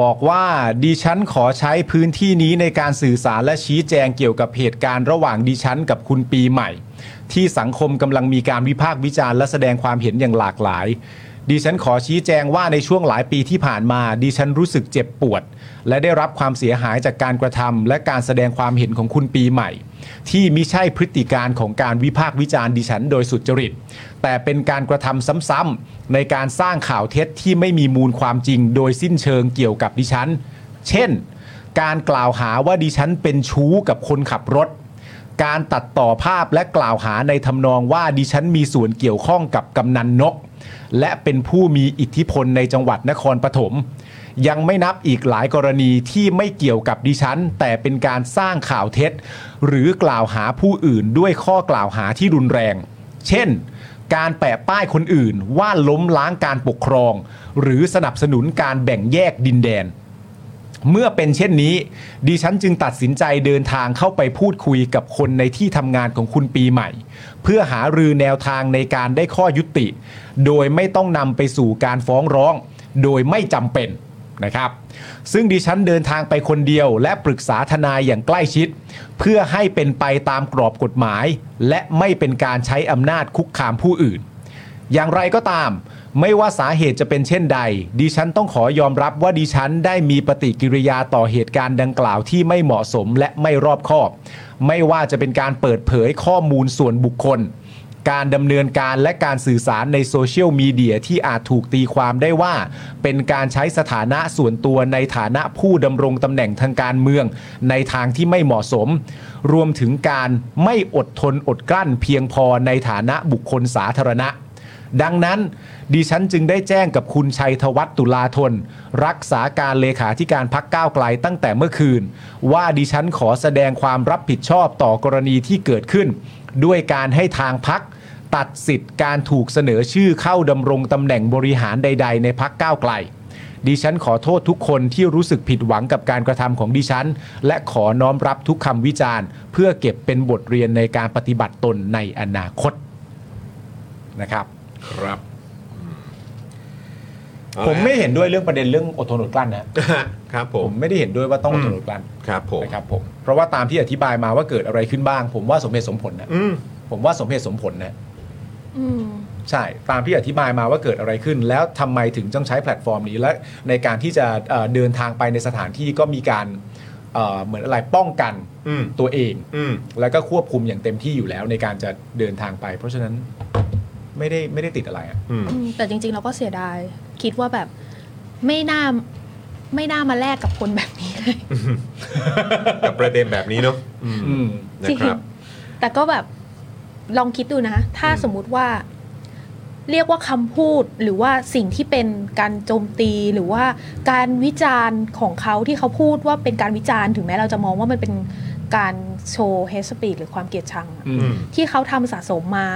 Speaker 2: บอกว่าดิฉันขอใช้พื้นที่นี้ในการสื่อสารและชี้แจงเกี่ยวกับเหตุการณ์ระหว่างดิฉันกับคุณปีใหม่ ที่สังคมกำลังมีการวิพากษ์วิจารณ์และแสดงความเห็นอย่างหลากหลาย ดิฉันขอชี้แจงว่าในช่วงหลายปีที่ผ่านมา ดิฉันรู้สึกเจ็บปวด และได้รับความเสียหายจากการกระทำและการแสดงความเห็นของคุณปีใหม่ ที่มิใช่พฤติการของการวิพากษ์วิจารณ์ดิฉันโดยสุจริต แต่เป็นการกระทำซ้ำๆในการสร้างข่าวเท็จที่ไม่มีมูลความจริงโดยสิ้นเชิงเกี่ยวกับดิฉัน เช่น การกล่าวหาว่าดิฉันเป็นชู้กับคนขับรถ การตัดต่อภาพและกล่าวหาในทำนองว่าดิฉันมีส่วนเกี่ยวข้องกับกำนันนก และเป็นผู้มีอิทธิพลในจังหวัดนครปฐมยังไม่นับอีกหลายกรณีที่ไม่เกี่ยวกับดิฉัน แต่เป็นการสร้างข่าวเท็จ หรือกล่าวหาผู้อื่นด้วยข้อกล่าวหาที่รุนแรง เช่น การแปะป้ายคนอื่นว่าล้มล้างการปกครอง หรือสนับสนุนการแบ่งแยกดินแดน เมื่อเป็นเช่นนี้ ดิฉันจึงตัดสินใจเดินทางเข้าไปพูดคุยกับคนในที่ทำงานของคุณปีใหม่ เพื่อหารือแนวทางในการได้ข้อยุติ โดยไม่ต้องนำไปสู่การฟ้องร้อง โดยไม่จำเป็นนะครับ ซึ่งดิฉันเดินทางไปคนเดียว และปรึกษาทนายอย่างใกล้ชิด เพื่อให้เป็นไปตามกรอบกฎหมาย และไม่เป็นการใช้อำนาจคุกคามผู้อื่น อย่างไรก็ตาม ไม่ว่าสาเหตุจะเป็นเช่นใด ดิฉันต้องขอยอมรับว่าดิฉันได้มีปฏิกิริยาต่อเหตุการณ์ดังกล่าวที่ไม่เหมาะสมและไม่รอบคอบ ไม่ว่าจะเป็นการเปิดเผยข้อมูลส่วนบุคคล การดำเนินการและการสื่อสารในโซเชียลมีเดียที่อาจถูกตีความได้ว่า เป็นการใช้สถานะส่วนตัวในฐานะผู้ดำรงตำแหน่งทางการเมือง ในทางที่ไม่เหมาะสม รวมถึงการไม่อดทนอดกลั้นเพียงพอในฐานะบุคคลสาธารณะ ดังนั้นดิฉันจึงได้แจ้งกับคุณชัยธวัฒน์ตุลาธน รักษาการเลขาธิการพักก้าวไกลตั้งแต่เมื่อคืน ว่าดิฉันขอแสดงความรับผิดชอบต่อกรณีที่เกิดขึ้น ด้วยการให้ทางพัก ตัดสิทธิ์การถูกเสนอชื่อเข้าดำรงตำแหน่งบริหารใด ๆ ในพักก้าวไกล ดิฉันขอโทษทุกคนที่รู้สึกผิดหวังกับการกระทำของดิฉัน และขอน้อมรับทุกคำวิจารณ์ เพื่อเก็บเป็นบทเรียนในการปฏิบัติตนในอนาคตนะครับ
Speaker 1: ครับ
Speaker 2: ผมไม่เห็นด้วยเรื่องประเด็นเรื่องอดทนอดกลั้นนะ
Speaker 1: เอาละฮะ (laughs) ครับผ
Speaker 2: ผม มไม่ได้เห็นด้วยว่าต้องอดทนอดกลั้น
Speaker 1: ครับผม
Speaker 2: นะครับผมเพราะว่าตามที่อธิบายมาว่าเกิดอะไรขึ้นบ้าง ผมว่าสมเหตุสมผลนะ
Speaker 1: อืม
Speaker 2: ผมว่าสมเหตุสมผลนะ
Speaker 3: อืม
Speaker 2: ใช่ตามที่อธิบายมาว่าเกิดอะไรขึ้น แล้วทำไมถึงต้องใช้แพลตฟอร์มนี้และในการที่จะเอ่อเดินทางไปในสถานที่ก็มีการเอ่อเหมือนอะไรป้องกัน
Speaker 1: อืม
Speaker 2: ตัวเอง
Speaker 1: อืม
Speaker 2: แล้วก็ควบคุมอย่างเต็มที่อยู่แล้วในการจะเดินทางไป เพราะฉะนั้นไม่ได้ไม่ได้ติดอะไรอะ (laughs)
Speaker 1: อืม
Speaker 3: อืมแต่จริง ๆ เราก็เสียดาย คิดว่าแบบไม่น่าไม่น่ามาแลกกับคนแบบนี้เลย
Speaker 1: กับประเด็นแบบนี้เนาะอืม
Speaker 2: อืม
Speaker 1: นะครับ
Speaker 3: แต่ก็แบบลองคิดดูนะ ถ้าสมมุติว่า เรียกว่าคำพูดหรือว่าสิ่งที่เป็นการโจมตีหรือว่าการวิจารณ์ของเขาที่เขาพูดว่าเป็นการวิจารณ์ ถึงแม้เราจะมองว่ามันเป็นการโชว์เฮสปีดหรือความเกลียดชังอะ
Speaker 2: อืม
Speaker 3: ที่เขาทำสะสมมา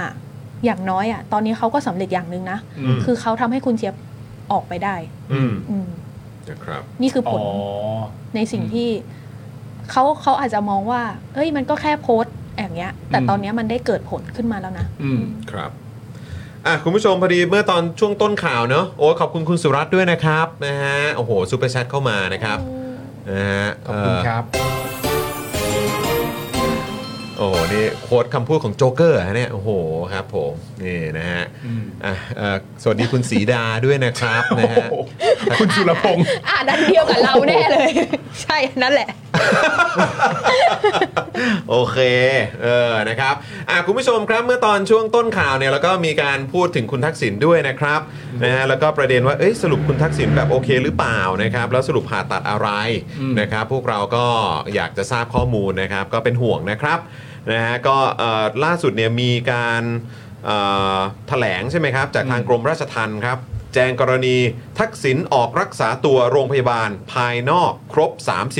Speaker 3: อย่างน้อยอะตอนนี้เขาก็สำเร็จอย่างหนึ่งนะ
Speaker 2: อืม
Speaker 3: คือเขาทำให้คุณเจี๊ยบออกไปได้
Speaker 1: อืม
Speaker 3: อืม
Speaker 1: นะครับ
Speaker 3: นี่คือผ
Speaker 2: อ๋อ
Speaker 3: ล ในสิ่ง
Speaker 2: อืม
Speaker 3: ที่เขาเขาอาจจะมองว่า เอ้ยมันก็แค่โพสต์อย่างเงี้ย แต่
Speaker 2: อืม
Speaker 3: ตอนเนี้ยมันได้เกิดผลขึ้นมาแล้วนะ
Speaker 2: อืม
Speaker 1: ครับอ่ะคุณผู้ชมพอดีเมื่อตอนช่วงต้นข่าวเนอะโอ้ขอบคุณคุณสุรัตน์ด้วยนะครับนะฮะโอ้โหซูเปอร์แชทเข้ามานะครับนะฮะ
Speaker 2: ขอบคุณค
Speaker 1: เ
Speaker 2: รับ
Speaker 1: อโอ้โหนี่โค้ดคำพูดของโจ๊กเกอร์ฮะเนี่ยโอ้โหครับผมนี่นะฮะอ่ะเอ่อสวัสดีคุณสีดาด้วยนะครับนะฮะ
Speaker 2: คุณสุรพงศ์
Speaker 3: อ่ะนั้นเดียวกับเราแน่เลย (laughs) ใช่อันนั่นแหละ
Speaker 1: (laughs) โอเคเออนะครับอ่ะคุณผู้ชมครับเมื่อตอนช่วงต้นข่าวเนี่ยแล้วก็มีการพูดถึงคุณทักษิณด้วยนะครับนะฮะแล้วก็ประเด็นว่าเอ้ยสรุปคุณทักษิณแบบโอเคหรือเปล่านะครับแล้วสรุปผ่าตัดอะไร
Speaker 2: อืม
Speaker 1: นะครับพวกเราก็อยากจะทราบข้อมูลนะครับก็เป็นห่วงนะครับนะฮะก็เอ่อล่าสุดเนี่ยมีการเอ่อแถลงใช่ไหมครับจากทางกรมราชทัณฑ์ครับแจ้งกรณีทักษิณออกรักษาตัวโรงพยาบาลภายนอกครบ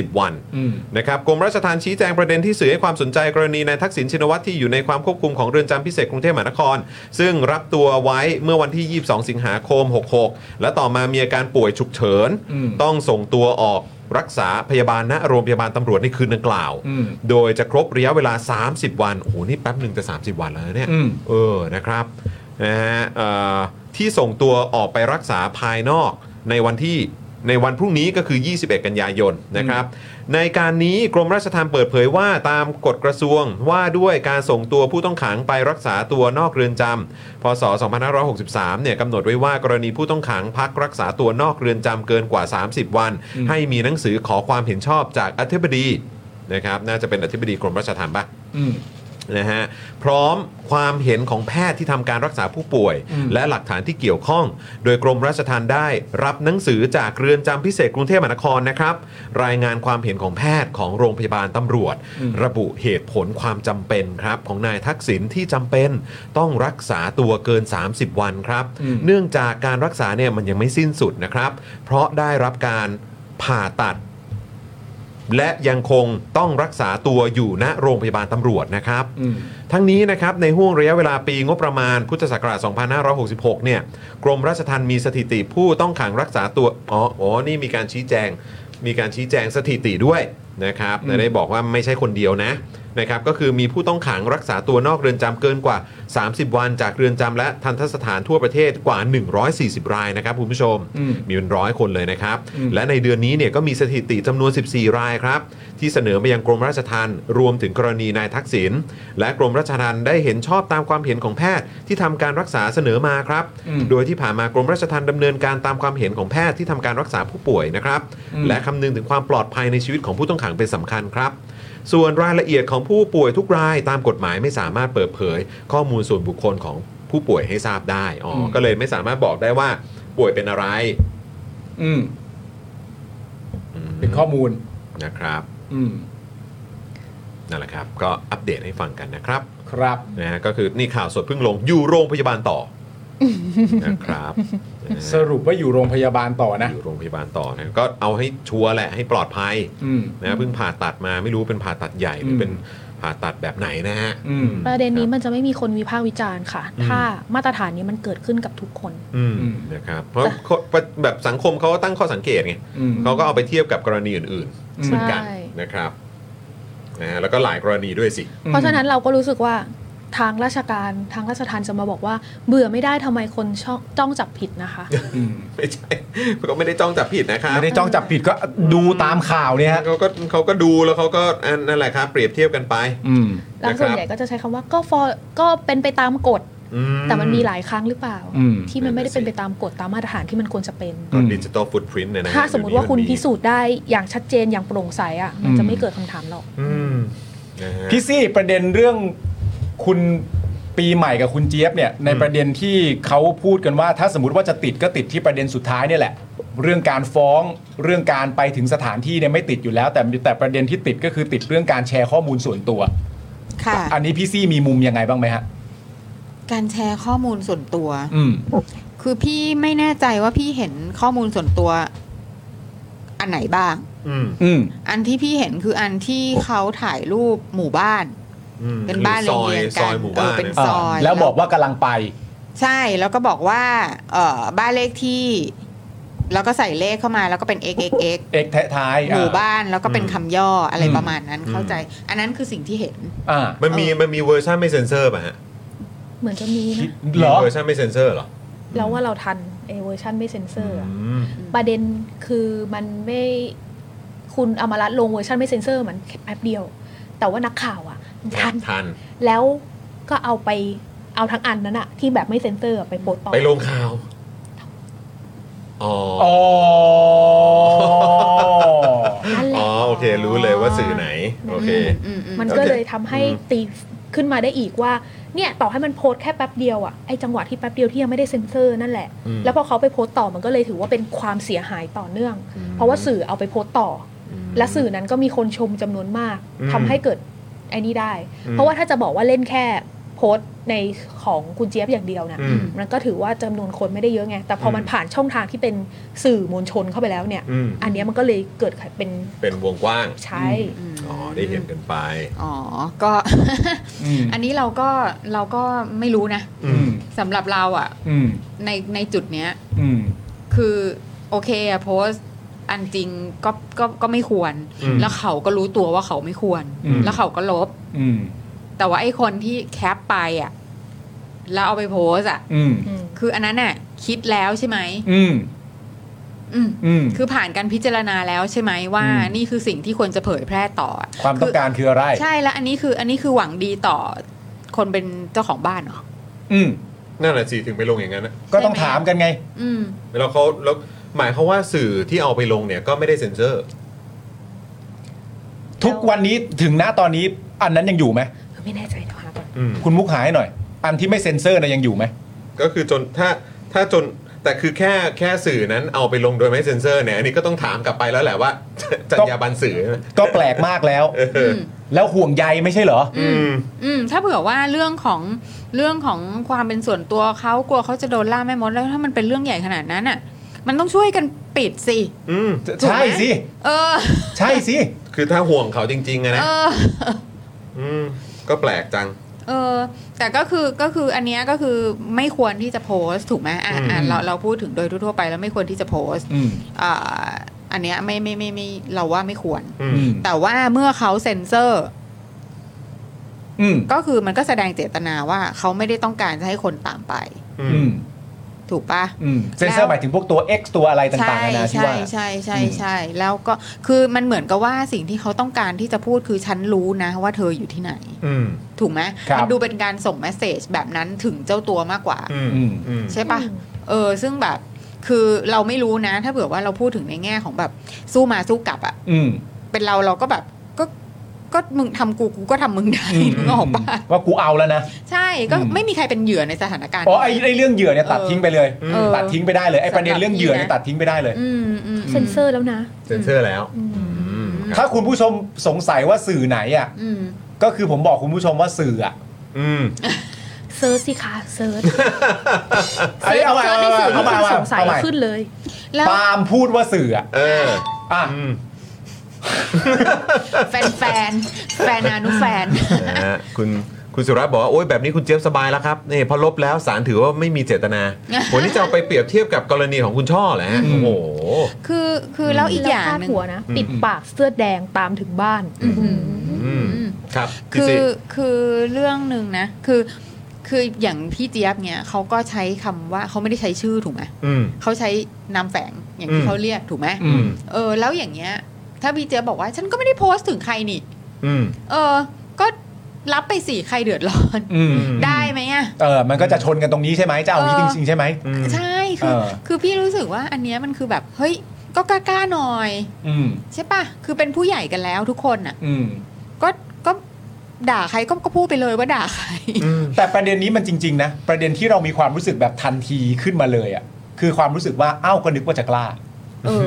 Speaker 1: 30 วัน
Speaker 2: อืม
Speaker 1: นะครับกรมราชทัณฑ์ชี้แจงประเด็นที่สื่อให้ความสนใจกรณีนายทักษิณชินวัตรที่อยู่ในความควบคุมของเรือนจำพิเศษกรุงเทพมหานคร ซึ่งรับตัวไว้เมื่อวันที่ 22 สิงหาคม 66 และต่อมามีอาการป่วยฉุกเฉิน
Speaker 2: อืม
Speaker 1: ต้องส่งตัวออกรักษาพยาบาลณโรงพยาบาลตำรวจในคืนดังกล่าว
Speaker 2: อืม
Speaker 1: โดยจะครบระยะเวลา 30 วัน โอ้โห นี่แป๊บหนึ่งจะ 30 วันแล้วนะเนี่ย
Speaker 2: อืม
Speaker 1: เออ นะครับ นะฮะเอ่อที่ส่งตัวออกไปรักษาภายนอกในวันที่ในวันพรุ่งนี้ก็คือ 21 กันยายน นะครับ ในการนี้กรมราชทัณฑ์เปิดเผยว่าตามกฎกระทรวงว่าด้วยการส่งตัวผู้ต้องขังไปรักษาตัวนอกเรือนจำพศ 2563 เนี่ยกำหนดไว้ว่ากรณีผู้ต้องขังพักรักษาตัวนอกเรือนจำเกินกว่า 30 วัน
Speaker 2: อืม
Speaker 1: ให้มีหนังสือขอความเห็นชอบจากอธิบดีนะครับ น่าจะเป็นอธิบดีกรมราชทัณฑ์ปะ
Speaker 2: อืม
Speaker 1: นะฮะพร้อมความเห็นของแพทย์ที่ทำการรักษาผู้ป่วย
Speaker 2: อืม
Speaker 1: และหลักฐานที่เกี่ยวข้อง โดยกรมราชทัณฑ์ได้รับหนังสือจากเรือนจำพิเศษกรุงเทพมหานครนะครับ รายงานความเห็นของแพทย์ของโรงพยาบาลตำรวจ ระบุเหตุผลความจำเป็นครับของนายทักษิณที่จำเป็นต้องรักษาตัวเกิน 30 วันครับ เนื่องจากการรักษาเนี่ยมันยังไม่สิ้นสุดนะครับ เพราะได้รับการผ่าตัด และยังคงต้องรักษาตัวอยู่ณโรงพยาบาลตำรวจนะครับ
Speaker 2: อืม
Speaker 1: ทั้งนี้นะครับในห่วงระยะเวลาปีงบประมาณพุทธศักราช 2566 เนี่ยกรมราชทัณฑ์มีสถิติผู้ต้องขังรักษาตัวอ๋ออ๋อนี่มีการชี้แจง มีการชี้แจงสถิติด้วยนะครับ
Speaker 2: อืม
Speaker 1: ได้บอกว่าไม่ใช่คนเดียวนะนะครับก็คือมีผู้ต้องขังรักษาตัวนอกเรือนจำเกินกว่า 30 วันจากเรือนจำและทันทสถานทั่วประเทศกว่า 140 รายนะครับคุณผู้ชม
Speaker 2: อืม
Speaker 1: มีเป็นร้อยคนเลยนะครับ
Speaker 2: อืม
Speaker 1: และในเดือนนี้เนี่ยก็มีสถิติจำนวน 14 รายครับ ที่เสนอไปยังกรมราชทัณฑ์รวมถึงกรณีนายทักษิณและกรมราชทัณฑ์ได้เห็นชอบตามความเห็นของแพทย์ที่ทำการรักษาเสนอมาครับ
Speaker 2: อืม
Speaker 1: โดยที่ผ่านมากรมราชทัณฑ์ดำเนินการตามความเห็นของแพทย์ที่ทำการรักษาผู้ป่วยนะครับ
Speaker 2: อืม
Speaker 1: และคำนึงถึงความปลอดภัยในชีวิตของผู้ต้องขังเป็นสำคัญครับ ส่วนรายละเอียดของผู้ป่วยทุกรายตามกฎหมายไม่สามารถเปิดเผย ข้อมูลส่วนบุคคลของผู้ป่วยให้ทราบได้อ๋ออ
Speaker 2: ม
Speaker 1: ก็เลยไม่สามารถบอกได้ว่าป่วยเป็นอะไร
Speaker 2: อืมเป็นข้อมูล
Speaker 1: นะครับ
Speaker 2: อืม
Speaker 1: นั่นแหละครับ ก็อัปเดตให้ฟังกันนะครับ
Speaker 2: ครับ
Speaker 1: นะฮะก็คือนี่ข่าวสดเพิ่งลงอยู่โรงพยาบาลต่อ นะครับนะ
Speaker 2: ส
Speaker 1: ฮะ
Speaker 2: รุปว่าอยู่โรงพยาบาลต่อนะ
Speaker 1: อยู่โรงพยาบาลต่อนะก็เอาให้ชัวร์แหละให้ปลอดภัย
Speaker 2: อืม
Speaker 1: นะฮะเพิ่งผ่าตัดมาไม่รู้เป็นผ่าตัดใหญ่หรืออ
Speaker 2: ม
Speaker 1: เป็นผ่าตัดแบบไหนนะฮะ
Speaker 2: อืม
Speaker 3: ประเด็น
Speaker 1: ค
Speaker 3: นี้
Speaker 1: รับ
Speaker 3: มันจะไม่มีคนวิพากษ์วิจารณ์ค่ะ ถ้ามาตรฐานนี้มันเกิดขึ้นกับทุกคน
Speaker 1: อืม
Speaker 2: อืม
Speaker 1: นะครับเพราะแบบสังคมเขาก็ตั้งข้อสังเกตไง
Speaker 2: อืม
Speaker 1: เขาก็เอาไปเทียบกับกรณีอื่นๆเหมือนกัน
Speaker 3: ใช่
Speaker 1: นะครับนะฮะแล้วก็หลายกรณีด้วยสิ
Speaker 3: เพราะฉะนั้นเราก็รู้สึกว่าทางราชการทางราชทานจะมาบอกว่า เบื่อไม่ได้ทำไมคนชอบจ้องจับผิด (laughs) นะคะ
Speaker 2: อืม
Speaker 1: ไม่ใช่ (laughs) เขาก็ไม่ได้จ้องจับผิดนะครับ
Speaker 2: ไม่ได้จ้องจับผิดก็ดูตามข่าวเนี่ยฮะ
Speaker 1: เขาก็เขาก็ดูแล้วเขาก็อันนั่นแหละครับ เปรียบเทียบกันไป
Speaker 2: อืม
Speaker 3: แล้วส่วนใหญ่ก็จะใช้คำว่าก็ฟอก็เป็นไปตามกฎ
Speaker 1: อื
Speaker 3: แต่มันมีหลายครั้งหรือเปล่า
Speaker 2: อืม
Speaker 3: ที่มันไม่ได้เป็นไปตามกฎตามมาตรฐานที่มันควรจะเป็น
Speaker 1: ก็ดิจิตอลฟุตพิ้นเนี่ยนะฮะ
Speaker 3: ถ้าสมมติว่าคุณพิสูจน์ได้อย่างชัดเจนอย่างโปร่งใสอ่ะมัน
Speaker 2: อื
Speaker 3: จะ
Speaker 2: ม
Speaker 3: ไม่เกิดคำถามหรอก
Speaker 1: อืมนะฮะ
Speaker 2: พี่ซี่ประเด็นเรื่องคุณปีใหม่กับคุณเจี๊ยบเนี่ยในประเด็นที่เขาพูดกันว่า ถ้าสมมติว่าจะติดก็ติดที่ประเด็นสุดท้ายเนี่ยแหละ เรื่องการฟ้องเรื่องการไปถึงสถานที่เนี่ยไม่ติดอยู่แล้ว แต่แต่ประเด็นที่ติดก็คือติดเรื่องการแชร์ข้อมูลส่วนตัว
Speaker 7: ค่ะ
Speaker 2: อันนี้พี่ซี่มีมุมยังไงบ้างไหมฮะ
Speaker 7: การแชร์ข้อมูลส่วนตัว
Speaker 2: อืม
Speaker 7: คือพี่ไม่แน่ใจว่าพี่เห็นข้อมูลส่วนตัวอันไหนบ้าง
Speaker 1: อืม
Speaker 2: อืม
Speaker 7: อันที่พี่เห็นคืออันที่เขาถ่ายรูปหมู่บ้าน
Speaker 1: อืม
Speaker 7: เป็นบ้าน
Speaker 1: หรือซอย
Speaker 7: เรียงๆกัน
Speaker 1: ซอยหมู่บ้าน
Speaker 7: เออเป็น
Speaker 1: ย
Speaker 7: ซย
Speaker 2: แล้วบอกว่ากำลังไป
Speaker 7: ใช่แล้วก็บอกว่า เออบ้านเลขที่ แล้วก็ใส่เลขเข้ามาแล้วก็เป็น x x x
Speaker 2: เอกแท้ายๆ
Speaker 7: ห
Speaker 2: อ่ะ
Speaker 7: มู่บ้านแล้วก็เป็นคำย่ออะไร
Speaker 2: อืม
Speaker 7: ประมาณนั้นเข้าใจ อันนั้นคือสิ่งที่เห็น
Speaker 2: อ่า
Speaker 1: มันมีมันมีเวอร์ชันไม่เซ็นเซอร์ป่ะฮะ
Speaker 3: เหมือนจะมีนะ
Speaker 2: เหรอ
Speaker 1: มีเวอร์ชันไม่เซ็นเซอร์เหรอ
Speaker 3: เราว่าเราทันไอเวอร์ชันไม่เซ็นเซอร์อะ
Speaker 1: อืม
Speaker 3: ประเด็นคือมันไม่คุณอมรัตน์ลงเวอร์ชันไม่เซ็นเซอร์มันแค่แป๊บเดียว แต่ว่านักข่าวอ่ะทัน
Speaker 1: ทัน
Speaker 3: แล้วก็เอาไปเอาทั้งอันนั้นอะที่แบบไม่เซ็นเซอร์อะไปปลดออก
Speaker 1: ไปลงข่าว อ๋อ
Speaker 2: อ๋อ
Speaker 3: นั่นแห
Speaker 1: อ๋
Speaker 3: ละ
Speaker 1: อ โอเค รู้เลยว่าสื่อไหน โอเค
Speaker 7: อืมอืม
Speaker 3: มันก็เลยทำให้ตีขึ้นมาได้อีกว่า เนี่ยต่อให้มันโพสต์แค่แป๊บเดียวอะไอจังหวะที่แป๊บเดียวที่ยังไม่ได้เซ็นเซอร์นั่นแหละ
Speaker 1: อืม
Speaker 3: แล้วพอเขาไปโพสต์ต่อมันก็เลยถือว่าเป็นความเสียหายต่อเนื่อง เพราะว่าสื่อเอาไปโพสต์ต่อ
Speaker 1: ม
Speaker 3: และสื่อนั้นก็มีคนชมจำนวนมาก
Speaker 1: อืม
Speaker 3: ทำให้เกิดไอ้นี่ได้
Speaker 1: อืม
Speaker 3: เพราะว่าถ้าจะบอกว่าเล่นแค่โพสต์ในของคุณเจี๊ยบอย่างเดียวนะ
Speaker 1: อืม
Speaker 3: มันก็ถือว่าจำนวนคนไม่ได้เยอะไง แต่พออ
Speaker 1: ม
Speaker 3: มันผ่านช่องทางที่เป็นสื่อมวลชนเข้าไปแล้วเนี่ย
Speaker 1: อืม
Speaker 3: อันเนี้ยมันก็เลยเกิดเป็น
Speaker 1: เป็นวงกว้าง
Speaker 3: ใช้
Speaker 7: อืม
Speaker 1: อ๋อ ได้เห็นกันไป
Speaker 7: อ๋อก็ (laughs)
Speaker 2: อืม
Speaker 7: อันนี้เราก็เราก็ไม่รู้นะ
Speaker 1: อืม
Speaker 7: สำหรับเราอ่ะ
Speaker 2: อืม
Speaker 7: ในในจุดเนี้ย
Speaker 2: อืม
Speaker 7: คือโอเคอะโพสต์อันจริงก็ก็ก็ไม่ควร
Speaker 1: อืม
Speaker 7: แล้วเขาก็รู้ตัวว่าเขาไม่ควร
Speaker 2: อืม
Speaker 7: แล้วเขาก็ลบ
Speaker 2: อืม
Speaker 7: แต่ว่าไอ้คนที่แคปไปอ่ะแล้วเอาไปโพสต์อ่ะ
Speaker 2: อืม
Speaker 3: อืม
Speaker 7: คืออันนั้นน่ะคิดแล้วใช่ไหม
Speaker 2: อืม
Speaker 7: อืม
Speaker 2: อืม
Speaker 7: คือผ่านการพิจารณาแล้วใช่ไหมว่า
Speaker 2: อืม
Speaker 7: นี่คือสิ่งที่ควรจะเผยแพร่ต่ออะ
Speaker 2: ความต้องการคืออะไร
Speaker 7: ใช่แล้วอันนี้คืออันนี้คือหวังดีต่อคนเป็นเจ้าของบ้านเหรอ
Speaker 2: อืม
Speaker 1: นั่นแหละสิถึงไปลงอย่างนั้นนะ
Speaker 2: ก็ต้องถามกันไง
Speaker 7: อืม
Speaker 1: แล้วเขาแล้วหมายเขามว่าสื่อที่เอาไปลงเนี่ยก็ไม่ได้เซ็นเซอร์
Speaker 2: ทุกวันนี้ถึงณตอนนี้อันนั้นยังอยู่ไหม
Speaker 3: ไม่แน่ใจเดี๋ยวหาก่อน
Speaker 1: อืม
Speaker 2: คุณมุกหายหน่อย อันที่ไม่เซ็นเซอร์นะยังอยู่ไหม
Speaker 1: ก็คือจนถ้าถ้าจนแต่คือแค่แค่สื่อนั้นเอาไปลงโดยไม่เซ็นเซอร์เนี่ยอันนี้ก็ต้องถามกลับไปแล้วแหละว่า (laughs) จรรยาบรรณสื่อนะ
Speaker 2: ก็แปลกมากแล้ว
Speaker 1: เออ
Speaker 7: ม
Speaker 2: แล้วห่วงใยไม่ใช่เหรอ
Speaker 1: อืม
Speaker 7: อืมถ้าเผื่อว่าเรื่องของเรื่องของความเป็นส่วนตัวเขากลัวเขาจะโดนล่าแม่มดแล้วถ้ามันเป็นเรื่องใหญ่ขนาดนั้นอ่ะ มันต้องช่วยกันปิดสิ
Speaker 1: อืม
Speaker 7: ถูกไหม
Speaker 2: ใช่สิ
Speaker 7: เออ
Speaker 2: ใช่สิ
Speaker 1: คือถ้าห่วงเขาจริงๆอะนะ
Speaker 7: เออ
Speaker 1: อืม ก็แปลกจัง
Speaker 7: เออ แต่ก็คือก็คืออันเนี้ยก็คือไม่ควรที่จะโพสต์ถูกไหมอ่ะ
Speaker 1: อื
Speaker 7: อ่ะ
Speaker 1: ม
Speaker 7: เราเราพูดถึงโดยทั่วๆไปแล้วไม่ควรที่จะโพสต์
Speaker 2: อืม
Speaker 7: อ่าอันเนี้ยไม่ไม่ไม่ไม่เราว่าไม่ควร
Speaker 1: อื
Speaker 2: อื
Speaker 1: ม
Speaker 2: ม
Speaker 7: แต่ว่าเมื่อเขาเซ็นเซอร์
Speaker 2: อืม
Speaker 7: ก็คือมันก็แสดงเจตนาว่าเขาไม่ได้ต้องการจะให้คนตามไป
Speaker 1: อื
Speaker 2: อืม
Speaker 1: ม
Speaker 7: ถูกปะ
Speaker 2: อืม เซ็นเซอร์หมายถึงพวกตัว X ตัวอะไรต่างๆนานาที่
Speaker 7: ใช่
Speaker 2: ว่า
Speaker 7: ใช่ใช่
Speaker 2: อืม
Speaker 7: ใช่แล้วก็คือมันเหมือนกับว่าสิ่งที่เขาต้องการที่จะพูดคือฉันรู้นะว่าเธออยู่ที่ไหน
Speaker 1: อืม
Speaker 7: ถูกไหม
Speaker 2: ครับ
Speaker 7: มัดูเป็นการส่งเมสเซจแบบนั้นถึงเจ้าตัวมากกว่า
Speaker 1: อืม
Speaker 2: อืม
Speaker 1: อืม
Speaker 7: ใช่ปะเออ ซึ่งแบบคือเราไม่รู้นะ ถ้าเผื่อว่าเราพูดถึงในแง่ของแบบสู้มาสู้กลับอะ
Speaker 2: อืม
Speaker 7: เป็นเราเราก็แบบก็ก็มึงทำกูกูก็ทำมึ (laughs) งได้
Speaker 2: อืม
Speaker 7: นึกออกปะ
Speaker 2: ว่ากูเอาแล้วนะ
Speaker 7: ใช่ก็
Speaker 2: อืม
Speaker 7: ไม่มีใครเป็นเหยื่อในสถานการณ์
Speaker 2: อ๋อไอ้ไอ้เรื่องเหยื่อเนี่ยตัด
Speaker 7: เออ
Speaker 2: ทิ้งไปเลย
Speaker 7: เออ
Speaker 2: ตัดทิ้งไปได้เลย ไอ้ประเด็นเรื่องเหยื่อเนี่ย
Speaker 7: สำหรับ
Speaker 2: ตัดทิ้งไปได้เลย
Speaker 7: อืมอืม
Speaker 3: เซ็นเซอร์แล้วนะ
Speaker 1: เซ็นเซอร์แล้ว
Speaker 3: อืม
Speaker 1: อืมครับ
Speaker 2: ถ้าคุณผู้ชมสงสัยว่าสื่อไหนอ่ะ
Speaker 7: อืม
Speaker 2: ก็คือผมบอกคุณผู้ชมว่าสื่ออ่ะ
Speaker 1: อืม
Speaker 3: เซิร์ชสิคะเซิร์ช
Speaker 2: อันนี้เอาใหม่
Speaker 3: เซิร์ชในสื่อ
Speaker 2: เอา
Speaker 3: ที่
Speaker 2: ใหม่เอา
Speaker 3: คุณ
Speaker 2: ใหม่
Speaker 3: สงสัย
Speaker 2: เอาใหม่
Speaker 3: ขึ้นเลย
Speaker 7: แล้ว
Speaker 2: ปาล์มพูดว่าสื่ออ่ะ
Speaker 1: เออ
Speaker 2: อ่ะ
Speaker 1: อืม
Speaker 7: แฟนแฟนๆแฟนอนุแฟน
Speaker 1: นะฮะคุณคุณสุรัตน์บอกว่า โอ๊ยแบบนี้คุณเจี๊ยบสบายแล้วครับนี่พอลบแล้วสารถือว่าไม่มีเจต
Speaker 7: (laughs)
Speaker 1: นาวันนี้จะเอาไปเปรียบเทียบกับกรณีของคุณช่อแหละโอ้โห
Speaker 7: คือคือแล้วอีกอย่างหนึ่ง
Speaker 10: หัวนะ
Speaker 3: ปิดปากเสื้อแดงตามถึงบ้าน
Speaker 1: อืม ครับพี่
Speaker 7: คือ
Speaker 1: สิ
Speaker 7: คือเรื่องหนึ่งนะ คือคืออย่างพี่เจี๊ยบเนี่ยเขาก็ใช้คำว่าเขาไม่ได้ใช้ชื่อถูกไหม
Speaker 1: อืม
Speaker 7: เขาใช้นามแฝงอย่าง
Speaker 1: อื
Speaker 7: ที่
Speaker 1: ม
Speaker 7: เขาเรียกถูกไหม
Speaker 1: อืม
Speaker 7: เออ แล้วอย่างเงี้ย ถ้าพี่เจี๊ยบบอกว่า ฉันก็ไม่ได้โพสต์ถึงใครนี่
Speaker 1: อืม
Speaker 7: เออ ก็รับไปสิใครเดือดร้อน
Speaker 2: อืม
Speaker 1: อืม
Speaker 7: ได้ไหมอ่ะ
Speaker 2: เออมันก็จะชนกันตรงนี้ใช่ไหมจะเอาอย่างนี้
Speaker 7: เอ
Speaker 2: จ
Speaker 7: อ
Speaker 2: ริงๆใช่ไหม
Speaker 1: อืม
Speaker 7: ใช่คือ
Speaker 2: เออ
Speaker 7: คือพี่รู้สึกว่าอันเนี้ยมันคือแบบเฮ้ยก็กล้าๆหน่อย
Speaker 2: อืม
Speaker 7: ใช่ปะคือเป็นผู้ใหญ่กันแล้วทุกคนอ่ะ
Speaker 2: อืม
Speaker 7: ก็ก็ด่าใครก็ก็พูดไปเลยว่าด่าใคร
Speaker 2: แต่ประเด็นนี้มันจริง ๆ นะ ประเด็นที่เรามีความรู้สึกแบบทันทีขึ้นมาเลยอ่ะคือความรู้สึกว่าเอ้าก็นึกว่าจะกล้า
Speaker 7: เออ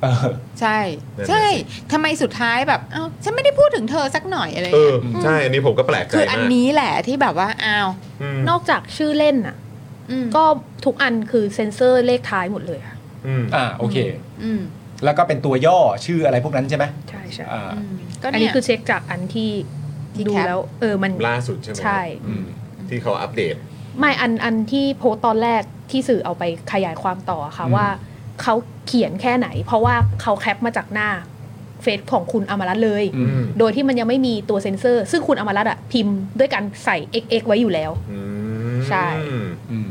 Speaker 2: เอ เออ
Speaker 7: ใช่
Speaker 1: นั่นน่ะ
Speaker 7: ใช่ทำไมสุดท้ายแบบอ้าวฉันไม่ได้พูดถึงเธอสักหน่อยอะไร
Speaker 1: เอ
Speaker 7: เงี้
Speaker 1: อย ใช่อันนี้ผมก็แปลกใจ
Speaker 7: คืออัน
Speaker 1: มาก
Speaker 7: นี้แหละที่แบบว่าอ้าว
Speaker 1: อืม
Speaker 3: นอกจากชื่อเล่นอ่ะ
Speaker 7: อืม
Speaker 3: ก็ทุกอันคือเซ็นเซอร์เลขท้ายหมดเลยอะ
Speaker 1: อืม
Speaker 2: อ่าโอเค
Speaker 7: อืม
Speaker 2: แล้วก็เป็นตัวย่อชื่ออะไรพวกนั้นใช่ไหม
Speaker 3: ใช่ใช่
Speaker 2: อ่า
Speaker 7: อืมก็
Speaker 3: อัน
Speaker 7: เนี่
Speaker 3: นี้
Speaker 7: ย
Speaker 3: คือเช็คจากอันที่
Speaker 7: ที่
Speaker 3: ดู
Speaker 7: แคป
Speaker 3: แล้ว เออมัน
Speaker 1: ล่าสุดใช่ไหม
Speaker 3: ใช่
Speaker 1: อืมที่เขาอัปเดต
Speaker 3: ไม่อันอันที่โพสต์ตอนแรกที่สื่อเอาไปขยายความต่อค่ะว่า เขาเขียนแค่ไหน เพราะว่าเขาแคปมาจากหน้าเฟซของคุณอมรัตน์เลย
Speaker 2: อืม
Speaker 3: โดยที่มันยังไม่มีตัวเซ็นเซอร์ ซึ่งคุณอมรัตน์อะพิมพ์ด้วยการใส่ xx ไว้อยู่แล้ว
Speaker 1: อืม
Speaker 3: ใช่
Speaker 2: อืม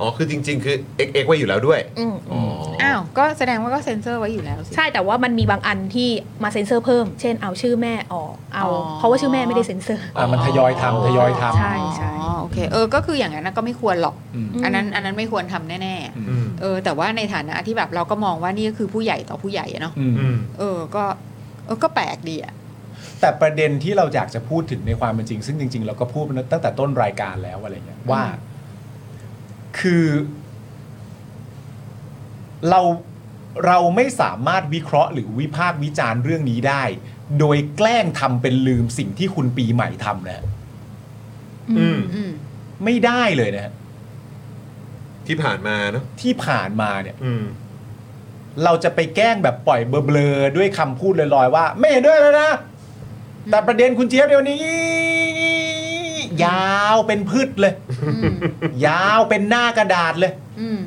Speaker 1: อ๋อคือจริง ๆ คือ XX ไว้อยู่แล้วด้วย
Speaker 3: อืม
Speaker 1: อ๋อ
Speaker 7: อ้าวก็แสดงว่าก็เซ็นเซอร์ไว้อยู่แล้วสิ
Speaker 3: ใช่แต่ว่ามันมีบางอันที่มาเซ็นเซอร์เพิ่ม เช่นเอาชื่อแม่ออกเอา
Speaker 7: อ๋อ
Speaker 3: เพราะว่าชื่อแม่ไม่ได้เซ็นเซอร์
Speaker 2: (laughs) อ่ะมันทยอยทำทยอยทำ
Speaker 3: ใช่ใช่
Speaker 7: อ๋อโอเคเออก็คืออย่างนั้นนะก็ไม่ควรหรอก
Speaker 2: อืม
Speaker 7: อันนั้นอันนั้นไม่ควรทำแน่ๆ
Speaker 1: อืม
Speaker 7: เออแต่ว่าในฐานะที่แบบเราก็มองว่านี่ก็คือผู้ใหญ่ต่อผู้ใหญ่อะเนาะ
Speaker 2: อืม
Speaker 1: อืม
Speaker 7: เออก็เออก็แปลกดีอะ
Speaker 2: แต่ประเด็นที่เราอยากจะพูดถึงในความเป็นจริง ซึ่งจริง ๆ เราก็พูดมาตั้งแต่ต้นรายการแล้วอะไรเงี้ยว่า คือ เราเราไม่สามารถวิเคราะห์หรือวิพากษ์วิจารณ์เรื่องนี้ได้ โดยแกล้งทำเป็นลืมสิ่งที่คุณปีใหม่ทำนะฮะ
Speaker 1: อืม
Speaker 7: อืม
Speaker 2: ไม่ได้เลยนะฮะ
Speaker 1: ที่ผ่านมาเนอะ
Speaker 2: ที่ผ่านมาเนี่ย
Speaker 1: อืม
Speaker 2: เราจะไปแกล้งแบบปล่อยเบลอๆด้วยคำพูดลอยๆว่า ไม่เห็นด้วยแล้วนะ แต่ประเด็นคุณเจี๊ยบเดี๋ยวนี้ ยาวเป็นพืชเลย
Speaker 7: อืม
Speaker 2: ยาวเป็นหน้ากระดาษเลย
Speaker 7: อืม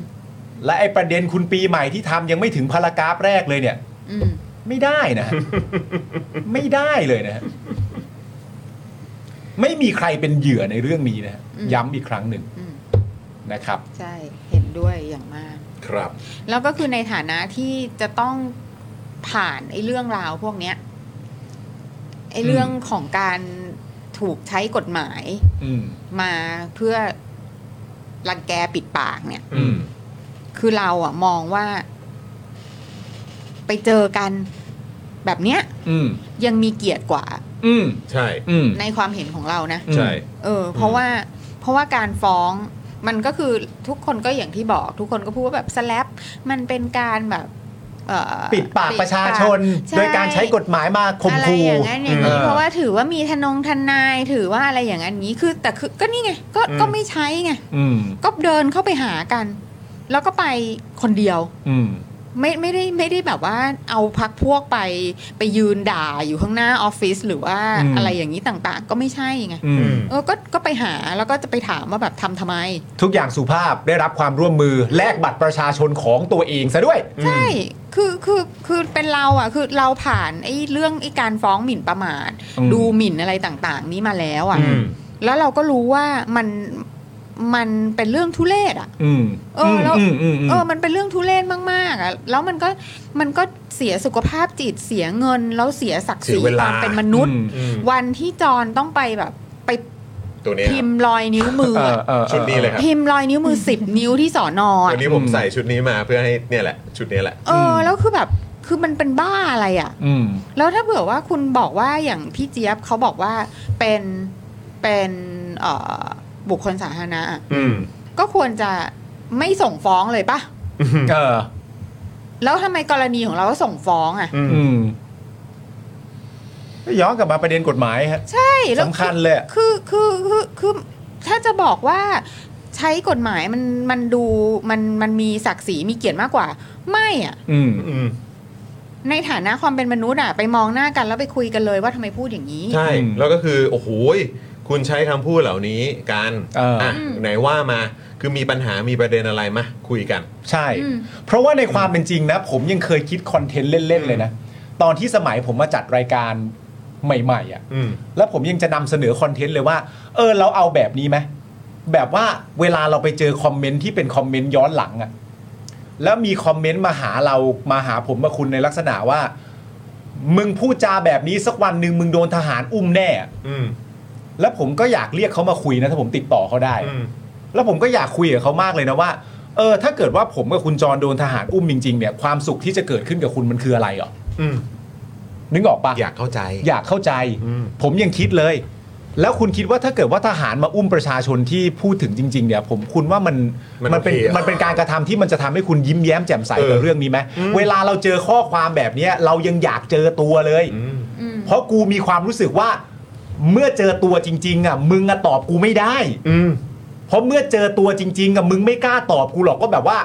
Speaker 2: และไอประเด็นคุณปีใหม่ที่ทำยังไม่ถึงพารากราฟแรกเลยเนี่ย
Speaker 7: อืม
Speaker 2: ไม่ได้
Speaker 1: (laughs)
Speaker 2: นะฮะ ไม่ได้เลยนะฮะไม่มีใครเป็นเหยื่อในเรื่องนี้นะฮะย้ำอีกครั้งหนึ่ง
Speaker 7: อืม
Speaker 2: นะครับ
Speaker 7: ใช่เห็นด้วยอย่างมาก
Speaker 1: ครับ
Speaker 7: แล้วก็คือในฐานะที่จะต้องผ่านไอ้เรื่องราวพวกเนี้ยไอ้เรื่องของการถูกใช้กฎหมาย
Speaker 2: อืม
Speaker 7: มาเพื่อรังแกปิดปากเนี่ย
Speaker 2: อืม
Speaker 7: คือเราอะมองว่า ไปเจอกันแบบเนี้ย
Speaker 2: อืม
Speaker 7: ยังมีเกียรติกว่า
Speaker 2: อืม
Speaker 1: ใช่
Speaker 2: อืม
Speaker 7: ในความเห็นของเรานะ
Speaker 2: อืม
Speaker 1: ใช่
Speaker 7: เออ เพราะว่าเพราะว่าการฟ้องมันก็คือทุกคนก็อย่างที่บอก ทุกคนก็พูดว่าแบบสแลปมันเป็นการแบบเอ่อ
Speaker 2: ปิดปากประชาชน
Speaker 7: ใช่
Speaker 2: โดยการใช้กฎหมายมาข่ม
Speaker 7: อะไร
Speaker 2: ขู่
Speaker 7: อย่างนั้นอย่างนี้เพราะว่าถือว่ามีทนงทนายถือว่าอะไรอย่างนั้นอย่างนี้คือแต่คือก็นี่ไงก็
Speaker 1: อืม
Speaker 7: ก็ไม่ใช้ไง
Speaker 2: อืม
Speaker 7: ก็เดินเข้าไปหากัน แล้วก็ไปคนเดียว
Speaker 2: อืม
Speaker 7: ไม่ไม่ได้ไม่ได้แบบว่าเอาพักพวกไปไปยืนด่าอยู่ข้างหน้าออฟฟิศหรือว่า
Speaker 2: อืม
Speaker 7: อะไรอย่างนี้ต่างๆ ก็ไม่ใช่ไง
Speaker 2: อืม
Speaker 7: เออก็ก็ไปหาแล้วก็จะไปถามว่าแบบทำทำไม
Speaker 2: ทุกอย่างสุภาพได้รับความร่วมมือ แลกบัตรประชาชนของตัวเองซะด้วย
Speaker 7: ใช่ คือคือคือเป็นเราอ่ะ คือเราผ่านไอ้เรื่องไอ้การฟ้องหมิ่นประมาท
Speaker 2: อืม
Speaker 7: ดูหมิ่นอะไรต่างๆ นี้มาแล้วอ่ะ
Speaker 1: อืม
Speaker 7: แล้วเราก็รู้ว่ามันมันเป็นเรื่องทุเรศอ่ะ
Speaker 2: อืม
Speaker 7: เออแล้ว
Speaker 2: มอืมอืม
Speaker 7: เออมันเป็นเรื่องทุเรศมากๆอ่ะแล้วมันก็มันก็เสียสุขภาพจิตเสียเงิน แล้วเสียศักดิ์ศรี
Speaker 1: เสียเวลา
Speaker 7: ความเป็นมนุษย์
Speaker 2: อืม
Speaker 1: อืม
Speaker 7: วันที่จอนต้องไปแบบไป
Speaker 1: ตัวเนี้ยค
Speaker 7: พิ
Speaker 1: รับ
Speaker 7: มพ์รอยนิ้วมือ
Speaker 2: เออ
Speaker 7: อะ
Speaker 2: เออออ
Speaker 1: ชุดนี้เลยครับ
Speaker 7: พิมพ์รอยนิ้วมือสิบนิ้วที่สอนอ
Speaker 1: วั
Speaker 7: อะ
Speaker 1: นนี้ผมใส่ชุดนี้มาเพื่อให้เนี่ยแหละ ชุดนี้แหละ
Speaker 7: เอ
Speaker 2: อื
Speaker 7: อ
Speaker 2: ม
Speaker 7: แล้วคือแบบคือมันเป็นบ้าอะไรอะ่ะ
Speaker 2: อืม
Speaker 7: แล้วถ้าเผื่อว่าคุณบอกว่าอย่างพี่เจี๊ยบเขาบอกว่าเป็นเป็นเอ่อบุคคลสาธารณะอะ
Speaker 1: อืม
Speaker 7: ก็ควรจะไม่ส่งฟ้องเลยปะ
Speaker 2: เออ
Speaker 7: แล้วทำไมกรณีของเราก็ส่งฟ้องอะ่ะ
Speaker 1: อืม
Speaker 2: อืมย้อนกลับมาประเด็นกฎหมายฮะ
Speaker 7: ใช่แล้ว
Speaker 2: สำคัญเลยอะ
Speaker 7: คือคือคือคือถ้าจะบอกว่าใช้กฎหมายมันมันดูมันมันมีศักดิ์ศรีมีเกียรติมากกว่า ไม่อ่ะ
Speaker 2: อืม
Speaker 1: อืม
Speaker 7: ในฐานะความเป็นมนุษย์อ่ะ ไปมองหน้ากันแล้วไปคุยกันเลยว่าทำไมพูดอย่างนี้
Speaker 1: ใช่
Speaker 2: อืม
Speaker 1: แล้วก็คือ โอ้โหยคุณใช้คำพูดเหล่านี้กัน
Speaker 2: เอออ่
Speaker 1: ะไหนว่ามา คือมีปัญหา มีประเด็นอะไรมาคุยกัน
Speaker 2: ใช่
Speaker 7: อืม
Speaker 2: เพราะว่าในความเป็นจริงนะ ผมยังเคยคิดคอนเทนต์เล่น ๆ เลยนะ ตอนที่สมัยผมมาจัดรายการใหม่ ๆ อ่ะ
Speaker 1: อืม
Speaker 2: แล้วผมยังจะนำเสนอคอนเทนต์เลยว่า เออ เราเอาแบบนี้ไหมแบบว่าเวลาเราไปเจอคอมเมนต์ที่เป็นคอมเมนต์ย้อนหลังอะแล้วมีคอมเมนต์มาหาเรามาหาผมมาคุณในลักษณะว่า มึงพูดจาแบบนี้สักวันหนึ่งมึงโดนทหารอุ้มแน่
Speaker 1: อืม
Speaker 2: แล้วผมก็อยากเรียกเขามาคุยนะ ถ้าผมติดต่อเขาได้
Speaker 1: อืม
Speaker 2: แล้วผมก็อยากคุยกับเขามากเลยนะว่า เออ ถ้าเกิดว่าผมกับคุณจรโดนทหารอุ้มจริงๆเนี่ยความสุขที่จะเกิดขึ้นกับคุณมันคืออะไรเหรอ
Speaker 1: อืม
Speaker 2: นึกออกปะ
Speaker 1: อยากเข้าใจ
Speaker 2: อยากเข้าใจ
Speaker 1: อืม
Speaker 2: ผมยังคิดเลย แล้วคุณคิดว่าถ้าเกิดว่าทหารมาอุ้มประชาชนที่พูดถึงจริง ๆ เนี่ย ผมคุณว่ามัน
Speaker 4: มัน
Speaker 2: เป็น
Speaker 4: โอเคอะ
Speaker 2: มันเป็นการกระทำที่มันจะทำให้คุณยิ้มแย้มแจ่มใส
Speaker 4: เอ
Speaker 2: กับ
Speaker 4: อ
Speaker 2: เรื่องนี้ไหมเวลาเราเจอข้อความแบบเนี้ยเรายังอยากเจอตัวเลย
Speaker 7: อืม
Speaker 2: เพราะกูมีความรู้สึกว่า เมื่อเจอตัวจริง ๆ อ่ะ มึงอะตอบกูไม่ได้
Speaker 4: อืม
Speaker 2: เพราะเมื่อเจอตัวจริง ๆกับมึงไม่กล้าตอบกูหรอกก็แบบว่า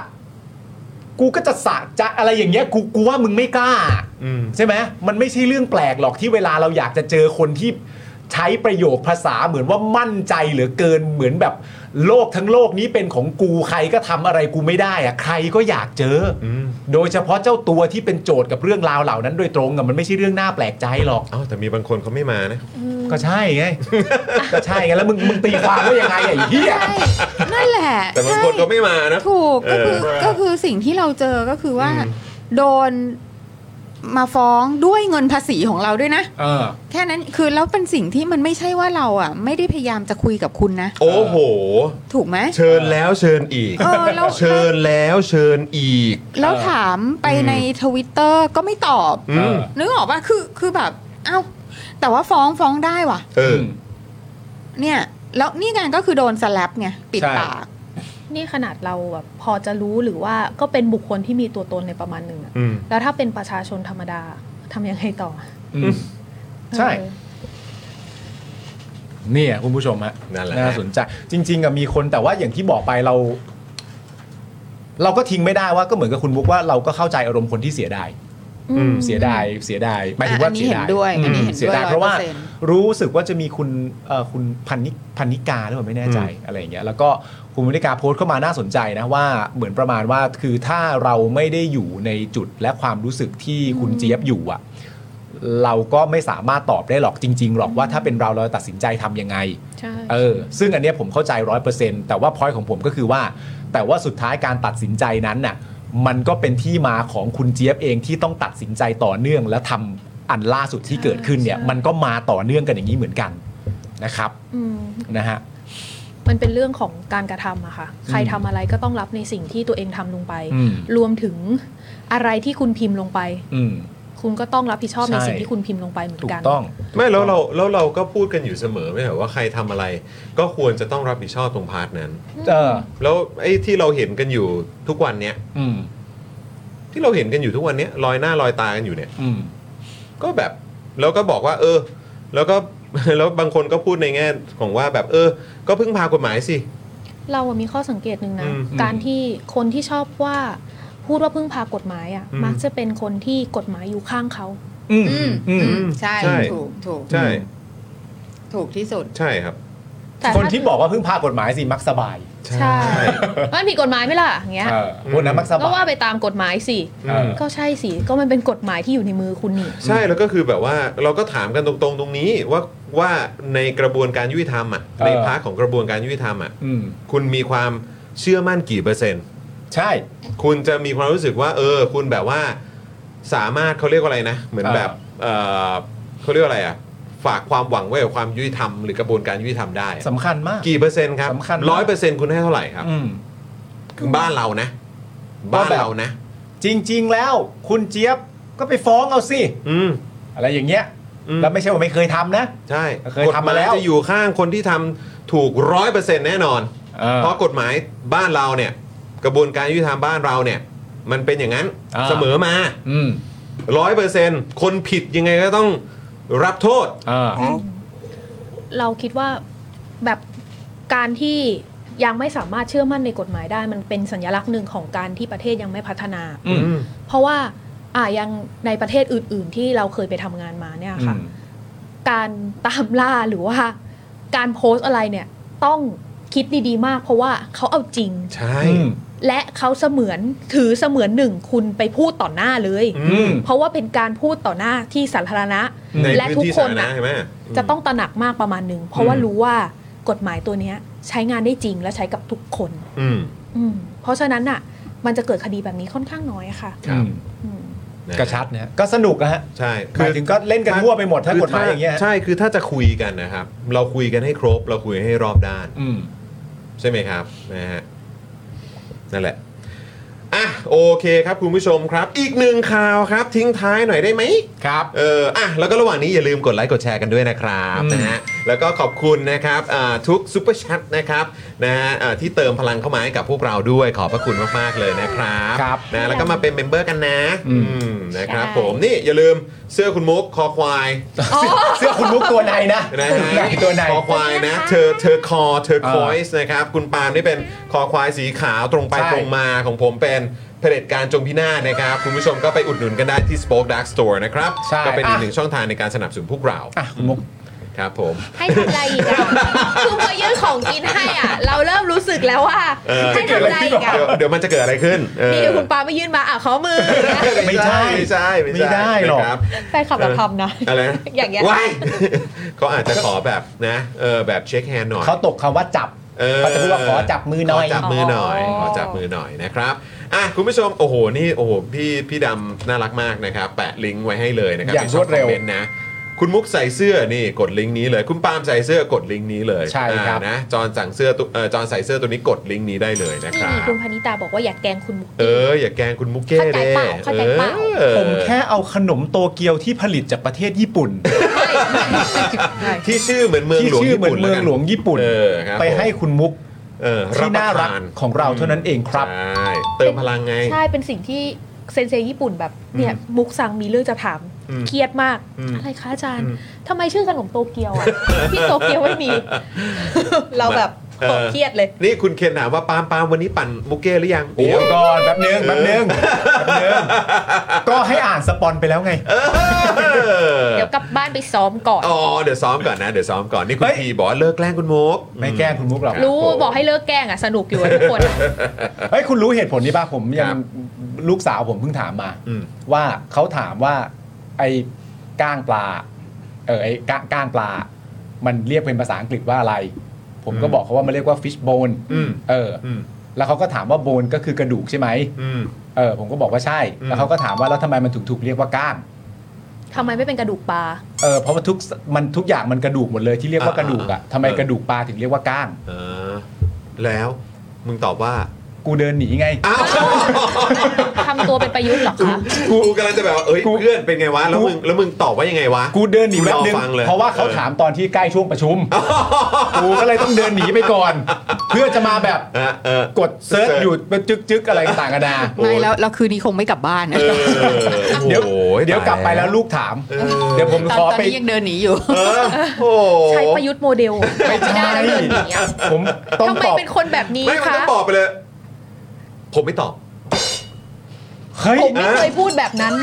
Speaker 2: กูก็จะสะจะอะไรอย่างเงี้ยกูกูว่ามึงไม่กล้า
Speaker 4: อืม
Speaker 2: ใช่ไหมมันไม่ใช่เรื่องแปลกหรอกที่เวลาเราอยากจะเจอคนที่ใช้ประโยคภาษาเหมือนว่ามั่นใจเหลือเกินเหมือนแบบ โลกทั้งโลกนี้เป็นของกูใครก็ทำอะไรกูไม่ได้อะใครก็อยากเจออ
Speaker 4: อืม
Speaker 2: โดยเฉพาะเจ้าตัวที่เป็นโจทย์กับเรื่องราวเหล่านั้นโดยตรงอะมันไม่ใช่เรื่องน่าแปลกใจหรอก
Speaker 4: เอ้าแต่มีบางคนเขาไม่มานะ
Speaker 2: ก็ใช่ไง ก็ใช่ไงแล้วมึงมึงตีความว่ายังไงอะไอ้เหี้ย
Speaker 7: ใช่นั่นแหละ
Speaker 4: แต่บาง
Speaker 7: ใช่
Speaker 4: คนก็ไม่มานะ
Speaker 7: ถูกก็คือ
Speaker 4: เออ
Speaker 7: ก็คือสิ่งที่เราเจอก็คือว่า
Speaker 4: อืม
Speaker 7: โดนมาฟ้องด้วยเงินภาษีของเราด้วยนะ
Speaker 2: เออ
Speaker 7: แค่นั้นคือแล้วเป็นสิ่งที่มันไม่ใช่ว่าเราอ่ะ ไม่ได้พยายามจะคุยกับคุณนะ
Speaker 4: โอ้โห
Speaker 7: ถูกไหม
Speaker 4: เชิญแล้วเชิญอีก
Speaker 7: เออแล้ว
Speaker 4: เชิญแล้วเชิญอีก
Speaker 7: แล้วถามไปในทวิตเตอร์ก็ไม่ตอบ
Speaker 4: อืม
Speaker 7: นึกออกป่ะคือคือแบบ เอ้า แต่ว่าฟ้องฟ้องได้ว่ะ
Speaker 4: เออ
Speaker 7: เนี่ย แล้วนี่ไงก็คือโดนสแลปไงปิด
Speaker 2: ใช่
Speaker 7: ปาก
Speaker 3: นี่ขนาดเราแบบพอจะรู้หรือว่าก็เป็นบุคคลที่มีตัวตนในประมาณหนึ่งอะ
Speaker 4: อืม
Speaker 3: แล้วถ้าเป็นประชาชนธรรมดาทำยังไงต่อ
Speaker 2: อืมใช่
Speaker 3: เออ
Speaker 2: เนี่ยคุณผู้ชมฮะ
Speaker 4: นั่นแหละ
Speaker 2: าสนใจ จริง ๆอะมีคนแต่ว่าอย่างที่บอกไปเรา เราก็ทิ้งไม่ได้ว่าก็เหมือนกับคุณบุ๊กว่าเราก็เข้าใจอารมณ์คนที่เสียดาย
Speaker 4: อืม
Speaker 2: เสียดายเสียดายหมายถึง
Speaker 7: อ่ะ
Speaker 2: ว่า
Speaker 7: อันนี้
Speaker 2: เสีย
Speaker 7: เห็น
Speaker 2: ดาย
Speaker 7: ด้วยอันนี้เห็น
Speaker 2: เสีย
Speaker 7: ด้วย
Speaker 2: ดายเพราะว่า
Speaker 7: 100%
Speaker 2: รู้สึกว่าจะมีคุณเอ่อคุณพันนิพันนิกาหรือเปล่าไม่แน่ใจอะไรอย่างเงี้ยแล้วก็คุณพันนิกาโพสต์เข้ามาน่าสนใจนะว่าเหมือนประมาณว่าคือถ้าเราไม่ได้อยู่ในจุดและความรู้สึกที่คุณเจี๊ยบอยู่อะเราก็ไม่สามารถตอบได้หรอกจริง ๆ หรอกว่าถ้าเป็นเราเราจะตัดสินใจทำยังไง
Speaker 3: ใช่
Speaker 2: เออ ซึ่งอันเนี้ยผมเข้าใจร้อยเปอร์เซ็นต์แต่ว่าพอยของผมก็คือว่า แต่ว่าสุดท้ายการตัดสินใจนั้นน่ะ มันก็เป็นที่มาของคุณเจี๊ยบเองที่ต้องตัดสินใจต่อเนื่อง และทำอันล่าสุดที่เกิดขึ้นเนี่ย มันก็มาต่อเนื่องกันอย่างนี้เหมือนกันนะครับ
Speaker 3: อืม
Speaker 2: นะฮะ
Speaker 3: มันเป็นเรื่องของการกระทำอะค่ะ ใครทำอะไรก็ต้องรับในสิ่งที่ตัวเองทำลงไป
Speaker 2: อืม
Speaker 3: รวมถึงอะไรที่คุณพิมพ์ลงไป
Speaker 2: อืม
Speaker 3: คุณก็ต้องรับผิดชอบ
Speaker 2: ใช่
Speaker 3: ในสิ่งที่คุณพิมพ์ลงไปเหมือน
Speaker 2: ถู
Speaker 3: กั
Speaker 2: ก
Speaker 3: น
Speaker 2: ต้อง
Speaker 4: ไม่แล้วเราแล้วเราก็พูดกันอยู่เสมอไม่ใช่เหรอว่าใครทำอะไร ก็ควรจะต้องรับผิดชอบตรงพาร์ทนั้น
Speaker 2: เออ
Speaker 4: แล้วไอ้ที่เราเห็นกันอยู่ทุกวันเนี้ย
Speaker 2: อืม
Speaker 4: ที่เราเห็นกันอยู่ทุกวันเนี้ยลอยหน้าลอยตากันอยู่เนี่ย
Speaker 2: อืม
Speaker 4: ก็แบบแล้วก็บอกว่า เออ แล้วก็ (laughs) แล้วบางคนก็พูดในแง่ของว่าแบบเออ ก็พึ่งพากฎหมายสิ
Speaker 3: เราอะมีข้อสังเกตหนึ่งนะ
Speaker 4: อืม
Speaker 3: การที่คนที่ชอบว่าพูดว่าพึ่งพากฎหมายอะ
Speaker 4: อืม
Speaker 3: มักจะเป็นคนที่กฎหมายอยู่ข้างเขา
Speaker 2: อืม
Speaker 7: อืม
Speaker 2: อื
Speaker 7: อื
Speaker 2: ม
Speaker 7: มใช่
Speaker 4: ใช่
Speaker 7: ถูกถูก
Speaker 4: ใช่
Speaker 7: ถูกที่สุด
Speaker 4: ใช่ครับ
Speaker 3: แต่
Speaker 2: คน
Speaker 3: ถ้า
Speaker 2: ที่บอกว่าเพิ่งพากฎหมายสิมักสบาย
Speaker 3: ใช่มันผิดกฎหมายไหมล่ะอย่างเงี้ย
Speaker 2: เออคนนั้นมักสบาย
Speaker 3: ก็ว่าไปตามกฎหมายสิ
Speaker 2: เออ
Speaker 3: ก็ใช่สิ ก็มันเป็นกฎหมายที่อยู่ในมือคุณนี่
Speaker 4: ใช่แล้วก็คือแบบว่าเราก็ถามกันตรงๆ ตรงนี้ว่าว่าในกระบวนการยุติธรรมอ่ะ
Speaker 2: เออ
Speaker 4: ในพาร์ทของกระบวนการยุติธรรมอ่ะ
Speaker 2: อืม
Speaker 4: คุณมีความเชื่อมั่นกี่เปอร์เซ็นต์
Speaker 2: ใช่
Speaker 4: คุณจะมีความรู้สึกว่า เออ คุณแบบว่าสามารถเขาเรียกว่าอะไรนะ เหมือน
Speaker 2: อ่า
Speaker 4: แบบเออเขาเรียกว่าอะไรอ่ะฝากความหวังไว้กับความยุติธรรมหรือกระบวนการยุติธรรมได้อะ
Speaker 2: สำคัญมาก
Speaker 4: กี่เปอร์เซ็นต์ครับ
Speaker 2: สำคัญมาก
Speaker 4: ร้อยเปอร์เซ็นต์คุณให้เท่าไหร่ครับ
Speaker 2: อืม
Speaker 4: บ้านเรานะ บ้านเรานะ
Speaker 2: จริง ๆ แล้วคุณเจี๊ยบก็ไปฟ้องเอาสิ
Speaker 4: อืม
Speaker 2: อะไรอย่างเงี้ย
Speaker 4: อืม
Speaker 2: แล้วไม่ใช่ว่าไม่เคยทำนะ
Speaker 4: ใช่
Speaker 2: เคยทำมาแล้ว
Speaker 4: กฎหยจะอยู่ข้างคนที่ทำถูกร้อยเปอร์เซ็นต์แน่นอน เพราะกฎหมายบ้านเราเนี่ย กระบวนการยุติธรรมบ้านเราเนี่ย มันเป็นอย่างนั้น
Speaker 2: อ่า
Speaker 4: เสมอมา
Speaker 2: อืม
Speaker 4: ร้อยเปอร์เซ็นต์คนผิดยังไงก็ต้องรับโทษ
Speaker 2: อ่า
Speaker 3: เราคิดว่าแบบการที่ยังไม่สามารถเชื่อมั่นในกฎหมายได้ มันเป็นสัญลักษณ์หนึ่งของการที่ประเทศยังไม่พัฒนา
Speaker 2: อืม
Speaker 3: เพราะว่าอ่ะยังในประเทศอื่น ๆ ที่เราเคยไปทำงานมาเนี่ยค่ะ การตามล่าหรือว่าการโพสต์อะไรเนี่ย ต้องคิดดีๆ มาก เพราะว่าเขาเอาจริง
Speaker 4: ใช่
Speaker 2: อืม
Speaker 3: และเขาเสมือนถือเสมือนหนึ่งคุณไปพูดต่อหน้าเลย
Speaker 4: อืม
Speaker 3: เพราะว่าเป็นการพูดต่อหน้าที่สาธารณะ
Speaker 4: ใน
Speaker 3: และ
Speaker 4: พื้น
Speaker 3: ทุก
Speaker 4: ที่
Speaker 3: ค
Speaker 4: สาน ธารณะ
Speaker 3: น่ะ
Speaker 4: ใช่ไหม
Speaker 3: จะต้องตระหนักมากประมาณหนึ่งเพราะว่า
Speaker 4: อืม
Speaker 3: รู้ว่ากฎหมายตัวเนี้ยใช้งานได้จริงและใช้กับทุกคน
Speaker 4: อืม
Speaker 3: อืมเพราะฉะนั้นอ่ะ มันจะเกิดคดีแบบนี้ค่อนข้างน้อยอะค่ะ
Speaker 4: ครับ
Speaker 3: อืม
Speaker 4: นะ
Speaker 2: กระชัดนะฮะก็สนุกนะฮะ
Speaker 4: ใช่
Speaker 2: หมายถึงก็เล่นกันทั่วไปหมดถ้ากฎหมายอย่างเงี้ย
Speaker 4: ใช่คือถ้าจะคุยกันนะครับ เราคุยกันให้ครบ เราคุยให้รอบด้าน
Speaker 2: อืม
Speaker 4: ใช่ไหมครับนะฮะนั่นแหละ
Speaker 1: อ่ะโอเคครับคุณผู้ชมครับ อีกหนึ่งข่าวครับ ทิ้งท้ายหน่อยได้ไหม
Speaker 2: ครับ
Speaker 1: เอออ่ะแล้วก็ระหว่างนี้อย่าลืมกดไลค์กดแชร์กันด้วยนะครับ
Speaker 2: อืม
Speaker 1: นะฮะแล้วก็ขอบคุณนะครับอ่าทุกซุปเปอร์แชทนะครับนะฮะอ่าที่เติมพลังเข้ามาให้กับพวกเราด้วยขอบพระคุณมากๆเลยนะครับ
Speaker 2: ครับ
Speaker 1: นะแล้วก็มาเป็นเมมเบอร์กันนะ
Speaker 2: อืม
Speaker 1: อืมนะครับ
Speaker 9: ใช่
Speaker 1: ผมนี่อย่าลืมเสื้อคุณมุกคอควาย
Speaker 2: เสื้อคุณมุกตัวในนะ
Speaker 1: นะฮะ
Speaker 2: ในตัวใน
Speaker 1: คอควายนะเธอเธอคอเธอคอยส์นะครับคุณปาล์มนี่เป็นคอควายสีขาวตรงไป
Speaker 2: ใช่
Speaker 1: ตรงมาของผมเป็นเผด็จการจงพินาศนะครับคุณผู้ชมก็ไปอุดหนุนกันได้ที่ Spoke Dark Store นะครับ
Speaker 2: ใช่
Speaker 1: ก็เป็นอีกหนึ่งช่องทางในการสนับสนุนพวกเรา
Speaker 2: อ่ะคุณมุก
Speaker 1: ครับผม
Speaker 9: ให้ทำอะไรอีก
Speaker 4: (laughs)
Speaker 9: อ่ะคือพอยื่นของกินให้อ่ะ เราเริ่มรู้สึกแล้วว่า
Speaker 1: เออ
Speaker 9: ให้ทำอะไรอีกอ่ะ
Speaker 1: เดี๋ยวเดี๋ยวมันจะเกิดอะไรขึ้นเออ
Speaker 3: นี่คุณปาไม่ยื่นมาอ่ะขอมื
Speaker 1: (laughs)
Speaker 3: อนะ
Speaker 2: ไม่ใช่
Speaker 1: ไม่ใช่
Speaker 2: ไม่ได้หรอก
Speaker 1: นะคบ
Speaker 3: แฟนขับเราทำนะ
Speaker 1: อะไรนะ
Speaker 3: อย่างเงี้ย
Speaker 1: ว้าย เขาอาจจะขอแบบนะเออแบบเช็คแฮนด์หน่อย
Speaker 2: เขาตกคำว่าจับ
Speaker 1: ออ
Speaker 2: เขาจะพูดว่าขอจับมือหน่อย
Speaker 1: ขอจับมือหน่อยขอจับมือหน่อยนะครับอ่ะคุณผู้ชมโอ้โหนี่โอ้โหพี่พี่ดำน่ารักมากนะครับ แปะลิงก์ไว้ให้เลยนะครับ
Speaker 2: อย่าง
Speaker 1: ในช่
Speaker 2: รวดเร็ว
Speaker 1: คอมมนต์นะ คุณมุกใส่เสื้อนี่กดลิงก์นี้เลย คุณปาล์มใส่เสื้อกดลิงก์นี้เลย
Speaker 2: ใช่ครับ
Speaker 1: อ่านะจอนสั่งเสื้อตัวเออจอนใส่เสื้อตัวนี้กดลิงก์นี้ได้เลยนะค
Speaker 3: นี่
Speaker 1: รับ
Speaker 3: คุณพนิตาบอกว่าอยากแกล้งคุณมุก
Speaker 1: เอออย่าแกล้งคุณมุกเก้
Speaker 3: เข้าใจ
Speaker 1: เด้
Speaker 3: เปล่าเข้าใจเปล่า
Speaker 1: ออ
Speaker 2: ผมแค่เอาขนมโตเกียวที่ผลิตจากประเทศญี่ปุ่น
Speaker 1: ที่ชื่อเหมือนเมือง
Speaker 2: ที่
Speaker 1: หลวง
Speaker 2: ชื่อ
Speaker 1: ญี่
Speaker 2: เหมือ
Speaker 1: ปุ่
Speaker 2: น
Speaker 1: น
Speaker 2: เมืองหลวงญี่ปุ่น
Speaker 1: เออครับ
Speaker 2: ไปให้คุณมุก
Speaker 1: เออ
Speaker 2: ที่น่ารัก
Speaker 1: บปะทน
Speaker 2: ของเราเท่านั้นเองครับ
Speaker 1: ใช่เติมพลังไง
Speaker 3: ใช่เป็นสิ่งที่เซนเซญี่ปุ่นแบบเนี่ยมุกสั่งมีเรื่องจะถาม
Speaker 1: อืม
Speaker 3: เครียดมาก
Speaker 1: อืม
Speaker 3: อะไรคะอาจารย์
Speaker 1: อืม
Speaker 3: ทำไมชื่อขนมโตเกียว
Speaker 1: (laughs)
Speaker 3: อ่ะ ที่โตเกียวไม่มี (laughs) เราแบบตกเครียดเลย
Speaker 1: นี่คุณเคนถามว่าปาล์มปาล์มวันนี้ปั่นมุกเก้หรือยัง
Speaker 2: เดี๋ยว (laughs) ก่อนแป๊บนึงแป๊บนึงแป๊บนึงก็ให้อ่านสปอนไปแล้วไง
Speaker 1: เออ
Speaker 3: เดี๋ยวกลับบ้านไปซ้อมก่อน
Speaker 1: อ๋อเดี๋ยวซ้อมก่อนนะ เดี๋ยวซ้อมก่อนนี่คุ
Speaker 2: เฮ้
Speaker 1: ณ
Speaker 2: ย
Speaker 1: พีบอกว่าเลิกแกล้งคุณมุก
Speaker 2: ไม่แกล้งคุณมุกหรอก
Speaker 3: รู้
Speaker 1: ครับผม
Speaker 3: บอกให้เลิกแกล้งอ่ะสนุก
Speaker 1: (laughs)
Speaker 3: อยู่อะทุกคนอะ
Speaker 2: เฮ้ยคุณรู้เหตุผลนี้ป่ะผมยั
Speaker 1: ครั
Speaker 2: ง
Speaker 1: บ
Speaker 2: ลูกสาวผมเพิ่งถามมา
Speaker 1: อืม
Speaker 2: ว่าเขาถามว่า ไอ้ก้างปลา เออไอ้ก้างก้างปลา มันเรียกเป็นภาษาอังกฤษว่าอะไร ผมก็บอกเขาว่ามันเรียกว่า fish bone
Speaker 1: อืม
Speaker 2: เออ
Speaker 1: อืม
Speaker 2: แล้วเขาก็ถามว่าโบนก็คือกระดูกใช่ไหม
Speaker 1: อืม
Speaker 2: เออ ผมก็บอกว่าใช่
Speaker 1: อืม
Speaker 2: แล้วเขาก็ถามว่าแล้วทำไมมันถูกถูกเรียกว่าก้าง
Speaker 3: ทำไมไม่เป็นกระดูกปลา
Speaker 2: เออ เพราะว่าทุกมันทุกอย่างมันกระดูกหมดเลยที่เรียกว่ากระดูกอ่ะทำไมกระดูกปลาถึงเรียกว่าก้าง
Speaker 1: เออแล้วมึงตอบว่า
Speaker 2: กูเดินหนีไง
Speaker 1: อ้าว
Speaker 3: ทำตัวเป็นประยุทธ์เหรอคะ
Speaker 1: กูกำลังจะแบบว่าเอ้ย
Speaker 2: กู
Speaker 1: เพื่อนเป็นไงวะ แล้ว
Speaker 2: กู
Speaker 1: มึงแล้วมึงตอบว่ายังไงวะ
Speaker 2: กูเดินหนีแป๊บนึ
Speaker 1: กูรอฟังเลย
Speaker 2: เพราะว่าเขาถามตอนที่ใกล้ช่วงประชุม กูก็เลยต้องเดินหนีไปก่อน เพื่อจะมาแบบ
Speaker 1: เออเออ
Speaker 2: กดเซิร์ช
Speaker 1: เซิร์ช
Speaker 2: อยู่จึ๊กจึ๊กๆอะไรต่างกันานา
Speaker 7: ไม่แล้วแล้วคืนนี้คงไม่กลับบ้านนะ
Speaker 1: เออ
Speaker 2: เดี๋ยว
Speaker 1: โอ้
Speaker 2: เดี๋ยวกลับไปแล้วลูกถาม
Speaker 1: เออ
Speaker 2: เดี๋ยวผม
Speaker 7: ตอน
Speaker 2: ขอ
Speaker 7: ตอน
Speaker 2: ไป
Speaker 7: นี้ยังเดินหนีอยู่
Speaker 1: เออโอ้
Speaker 3: ใช้ประยุทธ์โมเดล
Speaker 2: ไม่
Speaker 3: ไม่ได้
Speaker 2: ใช่
Speaker 3: แล้วเรื่องอย่างเงี้ย
Speaker 2: ผมต้อง
Speaker 3: ทำไม
Speaker 2: ตอบ
Speaker 3: เป็นคนแบบนี้
Speaker 1: ไม่มัน
Speaker 3: คะ
Speaker 1: ต้องตอบไปเลย ผมไม่ตอบ (laughs)
Speaker 2: เฮ้ย
Speaker 3: ผมไม่เคยพูดแบบนั้น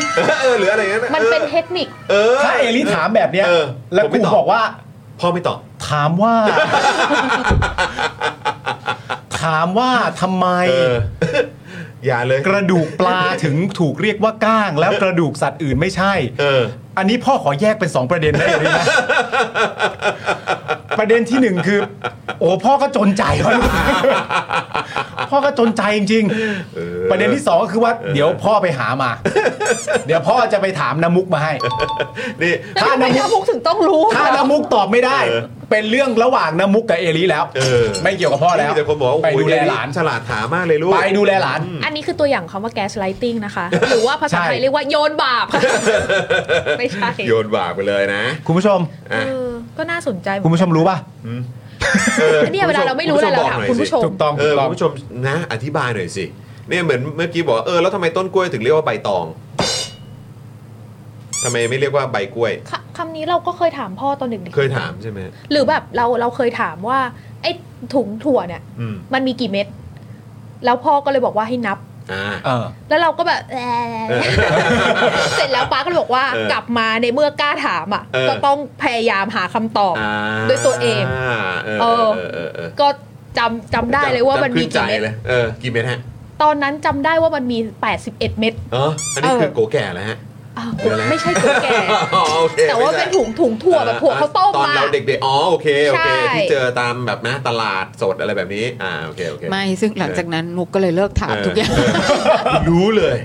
Speaker 1: เออหรืออะไรอย่างนั้น
Speaker 3: มันเป็นเทคนิค
Speaker 1: เออ
Speaker 2: ถ้าเอลิถามแบบเนี้ย
Speaker 1: เออ
Speaker 2: แล้ว
Speaker 1: ผมไม่
Speaker 2: กู
Speaker 1: ตอบ
Speaker 2: บอกว่า
Speaker 1: พ่อไม่ตอบ
Speaker 2: ถามว่า (laughs) ถามว่าทำไม
Speaker 1: เออ (laughs) อย่าเลย
Speaker 2: กระดูกปลาถึงถูกเรียกว่าก้าง แล้วกระดูกสัตว์อื่นไม่ใช่
Speaker 1: เออ
Speaker 2: อันนี้พ่อขอแยกเป็น 2 ประเด็นได้เลยนะประเด็นที่หนึ่งคือ โอ้พ่อก็จนใจวะลูกพ่อก็จนใจจริง
Speaker 1: เออ
Speaker 2: ๆประเด็นที่สองก็คือว่า เดี๋ยวพ่อไปหามา เดี๋ยวพ่อจะไปถามน้ำมุกมาให้
Speaker 1: นี่
Speaker 2: ถ้า
Speaker 3: ไม่
Speaker 2: น้ำมุ
Speaker 3: ถ้าก พุกถึงต้องรู้
Speaker 2: ถ้าน้ำมุกตอบไม่ได้
Speaker 1: เออ
Speaker 2: เป็นเรื่องระหว่างน้ำมุกกับเอลิแล้ว
Speaker 1: เออ
Speaker 2: ไม่เกี่ยวกับพ่อแล้ว
Speaker 1: มีแต่คนบอกว่า
Speaker 2: ไป
Speaker 1: โอ้ย
Speaker 2: ดูแลหลาน
Speaker 1: ฉลาดถามมากเลยลูก
Speaker 2: ไปดูแลหลาน
Speaker 3: อันนี้คือตัวอย่างคำว่า gaslighting นะคะ หรือว่าภาษาไท
Speaker 2: ใช่
Speaker 3: ยเรียกว่าโยนบาป ไม่ใช่
Speaker 1: โยนบาปไปเลยนะ
Speaker 2: คุณผู้ชม
Speaker 3: เอ
Speaker 1: อ่ะ
Speaker 3: อก็น่าสนใจเหมื
Speaker 2: คุ
Speaker 3: อ
Speaker 2: ณ
Speaker 3: นกัน
Speaker 2: ผู้ชมรู้ป่ะ
Speaker 1: ออ
Speaker 3: เนี่ยเวลาเราไม่รู้อะไรเรา
Speaker 1: บอก
Speaker 3: ถาม
Speaker 1: หน่อย
Speaker 3: คุณ
Speaker 1: สิ
Speaker 3: ผู้ชม
Speaker 2: ถูกต้อง
Speaker 1: เอ
Speaker 2: ถู
Speaker 1: อก
Speaker 2: ต้อง
Speaker 1: คุณผู้ชมนะอธิบายหน่อยสิเนี่ยเหมือนเมื่อกี้บอกว่าเออแล้วทำไมต้นกล้วยถึงเรียกว่าใบตองทำไมไม่เรียกว่าใบกล้วย
Speaker 3: คคำนี้เราก็เคยถามพ่อตอนเด็ก
Speaker 1: เคยถามใช่ไหม
Speaker 3: ๆหรือแบบเราเราเคยถามว่าไอ้ถุงถั่วเนี่ย
Speaker 1: อืม
Speaker 3: มันมีกี่เม็ด แล้วพ่อก็เลยบอกว่าให้นับ
Speaker 1: อ่า
Speaker 2: เออ
Speaker 3: แล้วเราก็แบบ (laughs) แอะ
Speaker 1: เออ
Speaker 3: เสร็จแล้วป้าก็เลยบอกว่า
Speaker 1: เออก
Speaker 3: ลับมาในเมื่อกล้าถามอ่ะ
Speaker 1: เออ
Speaker 3: ก็ต้องพยายามหาคำตอบ
Speaker 1: อ่า
Speaker 3: ด้วยตัวเอง
Speaker 1: เออ
Speaker 3: เอ
Speaker 1: เออ
Speaker 3: อ
Speaker 1: เออเออ
Speaker 3: ก็จำจำได้เลยว่ามันมี
Speaker 1: จำขึ้ใจ
Speaker 3: กี่เม็ด
Speaker 1: เลยเออกี่เม็ดฮะ
Speaker 3: ตอนนั้นจำได้ว่ามันมี 81 เม็ด
Speaker 1: เอออันนี้
Speaker 3: เออ
Speaker 1: คือโกแก่แล้วฮะ
Speaker 3: อ้าว
Speaker 1: เดี๋ยวนะ
Speaker 3: ไม่ใช่ตัวแก่
Speaker 1: อ๋อโอเค
Speaker 3: แต่ว่า
Speaker 1: ไม่ใช่
Speaker 3: เป็นถุงถุงถั่วแบบถั่วข้าวต้ม
Speaker 1: ตอน
Speaker 3: มา
Speaker 1: เราเด็กๆอ๋อโอเคโอเค
Speaker 3: ใช่
Speaker 1: ที่เจอตามแบบนะตลาดสดอะไรแบบนี้ อ่าโอเคโอเค
Speaker 7: ไม่ซึ่งหลังจากนั้นมุกก็เลยเลิกถามทุกอย่าง
Speaker 1: เออรู้เลย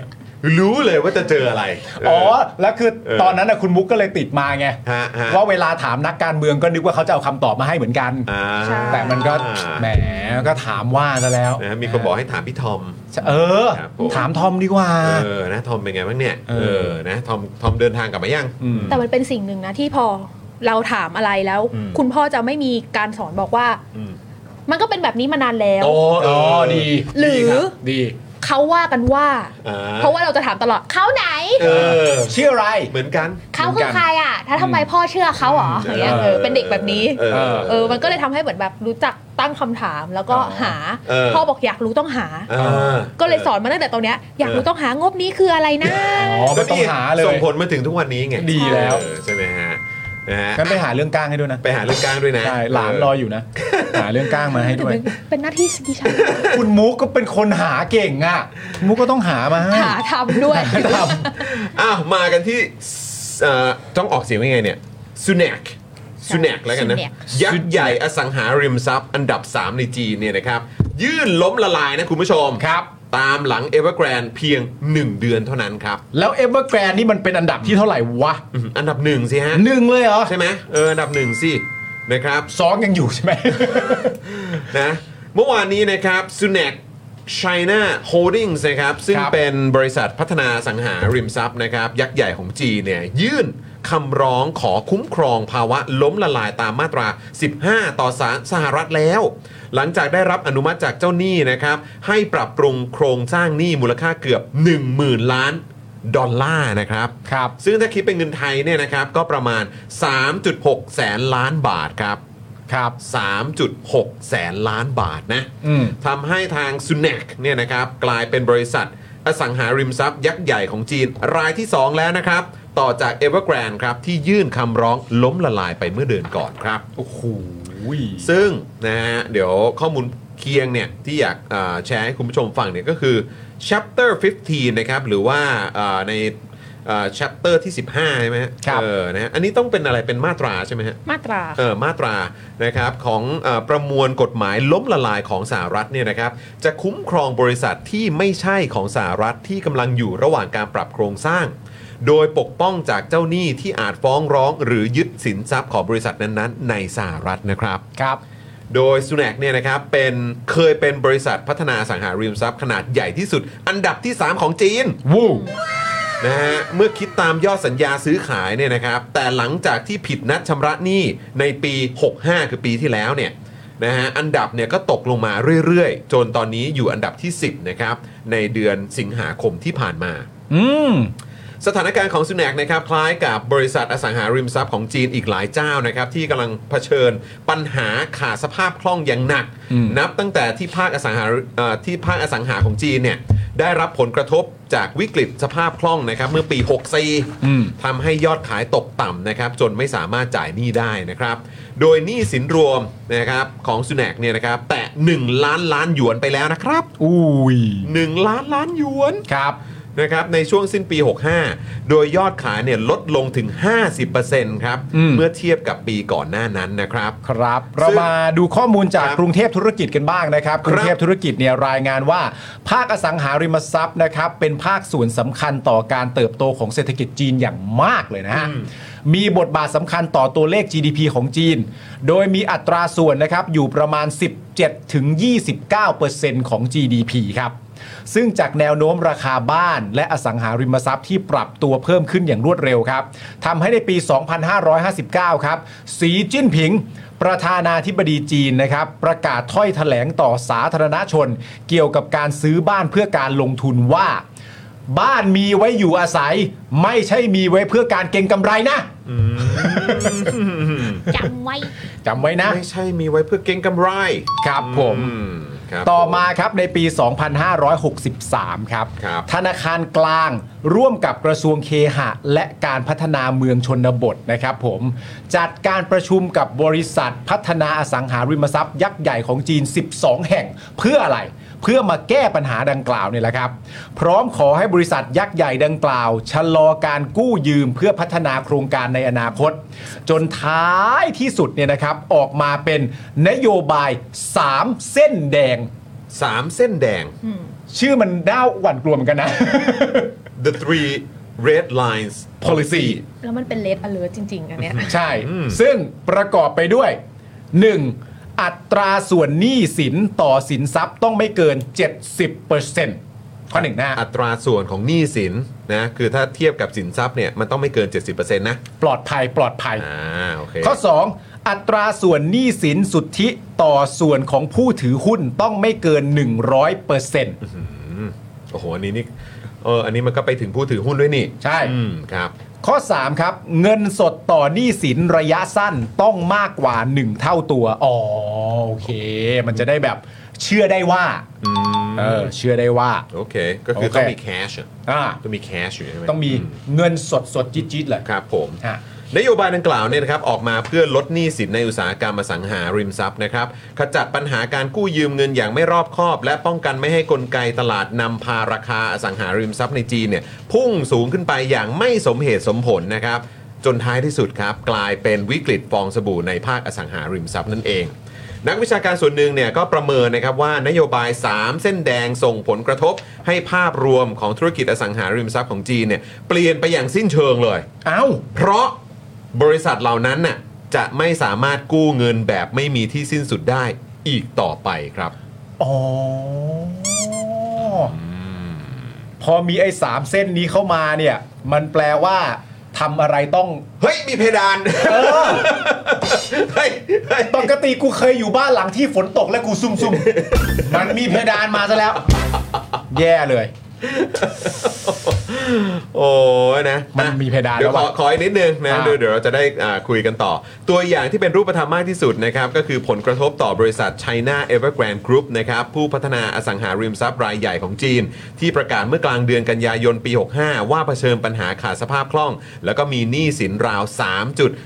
Speaker 1: รู้เลยว่าจะเจออะไร
Speaker 2: อ๋อ
Speaker 1: เ
Speaker 2: แล้วคือ
Speaker 1: เออ
Speaker 2: ตอนนั้นนะคุณมุกก็เลยติดมาไง
Speaker 1: ฮะฮะ
Speaker 2: ว่าเวลาถามนักการเมืองก็นึกว่าเขาจะเอาคำตอบมาให้เหมือนกัน
Speaker 1: อ่า
Speaker 2: แต่มันก็แหมก็ถามว่าซะแล้ว
Speaker 1: นะมีคนบอกให้ถามพี่ทอม
Speaker 2: เออ
Speaker 1: ครับผม
Speaker 2: ถามทอมดีกว่า
Speaker 1: เออนะทอมเป็นไงบ้างเนี่ย
Speaker 2: เออ
Speaker 1: นะทอมทอมเดินทางกลับมายัง
Speaker 2: ม
Speaker 3: แต่มันเป็นสิ่งหนึ่งนะที่พอเราถามอะไรแล้ว
Speaker 1: อืม
Speaker 3: คุณพ่อจะไม่มีการสอนบอกว่า
Speaker 1: อืม
Speaker 3: มันก็เป็นแบบนี้มานานแล้ว
Speaker 1: โอ้
Speaker 2: อ๋อดี
Speaker 3: หรือ
Speaker 2: ดี
Speaker 3: เขาว่ากันว่า
Speaker 1: อ่
Speaker 3: เพราะว่าเราจะถามตลอดเขาไหน
Speaker 1: เออ
Speaker 2: ชื่ออะไร
Speaker 1: เหมือนกัน
Speaker 3: เขาคือใครอ่ะถ้าทำไมพ่อเชื่อเขาเหรออย่างเงี้ยเออเป็นเด็กแบบนี้
Speaker 1: เออ
Speaker 3: เออ มันก็เลยทำให้เหมือนแบบรู้จักตั้งคำถามแล้วก็
Speaker 2: อ๋อ
Speaker 3: หา
Speaker 1: เออ
Speaker 3: พ่อบอกอยากรู้ต้องหา
Speaker 1: เออ
Speaker 3: ก็เลยสอนมาตั้งแต่ตอนเนี้ยอยาก
Speaker 1: เออ
Speaker 3: รู้ต้องหางบนี้คืออะไรนะ
Speaker 2: อ๋อไม่ต้องหาเลย
Speaker 1: ส่งผลมาถึงทุกวันนี้ไง
Speaker 2: ดีแล้ว
Speaker 1: เออใช่ไหมฮะนะฮะ
Speaker 2: งั้นไปหาเรื่องก้างให้ด้วยนะ
Speaker 1: ไปหาเรื่องกลางด้วยนะ
Speaker 2: ใช่หลานรออยู่นะ หาเรื่องก้างมาให้ด้วย
Speaker 3: เป็นหน้าที่ดิ
Speaker 1: (laughs)
Speaker 3: ฉัน
Speaker 2: คุณมุกก็เป็นคนหาเก่งอ่ะคุณมุกก็ต้องหามาให้
Speaker 3: หาทำด้วย
Speaker 2: ท
Speaker 1: อ้าวมากันที่เอ่อต้องออกเสียงยังไงเนี่ยซูเนกซูเนกแล้วกันนะ
Speaker 3: Sunak
Speaker 1: ยักษ์ใหญ่อสังหาริมทรัพย์อันดับ 3 ในจีนเนี่ยนะครับ ยื่นล้มละลายนะคุณผู้ชมครับ ตามหลังเอเวอร์แกรนเพียง 1 เดือนเท่านั้นครับ
Speaker 2: ำแล้วเอเวอร์แกรนนี่มันเป็นอันดับที่เท่าไหร่วะ
Speaker 1: อืมอันดับหนึ่งสิฮะ
Speaker 2: หนึ่งเลยเหรอ
Speaker 1: ใช่ไหมเอออันดับหนึ่งสินะครับ
Speaker 2: สองยังอยู่ใช่ไหม
Speaker 1: นะเมื่อวานนี้นะครับ Sunac China Holdings นะครับ ซึ่ง
Speaker 2: ครับ
Speaker 1: เป็นบริษัทพัฒนาสังหาริมทรัพย์นะครับ ยักษ์ใหญ่ของจีนเนี่ยยื่นคำร้องขอคุ้มครองภาวะล้มละลายตามมาตรา 15 ต่อสารสหรัฐแล้ว หลังจากได้รับอนุมัติจากเจ้าหนี้นะครับ ให้ปรับปรุงโครงสร้างหนี้มูลค่าเกือบ 10,000 ล้านดอลลาร์นะครับ
Speaker 2: ครับ
Speaker 1: ซึ่งถ้าคิดเป็นเงินไทยเนี่ยนะครับก็ประมาณ 3.6 แสนล้านบาทครับ
Speaker 2: ครับ
Speaker 1: 3.6 แสนล้านบาทนะ
Speaker 2: อืม
Speaker 1: ทำให้ทางซุน a กเนี่ยนะครับกลายเป็นบริษัทอสังหาริมทรัพย์ยักษ์ใหญ่ของจีนรายที่ 2 แล้วนะครับ ต่อจากเอเวอร์แกรนครับ ที่ยื่นคำร้องล้มละลายไปเมื่อเดือนก่อนครับ
Speaker 2: โอ้โห
Speaker 1: ซึ่งนะฮะเดี๋ยวข้อมูลเคียงเนี่ยที่อยากเอ่อแชร์ให้คุณผู้ชมฟังเนี่ยก็คือ chapter 15 นะครับ หรือว่าเอ่อในเอ่อ chapter ที่ 15 ใช่ไหมฮะ
Speaker 2: ครับ
Speaker 1: เออนะฮะอันนี้ต้องเป็นอะไรเป็นมาตราใช่ไหมฮะ
Speaker 3: มาตรา
Speaker 1: เออมาตรานะครับของเออประมวลกฎหมายล้มละลายของสหรัฐเนี่ยนะครับจะคุ้มครองบริษัทที่ไม่ใช่ของสหรัฐที่กำลังอยู่ระหว่างการปรับโครงสร้าง โดยปกป้องจากเจ้าหนี้ที่อาจฟ้องร้อง หรือยึดสินทรัพย์ของบริษัทนั้นๆ ในสหรัฐนะครับ
Speaker 2: ครับ
Speaker 1: โดยสุนักเนี่ยนะครับเป็นเคยเป็นบริษัทพัฒนาอสังหาริมทรัพย์ขนาดใหญ่ที่สุด อันดับที่ 3 ของจีน
Speaker 2: วู้
Speaker 1: นะฮะเมื่อคิดตามยอดสัญญาซื้อขายเนี่ยนะครับแต่หลังจากที่ผิดนัดชำระหนี้ในปี 65 คือปีที่แล้วเนี่ยนะฮะอันดับเนี่ยก็ตกลงมาเรื่อยๆ จนตอนนี้อยู่อันดับที่ 10 นะครับ ในเดือนสิงหาคมที่ผ่านมา
Speaker 2: อืม
Speaker 1: สถานการณ์ของสุนักนะครับคล้ายกับบริษัทอสังหาริมทรัพย์ของจีนอีกหลายเจ้านะครับที่กำลังเผชิญปัญหาขาดสภาพคล่องอย่างหนัก
Speaker 2: อืม
Speaker 1: นับตั้งแต่ที่ภาคอสังหาเอ่อที่ภาคอสังหาของจีนเนี่ยได้รับผลกระทบจากวิกฤตสภาพคล่องนะครับเมื่อปี 64
Speaker 2: อืม
Speaker 1: ทำให้ยอดขายตกต่ำนะครับจนไม่สามารถจ่ายหนี้ได้นะครับ โดยหนี้สินรวมนะครับของสุนักเนี่ยนะครับแตะ1 ล้านล้านหยวนไปแล้วนะครับ
Speaker 2: อุ้ย
Speaker 1: 1 ล้านล้านหยวน
Speaker 2: ครับ
Speaker 1: นะครับในช่วงสิ้นปี 65 โดยยอดขายเนี่ยลดลงถึง 50%ครับ
Speaker 2: อืม
Speaker 1: เมื่อเทียบกับปีก่อนหน้านั้นนะครับ
Speaker 2: ครับ เรามาดูข้อมูลจาก
Speaker 1: ครับ
Speaker 2: กรุงเทพธุรกิจกันบ้างนะครับ กรุงเทพธุรกิจเนี่ยรายงานว่า ภาคอสังหาริมทรัพย์นะครับ เป็นภาคส่วนสำคัญต่อการเติบโตของเศรษฐกิจจีนอย่างมากเลยนะฮะ มีบทบาทสำคัญต่อตัวเลข GDP ของจีน โดยมีอัตราส่วนนะครับอยู่ประมาณ 17ถึง29 ของ GDP ครับ ซึ่งจากแนวโน้มราคาบ้านและอสังหาริมทรัพย์ที่ปรับตัวเพิ่มขึ้นอย่างรวดเร็วครับทำให้ในปี 2559 ครับ สีจิ้นผิง ประธานาธิบดีจีนนะครับ ประกาศถ้อยแถลงต่อสาธารณชน เกี่ยวกับการซื้อบ้านเพื่อการลงทุนว่า บ้านมีไว้อยู่อาศัย ไม่ใช่มีไว้เพื่อการเก็งกำไรนะ
Speaker 9: จำไว้
Speaker 2: จำไว้นะ
Speaker 1: ไม่ใช่มีไว้เพื่อเก็งกำไร
Speaker 2: ครับผม
Speaker 1: อืมครับ
Speaker 2: ต่อมาครับในปี 2563 ครับ
Speaker 1: ครับ
Speaker 2: ธนาคารกลางร่วมกับกระทรวงเคหะ และการพัฒนาเมืองชนบทนะครับผมจัดการประชุมกับบริษัทพัฒนาอสังหาริมทรัพย์ยักษ์ใหญ่ของจีน 12 แห่งเพื่ออะไร เพื่อมาแก้ปัญหาดังกล่าวเนี่ยแหละครับ พร้อมขอให้บริษัทยักษ์ใหญ่ดังกล่าว ชะลอการกู้ยืมเพื่อพัฒนาโครงการในอนาคต จนท้ายที่สุดเนี่ยนะครับออกมาเป็นนโยบาย 3 เส้นแดง
Speaker 1: สามเส้นแดง
Speaker 2: ชื่อมันน่าหวั่นกลัวเหมือนกันนะ
Speaker 1: the three red lines
Speaker 2: policy
Speaker 1: policy
Speaker 3: แล้วมันเป็นเลดอเลอร์จริง ๆ อันเนี้ย
Speaker 2: ใช่ ซึ่งประกอบไปด้วย 1. อัตราส่วนหนี้สินต่อสินทรัพย์ต้องไม่เกิน 70%ข้อหนึ่งนะฮะ
Speaker 1: อัตราส่วนของหนี้สินนะคือถ้าเทียบกับสินทรัพย์เนี่ยมันต้องไม่เกิน 70%นะ
Speaker 2: ปลอดภัยปลอดภัย
Speaker 1: อ่าโอเค
Speaker 2: ข้อ 2 อัตราส่วนหนี้สินสุทธิต่อส่วนของผู้ถือหุ้นต้องไม่เกิน 100%
Speaker 1: โอ้โหอันนี้นี่เอออันนี้มันก็ไปถึงผู้ถือหุ้นด้วยนี่
Speaker 2: ใช่
Speaker 1: อืมครับ
Speaker 2: ข้อ 3 ครับ เงินสดต่อหนี้สินระยะสั้นต้องมากกว่า 1 เท่าตัว อ๋อ โอเค มันจะได้แบบเชื่อได้ว่าเออเชื่อได้ว่า
Speaker 1: โอเค ก็คือ
Speaker 2: โอเค
Speaker 1: ต้องมีแคชอะ
Speaker 2: อ่า
Speaker 1: ต้องมีแคชอยู่ใช่ไหม
Speaker 2: ต้องมีเงินสดสดๆจี๊ดๆเลย
Speaker 1: ครับผม
Speaker 2: ฮะ
Speaker 1: นโยบายดังกล่าวเนี่ยนะครับออกมาเพื่อลดหนี้สินในอุตสาหกรรมอสังหาริมทรัพย์นะครับขจัดปัญหาการกู้ยืมเงินอย่างไม่รอบคอบ และป้องกันไม่ให้กลไกตลาดนำพาราคาอสังหาริมทรัพย์ในจีนเนี่ยพุ่งสูงขึ้นไปอย่างไม่สมเหตุสมผลนะครับจนท้ายที่สุดครับกลายเป็นวิกฤตฟองสบู่ในภาคอสังหาริมทรัพย์นั่นเอง นักวิชาการส่วนหนึ่งเนี่ยก็ประเมินนะครับว่านโยบาย 3 เส้นแดงส่งผลกระทบ ให้ภาพรวมของธุรกิจอสังหาริมทรัพย์ของจีนเนี่ยเปลี่ยนไปอย่างสิ้นเชิงเลย
Speaker 2: เอ้า
Speaker 1: เพราะบริษัทเหล่านั้นน่ะจะไม่สามารถกู้เงินแบบไม่มีที่สิ้นสุดได้อีกต่อไปครับ
Speaker 2: อ๋อ พอมีไอ้สามเส้นนี้เข้ามาเนี่ย มันแปลว่าทำอะไรต้อง
Speaker 1: เฮ้ย มีเพดาน (laughs) เฮ้ยเฮ้ย
Speaker 2: ปกติกูเคยอยู่บ้านหลังที่ฝนตกและกูซุ่มๆ มันมีเพดานมาซะแล้ว แย่เลย
Speaker 1: โอ้ยนะ
Speaker 2: มันมีเพดาน
Speaker 1: เดี๋ยว
Speaker 2: แล้ว
Speaker 1: ขอ
Speaker 2: อะ
Speaker 1: ขออีกนิดนึงนะ
Speaker 2: อ่า
Speaker 1: เดี๋ยวเดี๋ยวเราจะได้อ่าคุยกันต่อ ตัวอย่างที่เป็นรูปธรรมมากที่สุดนะครับ ก็คือผลกระทบต่อบริษัท China Evergrande Group นะครับ ผู้พัฒนาอสังหาริมทรัพย์รายใหญ่ของจีน ที่ประกาศเมื่อกลางเดือนกันยายนปี 65 ว่าเผชิญปัญหาขาดสภาพคล่อง แล้วก็มีหนี้สินราว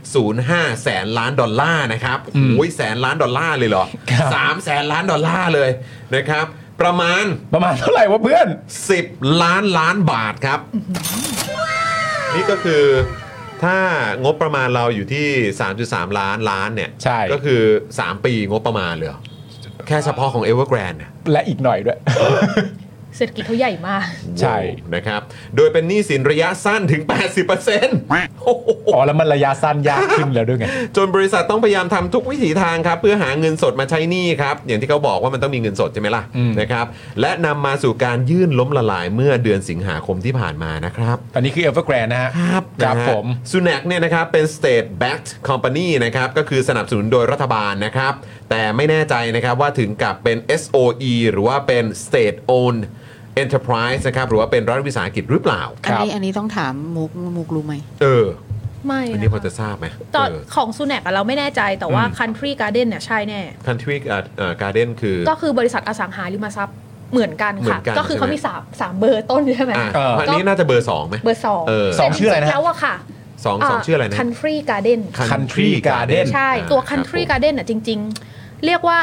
Speaker 1: 3.05 แสนล้านดอลลาร์นะครับโอ้ยแสนล้านดอลลาร์เลยเหรอสามแสนล้านดอลลาร์เลยนะครับประมาณ
Speaker 2: ประมาณเท่าไหร่วะเพื่อน
Speaker 1: 10 ล้านล้านบาทครับ นี่ก็คือถ้างบประมาณเราอยู่ที่ 3.3 ล้านล้านเนี่ย
Speaker 2: ใช่
Speaker 1: ก็คือ 3 ปีงบประมาณเลยเหรอแค่เฉพาะของ Evergrande เนี่ย
Speaker 2: และอีกหน่อยด้วย
Speaker 3: เศรษฐกิจเขาใหญ่มาก
Speaker 2: ใช่
Speaker 1: นะครับ โดยเป็นหนี้สินระยะสั้นถึง 80%โอ้โห
Speaker 2: อ๋อแล้วมันระยะสั้นยากขึ้นแล้วด้วยไง
Speaker 1: จนบริษัทต้องพยายามทำทุกวิถีทางครับเพื่อหาเงินสดมาใช้หนี้ครับ อย่างที่เขาบอกว่ามันต้องมีเงินสดใช่ไหมล่ะ
Speaker 2: อืม
Speaker 1: นะครับและนำมาสู่การยื่นล้มละลายเมื่อเดือนสิงหาคมที่ผ่านมานะครับ
Speaker 2: อันนี้คือเอเวอร์แกรนนะฮะ
Speaker 1: ครับ
Speaker 2: ครับผม
Speaker 1: สุนักเนี่ยนะครับเป็น state backed company นะครับก็คือสนับสนุนโดยรัฐบาลนะครับ แต่ไม่แน่ใจนะครับว่าถึงกับเป็น SOE หรือว่าเป็น state owned enterprise นะครับ หรือว่าเป็นรัฐวิสาหกิจหรือเปล่า
Speaker 7: อันนี้อันนี้ต้องถามมุกมุกรู้ไหม
Speaker 1: เออ
Speaker 3: ไม่
Speaker 1: อันนี้
Speaker 3: นะ
Speaker 1: พอ
Speaker 3: คะ
Speaker 1: จะทราบไหม
Speaker 3: ตอน
Speaker 1: เออ
Speaker 3: ของซูแนกอะเราไม่แน่ใจแต่ว่า
Speaker 1: อืม
Speaker 3: Country Garden เนี่ยใช่แน่
Speaker 1: country อ่าอ่า garden คือ
Speaker 3: ก็คือบริษัทอสังหาริมทรัพย์เหมือนกัน
Speaker 1: เหมื
Speaker 3: ค่ะ
Speaker 1: อนกัน
Speaker 3: ก็คือเขา
Speaker 1: ใช่ไหม
Speaker 3: มีสามสามเบอร์ต้นใช่ไหม
Speaker 1: อ่ะ
Speaker 2: เออ
Speaker 1: อันนี้น่าจะเบอร์2ไหม
Speaker 3: เบอร์สอง
Speaker 1: เออ
Speaker 2: สองชื่ออะไรนะฮะ
Speaker 3: แล้วอะค่ะ
Speaker 1: สองสองชื่ออะไรนะ
Speaker 3: คันทรีการ์เด้น
Speaker 2: Country Garden
Speaker 3: ใช่ ตัว
Speaker 1: อ่า
Speaker 3: คันทรี
Speaker 1: รับผม
Speaker 3: การ์เด้นอ่ะจริง ๆ เรียกว่า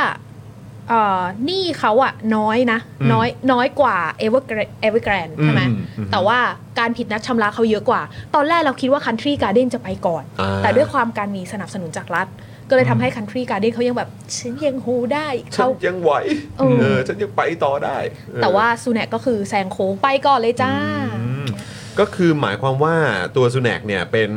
Speaker 3: เอ่อหนี่เขาอะน้อยนะ
Speaker 1: อืม
Speaker 3: น้อยน้อยกว่าเอเวอร์เอเวอร์แกรนใช่ไหม
Speaker 1: อืมอืม
Speaker 3: แต่ว่าการผิดนัดชำระเขาเยอะกว่า ตอนแรกเราคิดว่าคันทรีการ์เด้นจะไปก่อน
Speaker 1: อ่า
Speaker 3: แต่ด้วยความการมีสนับสนุนจากรัฐ ก็เลยทำให้คันทรีการ์เด้นเขายังแบบฉันยังโฮได้
Speaker 1: ฉั
Speaker 3: เขา
Speaker 1: นยังไหว
Speaker 3: เออ
Speaker 1: เออฉันยังไปต่อได้เออ
Speaker 3: แต่ว่าซูเนกก็คือแซงโค้งไปก่อนเลยจ้า
Speaker 1: อืมก็คือหมายความว่าตัวซูแนกเนี่ยเป็น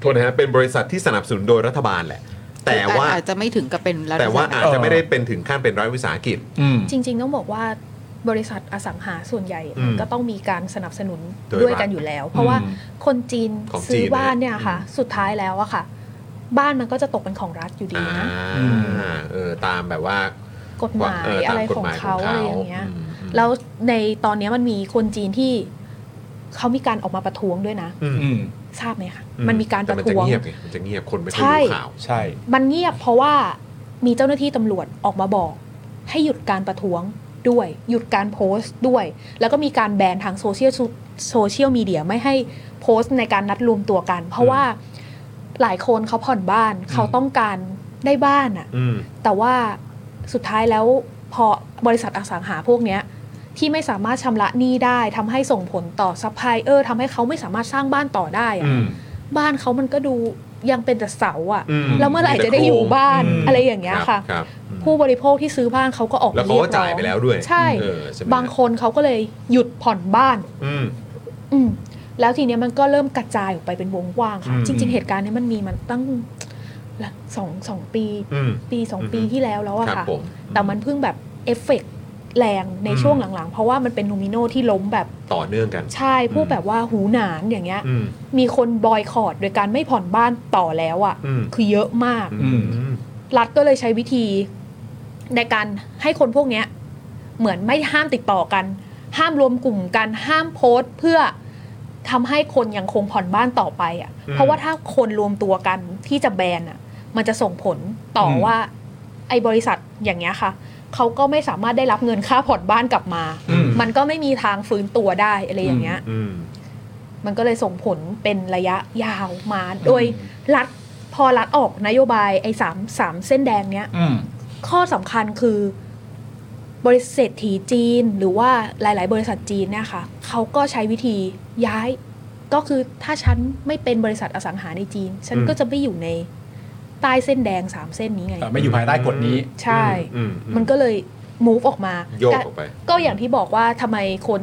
Speaker 1: โทษนะฮะเป็นบริษัทที่สนับสนุนโดยรัฐบาลแหละ แต่ว่า
Speaker 7: อาจจะไม่ถึงกับเป็นรัฐ
Speaker 1: แต่ว่าอาจจะ
Speaker 2: เออ
Speaker 1: ไม่ได้เป็นถึงขั้นเป็นรัฐวิสาหกิจ
Speaker 2: อืม
Speaker 3: จริง ๆ ต้องบอกว่าบริษัทอสังหาส่วนใหญ่
Speaker 1: อืม
Speaker 3: ก็ต้องมีการสนับสนุน
Speaker 1: โดย
Speaker 3: ด้วย
Speaker 1: รัฐ
Speaker 3: กันอยู่แล้ว เพราะว่า
Speaker 2: อืม
Speaker 3: คนจีน
Speaker 1: ของจีน
Speaker 3: ซื้อบ้านเนี่ยค่ะ
Speaker 1: อืม
Speaker 3: สุดท้ายแล้วอะค่ะ บ้านมันก็จะตกเป็นของรัฐอยู่ดี
Speaker 1: อ่า
Speaker 3: นะ
Speaker 1: เออตามแบบว่าก
Speaker 3: ฎหมาย
Speaker 1: เต
Speaker 3: อะไร
Speaker 1: กฎ
Speaker 3: ของ
Speaker 1: หมย
Speaker 3: เขาอะไรอย่างเงี้ย
Speaker 1: มอืม
Speaker 3: แล้วในตอนเนี้ยมันมีคนจีนที่เขามีการออกมาประท้วงด้วยนะ
Speaker 1: อืม
Speaker 2: อืม
Speaker 3: ทราบไหมคะ
Speaker 1: อื
Speaker 3: มันมีการป
Speaker 1: แต่
Speaker 3: ระ
Speaker 1: มันจะ
Speaker 3: ท้วง
Speaker 1: เงียบไงมันจะเงียบคนไม่ค่อย
Speaker 3: ใช่
Speaker 1: รู้ข่าว
Speaker 2: ใช่
Speaker 3: มันเงียบเพราะว่ามีเจ้าหน้าที่ตำรวจออกมาบอก ให้หยุดการประท้วงด้วย หยุดการโพสต์ด้วย แล้วก็มีการแบนทางโซเชียลโซเชียลมีเดียไม่ให้โพสต์ในการนัดรวมตัวกัน เพราะว่าหลายคนเขาผ่อนบ้านเขาต้องการได้บ้านอะ
Speaker 1: อืม
Speaker 3: แต่ว่าสุดท้ายแล้วพอบริษัทอสังหาพวกเนี้ยที่ไม่สามารถชำระหนี้ได้ทำให้ส่งผลต่อซัพพลายเออร์ทำให้เขาไม่สามารถสร้างบ้านต่อได้อะ
Speaker 1: อืม
Speaker 3: บ้านเขามันก็ดูยังเป็นแต่เสาอะ
Speaker 1: อืม
Speaker 3: แล้วเมื่อไหร่จะได้อยู่บ้าน
Speaker 2: อืม
Speaker 3: อะไรอย่างเงี้ยค่ะ
Speaker 1: รับรับอืม
Speaker 3: ผู้บริโภคที่ซื้อบ้านเขาก็ออกม
Speaker 1: แล้วเขาก็
Speaker 3: รีกร้อง
Speaker 1: จ่ายไปแล้วด้วย
Speaker 3: ใช่
Speaker 1: เออใช่ไหม
Speaker 3: บางคนเขาก็เลยหยุดผ่อนบ้าน
Speaker 1: อืม
Speaker 3: อืมแล้วทีเนี้ยมันก็เริ่มกระจายออกไปเป็นวงกว้างค่ะ
Speaker 1: อืม
Speaker 3: จริง ๆ เหตุการณ์เนี้ยมันมีมันตั้งละสองสองปี
Speaker 1: อืม
Speaker 3: ปีสอง
Speaker 1: อืม
Speaker 3: ปีที่แล้วแล้วอะ
Speaker 1: ครับ
Speaker 3: ค่ะ
Speaker 1: ผม
Speaker 3: แต่มันเพิ่งแบบเอฟเฟกต์แรงใน
Speaker 1: อืม
Speaker 3: ช่วงหลังๆ เพราะว่ามันเป็นโนมิโนที่ล้มแบบ
Speaker 1: ต่อเนื่องกัน
Speaker 3: ใช่พวก
Speaker 1: อืม
Speaker 3: แบบว่าหูหนานอย่างเงี้ย
Speaker 1: อืม
Speaker 3: มีคนบอยคอรดโดยการไม่ผ่อนบ้านต่อแล้วอะ่ะ
Speaker 1: อืม
Speaker 3: คือเยอะมาก
Speaker 1: อืม
Speaker 3: รัฐก็เลยใช้วิธีในการให้คนพวกเนี้ย เหมือนไม่ห้ามติดต่อกัน ห้ามรวมกลุ่มกัน ห้ามโพสต์เพื่อทำให้คนยังคงผ่อนบ้านต่อไปอะ่ะ
Speaker 1: อืม
Speaker 3: เพราะว่าถ้าคนรวมตัวกันที่จะแบนอะ่ะ มันจะส่งผลต่ออ
Speaker 2: ม
Speaker 3: ว่า ไอ้บริษัทอย่างเงี้ยค่ะ เขาก็ไม่สามารถได้รับเงินค่าผ่อนบ้านกลับมา
Speaker 2: อืม
Speaker 3: มันก็ไม่มีทางฟื้นตัวได้อะไรอย่างเงี้ย
Speaker 1: อืม
Speaker 3: มันก็เลยส่งผลเป็นระยะยาวมา โดยรัฐพอรัฐออกนโยบายไอ้สามสามเส้นแดงเนี้ย
Speaker 2: อืม
Speaker 3: ข้อสำคัญคือบริษัทถีจีนหรือว่าหลาย ๆ บริษัทจีนเนี่ยค่ะเขาก็ใช้วิธีย้าย ก็คือถ้าฉันไม่เป็นบริษัทอสังหาในจีน ฉัน
Speaker 1: อืม
Speaker 3: ก็จะไม่อยู่ในใต้เส้นแดงสามเส้นนี้ไง
Speaker 2: เอ่อไม่อยู่ภายใต้กฎนี้
Speaker 3: ใช่
Speaker 1: อืมอื
Speaker 3: มันก็เลย move ออกมา
Speaker 1: โยกออกไป
Speaker 3: ก็อย่างที่บอกว่าทำไมคน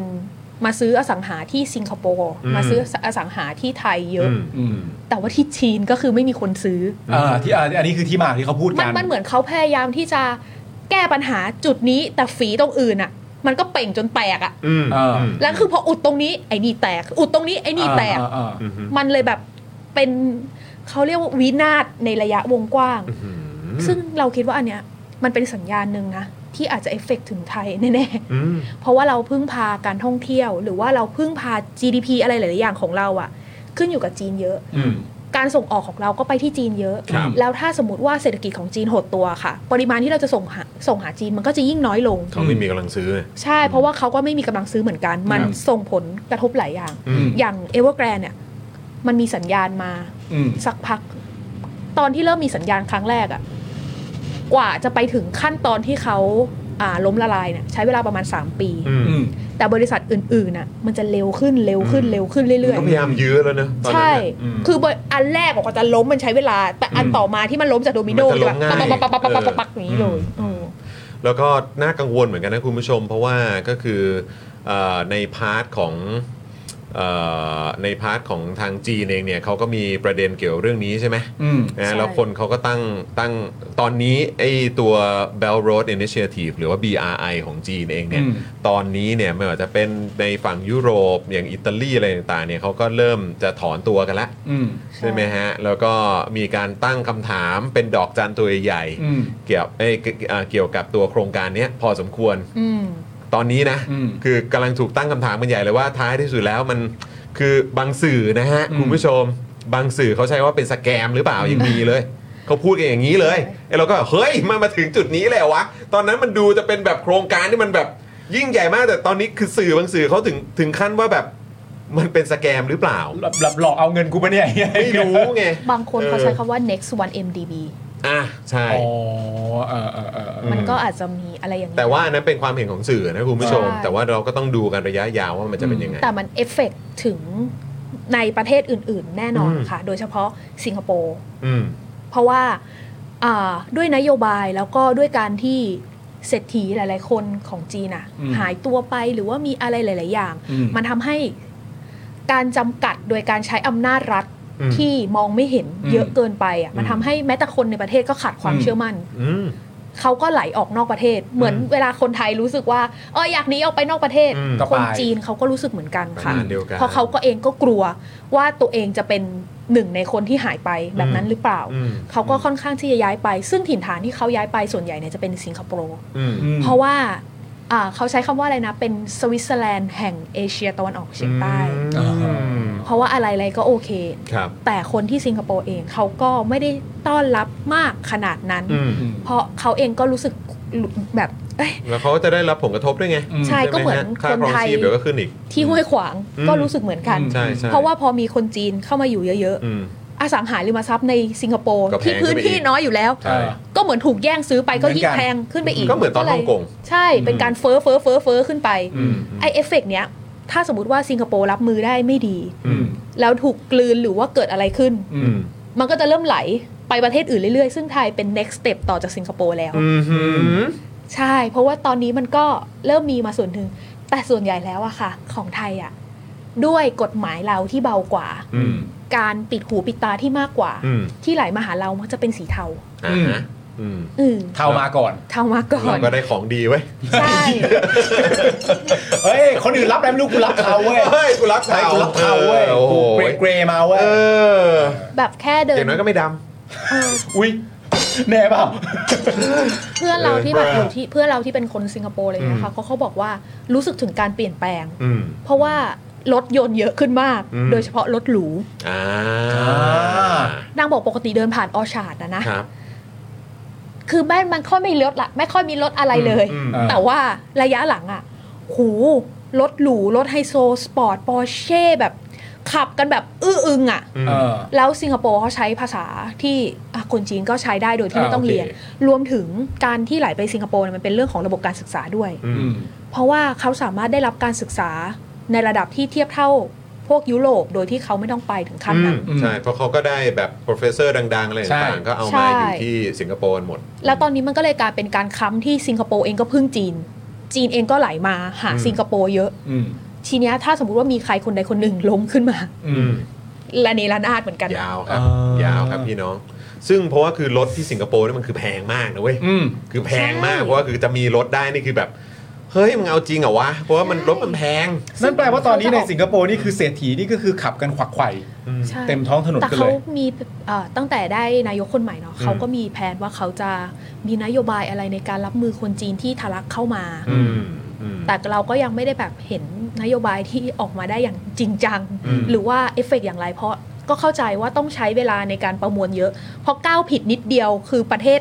Speaker 3: มาซื้ออสังหาที่สิงคโปร์
Speaker 1: อืม
Speaker 3: มาซื้ออสังหาที่ไทยเยอะ
Speaker 1: มอืม
Speaker 3: แต่ว่าที่จีนก็คือไม่มีคนซื้อ
Speaker 2: เอ่อที่อ่าอันนี้คือที่มาที่เขาพูด
Speaker 3: มัน
Speaker 2: กัน
Speaker 3: มันเหมือนเขาพยายามที่จะแก้ปัญหาจุดนี้แต่ฝีตรงอื่นอ่ะ มันก็เป่งจนแตกอ่ะ
Speaker 1: อืม
Speaker 2: เอออื
Speaker 1: ม
Speaker 3: แล้วคือพออุดตรงนี้ไอ้นี่แตก อุดตรงนี้ไอ้นี่แตก
Speaker 2: อ่าอ่าอ่า
Speaker 3: มันเลยแบบเป็นเขาเรียกว่าวินาศในระยะวงกว้าง ซึ่งเราคิดว่าอันเนี้ยมันเป็นสัญญาณหนึ่งนะ ที่อาจจะเอฟเฟกต์ถึงไทยแน่ๆ
Speaker 1: อืม
Speaker 3: เพราะว่าเราพึ่งพาการท่องเที่ยว หรือว่าเราพึ่งพา GDP อะไรหลาย ๆ อย่างของเราอะขึ้นอยู่กับจีนเยอะ
Speaker 2: อืม
Speaker 3: การส่งออกของเราก็ไปที่จีนเยอะ
Speaker 1: ครับ
Speaker 3: แล้วถ้าสมมติว่าเศรษฐกิจของจีนหดตัวค่ะ ปริมาณที่เราจะส่งหาส่งหาจีนมันก็จะยิ่งน้อยลง
Speaker 1: เขาไม่มีกำลังซื้อไง
Speaker 3: ใช่ เพราะว่าเขาก็ไม่มีกำลังซื้อเหมือนกัน มัน
Speaker 2: ครับ
Speaker 3: ส่งผลกระทบหลายอย่าง
Speaker 1: อืม
Speaker 3: อย่างเอเวอร์แกรนเนี่ยมันมีสัญญาณมา
Speaker 2: อืม
Speaker 3: สักพัก ตอนที่เริ่มมีสัญญาณครั้งแรกอะกว่าจะไปถึงขั้นตอนที่เขาอ่าล้มละลายเนี่ยใช้เวลาประมาณ 3 ปี
Speaker 1: อืม
Speaker 2: อืม
Speaker 3: แต่บริษัทอื่นๆน่ะมันจะเร็วขึ้นเร็วขึ้นเร็วขึ้นเรื่อย
Speaker 1: ก็พยายามยื้อแล้วนะตอนนั้
Speaker 3: ๆ
Speaker 1: น
Speaker 3: ใช่
Speaker 1: น่ะอืม
Speaker 3: คือบริอันแรกบอกว่าจะล้มมันใช้เวลา แต่อัน
Speaker 2: อืม
Speaker 3: ต่อมาที่มันล้มจากโดมิโน
Speaker 1: มันจะล้มง่าย
Speaker 3: ปักปักปักปักปักปักปักปักปักอย่างนี้เล
Speaker 1: อื
Speaker 3: ย
Speaker 1: ม
Speaker 3: เออ
Speaker 1: แล้วก็น่ากังวลเหมือนกันนะคุณผู้ชม เพราะว่าก็คือเอ่อในพาร์ทของเอ่อในพาร์ทของทางจีนเองเนี่ยเขาก็มีประเด็นเกี่ยวเรื่องนี้ใช่ไหม
Speaker 2: อืม
Speaker 1: นะ
Speaker 3: ใช่
Speaker 1: แล้วคนเขาก็ตั้งตั้งตอนนี้ไอ้ตัว Bell Road Initiative หรือว่า BRI ของจีนเองเนี่ย
Speaker 2: อืม
Speaker 1: ตอนนี้เนี่ยไม่ว่าจะเป็นในฝั่งยุโรปอย่างอิตาลีอะไรต่างๆเนี่ยเขาก็เริ่มจะถอนตัวกันแล้ว
Speaker 2: อืม
Speaker 1: ใช่ไหมฮะ แล้วก็มีการตั้งคำถามเป็นดอกจันตัวใหญ่ๆ
Speaker 2: อืม
Speaker 1: เกี่ยวเอ้ยเกี่ยวเอ่อเกี่ยวกับตัวโครงการเนี้ยพอสมควร
Speaker 3: อืม
Speaker 1: ตอนนี้นะ
Speaker 2: อืม
Speaker 1: คือกำลังถูกตั้งคำถามมันใหญ่เลยว่าท้ายที่สุดแล้วมันคือบางสื่อนะฮะ
Speaker 2: อืม
Speaker 1: คุณผู้ชม บางสื่อเขาใช้ว่าเป็นสแกมหรือเปล่ายังมีเลย เขาพูดกันอย่างนี้เลยไอ้เราก็เฮ้ยมันมาถึงจุดนี้เลยเหรอวะ ตอนนั้นมันดูจะเป็นแบบโครงการที่มันแบบยิ่งใหญ่มากแต่ตอนนี้คือสื่อบางสื่อเขาถึงถึงขั้นว่าแบบมันเป็นสแกมหรือเปล่า
Speaker 2: หลับหลับหลอกเอาเงินกูปะเนี่ย
Speaker 1: ไม่รู้ไง
Speaker 3: บางคนเขาใช้คำว่า next one MDB
Speaker 1: อ่ะใช่
Speaker 2: อ๋อเออเออเออเออ
Speaker 3: มันก็อาจจะมีอะไรอย่างนี้
Speaker 1: แต่ว่าอันนั้นเป็นความเห็นของสื่อนะคุณผู้ชม
Speaker 3: ใช่
Speaker 1: แต่ว่าเราก็ต้องดูกันระยะยาวว่ามันจะเป็นยังไง
Speaker 3: แต่มันเอฟเฟกต์ถึงในประเทศอื่น ๆ แน่นอน
Speaker 1: อืม
Speaker 3: ค่ะ โดยเฉพาะสิงคโปร์
Speaker 1: อืม
Speaker 3: เพราะว่าอ่าด้วยนโยบายแล้วก็ด้วยการที่เศรษฐีหลาย ๆ คนของจีนอะ
Speaker 2: อืม
Speaker 3: หายตัวไปหรือว่ามีอะไรหลาย ๆ อย่าง
Speaker 2: อืม
Speaker 3: มันทำให้การจำกัดโดยการใช้อำนาจรัฐ
Speaker 1: อืม
Speaker 3: ที่มองไม่เห็นเยอะเกินไปอะมันทำให้แม้แต่คนในประเทศก็ขาดความเชื่อมั่น
Speaker 1: อืม
Speaker 3: เขาก็ไหลออกนอกประเทศ เหมือนเวลาคนไทยรู้สึกว่าเอออยากหนีออกไปนอกประเทศ
Speaker 1: อืมก็ไป
Speaker 3: คนจีนเขาก็รู้สึกเหมือนกัน
Speaker 1: ป
Speaker 3: ค่ะ
Speaker 1: ระมาณเดียวกัน
Speaker 3: ราะเขาก็เองก็กลัวว่าตัวเองจะเป็นหนึ่งในคนที่หายไปแบบนั้นหรือเปล่า
Speaker 1: อืม
Speaker 3: เขาก็ค่อนข้างที่จะย้ายไป ซึ่งถิ่นฐานที่เขาย้ายไปส่วนใหญ่เนี่ยจะเป็นสิงคโปร์
Speaker 1: อืม
Speaker 2: อืม
Speaker 3: เพราะว่าอ่าเขาใช้คำว่าอะไรนะ เป็นสวิตเซอร์แลนด์แห่งเอเชียตะวันออกเฉียงใต้
Speaker 1: อืม
Speaker 3: เพราะว่าอะไรๆก็โอเค
Speaker 1: ครับ
Speaker 3: แต่คนที่สิงคโปร์เองเขาก็ไม่ได้ต้อนรับมากขนาดนั้น
Speaker 1: อืม
Speaker 3: เพราะเขาเองก็รู้สึกแบบ เอ้ย
Speaker 1: แล้วเขาจะได้รับผลกระทบด้วยไง
Speaker 2: อืม
Speaker 3: ใช่ก็เหมือน
Speaker 1: ฮะค่า
Speaker 3: คน
Speaker 1: ครอง
Speaker 3: ไทย
Speaker 1: ชีพเดี๋ยวก็ขึ้นอีก
Speaker 3: ที่ห้วยขวาง
Speaker 1: อืม
Speaker 3: ก็รู้สึกเหมือนกัน
Speaker 1: ใช่ใช่
Speaker 3: เพราะว่าพอมีคนจีนเข้ามาอยู่เยอะ
Speaker 1: อืม
Speaker 3: ๆ อสังหาริมทรัพย์ในสิงคโปร์
Speaker 1: ก็แพง
Speaker 3: ที่พื้นที่น้อยอยู่แล้ว
Speaker 1: ใช่
Speaker 3: ก็เหมือนถูกแย่งซื้อไปก็ยิ่ง
Speaker 2: เหมือนกัน
Speaker 3: แพงขึ้นไปอีก
Speaker 1: ก็เหมือนตอนฮ่องกง
Speaker 3: ใช่เป็นการเฟ้อเฟ้อเฟ้อเฟ้อขึ้นไป
Speaker 1: อืม
Speaker 3: ไอเอฟเฟกต์เนี้ย ถ้าสมมติว่าสิงคโปร์รับมือได้ไม่ดี
Speaker 1: อืม
Speaker 3: แล้วถูกกลืนหรือว่าเกิดอะไรขึ้น
Speaker 2: อื
Speaker 1: อื
Speaker 2: ม
Speaker 1: ม
Speaker 3: มันก็จะเริ่มไหลไปประเทศอื่นเรื่อยๆ ซึ่งไทยเป็น next step ต่อจากสิงคโปร์แล้ว
Speaker 1: อืมอืม
Speaker 3: ใช่ เพราะว่าตอนนี้มันก็เริ่มมีมาส่วนหนึ่ง แต่ส่วนใหญ่แล้วอะค่ะ ของไทยอะ ด้วยกฎหมายเราที่เบากว่า
Speaker 1: อืม
Speaker 3: การปิดหูปิดตาที่มากกว่า
Speaker 1: อืม
Speaker 3: ที่ไหลมาหาเรามักจะเป็นสีเทา
Speaker 1: อ่าฮะอืม
Speaker 3: อืม
Speaker 2: เท่ามาก่อน
Speaker 3: เทามาก่อ
Speaker 1: เรา
Speaker 3: น
Speaker 1: ก็ได้ของดีไว้ย
Speaker 3: ใช่
Speaker 2: เฮ้ย คนอื่นรับอะไรไม่รู้กูรับเขาเว้ย
Speaker 1: เฮ้ยกูรัก
Speaker 2: ใช่
Speaker 1: เขา
Speaker 2: กูรับเขาเว้ย
Speaker 1: ออโอ้โห
Speaker 2: กูเกรย์เกรย์มาเว้ย
Speaker 1: เออ
Speaker 3: แบบแค่เดิ
Speaker 1: อน ย่างน้อยก็ไม่ด
Speaker 2: อุ้ยแน่เปล่า
Speaker 3: เพื่อนเราที่แบบ
Speaker 1: เออ
Speaker 3: อยู่ที่เพื่อนเราที่เป็นคนสิงคโปร์อะไรอย่างเงี้ยค่ะเขาเขาบอกว่ารู้สึกถึงการเปลี่ยนแปลง
Speaker 1: ำอืม
Speaker 3: เพราะว่ารถยนต์เยอะขึ้นมาก
Speaker 1: อืม
Speaker 3: โดยเฉพาะรถหรู
Speaker 1: อ่า
Speaker 3: นั่งบอกปกติเดินผ่านออชาร์ดนะนะครับ คือแม่มันค่อยไม่มีรถละไม่ค่อยมีรถอะไรเลย
Speaker 1: อืม
Speaker 2: เออ
Speaker 3: แต่ว่าระยะหลังอ่ะหูรถหรูรถไฮโซสปอร์ตปอร์เช่แบบขับกันแบบอื้ออึงอ่ะ
Speaker 1: อืม
Speaker 2: เออ
Speaker 3: แล้วสิงคโปร์เขาใช้ภาษาที่อ่ะคนจีนก็ใช้ได้โดยที่
Speaker 2: อ่า
Speaker 3: ไม่ต้อง
Speaker 2: โอเค
Speaker 3: เรียน รวมถึงการที่ไหลไปสิงคโปร์เนี่ยมันเป็นเรื่องของระบบการศึกษาด้วย
Speaker 1: อื
Speaker 2: อืม
Speaker 3: เพราะว่าเขาสามารถได้รับการศึกษาในระดับที่เทียบเท่าพวกยุโรปโดยที่เขาไม่ต้องไปถึงขั้นนั้น
Speaker 1: อืมใช่ เพราะเขาก็ได้แบบ professor ดัง ๆ อะไร
Speaker 2: ใช่
Speaker 1: ต่างๆ ก็เอา
Speaker 3: ใช่
Speaker 1: มาอยู่ที่สิงคโปร์หมด
Speaker 3: แล้วตอนนี้มันก็เลยกลายเป็นการค้ำที่สิงคโปร์เองก็พึ่งจีน จีนเองก็ไหลมาหา
Speaker 1: อืม
Speaker 3: สิงคโปร์เยอะ
Speaker 2: อืม
Speaker 3: ทีเนี้ยถ้าสมมติว่ามีใครคนใดคนหนึ่งล้มขึ้นมา
Speaker 2: อืม
Speaker 3: ละเนระนาดเหมือนกัน
Speaker 1: ยาวครับ
Speaker 2: อ่าย
Speaker 1: ยาวครับพี่น้อง ซึ่งเพราะว่าคือรถที่สิงคโปร์นี่มันคือแพงมากนะเว้ย
Speaker 2: อืม
Speaker 1: คือแพงมาก
Speaker 3: ใช่
Speaker 1: เพราะว่าคือจะมีรถได้นี่คือแบบ เฮ้ยมึงเอาจริงเหรอวะ เพราะว่ามันรถมันแพง
Speaker 2: นั่นแปลว่าตอนนี้ในสิงคโปร์นี่คือเศรษฐีนี่ก็คือขับกันขวักไขว่
Speaker 3: ใช่
Speaker 2: เต็มท้องถนน
Speaker 3: แต่
Speaker 2: กันเล
Speaker 3: เขา
Speaker 2: ย
Speaker 3: มีเอ่อตั้งแต่ได้นายกคนใหม่เนาะเขาก็มีแผนว่าเขาจะมีนโยบายอะไรในการรับมือคนจีนที่ทะลักเข้ามา
Speaker 1: อืมอืม
Speaker 3: แต่เราก็ยังไม่ได้แบบเห็นนโยบายที่ออกมาได้อย่างจริงจัง
Speaker 1: อืม
Speaker 3: หรือว่าเอฟเฟกต์อย่างไร เพราะก็เข้าใจว่าต้องใช้เวลาในการประมวลเยอะ เพราะก้าวผิดนิดเดียวคือประเทศ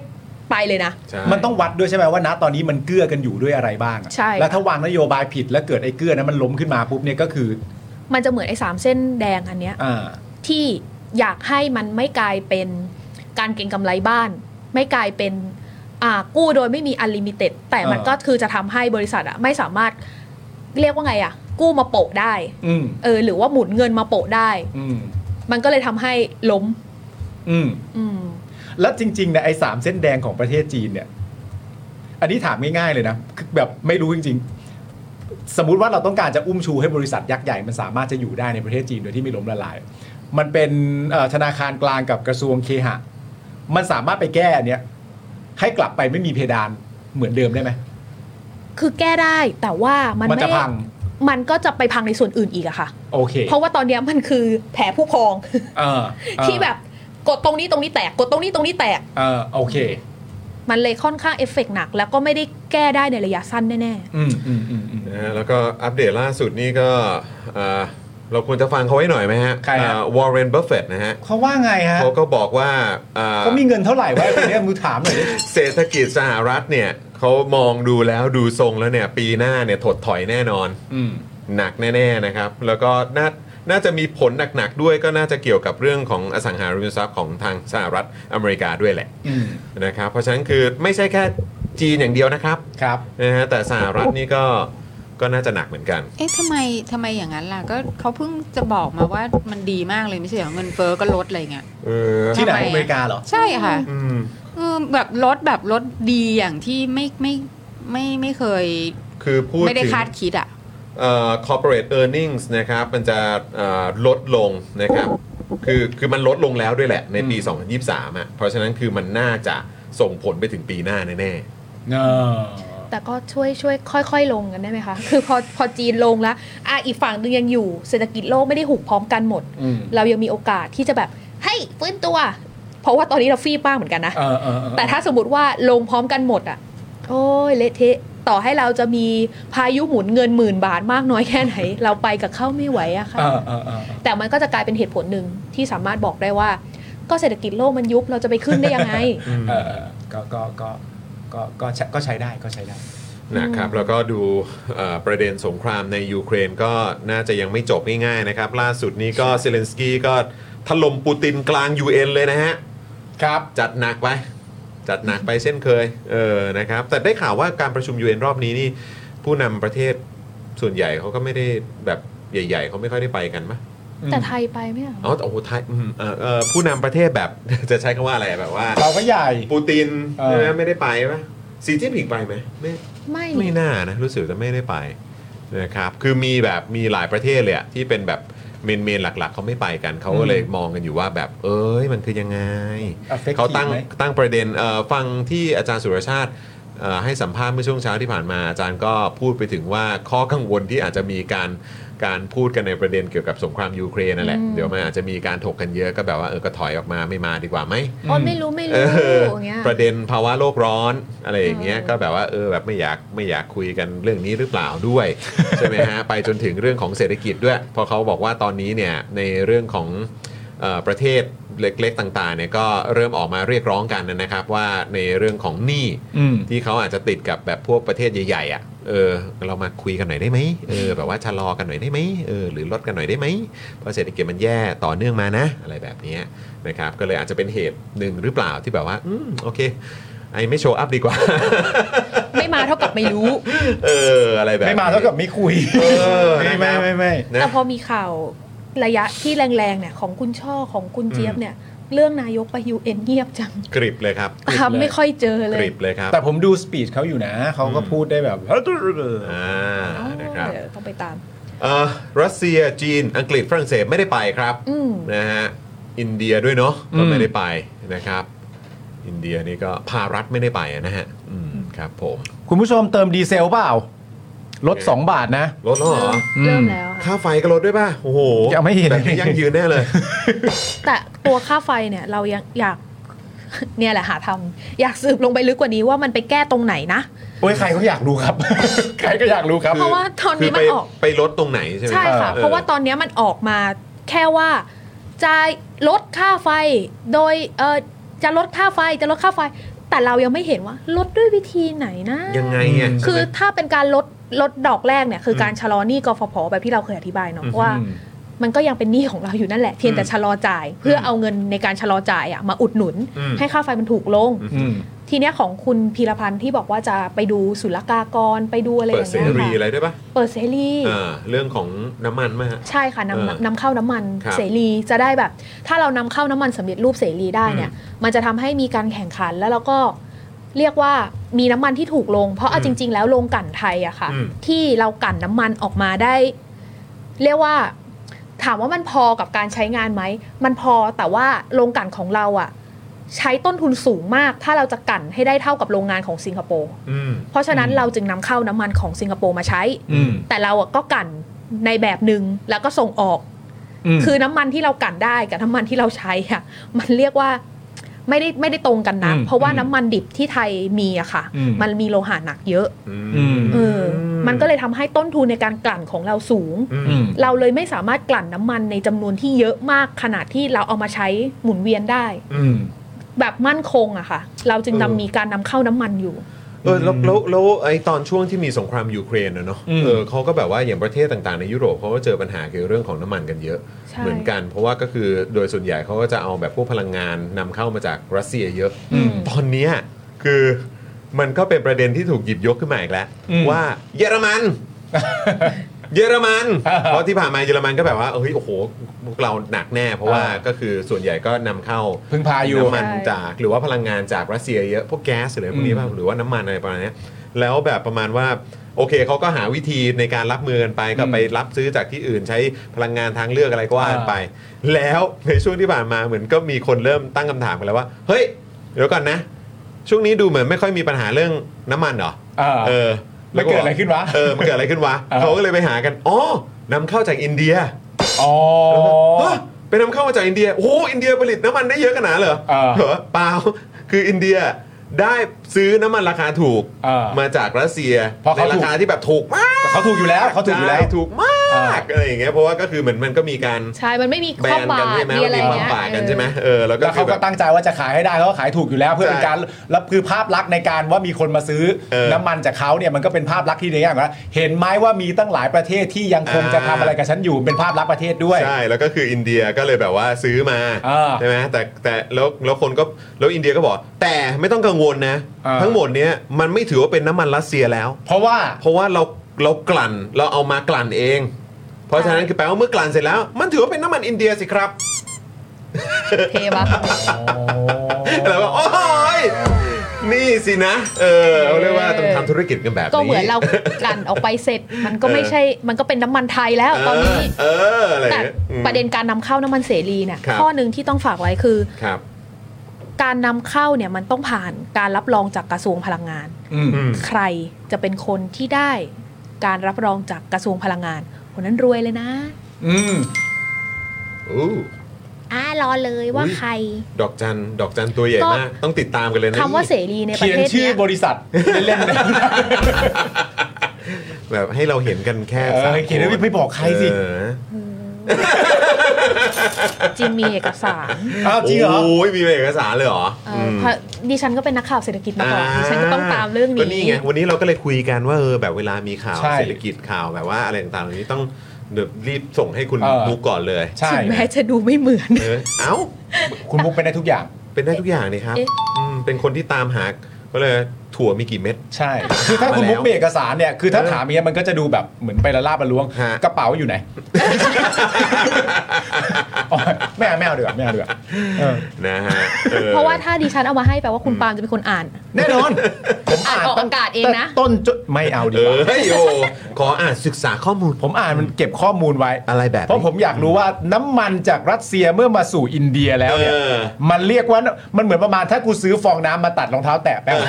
Speaker 3: ไปเลยนะ
Speaker 1: ใช่
Speaker 2: มันต้องวัดด้วยใช่ไหมว่าณตอนนี้มันเกื้อกันอยู่ด้วยอะไรบ้างอะ
Speaker 3: ใช่
Speaker 2: แล้วถ้าวางนโยบายผิดแล้วเกิดไอ้เกื้อนั้นมันล้มขึ้นมาปุ๊บเนี่ยก็คือ
Speaker 3: มันจะเหมือนไอ้สามเส้นแดงอันเนี้ย
Speaker 2: อ่า
Speaker 3: ที่อยากให้มันไม่กลายเป็นการเก็งกำไรบ้าน ไม่กลายเป็นอ่ากู้โดยไม่มีอั l ลิมิเต็ดแต่มัน
Speaker 2: อ่า
Speaker 3: ก็คือจะทำให้บริษัทอะไม่สามารถเรียกว่าไงอะกู้มาโปะได้
Speaker 2: อืม
Speaker 3: เออหรือว่าหมุนเงินมาโปะได้
Speaker 2: อืม
Speaker 3: มันก็เลยทำให้ล้ม
Speaker 2: อืม
Speaker 3: อืม
Speaker 2: แล้วจริงๆเนี่ยไอ้สามเส้นแดงของประเทศจีนเนี่ย อันนี้ถามง่ายๆเลยนะคือแบบไม่รู้จริงๆ สมมุติว่าเราต้องการจะอุ้มชูให้บริษัทยักษ์ใหญ่มันสามารถจะอยู่ได้ในประเทศจีนโดยที่ไม่ล้มละลาย มันเป็นเอ่อธนาคารกลางกับกระทรวงเคหะ มันสามารถไปแก้อันเนี้ยให้กลับไปไม่มีเพดานเหมือนเดิมได้ไหม
Speaker 3: คือแก้ได้แต่ว่ามัน
Speaker 2: มันจะ
Speaker 3: ไม่
Speaker 2: พัง
Speaker 3: มันก็จะไปพังในส่วนอื่นอีกอะค่ะ
Speaker 2: โอเค
Speaker 3: เพราะว่าตอนเนี้ยมันคือแผลผู้พอง
Speaker 2: เออเออ
Speaker 3: ที่แบบกดตรงนี้ตรงนี้แตกกดตรงนี้ตรงนี้แตก
Speaker 2: เออโอเค
Speaker 3: มันเลยค่อนข้างเอฟเฟกต์หนัก แล้วก็ไม่ได้แก้ได้ในระยะสั้นแน่ๆ
Speaker 2: อืมอืมอืมอืม
Speaker 1: นะฮะแล้วก็อัปเดตล่าสุดนี่ก็เอ่อเราควรจะฟังเขาไว้หน่อยไหมฮะ
Speaker 2: ใครฮะ
Speaker 1: วอร์เรน บัฟเฟตนะฮะ
Speaker 2: เขาว่าไงฮะ
Speaker 1: เขาก็บอกว่าเอ่อ
Speaker 2: เขามีเงินเท่าไหร่วะไอ้คนเนี้ยมือถามหน่อยดิ
Speaker 1: เศรษฐกิจสหรัฐเนี่ยเขามองดูแล้วดูทรงแล้วเนี่ยปีหน้าเนี่ยถดถอยแน่นอน
Speaker 2: อืม
Speaker 1: หนักแน่ๆนะครับ แล้วก็น่าน่าจะมีผลหนัก ๆ ด้วยก็น่าจะเกี่ยวกับเรื่องของอสังหาริมทรัพย์ของทางสหรัฐอเมริกาด้วยแหละ
Speaker 2: อืม
Speaker 1: นะครับเพราะฉะนั้นคือไม่ใช่แค่จีนอย่างเดียวนะครับ
Speaker 2: ครับ
Speaker 1: นะฮะแต่สหรัฐนี่ก็ก็น่าจะหนักเหมือนกัน
Speaker 7: เอ๊ะทำไมทำไมอย่างนั้นล่ะ ก็เขาเพิ่งจะบอกมาว่ามันดีมากเลยไม่ใช่เหรอเงินเฟ้อก็ลดอะไรเงี้ย
Speaker 1: เออ
Speaker 2: ที่ไหน
Speaker 7: ทำไมอะ
Speaker 2: อเมริกาเหรอ
Speaker 7: ใช่ค่ะ
Speaker 1: อืม
Speaker 7: เออแบบลดแบบลดดีอย่างที่ไม่ไม่ไม่ไม่เคย
Speaker 1: คือพูด
Speaker 7: ไม่ได้
Speaker 1: ถึง
Speaker 7: คาดคิดอ่ะ
Speaker 1: เอ่อ corporate earnings นะครับ มันจะเอ่อลดลงนะครับ คือคือมันลดลงแล้วด้วยแหละในปี 2023อ่ะเพราะฉะนั้นคือมันน่าจะส่งผลไปถึงปีหน้าแน่
Speaker 2: เออ
Speaker 3: แต่ก็ช่วยช่วยค่อย ๆ ลงกันได้ไหมคะ คือพอพอจีนลงแล้วอ่ะอีกฝั่งหนึงยังอยู่ เศรษฐกิจโลกไม่ได้หุบพร้อมกันหมด
Speaker 2: อืม
Speaker 3: เรายังมีโอกาสที่จะแบบให้ยฟื้นตัว เพราะว่าตอนนี้เราฟีบมากเหมือนกันนะ
Speaker 2: เออเออเออ
Speaker 3: แต่ถ้าสมมติว่าลงพร้อมกันหมดอ่ะ โอ้ยเละเทะ ต่อให้เราจะมีพายุหมุนเงินหมื่นบาทมากน้อยแค่ไหน เราไปกับเข้าไม่ไหวอะค่ะ
Speaker 2: เออเออเออ
Speaker 3: แต่มันก็จะกลายเป็นเหตุผลหนึ่งที่สามารถบอกได้ว่า ก็เศรษฐกิจโลกมันยุบเราจะไปขึ้นได้ยังไง
Speaker 1: ๆอืม
Speaker 2: เออเออก็ก็ก็ก็ก็ใช้ก็ใช้ได้ก็ใช้ได้
Speaker 1: นะครับ แล้วก็ดูเอ่อประเด็นสงครามในยูเครนก็น่าจะยังไม่จบง่ายๆนะครับ ล่าสุดนี้ก็เซเลนสกี้ก็ถล่มปูตินกลาง UN เลยนะฮะ
Speaker 2: ครับ
Speaker 1: จัดหนักไป จัดหนักไปเช่นเคย เออ นะครับ แต่ได้ข่าวว่าการประชุม UN รอบนี้นี่ ผู้นำประเทศส่วนใหญ่เขาก็ไม่ได้แบบใหญ่ ๆ เขาไม่ค่อยได้ไปกันมะ
Speaker 3: แต่ไทยไปไหมอะ
Speaker 1: อ๋อแต่โอ้โหไทยอืมเออเออผู้นำประเทศแบบ (laughs) จะใช้คำว่าอะไรแบบว่า
Speaker 2: เราก็ใหญ่
Speaker 1: ปูติน
Speaker 2: เออ
Speaker 1: ใช่ไหมไม่ได้ไปปะสีจิ้นผิงไปไหมไม่
Speaker 3: ไม่
Speaker 1: ไม่
Speaker 3: นี่
Speaker 1: น่านะ รู้สึกจะไม่ได้ไป นะครับคือมีแบบมีหลายประเทศเลยอะที่เป็นแบบเมนเมนๆหลักๆเขาไม่ไปกันเขาก็เลยมองกันอยู่ว่าแบบเอ้ยมันคือยังไง
Speaker 2: Affective
Speaker 1: เขาตั้ง
Speaker 2: ไหม
Speaker 1: ตั้งประเด็นเอ่อฟังที่อาจารย์สุรชาติเอ่อให้สัมภาษณ์เมื่อช่วงเช้าที่ผ่านมาอาจารย์ก็พูดไปถึงว่าข้อกังวลที่อาจจะมีการการพูดกันในประเด็นเกี่ยวกับสงครามยูเครนนั่นแหละเดี๋ยวมันอาจจะมีการถกกันเยอะก็แบบว่าเออก็ถอยออกมาไม่มาดีกว่าไหม
Speaker 11: โอ้ยไม่รู้ไม่
Speaker 1: เอ
Speaker 11: รู้
Speaker 1: อ
Speaker 11: อย่างเงี้ย
Speaker 1: ประเด็นภาวะโลกร้อนอะไรอย่างเงี้ยก็แบบว่าเออแบบไม่อยากไม่อยากคุยกันเรื่องนี้หรือเปล่าด้วย (laughs) ใช่ไหมฮะไปจนถึงเรื่องของเศรษฐกิจด้วยเพอเขาบอกว่าตอนนี้เนี่ยในเรื่องของเอ่อประเทศเล็กๆต่างๆเนี่ยก็เริ่มออกมาเรียกร้องกันนะครับว่าในเรื่องของหนี้
Speaker 2: อืม
Speaker 1: ที่เขาอาจจะติดกับแบบพวกประเทศใหญ่ๆอ่ะ เออ เรามาคุยกันหน่อยได้ไหมเออ แบบว่าชะลอกันหน่อยได้ไหมเออ หรือลดกันหน่อยได้ไหมเพราะเศรษฐกิจมันแย่ต่อเนื่องมานะ อะไรแบบเนี้ยนะครับ ก็เลยอาจจะเป็นเหตุหนึ่งหรือเปล่าที่แบบว่า อืม โอเค ไอ้ไม่โชว์อัพดีกว่า (laughs)
Speaker 3: ไม่มาเท่ากับไม่รู้
Speaker 1: เออ อะไรแบบนี้
Speaker 2: ไม่มาเท่ากับไม่คุย
Speaker 1: เออ
Speaker 2: ไม่
Speaker 1: นะครับ
Speaker 2: ไม่ไม่ไม่
Speaker 1: นะ
Speaker 3: แต่พอมีข่าวระยะที่แรงๆเนี่ยของคุณช่อของคุณเจี๊ยบเนี่ย เรื่องนายกไปยูเอ็นเงียบจัง
Speaker 1: กริบเลยครับ
Speaker 3: ตามไม่ค่อยเจอเล
Speaker 1: ก
Speaker 3: ย
Speaker 1: ริบเลยครับ
Speaker 2: แต่ผมดูสปีดเขาอยู่นะ เขาก็พูดได้แบบ
Speaker 1: อ่า นะครับ
Speaker 3: เดี๋ยวต้องไปตาม
Speaker 1: เอ่อรัสเซียจีน อังกฤษฝรั่งเศสไม่ได้ไปครับ
Speaker 3: อืม
Speaker 1: นะฮะอินเดียด้วยเนาะก็
Speaker 2: อืม
Speaker 1: ไม่ได้ไปนะครับ อินเดียนี่ก็พารัฐไม่ได้ไปอะนะฮะอืมครับผม
Speaker 2: คุณผู้ชมเติมดีเซลเปล่า ลด 2 บาทนะ
Speaker 1: ลดแล้วเหรอ
Speaker 3: เริ่มแล้วค่ะ
Speaker 1: ค่าไฟก็ลดด้วยป่ะ โอ้โห
Speaker 2: ยังไม่เห็น
Speaker 1: แบบนี้ยังยืนแน่เลย
Speaker 3: แต่ตัวค่าไฟเนี่ยเรายังอยาก เนี่ยแหละหาทำอยากสืบลงไปลึกกว่านี้ว่ามันไปแก้ตรงไหนนะ
Speaker 2: โอ้ยใครก็อยากรู้ครับ ใครก็อยากรู้ครับ
Speaker 3: เพราะว่าตอน
Speaker 1: คือ
Speaker 3: นี้
Speaker 1: ไป
Speaker 3: มันออก
Speaker 1: ไปลดตรงไหนใช่ไหม
Speaker 3: ใช่ค่ะ
Speaker 1: ออ
Speaker 3: เพราะว่าตอนเนี้ยมันออกมาแค่ว่าจะลดค่าไฟโดยเออจะลดค่าไฟจะลดค่าไฟ แต่เรายังไม่เห็นว่า ลดด้วยวิธีไหนนะ
Speaker 1: ยังไงเนี่ย
Speaker 3: คื
Speaker 1: ใช่
Speaker 3: อ
Speaker 1: ไหม
Speaker 3: ถ้าเป็นการลดลดดอกแรกเนี่ยคืออ
Speaker 1: ม
Speaker 3: การชะลอหนี้กฟผแบบที่เราเคยอธิบายเนาะ
Speaker 1: อืม
Speaker 3: ว่า มันก็ยังเป็นหนี้ของเราอยู่นั่นแหละเพียงแต่ชะลอจ่าย เพื่อเอาเงินในการชะลอจ่ายอะมาอุดหนุน
Speaker 1: อืม
Speaker 3: ให้ค่าไฟมันถูกลง
Speaker 2: อืม
Speaker 3: ทีเนี้ยของคุณพีรพันธ์ที่บอกว่าจะไปดูศุลกากรไปดูอะไรอ
Speaker 1: เปิด
Speaker 3: ย่า
Speaker 1: เส
Speaker 3: งเงี้ย
Speaker 1: รี
Speaker 3: ค่ะ
Speaker 1: อะไรด้วยป่ะ
Speaker 3: เปิดเสรี
Speaker 1: เออเรื่องของน้ำมันไหมฮะ
Speaker 3: ใช่ค่ะ
Speaker 1: เออน
Speaker 3: ำนำเข้าน้ำมัน
Speaker 1: ครับ
Speaker 3: เสรีจะได้แบบ ถ้าเรานำเข้าน้ำมันสำเร็จรูปเสรีได้เนี่ย มันจะทำให้มีการแข่งขันแล้วเราก็เรียกว่ามีน้ำมันที่ถูกลง เพราะเอา
Speaker 1: อืม
Speaker 3: จริง ๆ แล้วโรงกลั่นไทยอะค่ะ
Speaker 1: อืม
Speaker 3: ที่เรากลั่นน้ำมันออกมาได้ เรียกว่า ถามว่ามันพอกับการใช้งานไหมมันพอแต่ว่าโรงกลั่นของเราอะใช้ต้นทุนสูงมาก ถ้าเราจะกลั่นให้ได้เท่ากับโรงงานของสิงคโปร์
Speaker 1: อืม
Speaker 3: เพราะฉะนั้น
Speaker 2: อืม
Speaker 3: เราจึงนำเข้าน้ำมันของสิงคโปร์มาใช้
Speaker 2: อืม
Speaker 3: แต่เราอะก็กลั่นในแบบหนึ่งแล้วก็ส่งออก
Speaker 2: ม
Speaker 3: คือน้ำมันที่เรากลั่นได้กับน้ำมันที่เราใช้อะ (laughs) มันเรียกว่าไม่ได้ไม่ได้ตรงกันนะ
Speaker 2: อืม
Speaker 3: เพราะว่า
Speaker 2: อืม
Speaker 3: น้ำมันดิบที่ไทยมีอะค่ะ
Speaker 2: อืม
Speaker 3: มันมีโลหะหนักเยอะ
Speaker 1: อืม
Speaker 3: เอออมันก็เลยทำให้ต้นทุนในการกลั่นของเราสูง
Speaker 1: อืม
Speaker 2: อืม
Speaker 3: เราเลยไม่สามารถกลั่นน้ำมันในจำนวนที่เยอะมากขนาดที่เราเอามาใช้หมุนเวียนได้
Speaker 1: อืม
Speaker 3: แบบมั่นคงอะค่ะ เราจึงนำ
Speaker 1: เออ
Speaker 3: มีการนำเข้าน้ำมันอยู่
Speaker 1: เออแล้วแล้วแล้วไอ้ตอนช่วงที่มีสงครามยูเครนนะเนาะ
Speaker 2: อืม
Speaker 1: เออเขาก็แบบว่าอย่างประเทศต่างๆในยุโรปเขาก็เจอปัญหาเกี่ยวกับเรื่องของน้ำมันกันเยอะ
Speaker 3: ใช่
Speaker 1: เหมือนกัน เพราะว่าก็คือโดยส่วนใหญ่เขาก็จะเอาแบบพวกพลังงานนำเข้ามาจากรัสเซียเยอะ
Speaker 2: อืม
Speaker 1: ตอนเนี้ยคือมันก็เป็นประเด็นที่ถูกหยิบยกขึ้นมาอีกแล้ว
Speaker 2: อืม
Speaker 1: ว่าเยอร
Speaker 2: (laughs)
Speaker 1: มัน เยอรมัน
Speaker 2: อ่า
Speaker 1: เพราะที่ผ่านมาเยอรมันก็แบบว่าเฮ้ยโอ้โหพวกเราหนักแน่เพราะว่า
Speaker 2: อ่า
Speaker 1: ก็คือส่วนใหญ่ก็นำเข้า
Speaker 2: พึ่งพาอยู่
Speaker 1: น้ำมัน
Speaker 3: ใช่
Speaker 1: จากหรือว่าพลังงานจากรัสเซียเยอะพวกแก๊สหรืออะไรพวกนี้ป่ะหรือว่าน้ำมันอะไรประมาณเนี้ยแล้วแบบประมาณว่าโอเคเขาก็หาวิธีในการรับมือกันไปก็
Speaker 2: อืม
Speaker 1: ไปรับซื้อจากที่อื่นใช้พลังงานทางเลือกอะไรก็ว่ากันไป แล้วในช่วงที่ผ่านมาเหมือนก็มีคนเริ่มตั้งคำถามกันแล้วว่า เฮ้ยเดี๋ยวก่อนนะ ช่วงนี้ดูเหมือนไม่ค่อยมีปัญหาเรื่องน้ำมันเหรอ
Speaker 2: อ่า
Speaker 1: เออแล้ว
Speaker 2: มันเกิดอะไรขึ้นวะ
Speaker 1: เออมันเกิดอะไรขึ้นวะ
Speaker 2: อ่า
Speaker 1: เขาก็เลยไปหากันอ๋อนำเข้าจากอินเดีย
Speaker 2: อ๋อ
Speaker 1: ฮะไปนำเข้ามาจากอินเดีย โอ้โหอินเดียผลิตน้ำมันได้เยอะขนาดเหรอ
Speaker 2: อ่า
Speaker 1: เหรอเปล่า (laughs) คืออินเดียได้ซื้อน้ำมันราคาถูก
Speaker 2: อ่า
Speaker 1: มาจากรัสเซีย
Speaker 2: เพราะ
Speaker 1: ใน
Speaker 2: เขาถูก
Speaker 1: ราคาที่แบบถูกมาก
Speaker 2: เขาถูกอยู่แล้วเขาถูกอยู่แล้ว
Speaker 1: ใช่ถูกม
Speaker 2: อ่า
Speaker 1: ากอะไรอย่างเงี้ยเพราะว่าก็คือเหมือนมันก็มีการ
Speaker 3: ใช่มันไม่มี
Speaker 1: แบ
Speaker 3: ข้อน บา
Speaker 1: กัน
Speaker 3: ด
Speaker 1: ใช่ไหม
Speaker 3: มี
Speaker 1: มั
Speaker 3: อะ
Speaker 1: น
Speaker 3: ไร
Speaker 1: มีความ
Speaker 3: เงี้ย
Speaker 1: ป่าดกันใช่ไหม
Speaker 3: เออ
Speaker 1: เออแล้วก็
Speaker 2: แล้ว
Speaker 1: คื
Speaker 2: เขา
Speaker 1: อแบ
Speaker 2: ก็
Speaker 1: บ
Speaker 2: ตั้งใจว่าจะขายให้ได้เขาก็ขายถูกอยู่แล้ว เพื่อ
Speaker 1: ใช่
Speaker 2: เป็นการรับคือภาพลักษณ์ในการว่ามีคนมาซื้อ
Speaker 1: เออ
Speaker 2: น้ำมันจากเขาเนี่ยมันก็เป็นภาพลักษณ์ที่ดีอย่างว่าเห็นไหมว่ามีตั้งหลายประเทศที่ยังคงจะทำ
Speaker 1: อ่า
Speaker 2: อะไรกับฉันอยู่เป็นภาพลักษณ์ประเทศด้วย
Speaker 1: ใช่แล้วก็คืออินเดียก็เลยแบบว่าซื้อมา
Speaker 2: อ่า
Speaker 1: ใช่ไหมแต่แต่แล้วแล้วคนก็แล้วอินเดียก็บอก แต่ไม่ต้องกังวลนะ
Speaker 2: อ่า
Speaker 1: ทั้งหมดเนี้ยมันไม่ถือว่าเป็นน้ำมันรัสเซียแล้ว
Speaker 2: เพราะว่า
Speaker 1: เพราะว่าเราเรากลั่นเราเอามากลั่นเอง เพราะฉะนั้นคือแปลว่าเมื่อกลั่นเสร็จแล้ว มันถือว่าเป็นน้ำมันอินเดียสิครับ
Speaker 3: เทปะ
Speaker 1: แล้วก็โอ้ย นี่สินะ เออเขาเรียกว่าต้องทำธุรกิจกันแบบนี้
Speaker 3: ก็เหมือนเรากลั่นออกไปเสร็จ มันก็ไม่ใช่ มันก็เป็นน้ำมันไทยแล้วตอนนี้
Speaker 1: เอออะไรอ
Speaker 3: แต่
Speaker 1: ย่างงี้ยอืม
Speaker 3: ประเด็นการนำเข้าน้ำมันเสรีเนี่ย
Speaker 1: ครับ
Speaker 3: ข้อหนึ่งที่ต้องฝากไว้คือ
Speaker 1: ครับ
Speaker 3: การนำเข้าเนี่ยมันต้องผ่านการรับรองจากกระทรวงพลังงาน
Speaker 2: อืม
Speaker 1: อืม
Speaker 3: ใครจะเป็นคนที่ได้การรับรองจากกระทรวงพลังงานคนนั้นรวยเลยนะ
Speaker 2: อืม
Speaker 1: อู้
Speaker 3: อ่ารอเลยว่าใคร
Speaker 1: ดอกจันดอกจันตัวใหญ่
Speaker 3: ก็
Speaker 1: มาก ต้องติดตามกันเลยนะ
Speaker 3: คำว่าเสรีในประ
Speaker 2: เขียน
Speaker 3: เทศ
Speaker 2: ชื่อ
Speaker 3: เนี้ย
Speaker 2: บริษัทเล่นๆนะ
Speaker 1: แบบให้เราเห็นกันแค่
Speaker 2: เออ
Speaker 1: สาม
Speaker 2: เขียนแล้ว
Speaker 1: ค
Speaker 2: ไม่บอกใครสิ
Speaker 1: เออ
Speaker 3: จริงมีเอกสาร
Speaker 2: (laughs) อ้าวจริงเหรอ
Speaker 1: โอ้ยมีเอกสารเลยเหรอ
Speaker 3: เออ
Speaker 1: อื
Speaker 3: อ
Speaker 1: ม
Speaker 3: เพราะดิฉันก็เป็นนักข่าวเศรษฐกิจมาก่อนดิฉันก็ต้องตามเรื่อง
Speaker 1: ก็
Speaker 3: นี้
Speaker 1: นี่ไงวันนี้เราก็เลยคุยกันว่าเออแบบเวลามีข่าว
Speaker 2: ใช่
Speaker 1: เศรษฐกิจข่าวแบบว่าอะไรต่างๆเหล่านี้ต้องเดี๋ยวรีบส่งให้คุณ
Speaker 2: เออ
Speaker 1: มุกก่อนเลย
Speaker 2: ใช่
Speaker 3: ถึงแม้จะดูไม่เหมือน
Speaker 1: เออเอ้า
Speaker 2: คุณมุกเป็นได้ทุกอย่าง
Speaker 1: เป็นได้ทุกอย่างนี่ครับ
Speaker 3: เอ๊ะ
Speaker 1: อืมเป็นคนที่ตามหาก็เลยถั่วมีกี่เม็ด
Speaker 2: ใช่ คือถ้าคุณมุกมีเอกสารเนี่ย คือถ้าถามอย่างเงี้ยมันก็จะดูแบบเหมือนไปละลาบละล้วง
Speaker 1: ฮะ
Speaker 2: กระเป๋า (laughs) อยู่ไหน อ๋อไม่เอาไม่เอาเดือดไม่เอาเดือด
Speaker 1: นะฮะออ
Speaker 3: เพราะว่าถ้าดิฉันเอามาให้แปลว่าคุณปาล์มจะเป็นคนอ่าน
Speaker 2: แน่นอน ผมอ่าน
Speaker 3: อ่านออกอากาศเองนะ
Speaker 2: แต่ต้นจนไม่เอาดี
Speaker 1: เอก อ
Speaker 2: ว่า
Speaker 1: เฮ้ยโอขออ่านศึกษาข้อมูล
Speaker 2: ผมอ่านมันเก็บข้อมูลไว้
Speaker 1: อะไรแบบนี้
Speaker 2: เพราะผมอยากรู้ว่าน้ำมันจากรัสเซียเมื่อมาสู่อินเดียแล้วเนี่ย
Speaker 1: เออ
Speaker 2: มันเรียกว่า มันเหมือนประมาณถ้ากูซื้อฟองน้ำมาตัดรองเท้าแตะแป๊บ (laughs)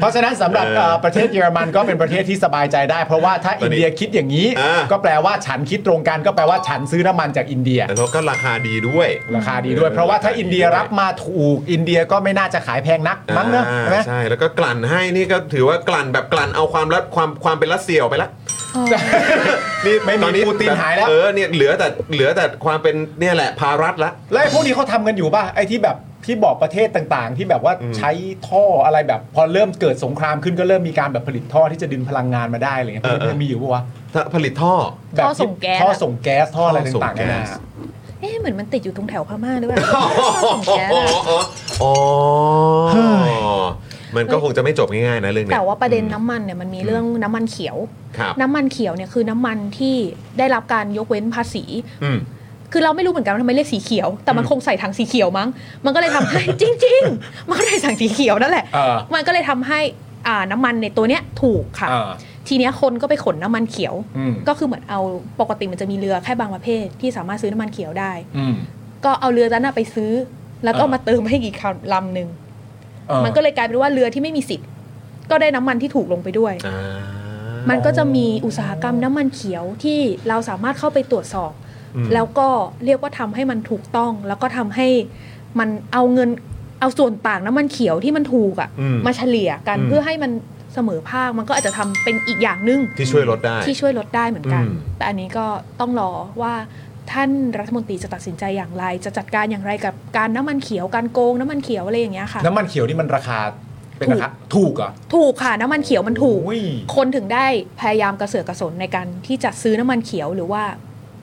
Speaker 2: เพราะฉะนั้นสำหรับเอ่อประเทศเยอรมันก็เป็นประเทศที่สบายใจได้ เพราะว่าถ้า
Speaker 1: ตอ
Speaker 2: อิ
Speaker 1: น
Speaker 2: น
Speaker 1: นี้
Speaker 2: เดียคิดอย่างนี้
Speaker 1: อ่า
Speaker 2: ก็แปลว่าฉันคิดตรงกันก็แปลว่าฉันซื้อน้ำมันจากอินเดีย
Speaker 1: แล้วก็ราคาดีด้วย
Speaker 2: ราคาดีด้วย เพราะว่าถ้าอินเดียรับมาถูกอินเดียก็ไม่น่าจะขายแพงนักมั้งเนอะ
Speaker 1: อ่า
Speaker 2: ใช่ไหม
Speaker 1: ใช่แล้วก็กลั่นให้นี่ก็ถือว่ากลั่นแบบกลั่นเอาความรัดความความเป็นรัสเซียออกไปละนี่
Speaker 2: ไม่มีปู (laughs) ตินหายแล้ว
Speaker 1: เออเนี่ยเหลือแต่เหลือแต่ความเป็นเนี่ยแหละภารัฐละ
Speaker 2: แล้วไอ้พวกนี้เขาทำกันอยู่ป่ะไอ้ที่แบบที่บอกประเทศต่างๆ ที่แบบว่าใช้ท่ออะไรแบบ พอเริ่มเกิดสงครามขึ้นก็เริ่มมีการแบบผลิตท่อที่จะดึงพลังงานมาได้อะไรเงี้ย
Speaker 1: เออเออ
Speaker 2: ยังมีอยู่ป่ะวะ
Speaker 1: ถ้าผลิตท่อ
Speaker 2: แบบ
Speaker 3: ท่อส่งแก๊สอะ
Speaker 2: ท่อส่งแก๊สท่ออะไรต่างๆ
Speaker 1: ท่อส่งแก๊
Speaker 2: กันา
Speaker 1: ส
Speaker 3: เอ๊ะเหมือนมันติดอยู่ตรงแถวพม่าหรือเปล่าส่งแก๊ส
Speaker 1: อ๋อ
Speaker 3: อะ
Speaker 1: อ๋อมันก็คงจะไม่จบง่ายๆนะเรื่องเนี้ย
Speaker 3: แต่ว่าประเด็นน้ำมันเนี่ยมันมีเรื่องน้ำมันเขียว
Speaker 1: ครับ
Speaker 3: น้ำมันเขียวเนี่ยคือน้ำมันที่ได้รับการยกเว้นภาษี
Speaker 1: อืม
Speaker 3: คือเราไม่รู้เหมือนกันว่าทำไมเรียกสีเขียว แต่มันคงใส่ถังสีเขียวมั้ง มันก็เลยทำให้ (laughs) จริง ๆ มันก็เลยสั่งสีเขียวนั่นแหละ
Speaker 2: เออ
Speaker 3: มันก็เลยทำให้อ่าน้ำมันในตัวเนี้ยถูกค่ะ
Speaker 2: เออ
Speaker 3: ทีเนี้ยคนก็ไปขนน้ำมันเขียว
Speaker 2: อืม
Speaker 3: ก็คือเหมือนเอาปกติมันจะมีเรือแค่บางประเภทที่สามารถซื้อน้ำมันเขียวได้
Speaker 2: อืม
Speaker 3: ก็เอาเรือนั้นนะไปซื้อ แล้วก็
Speaker 2: เออ
Speaker 3: มาเติมให้อีกคันลำหนึ่ง
Speaker 2: เออ
Speaker 3: มันก็เลยกลายเป็นว่าเรือที่ไม่มีสิทธิ์ ก็ได้น้ำมันที่ถูกลงไปด้วย
Speaker 1: อ่า
Speaker 3: มันก็จะมีอุตสาหกรรมน้ำมันเขียวที่เราสามารถเข้าไปตรวจสอบ
Speaker 1: อืม
Speaker 3: แล้วก็เรียกว่าทำให้มันถูกต้อง แล้วก็ทำให้มันเอาเงินเอาส่วนต่างน้ำมันเขียวที่มันถูกอะ
Speaker 1: อืม
Speaker 3: มาเฉลี่ยกัน
Speaker 1: อืม
Speaker 3: เพื่อให้มันเสมอภาคมันก็อาจจะทำเป็นอีกอย่างหนึ่ง
Speaker 1: ที่ช่วยลดได้
Speaker 3: ที่ช่วยลดได้เหมือนกัน
Speaker 1: อืม
Speaker 3: แต่อันนี้ก็ต้องรอว่าท่านรัฐมนตรีจะตัดสินใจอย่างไร จะจัดการอย่างไรกับการน้ำมันเขียวการโกงน้ำมันเขียวอะไรอย่างเงี้ยค่ะ
Speaker 2: น้ำมันเขียวนี่มันราคาเป็นราคาถูกเหรอ่ะ
Speaker 3: ถูกค่ะน้ำมันเขียวมันถูก
Speaker 2: โอ้ย
Speaker 3: คนถึงได้พยายามกระเสือกกระสนในการที่จะซื้อน้ำมันเขียวหรือว่า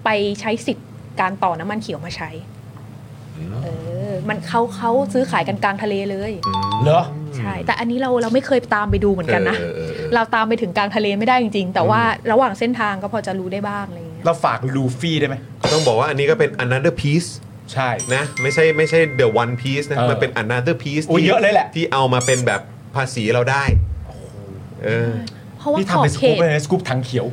Speaker 3: ไปใช้สิทธิ์การต่อน้ำมันเขียวมาใช้ เออ มันเขาเขาซื้อขายกันกลางทะเลเลย
Speaker 2: เหรอ
Speaker 3: ใช่ แต่อันนี้เราเราไม่เคยตามไปดูเหมือนกันนะ
Speaker 1: เออเออเออ
Speaker 3: เราตามไปถึงกลางทะเลไม่ได้จริงๆ แต่ว่าระหว่างเส้นทางก็พอจะรู้ได้บ้างอะไรอย่างเงี้ย
Speaker 2: เราฝากลูฟี่ได้ไหม
Speaker 1: ต้องบอกว่าอันนี้ก็เป็น another piece
Speaker 2: ใช่
Speaker 1: นะไม่ใช่ไม่ใช่ the one piece นะ
Speaker 2: เออ
Speaker 1: มันเป็น another piece
Speaker 2: โอ้ย
Speaker 1: ที่
Speaker 2: เยอะเลยแหละ
Speaker 1: ที่เอามาเป็นแบบภาษีเราได้เออ
Speaker 3: เพราะว่า
Speaker 2: นี่
Speaker 3: ข
Speaker 2: ทำ
Speaker 3: อบ
Speaker 2: เป็นส
Speaker 3: เข
Speaker 2: กู๊ป
Speaker 3: ต
Speaker 2: เลยนะสกู๊ปถังเขียว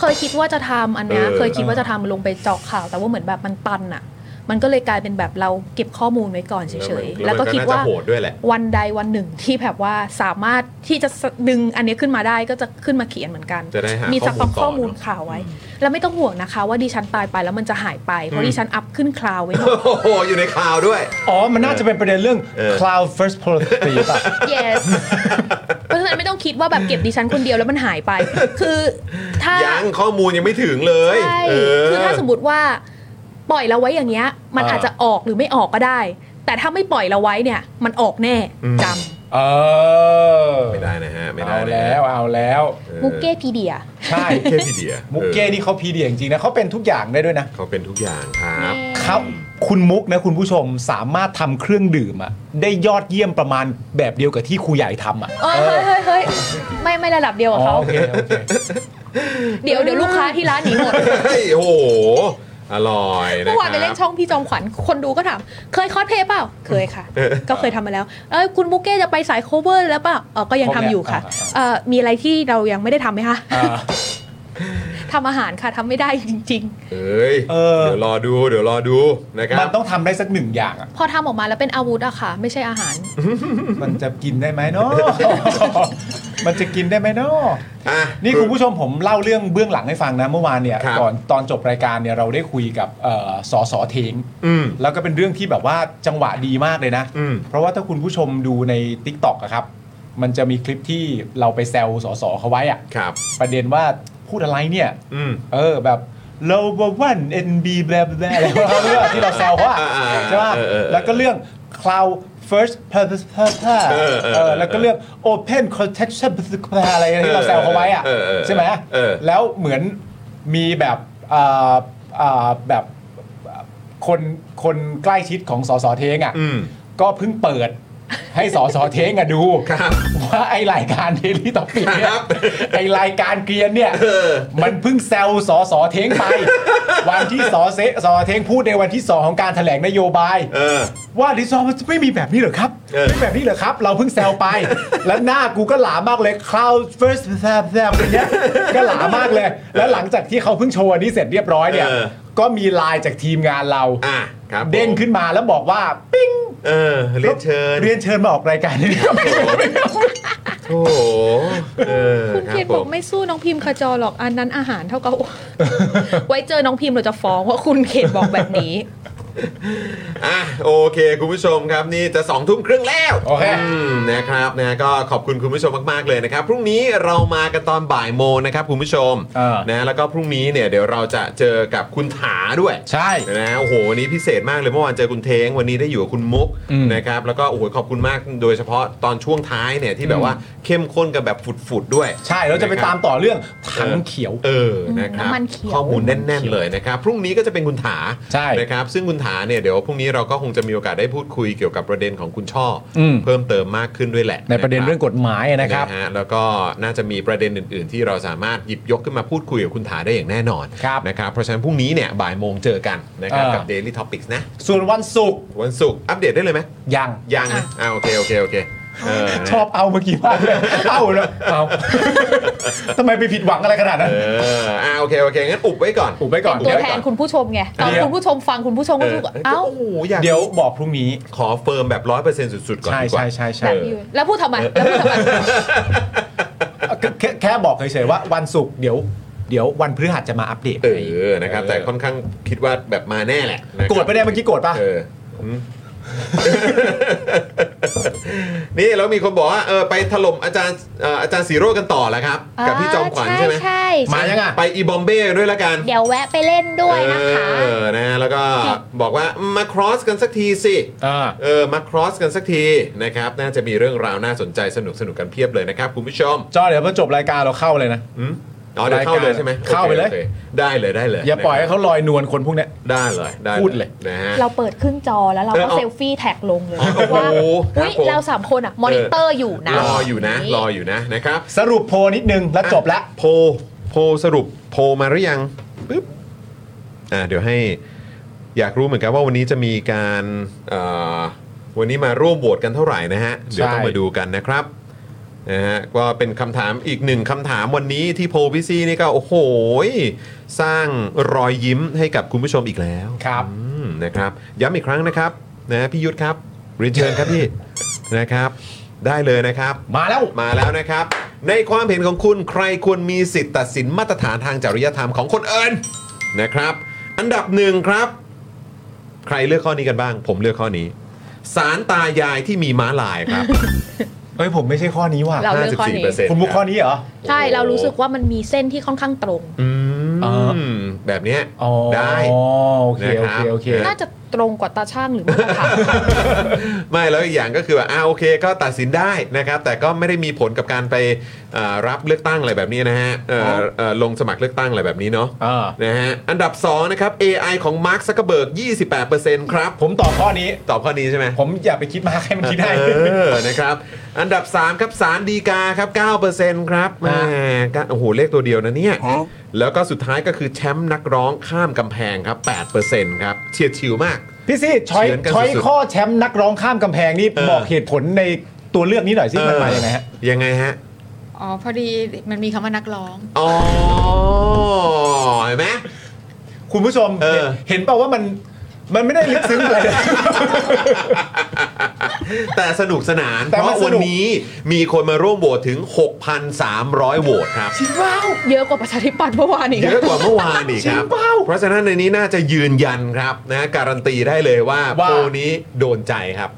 Speaker 3: เคยคิดว่าจะทำอันเนี้ย
Speaker 1: เออ
Speaker 3: เคยคิดว่าจะทำลงไปเจาะข่าว แต่ว่าเหมือนแบบมันตันอ่ะ มันก็เลยกลายเป็นแบบเราเก็บข้อมูลไว้ก่อนเฉยๆ แล้วก็คิดว่า
Speaker 1: น่จะโหดด้วยแหละ (laughs)
Speaker 3: วันใดวันหนึ่งที่แบบว่าสามารถที่จะดึงอันเนี้ยขึ้นมาได้ก็จะขึ้นมาเขียนเหมือนกัน
Speaker 1: จะได้หามี
Speaker 3: มีสต็อก
Speaker 1: ข้
Speaker 3: ข้
Speaker 1: อ
Speaker 3: อ
Speaker 1: มู
Speaker 3: มู
Speaker 1: ล
Speaker 3: ล
Speaker 1: ต่อเนอะ
Speaker 3: ข่าวไว้ แล้วไม่ต้องห่วงนะคะ ว่าดิฉันตายไปแล้วมันจะหายไป เพราะดิฉันอัพขึ้นคลาวไว้หมด
Speaker 1: โอ้โหอยู่ในข่าวด้วย
Speaker 2: อ๋อ มันน่าจะเป็นประเด็นเรื่อง
Speaker 1: เออ
Speaker 2: cloud first policy ป่ะ
Speaker 3: yes เพราะฉะนั้นไม่ต้องคิดว่าแบบเก็บดิฉันคนเดียวแล้วมันหายไป คือถ้า
Speaker 1: ยังข้อมูลยังไม่ถึงเลย
Speaker 3: ใช่
Speaker 1: เ
Speaker 3: คือถ้าสมมติว่าปล่อยเราไว้อย่างเงี้ย มัน
Speaker 2: อ่า
Speaker 3: อาจจะออกหรือไม่ออกก็ได้ แต่ถ้าไม่ปล่อยเราไว้เนี่ย มันออกแน่จ
Speaker 2: เออ
Speaker 1: ไม่ได้นะฮะ ไม่ได้
Speaker 2: เอา
Speaker 1: นะ
Speaker 2: แล้วเอาแล้ว
Speaker 3: ำมุกเก้พีเดีย
Speaker 2: ใช่
Speaker 1: เก้พีเดีย
Speaker 2: มุกเก้นี่เขาพีเดียจริงๆนะเขาเป็นทุกอย่างได้ด้วยนะ
Speaker 1: เขาเป็นทุกอย่างครับ
Speaker 2: เขาคุณมุกนะคุณผู้ชมสามารถทำเครื่องดื่มอะได้ยอดเยี่ยมประมาณแบบเดียวกับที่ครูใหญ่ทำอะ
Speaker 3: เอ้ยเฮ้ยเฮ้ยเฮ้ยไม่ไม่ระดับเดียว
Speaker 2: อ๋
Speaker 3: กับ
Speaker 2: อ
Speaker 3: เขา
Speaker 2: โอเคโอเค
Speaker 3: เดี๋ยวเดี๋ยวลูกค้าที่ร้านหนีหมด
Speaker 1: เฮ้ยโอ้โห อร่อยนะ
Speaker 3: เมื่อวานไป
Speaker 1: ค
Speaker 3: เล่
Speaker 1: รั
Speaker 3: น
Speaker 1: บ
Speaker 3: ช่องพี่จอมขวัญคนดูก็ถาม เคยคอสเพลย์เปล่า เคยค่ะ
Speaker 1: เออ
Speaker 3: ก็เคยทำมาแล้ว เอ้ยคุณมุกเก้จะไปสายโคเวอร์แล้วเปล่าเออก็ยังทำอยู่ค่ะเอ่อมีอะไรที่เรายังไม่ได้ทำไหมคะ
Speaker 2: อ่า
Speaker 3: ทำอาหารค่ะทำไม่ได้จริง
Speaker 1: เอ้ย
Speaker 2: เออ
Speaker 1: เดี๋ยวรอดู เดี๋ยวรอดูนะครั
Speaker 2: มั
Speaker 1: บ
Speaker 2: นต้องทำได้สักหนึ่งอย่างอะ
Speaker 3: ๆ พอทำออกมาแล้วเป็นอาวุธอะค่ะ ไม่ใช่อาหาร
Speaker 2: มันจะกินได้ไหม
Speaker 1: (laughs)
Speaker 2: เนาะ มันจะกินได้ไหมเนาะ
Speaker 1: อ่ะ
Speaker 2: นี่คุณผู้ชมผมเล่าเรื่องเบื้องหลังให้ฟังนะเมื่อวานเนี่ย
Speaker 1: ครับ
Speaker 2: ก่อนตอนจบรายการเนี่ยเราได้คุยกับเอ่อสอสอเทง
Speaker 1: อืม
Speaker 2: แล้วก็เป็นเรื่องที่แบบว่าจังหวะดีมากเลยนะ
Speaker 1: อืม
Speaker 2: เพราะว่าถ้าคุณผู้ชมดูใน t ิ k t o k อะครับ มันจะมีคลิปที่เราไปแซวสอสอเขาไว้อะ
Speaker 1: ครับ
Speaker 2: ประเด็นว่าพูดอะไรเนี่ย
Speaker 1: อืม
Speaker 2: เออแบบโลบวันเอ็นบีแบลบลอะไรของเขาเรื่องที่เราแซวเขาอะ
Speaker 1: อ่าอ่าอ่า
Speaker 2: ใช่ป่ะ
Speaker 1: เออเออ
Speaker 2: แล้วก็เรื่อง cloud first purpose purpose
Speaker 1: เออเออ
Speaker 2: เออแล้วก็เรื่อง open connection อะไรที่เราแซวเขาไว้อะ
Speaker 1: เออเออเออ
Speaker 2: ใช่ไหม
Speaker 1: เออ
Speaker 2: แล้วเหมือนมีแบบอ่าอ่าแบบคนคนใกล้ชิดของสสเทงอ่ะ
Speaker 1: อืม
Speaker 2: ก็เพิ่งเปิดให้สสเทงอ่ะดู
Speaker 1: ครับ
Speaker 2: ว่าไอรายการเทลี่ต่อปีเนี่
Speaker 1: ครั
Speaker 2: ย
Speaker 1: บ
Speaker 2: ไอรายการเกรียนเนี่ย
Speaker 1: เออ
Speaker 2: มันเพิ่งแซวสอสอเทงไป วันที่สอเซสอเทงพูดในวันที่สองของการถแถลงนโยบาย
Speaker 1: เออ
Speaker 2: ว่าดิซอมันไม่มีแบบนี้เหรอครับ
Speaker 1: เออ
Speaker 2: ไม่มีแบบนี้เหรอครับ เราเพิ่งแซว
Speaker 1: (laughs)
Speaker 2: ไป แล้วหน้ากูก็หลามากเลย cloud first แซบแซบอย่างเงี้ยก็หลามากเลย
Speaker 1: (laughs)
Speaker 2: แล้วหลังจากที่เขาเพิ่งโชว์อันนี้เสร็จเรียบร้อยเนี่ย ก็มีไลน์จากทีมงานเรา
Speaker 1: อ่ะ ครับผม
Speaker 2: เด้งขึ้นมาแล้วบอกว่าปิ้ง
Speaker 1: เออ เรียนเชิญ
Speaker 2: เรียนเชิญมาออกรายการ
Speaker 1: (laughs)
Speaker 2: นี้
Speaker 1: โอ้โหเออ
Speaker 3: คุณ
Speaker 1: รั
Speaker 3: เคียร
Speaker 1: ผ
Speaker 3: บอก
Speaker 1: ม
Speaker 3: ไม่สู้น้องพิมพ์ขจรหรอกอันนั้นอาหารเท่ากับ (laughs) ไว้เจอน้องพิมพ์เราจะฟ้องเพราะคุณเขตบอกแบบนี้
Speaker 1: อ่ะโอเค คุณผู้ชมครับนี่จะ2องทุ่มครึ่งแล้ว
Speaker 2: โอเค
Speaker 1: มนะครับนะก็ขอบคุณคุณผู้ชมมากๆเลยนะครับ พรุ่งนี้เรามากันตอนบ่ายโมงนะครับคุณผู้ชม
Speaker 2: เออ
Speaker 1: นะแล้วก็พรุ่งนี้เนี่ยเดี๋ยวเราจะเจอกับคุณถาด้วย
Speaker 2: ใช่
Speaker 1: นะโอ้โหวันนี้พิเศษมากเลยเมื่อวานเจอคุณเทง วันนี้ได้อยู่กับคุณมุก
Speaker 2: อืม
Speaker 1: นะครับแล้วก็โอ้โหขอบคุณมากโดยเฉพาะตอนช่วงท้ายเนี่ยที่แบบ
Speaker 2: อืม
Speaker 1: ว่าเข้มข้นกันแบบฝุดๆด้วย
Speaker 2: ใช่เราจะไปตามต่อเรื่องถังเขียว
Speaker 1: เออ นะครับ
Speaker 3: น้ำมันเขียว
Speaker 1: ข้อมูลแน่น ๆ เลยนะครับ พรุ่งนี้ก็จะเป็นคุณถา
Speaker 2: ใช่
Speaker 1: นะครับ ซึ่งคุณถาเนี่ยเดี๋ยวพรุ่งนี้เราก็คงจะมีโอกาสได้พูดคุยเกี่ยวกับประเด็นของคุณช่ออ
Speaker 2: ม
Speaker 1: เพิ่มเติมมากขึ้นด้วยแหละ
Speaker 2: ในประเด็นเรื่องกฎหมายนะครับ
Speaker 1: ฮแล้วก็น่าจะมีประเด็นอื่น ๆ ที่เราสามารถหยิบยกขึ้นมาพูดคุยกับคุณถาได้อย่างแน่นอน
Speaker 2: ครับ
Speaker 1: นะครับ เพราะฉะนั้นพรุ่งนี้เนี่ยบ่ายโมงเจอกันนะครับ
Speaker 2: เออ
Speaker 1: กับ Daily Topics นะ
Speaker 2: ส่วนวันศุกร์
Speaker 1: วันศุกร์อัปเดตได้เลยไหม
Speaker 2: ยัง
Speaker 1: ยังนะอ่าโอเคโอเคโอเคเออนะ
Speaker 2: ชอบเอาเมื่อกี้มาก (laughs) เลยเอาแล้วเอาทำไมไปผิดหวังอะไรขนาดนั้น
Speaker 1: เอออ่าโอเคโอเคงั้นอุบไว้ก่อน
Speaker 2: อุบไว้ก่อน
Speaker 3: ตัว
Speaker 2: เดี๋ยว
Speaker 3: แทนคุณผู้ชมไงตอน
Speaker 2: เดี๋ยว
Speaker 3: คุณผู้ชมฟังคุณผู้ชมก็รู้สึกว่าเอ้า
Speaker 1: โอ้โหอยาก
Speaker 2: เดี๋ยวบอกพรุ่งนี้
Speaker 1: ขอเฟิร์มแบบร้อยเปอร์เซ็นต์สุด ๆ ก่อน
Speaker 2: ใช่
Speaker 1: ดีกว่า
Speaker 2: ใช่ใช่ใช่
Speaker 3: แบบนี้เลยแล้วพูดทำไมแล้วพูดทำไม
Speaker 2: ก็แค่แค่บอกเฉยๆว่าวันศุกร์เดี๋ยว เดี๋ยววันพฤหัสจะมาอัปเดต
Speaker 1: เออ นะครับ แต่ค่อนข้างคิดว่าแบบมาแน่แหละนะครับ
Speaker 2: โกรธไปได้เมื่อกี้โกรธป่ะ
Speaker 1: เอออืม นี่แล้วมีคนบอกว่าเออไปถล่มอาจารย์เอ่ออาจารย์สีโรจน์กันต่อแล้วครับ กับพี่จอมขวัญใช่ไหม
Speaker 9: ใช่
Speaker 2: มายังอ่ะ
Speaker 1: ไปอีบอมเบ้ด้วยละกัน
Speaker 9: เดี๋ยวแวะไปเล่นด้วยนะคะ
Speaker 1: เออนะฮะแล้ว
Speaker 3: (laughs)
Speaker 1: ก็บอกว่ามาครอสกันสักทีสิ
Speaker 2: อ่า
Speaker 1: เออมาครอสกันสักทีนะครับ น่าจะมีเรื่องราวน่าสนใจสนุกสนุกๆกันเพียบเลยนะครับคุณผู้ชม
Speaker 2: จอเดี๋ยวพอจบรายการเราเข้าเลยนะ
Speaker 1: อืมอ๋อเดี๋ยวเข้าเลยใช่ไหม
Speaker 2: เข้าไปเลย
Speaker 1: โอคโอคได้เลยได้เลย
Speaker 2: อย่าปล่อยให้เขาลอยนวลคนพวกเนี้ย
Speaker 1: ได้เลยไ
Speaker 2: พูดเลย
Speaker 1: นะฮะ
Speaker 3: เราเปิดครึ่งจอแล้วเรา
Speaker 1: เออ
Speaker 3: ก็
Speaker 1: เอา
Speaker 3: เซลฟี่แท็กลงเลย
Speaker 1: โอ้โห
Speaker 3: ว่า
Speaker 1: ครับ
Speaker 3: อุ้ย
Speaker 1: ผม
Speaker 3: เราสามคนอะมอนิเตอร์อยู่นะ
Speaker 1: รออยู่นะ รออยู่นะนะครับ
Speaker 2: สรุปโพลนิดนึงแล้วจบละ
Speaker 1: อ่ะโพลโพลสรุปโพลมาหรือยังปึ๊บอ่าเดี๋ยวให้อยากรู้เหมือนกันว่าวันนี้จะมีการเอ่อวันนี้มาร่วมโหวตกันเท่าไหร่นะฮะ เดี๋ยวต้องมาดูกันนะครับนะฮะก็เป็นคำถามอีกหนึ่งคำถามวันนี้ที่โพลพี่ซี่นี่ก็โอ้โหสร้างรอยยิ้มให้กับคุณผู้ชมอีกแล้ว
Speaker 2: ครับ
Speaker 1: อืมนะครับย้ำอีกครั้งนะครับนะพี่ยุทธครับเรียนเชิญครับพี่
Speaker 2: (laughs)
Speaker 1: นะครับ ได้เลยนะครับ
Speaker 2: มาแล้ว
Speaker 1: มาแล้วนะครับ ในความเห็นของคุณใครควรมีสิทธิ์ตัดสินมาตรฐานทางจริยธรรมของคนอื่นนะครับ อันดับหนึ่งครับ ใครเลือกข้อนี้กันบ้าง ผมเลือกข้อนี้สารตายายที่มีม้าลายครับ
Speaker 2: เฮ้ยผมไม่ใช่ข้อนี้ว่ะ
Speaker 3: (laughs) เราเลือกข้อนี้
Speaker 1: 54%
Speaker 2: คุณมุกข้อนี้เหรอ
Speaker 3: ใช่เรารู้สึกว่ามันมีเส้นที่ค่อนข้างตรง
Speaker 1: อื
Speaker 2: เอ
Speaker 1: มแบบเนี้ย
Speaker 2: อ๋อ
Speaker 1: ได้
Speaker 2: โอเคโอเคโอเค
Speaker 1: นะครับ
Speaker 3: น่าจะ ตรงกว่าตาช่างหรือมาตรฐาน
Speaker 1: (laughs) ไม่แล้วอีกอย่างก็คือว่าอ่าโอเคก็ตัดสินได้นะครับ แต่ก็ไม่ได้มีผลกับการไปเอ่อรับเลือกตั้งอะไรแบบนี้นะฮะเอ่อเอ่อลงสมัครเลือกตั้งอะไรแบบนี้เนาะ
Speaker 2: อ่า
Speaker 1: นะฮะอันดับ 2 นะครับ AI ของ Mark Zuckerberg 28%ครับ
Speaker 2: ผมตอบข้อนี้
Speaker 1: ตอบข้อนี้ใช่ไหม
Speaker 2: ผมอย่าไปคิดมากให้มันคิดได้
Speaker 1: เออ นะครับ อันดับ 3 ครับสารดีกาครับ 9%ครับแหมก็โอ้โห เลขตัวเดียวนะเนี่ย แล้วก็สุดท้ายก็คือแชมป์นักร้องข้ามกำแพงครับ 8%ครับ เฉียดชิวมาก
Speaker 2: พี่ซี่ช้อย
Speaker 1: เฉือนกัน
Speaker 2: ช้อย
Speaker 1: สุดๆ
Speaker 2: ข้อแชมป์นักร้องข้ามกำแพงนี่
Speaker 1: เออ
Speaker 2: บอกเหตุผลในตัวเลือกนี้หน่อยสิมันมายังไงฮะ
Speaker 1: ยังไงฮะ
Speaker 7: อ๋อพอดีมันมีคำว่านักร้อง
Speaker 1: อ๋อ เห็นไหม
Speaker 2: คุณผู้ชม
Speaker 1: เออ
Speaker 2: เห็นเปล่าว่ามันมันไม่ได้ลึกซึ้งอะไร (laughs) เลย
Speaker 1: แต่สนุกสนาน
Speaker 2: แต่
Speaker 1: เพ
Speaker 2: มั
Speaker 1: ราะ
Speaker 2: นสนุก
Speaker 1: วันนี้มีคนมาร่วมโหวตถึง 6,300 โหวตครับ
Speaker 3: เยอะกว่าประชาธิปัตย์เมื่อวานอีก
Speaker 1: เย
Speaker 3: อะ
Speaker 1: อะกว่าเมื่อวานอีกครับ เพราะฉะนั้นในนี้น่าจะยืนยันครับนะการันตีได้เลยว่า
Speaker 2: ว่า
Speaker 1: โพลนี้โดนใจครับ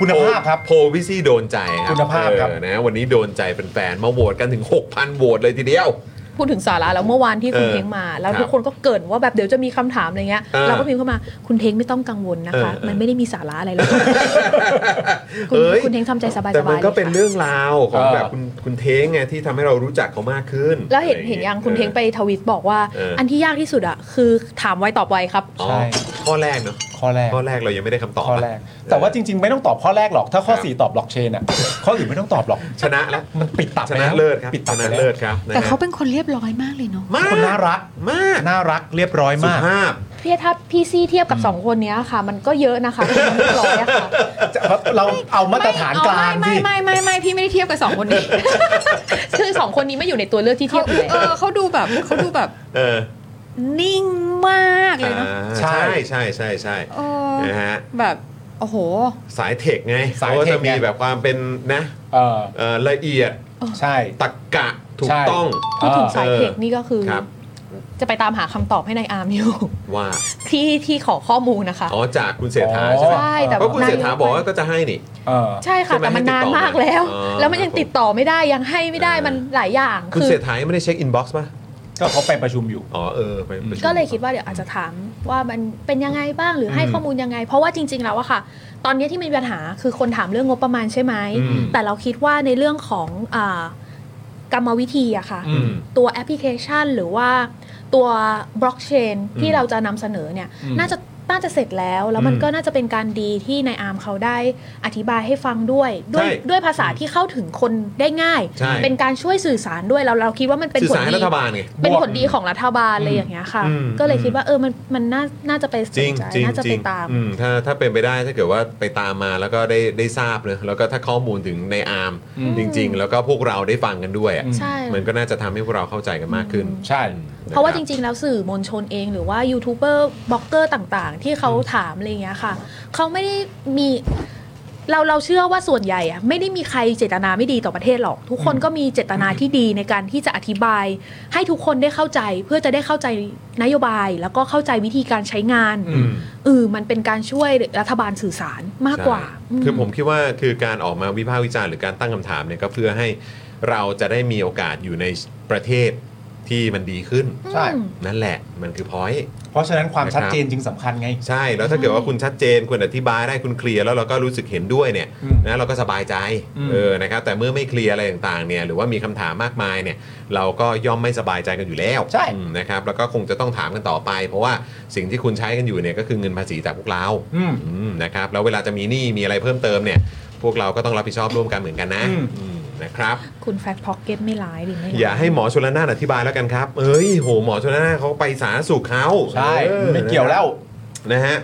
Speaker 2: คุณภาพครับ
Speaker 1: โพลโพลพี่ซี่โดนใจรับ
Speaker 2: คุณภาพครับ
Speaker 1: เออนะวันนี้โดนใจเป็นแฟนๆมาโหวตกันถึง 6,000โหวตเลยทีเดียว
Speaker 3: พูดถึงสาระแล้วเมื่อวานที่คุณ
Speaker 1: เออ
Speaker 3: เทงมา แล้ว
Speaker 1: ครับ
Speaker 3: ทุกคนก็เกริดว่าแบบเดี๋ยวจะมีคำถามอะไรเงี้ย
Speaker 1: เออ
Speaker 3: เราก็พิมพ์เข้ามาคุณเทงไม่ต้องกังวลนะคะ
Speaker 1: เออเออ
Speaker 3: มันไม่ได้มีสาระอะไรแล้วคุณ
Speaker 1: เอ้ย
Speaker 3: คุณเทงทำใจสบายๆ
Speaker 1: แต่มันก็เป็น
Speaker 3: ลยค่ะ
Speaker 1: เรื่องราวของ
Speaker 2: เออ
Speaker 1: แบบคุณคุณเท้งไงที่ทำให้เรารู้จักเขามากขึ้น
Speaker 3: แล้วเห็น
Speaker 1: อะไรอ
Speaker 3: เห็นยังคุณ
Speaker 1: ออ
Speaker 3: เทงไปทวิตบอกว่า
Speaker 1: เอออั
Speaker 3: อันที่ยากที่สุดอะคือถามไวตอบไวครับ
Speaker 1: อ๋อ
Speaker 2: ใช่
Speaker 1: ข้อแรกเนาะ
Speaker 2: ข้อแรก
Speaker 1: ข้อแรกเรายังไม่ได้คำตอบ
Speaker 2: ข้อแรก แต่ว่าจริง ๆ ไม่ต้องตอบข้อแรกหรอก ถ้าข้อ 4 ตอบบล็อกเชนอ่ะ ข้ออื่นไม่ต้องตอบหรอก
Speaker 1: ชนะแล้ว
Speaker 2: มันปิดตับ
Speaker 1: ช
Speaker 2: ไป
Speaker 1: นะ
Speaker 2: แล้ว
Speaker 1: เลิศครับ
Speaker 2: ปิด
Speaker 1: ช
Speaker 2: ตับไป
Speaker 1: นะ
Speaker 2: แล้
Speaker 1: เลิ
Speaker 2: ว
Speaker 1: ศครับนะ
Speaker 7: แต่
Speaker 1: ฮะ
Speaker 7: เขาเป็นคนเรียบร้อยมากเลยเนาะ
Speaker 1: มาก
Speaker 2: คนน่ารัก
Speaker 1: มาก
Speaker 2: น่ารักเรียบร้อย
Speaker 1: สุ
Speaker 2: มาก
Speaker 1: ภาพ
Speaker 3: พี่ถ้าพี่ซี่เทียบกับสองคนเนี้ยค่ะ มันก็เยอะนะคะที่มันเรียบร้อยอะ
Speaker 1: (laughs)
Speaker 3: ค่ะ
Speaker 2: เราเอามาตรฐานกลาง
Speaker 7: ไม่
Speaker 2: ที่
Speaker 7: ไม่ไม่ไม่ไม่พี่ไม่ได้เทียบกับสองคน
Speaker 1: (laughs)
Speaker 7: นี้
Speaker 3: คือสองคนนี้ไม่อยู่ในตัวเลือกที่เที
Speaker 7: เขา
Speaker 3: ยบอยู่แล้ว
Speaker 7: เออเขาดูแบบเขาดูแบบ
Speaker 1: เออ
Speaker 7: นิ่งมากเลยเนาะ
Speaker 1: อ่า
Speaker 2: ใช่
Speaker 1: ใช่ใช่ใช่ใช่
Speaker 7: เออ
Speaker 1: นะฮะ
Speaker 7: แบบโอ้โห
Speaker 1: สายเทคไง
Speaker 2: สายเทคไง
Speaker 1: ขก็จะมีแบบความเป็นนะ
Speaker 2: เออ
Speaker 1: เอ่อละเอียด
Speaker 2: ใช่
Speaker 1: ตักกะถูก
Speaker 2: ใช่
Speaker 1: ต้อง
Speaker 3: พูดถึง
Speaker 2: เออ
Speaker 3: สายเทคนี่ก็คือ
Speaker 1: ครับ
Speaker 3: จะไปตามหาคำตอบให้ในายอาร์มอยู่
Speaker 1: ว่า
Speaker 3: ที่ที่ขอข้อมูลนะคะ
Speaker 1: อ๋อจากคุณเสถาใช่ไหม
Speaker 3: ใช่แต่
Speaker 1: เพราะคุณเสถาบอกว่าก็จะให้นี่
Speaker 2: เออ
Speaker 3: ใช่ค่ะ
Speaker 1: ใช่ไหม
Speaker 3: แต่มันนานมาก
Speaker 1: ให้ติดต่อ
Speaker 3: แล้ว
Speaker 1: อ๋อ
Speaker 3: แล้วมันยังติดต่อไม่ได้ยังให้ไม่ได้
Speaker 1: เออ
Speaker 3: มันหลายอย่าง
Speaker 1: คุณ
Speaker 3: คือ
Speaker 1: เสถายังไม่ได้เช็คอินบ็อกซ์ป่ะ
Speaker 2: ก็เขาไปประชุมอยู่
Speaker 1: อ๋อเออไปประชุม
Speaker 3: ก็เลยคิดว่าเดี๋ยวอาจจะถามว่ามันเป็นยังไงบ้างหรือให้
Speaker 2: อืม
Speaker 3: ข้อมูลยังไง เพราะว่าจริง ๆ แล้วอะค่ะ ตอนนี้ที่มีปัญหาคือคนถามเรื่องงบประมาณใช่ไหม
Speaker 1: อืม
Speaker 3: แต่เราคิดว่าในเรื่องของอากรรมวิธีอะค่ะ
Speaker 1: อืม
Speaker 3: ตัวแอปพลิเคชันหรือว่าตัวบล็อกเชน
Speaker 1: อืม
Speaker 3: ที่เราจะนำเสนอเนี่ย
Speaker 2: อืม
Speaker 3: น่าจะน่าจะเสร็จแล้วแล้วมันก็น่าจะเป็นการดีที่นายอาร์มเขาได้อธิบายให้ฟังด้วย ด้วย
Speaker 1: ใช่
Speaker 3: ด้วยภาษาที่เข้าถึงคนได้ง่าย
Speaker 1: ใช่
Speaker 3: เป็นการช่วยสื่อสารด้วยเราเราคิดว่ามันเป็น
Speaker 1: สื่อ
Speaker 3: ผล
Speaker 1: สารให้
Speaker 3: ดี
Speaker 1: รัฐบาลไง
Speaker 3: เป็นผลดีของรัฐบาลอะไร
Speaker 2: อืม
Speaker 3: อย่างเงี้ยค่ะ
Speaker 1: อืม
Speaker 3: ก็เลย
Speaker 1: อืม
Speaker 3: คิดว่าเออมันมันน่าน่าจะไปส
Speaker 1: จริง
Speaker 3: นใจ
Speaker 1: จริง
Speaker 3: น่าจะ
Speaker 1: จริ
Speaker 3: ไป
Speaker 1: ง
Speaker 3: ตาม
Speaker 1: อืมถ้าถ้าเป็นไปได้ถ้าเกิดว่าไปตามมาแล้วก็ได้ได้ทราบเนอะแล้วก็ถ้าข้อมูลถึงในอาร์ม
Speaker 2: อืม
Speaker 1: จริง ๆ แล้วก็พวกเราได้ฟังกันด้วยอะ
Speaker 2: อืม
Speaker 3: ใช่
Speaker 1: มันก็น่าจะทำให้พวกเราเข้าใจกันมากขึ้น
Speaker 2: ใช่
Speaker 3: เพราะว่าจริง ๆ แล้วสื่อมวลชนเองหรือว่ายูทูบเบอร์บล็อกเกอร์ต่างๆ ที่เขาถามอะไรอย่างเงี้ยค่ะ เขาไม่ได้มีเราเราเชื่อว่าส่วนใหญ่อะไม่ได้มีใครเจตนาไม่ดีต่อประเทศหรอก ทุกคนก็มีเจตนาที่ดีในการที่จะอธิบาย ให้ทุกคนได้เข้าใจเพื่อจะได้เข้าใจนโยบาย แล้วก็เข้าใจวิธีการใช้งาน
Speaker 1: อืม
Speaker 3: เออมันเป็นการช่วยรัฐบาลสื่อสารมากกว่า
Speaker 1: ใช่
Speaker 3: อืม
Speaker 1: คือผมคิดว่าคือการออกมาวิพากษ์วิจารณ์หรือการตั้งคำถามเนี่ยก็เพื่อให้เราจะได้มีโอกาสอยู่ในประเทศที่มันดีขึ้น
Speaker 2: ใช่
Speaker 1: นั่นแหละมันคือพอย
Speaker 2: เพราะฉะนั้นความ
Speaker 1: นะครับ
Speaker 2: ชัดเจนจึงสำคัญไง
Speaker 1: ใช่แล้วถ้าเกิดว่าคุณชัดเจนคุณอธิบายได้คุณเคลียร์แล้วเราก็รู้สึกเห็นด้วยเนี่ย
Speaker 2: อืม
Speaker 1: นะเราก็สบายใจ
Speaker 2: อืม
Speaker 1: เออนะครับแต่เมื่อไม่เคลียร์อะไรต่างๆเนี่ยหรือว่ามีคำถามมากมายเนี่ยเราก็ย่อมไม่สบายใจกันอยู่แล้ว
Speaker 2: ใช่
Speaker 1: อืมนะครับแล้วก็คงจะต้องถามกันต่อไป เพราะว่าสิ่งที่คุณใช้กันอยู่เนี่ยก็คือเงินภาษีจากพวกเรา
Speaker 2: อืม
Speaker 1: อืมนะครับแล้วเวลาจะมีหนี้มีอะไรเพิ่มเติมเนี่ย พวกเราก็ต้องรับผิดชอบร่วมกันเหมือนกันนะ
Speaker 2: อืม
Speaker 1: อืมนะครับ
Speaker 3: คุณแฟกพ็อกเก็ตไม่ร้ายหรือไม่ร้
Speaker 1: อย่าให้หมอชลน่านอธิบายแล้วกันครับ เอ้ยโหหมอชลน่านเขาไปสาธารณสุขเขา
Speaker 2: ใช่
Speaker 1: ออ
Speaker 2: ไม่เกี่ยวแล้ว
Speaker 1: นะฮะ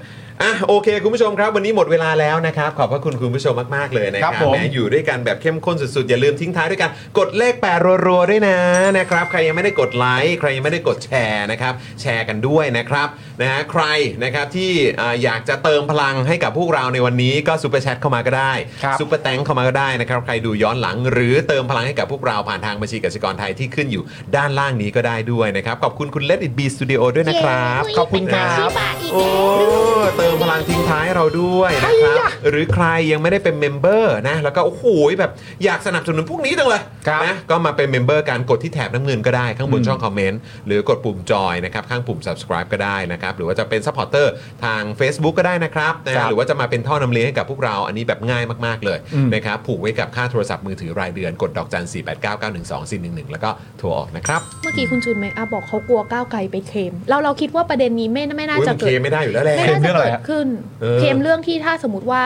Speaker 1: อ่ะโอเค คุณผู้ชมครับ วันนี้หมดเวลาแล้วนะครับ ขอบพระคุณคุณผู้ชมมาก ๆ เลยนะค
Speaker 2: ครั
Speaker 1: รับบ
Speaker 2: ผม
Speaker 1: แหมอยู่ด้วยกันแบบเข้มข้นสุดๆ อย่าลืมทิ้งท้ายด้วยกันกดเลขแปดรัวๆด้วยนะนะครับใครยังไม่ได้กดไลค์ใครยังไม่ได้กดแชร์นะครับแชร์กันด้วยนะครับนะฮะใครนะครับที่อ่าอยากจะเติมพลังให้กับพวกเราในวันนี้ก็ซูเปอร์แชทเข้ามาก็ได้
Speaker 2: ครับ
Speaker 1: ซุปเปอร์แตงเข้ามาก็ได้นะครับใครดูย้อนหลังหรือเติมพลังให้กับพวกเราผ่านทางบัญชีกสิกรไทยที่ขึ้นอยู่ด้านล่างนี้ก็ได้ด้วยนะครับ ขอบคุณคุณเลด i ิ b บีสตูดิโอด้วยนะครับ
Speaker 9: เย้
Speaker 1: ขอบคุณครับ
Speaker 9: เป็นอาชีพอ่ะอีกแล้ว
Speaker 1: โอ้เติมพลังทิ้งท้ายให้เราด้วยนะครับ หรือใครยังไม่ได้เป็นเมมเบอร์นะ แล้วก็ โอ้โหแบบอยากสนับสนุนพวกนี้จังเลย
Speaker 2: ครับ
Speaker 1: นะก็มาเป็นเมมเบอร์การกดที่แถบน้ำเงินก็ได้ข้างบน
Speaker 2: อืม
Speaker 1: ช่องคอมเมนต์หรือกดปุ่มจอยนะครับข้างปุ่ม subscribe ก็ได้นะครับ หรือว่าจะเป็นซัพพอร์เตอร์ทาง Facebook ก็ได้นะครับนะ
Speaker 2: ครั
Speaker 1: ฮะ
Speaker 2: บ
Speaker 1: หรือว่าจะมาเป็นท่อนำเลี้ยงให้กับพวกเราอันนี้แบบง่ายมากๆเลย
Speaker 2: อืม
Speaker 1: นะครับผูกไว้กับค่าโทรศัพท์มือถือรายเดือนกดดอกจัน4 8 9 9 1 2 4 1 1 แล้วก็โทรออกนะครับ
Speaker 3: เมื่อกี้คุณจูนไหมอาบอกเขากลัวก้าวไกลไปเคลมเราเราคิดว่าประเด็นนี้ไม่ไม่น่า
Speaker 1: อุ้ย
Speaker 3: จะ
Speaker 1: มัน
Speaker 3: เกิ
Speaker 1: เคล
Speaker 3: ด
Speaker 1: มไม่ได้อยู่แล้วแหละ
Speaker 3: ไม่
Speaker 2: เคลม
Speaker 3: น่า
Speaker 2: เรื่อ
Speaker 3: จะ
Speaker 2: งอะไร
Speaker 3: เกิ
Speaker 2: ฮะ
Speaker 3: ดขึ้น
Speaker 1: เออ
Speaker 3: เคลมเรื่องที่ถ้าสมมติว่า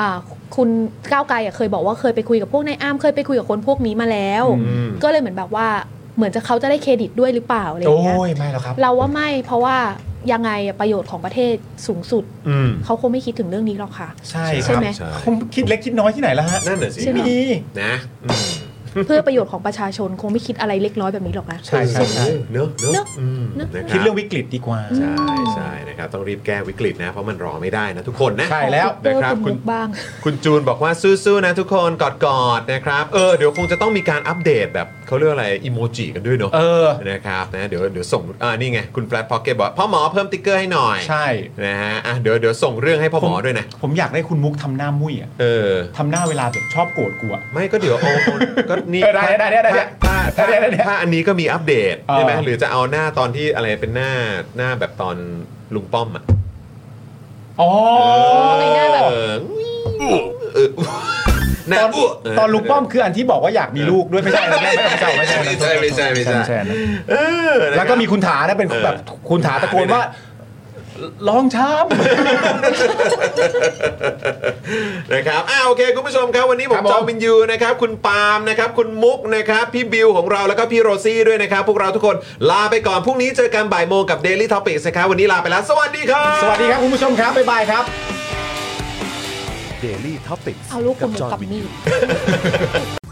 Speaker 3: อ่าคุณก้าวไกลอะเคยบอกว่าเคยไปคุยกับพวกนายอ้ามเคยไปคุยกับคนพวกนี้มาแล้ว
Speaker 1: อืม
Speaker 3: ก็เลยเหมือนแบบว่าเหมือนจะเขาจะได้เครดิตด้วยหรือเปล่าอะไรอ
Speaker 2: โอ้
Speaker 3: ย่า
Speaker 2: ย
Speaker 3: งเงี้ย
Speaker 2: ไม่หรอกครับ
Speaker 3: เราว่าไม่เพราะว่ายังไงอะประโยชน์ของประเทศสูงสุด
Speaker 1: อืม
Speaker 3: เขาคงไม่คิดถึงเรื่องนี้หรอกค่ะ
Speaker 2: ใช่ค
Speaker 3: ใช่
Speaker 2: รับ
Speaker 3: ไหม
Speaker 1: ใช่
Speaker 2: คงคิดเล็กคิดน้อยที่ไหนละฮะ
Speaker 1: นั่นน่ะสิ
Speaker 3: ใช่ไหม
Speaker 2: มี
Speaker 1: นะอืม
Speaker 3: เพื่อประโยชน์ของประชาชนคงไม่คิดอะไรเล็กน้อยแบบนี้หรอกนะ
Speaker 2: ใช่ใช่ใช่
Speaker 1: เนอะเน
Speaker 3: เน
Speaker 1: อะ
Speaker 3: อะ
Speaker 1: อืม
Speaker 3: เนอะ
Speaker 1: นะบ
Speaker 2: คิดเรื่องวิกฤตดีกว่า
Speaker 1: ใช่ใช่นะครับต้องรีบแก้วิกฤตนะ เพราะมันรอไม่ได้นะทุกคนนะ
Speaker 2: ใช่แล้ว
Speaker 3: เพื่อ
Speaker 1: นะครับ
Speaker 3: คุณ
Speaker 1: คุณ
Speaker 3: มุกบ้าง
Speaker 1: คุณจูนบอกว่าสู้ๆนะทุกคนกอดๆนะครับเออเดี๋ยวคงจะต้องมีการอัปเดตแบบเขาเรียกอะไรอิโมจิกันด้วยเนอะ
Speaker 2: เออ
Speaker 1: นะครับนะเดี๋ยวเดี๋ยวส่งอ่านี่ไงคุณแฟลตพ็อกเก็ตบอกพ่อหมอเพิ่มติ๊กเกอร์ให้หน่อย
Speaker 2: ใช่
Speaker 1: นะฮะอ่ะเดี๋ยวเดี๋ยวส่งเรื่องให้พ่อหมอด้วยนะ
Speaker 2: ผมอยากได้คุณมุกทำหน้ามุ้ยอ่ะ
Speaker 1: เออ
Speaker 2: ทำหน้าเวลาแบบชอบโกรธกูอ่ะ
Speaker 1: ไม่ก็เดี๋ยวเอาเอาก็นี่
Speaker 2: เออได้ได้ได้ได้ได้
Speaker 1: ถ้าถ้า
Speaker 2: ได้ได้ได้
Speaker 1: ถ้าอันนี้ก็มีอัปเดต
Speaker 2: เออ
Speaker 1: ใช่ไหมหรือจะเอาหน้าตอนที่อะไรเป็นหน้าหน้าแบบตอนลุงป้อมอ่ะ
Speaker 2: อ๋อ
Speaker 3: ไอ้หน้าแบบ
Speaker 1: เออเออห
Speaker 2: ต
Speaker 1: น้า
Speaker 2: อน
Speaker 1: อ้ว
Speaker 2: ตอนลุงป้อมคืออันที่บอกว่าอยากมีลูกด้วยไม่ใช่นะไม่ไม่ใช่ไม่ใช่
Speaker 1: ไม่ใช่ไม่ใช่ไม่ใช่
Speaker 2: นะ
Speaker 1: เออนะครับ
Speaker 2: แล้วก็มีคุณถานะเป็น
Speaker 1: เออ
Speaker 2: แบบคุณถาตะโกนว่าลองช้
Speaker 1: นะครับอ่าโอเค คุณผู้ชมครับ วันนี้ผมจอมบินยูนะครับ คุณปาล์มนะครับ คุณมุกนะครับ พี่บิวของเราแล้วก็พี่โรซี่ด้วยนะครับ พวกเราทุกคนลาไปก่อน พรุ่งนี้เจอกันบ่ายโมงกับ Daily Topics นะครับวันนี้ลาไปแล้ว สวัสดีครับ
Speaker 2: ำสวัสดีครับคุณผู้ชมครับบ๊ายบายครับ
Speaker 4: Daily Topics
Speaker 3: เอาลูกคุณมุกกับมีด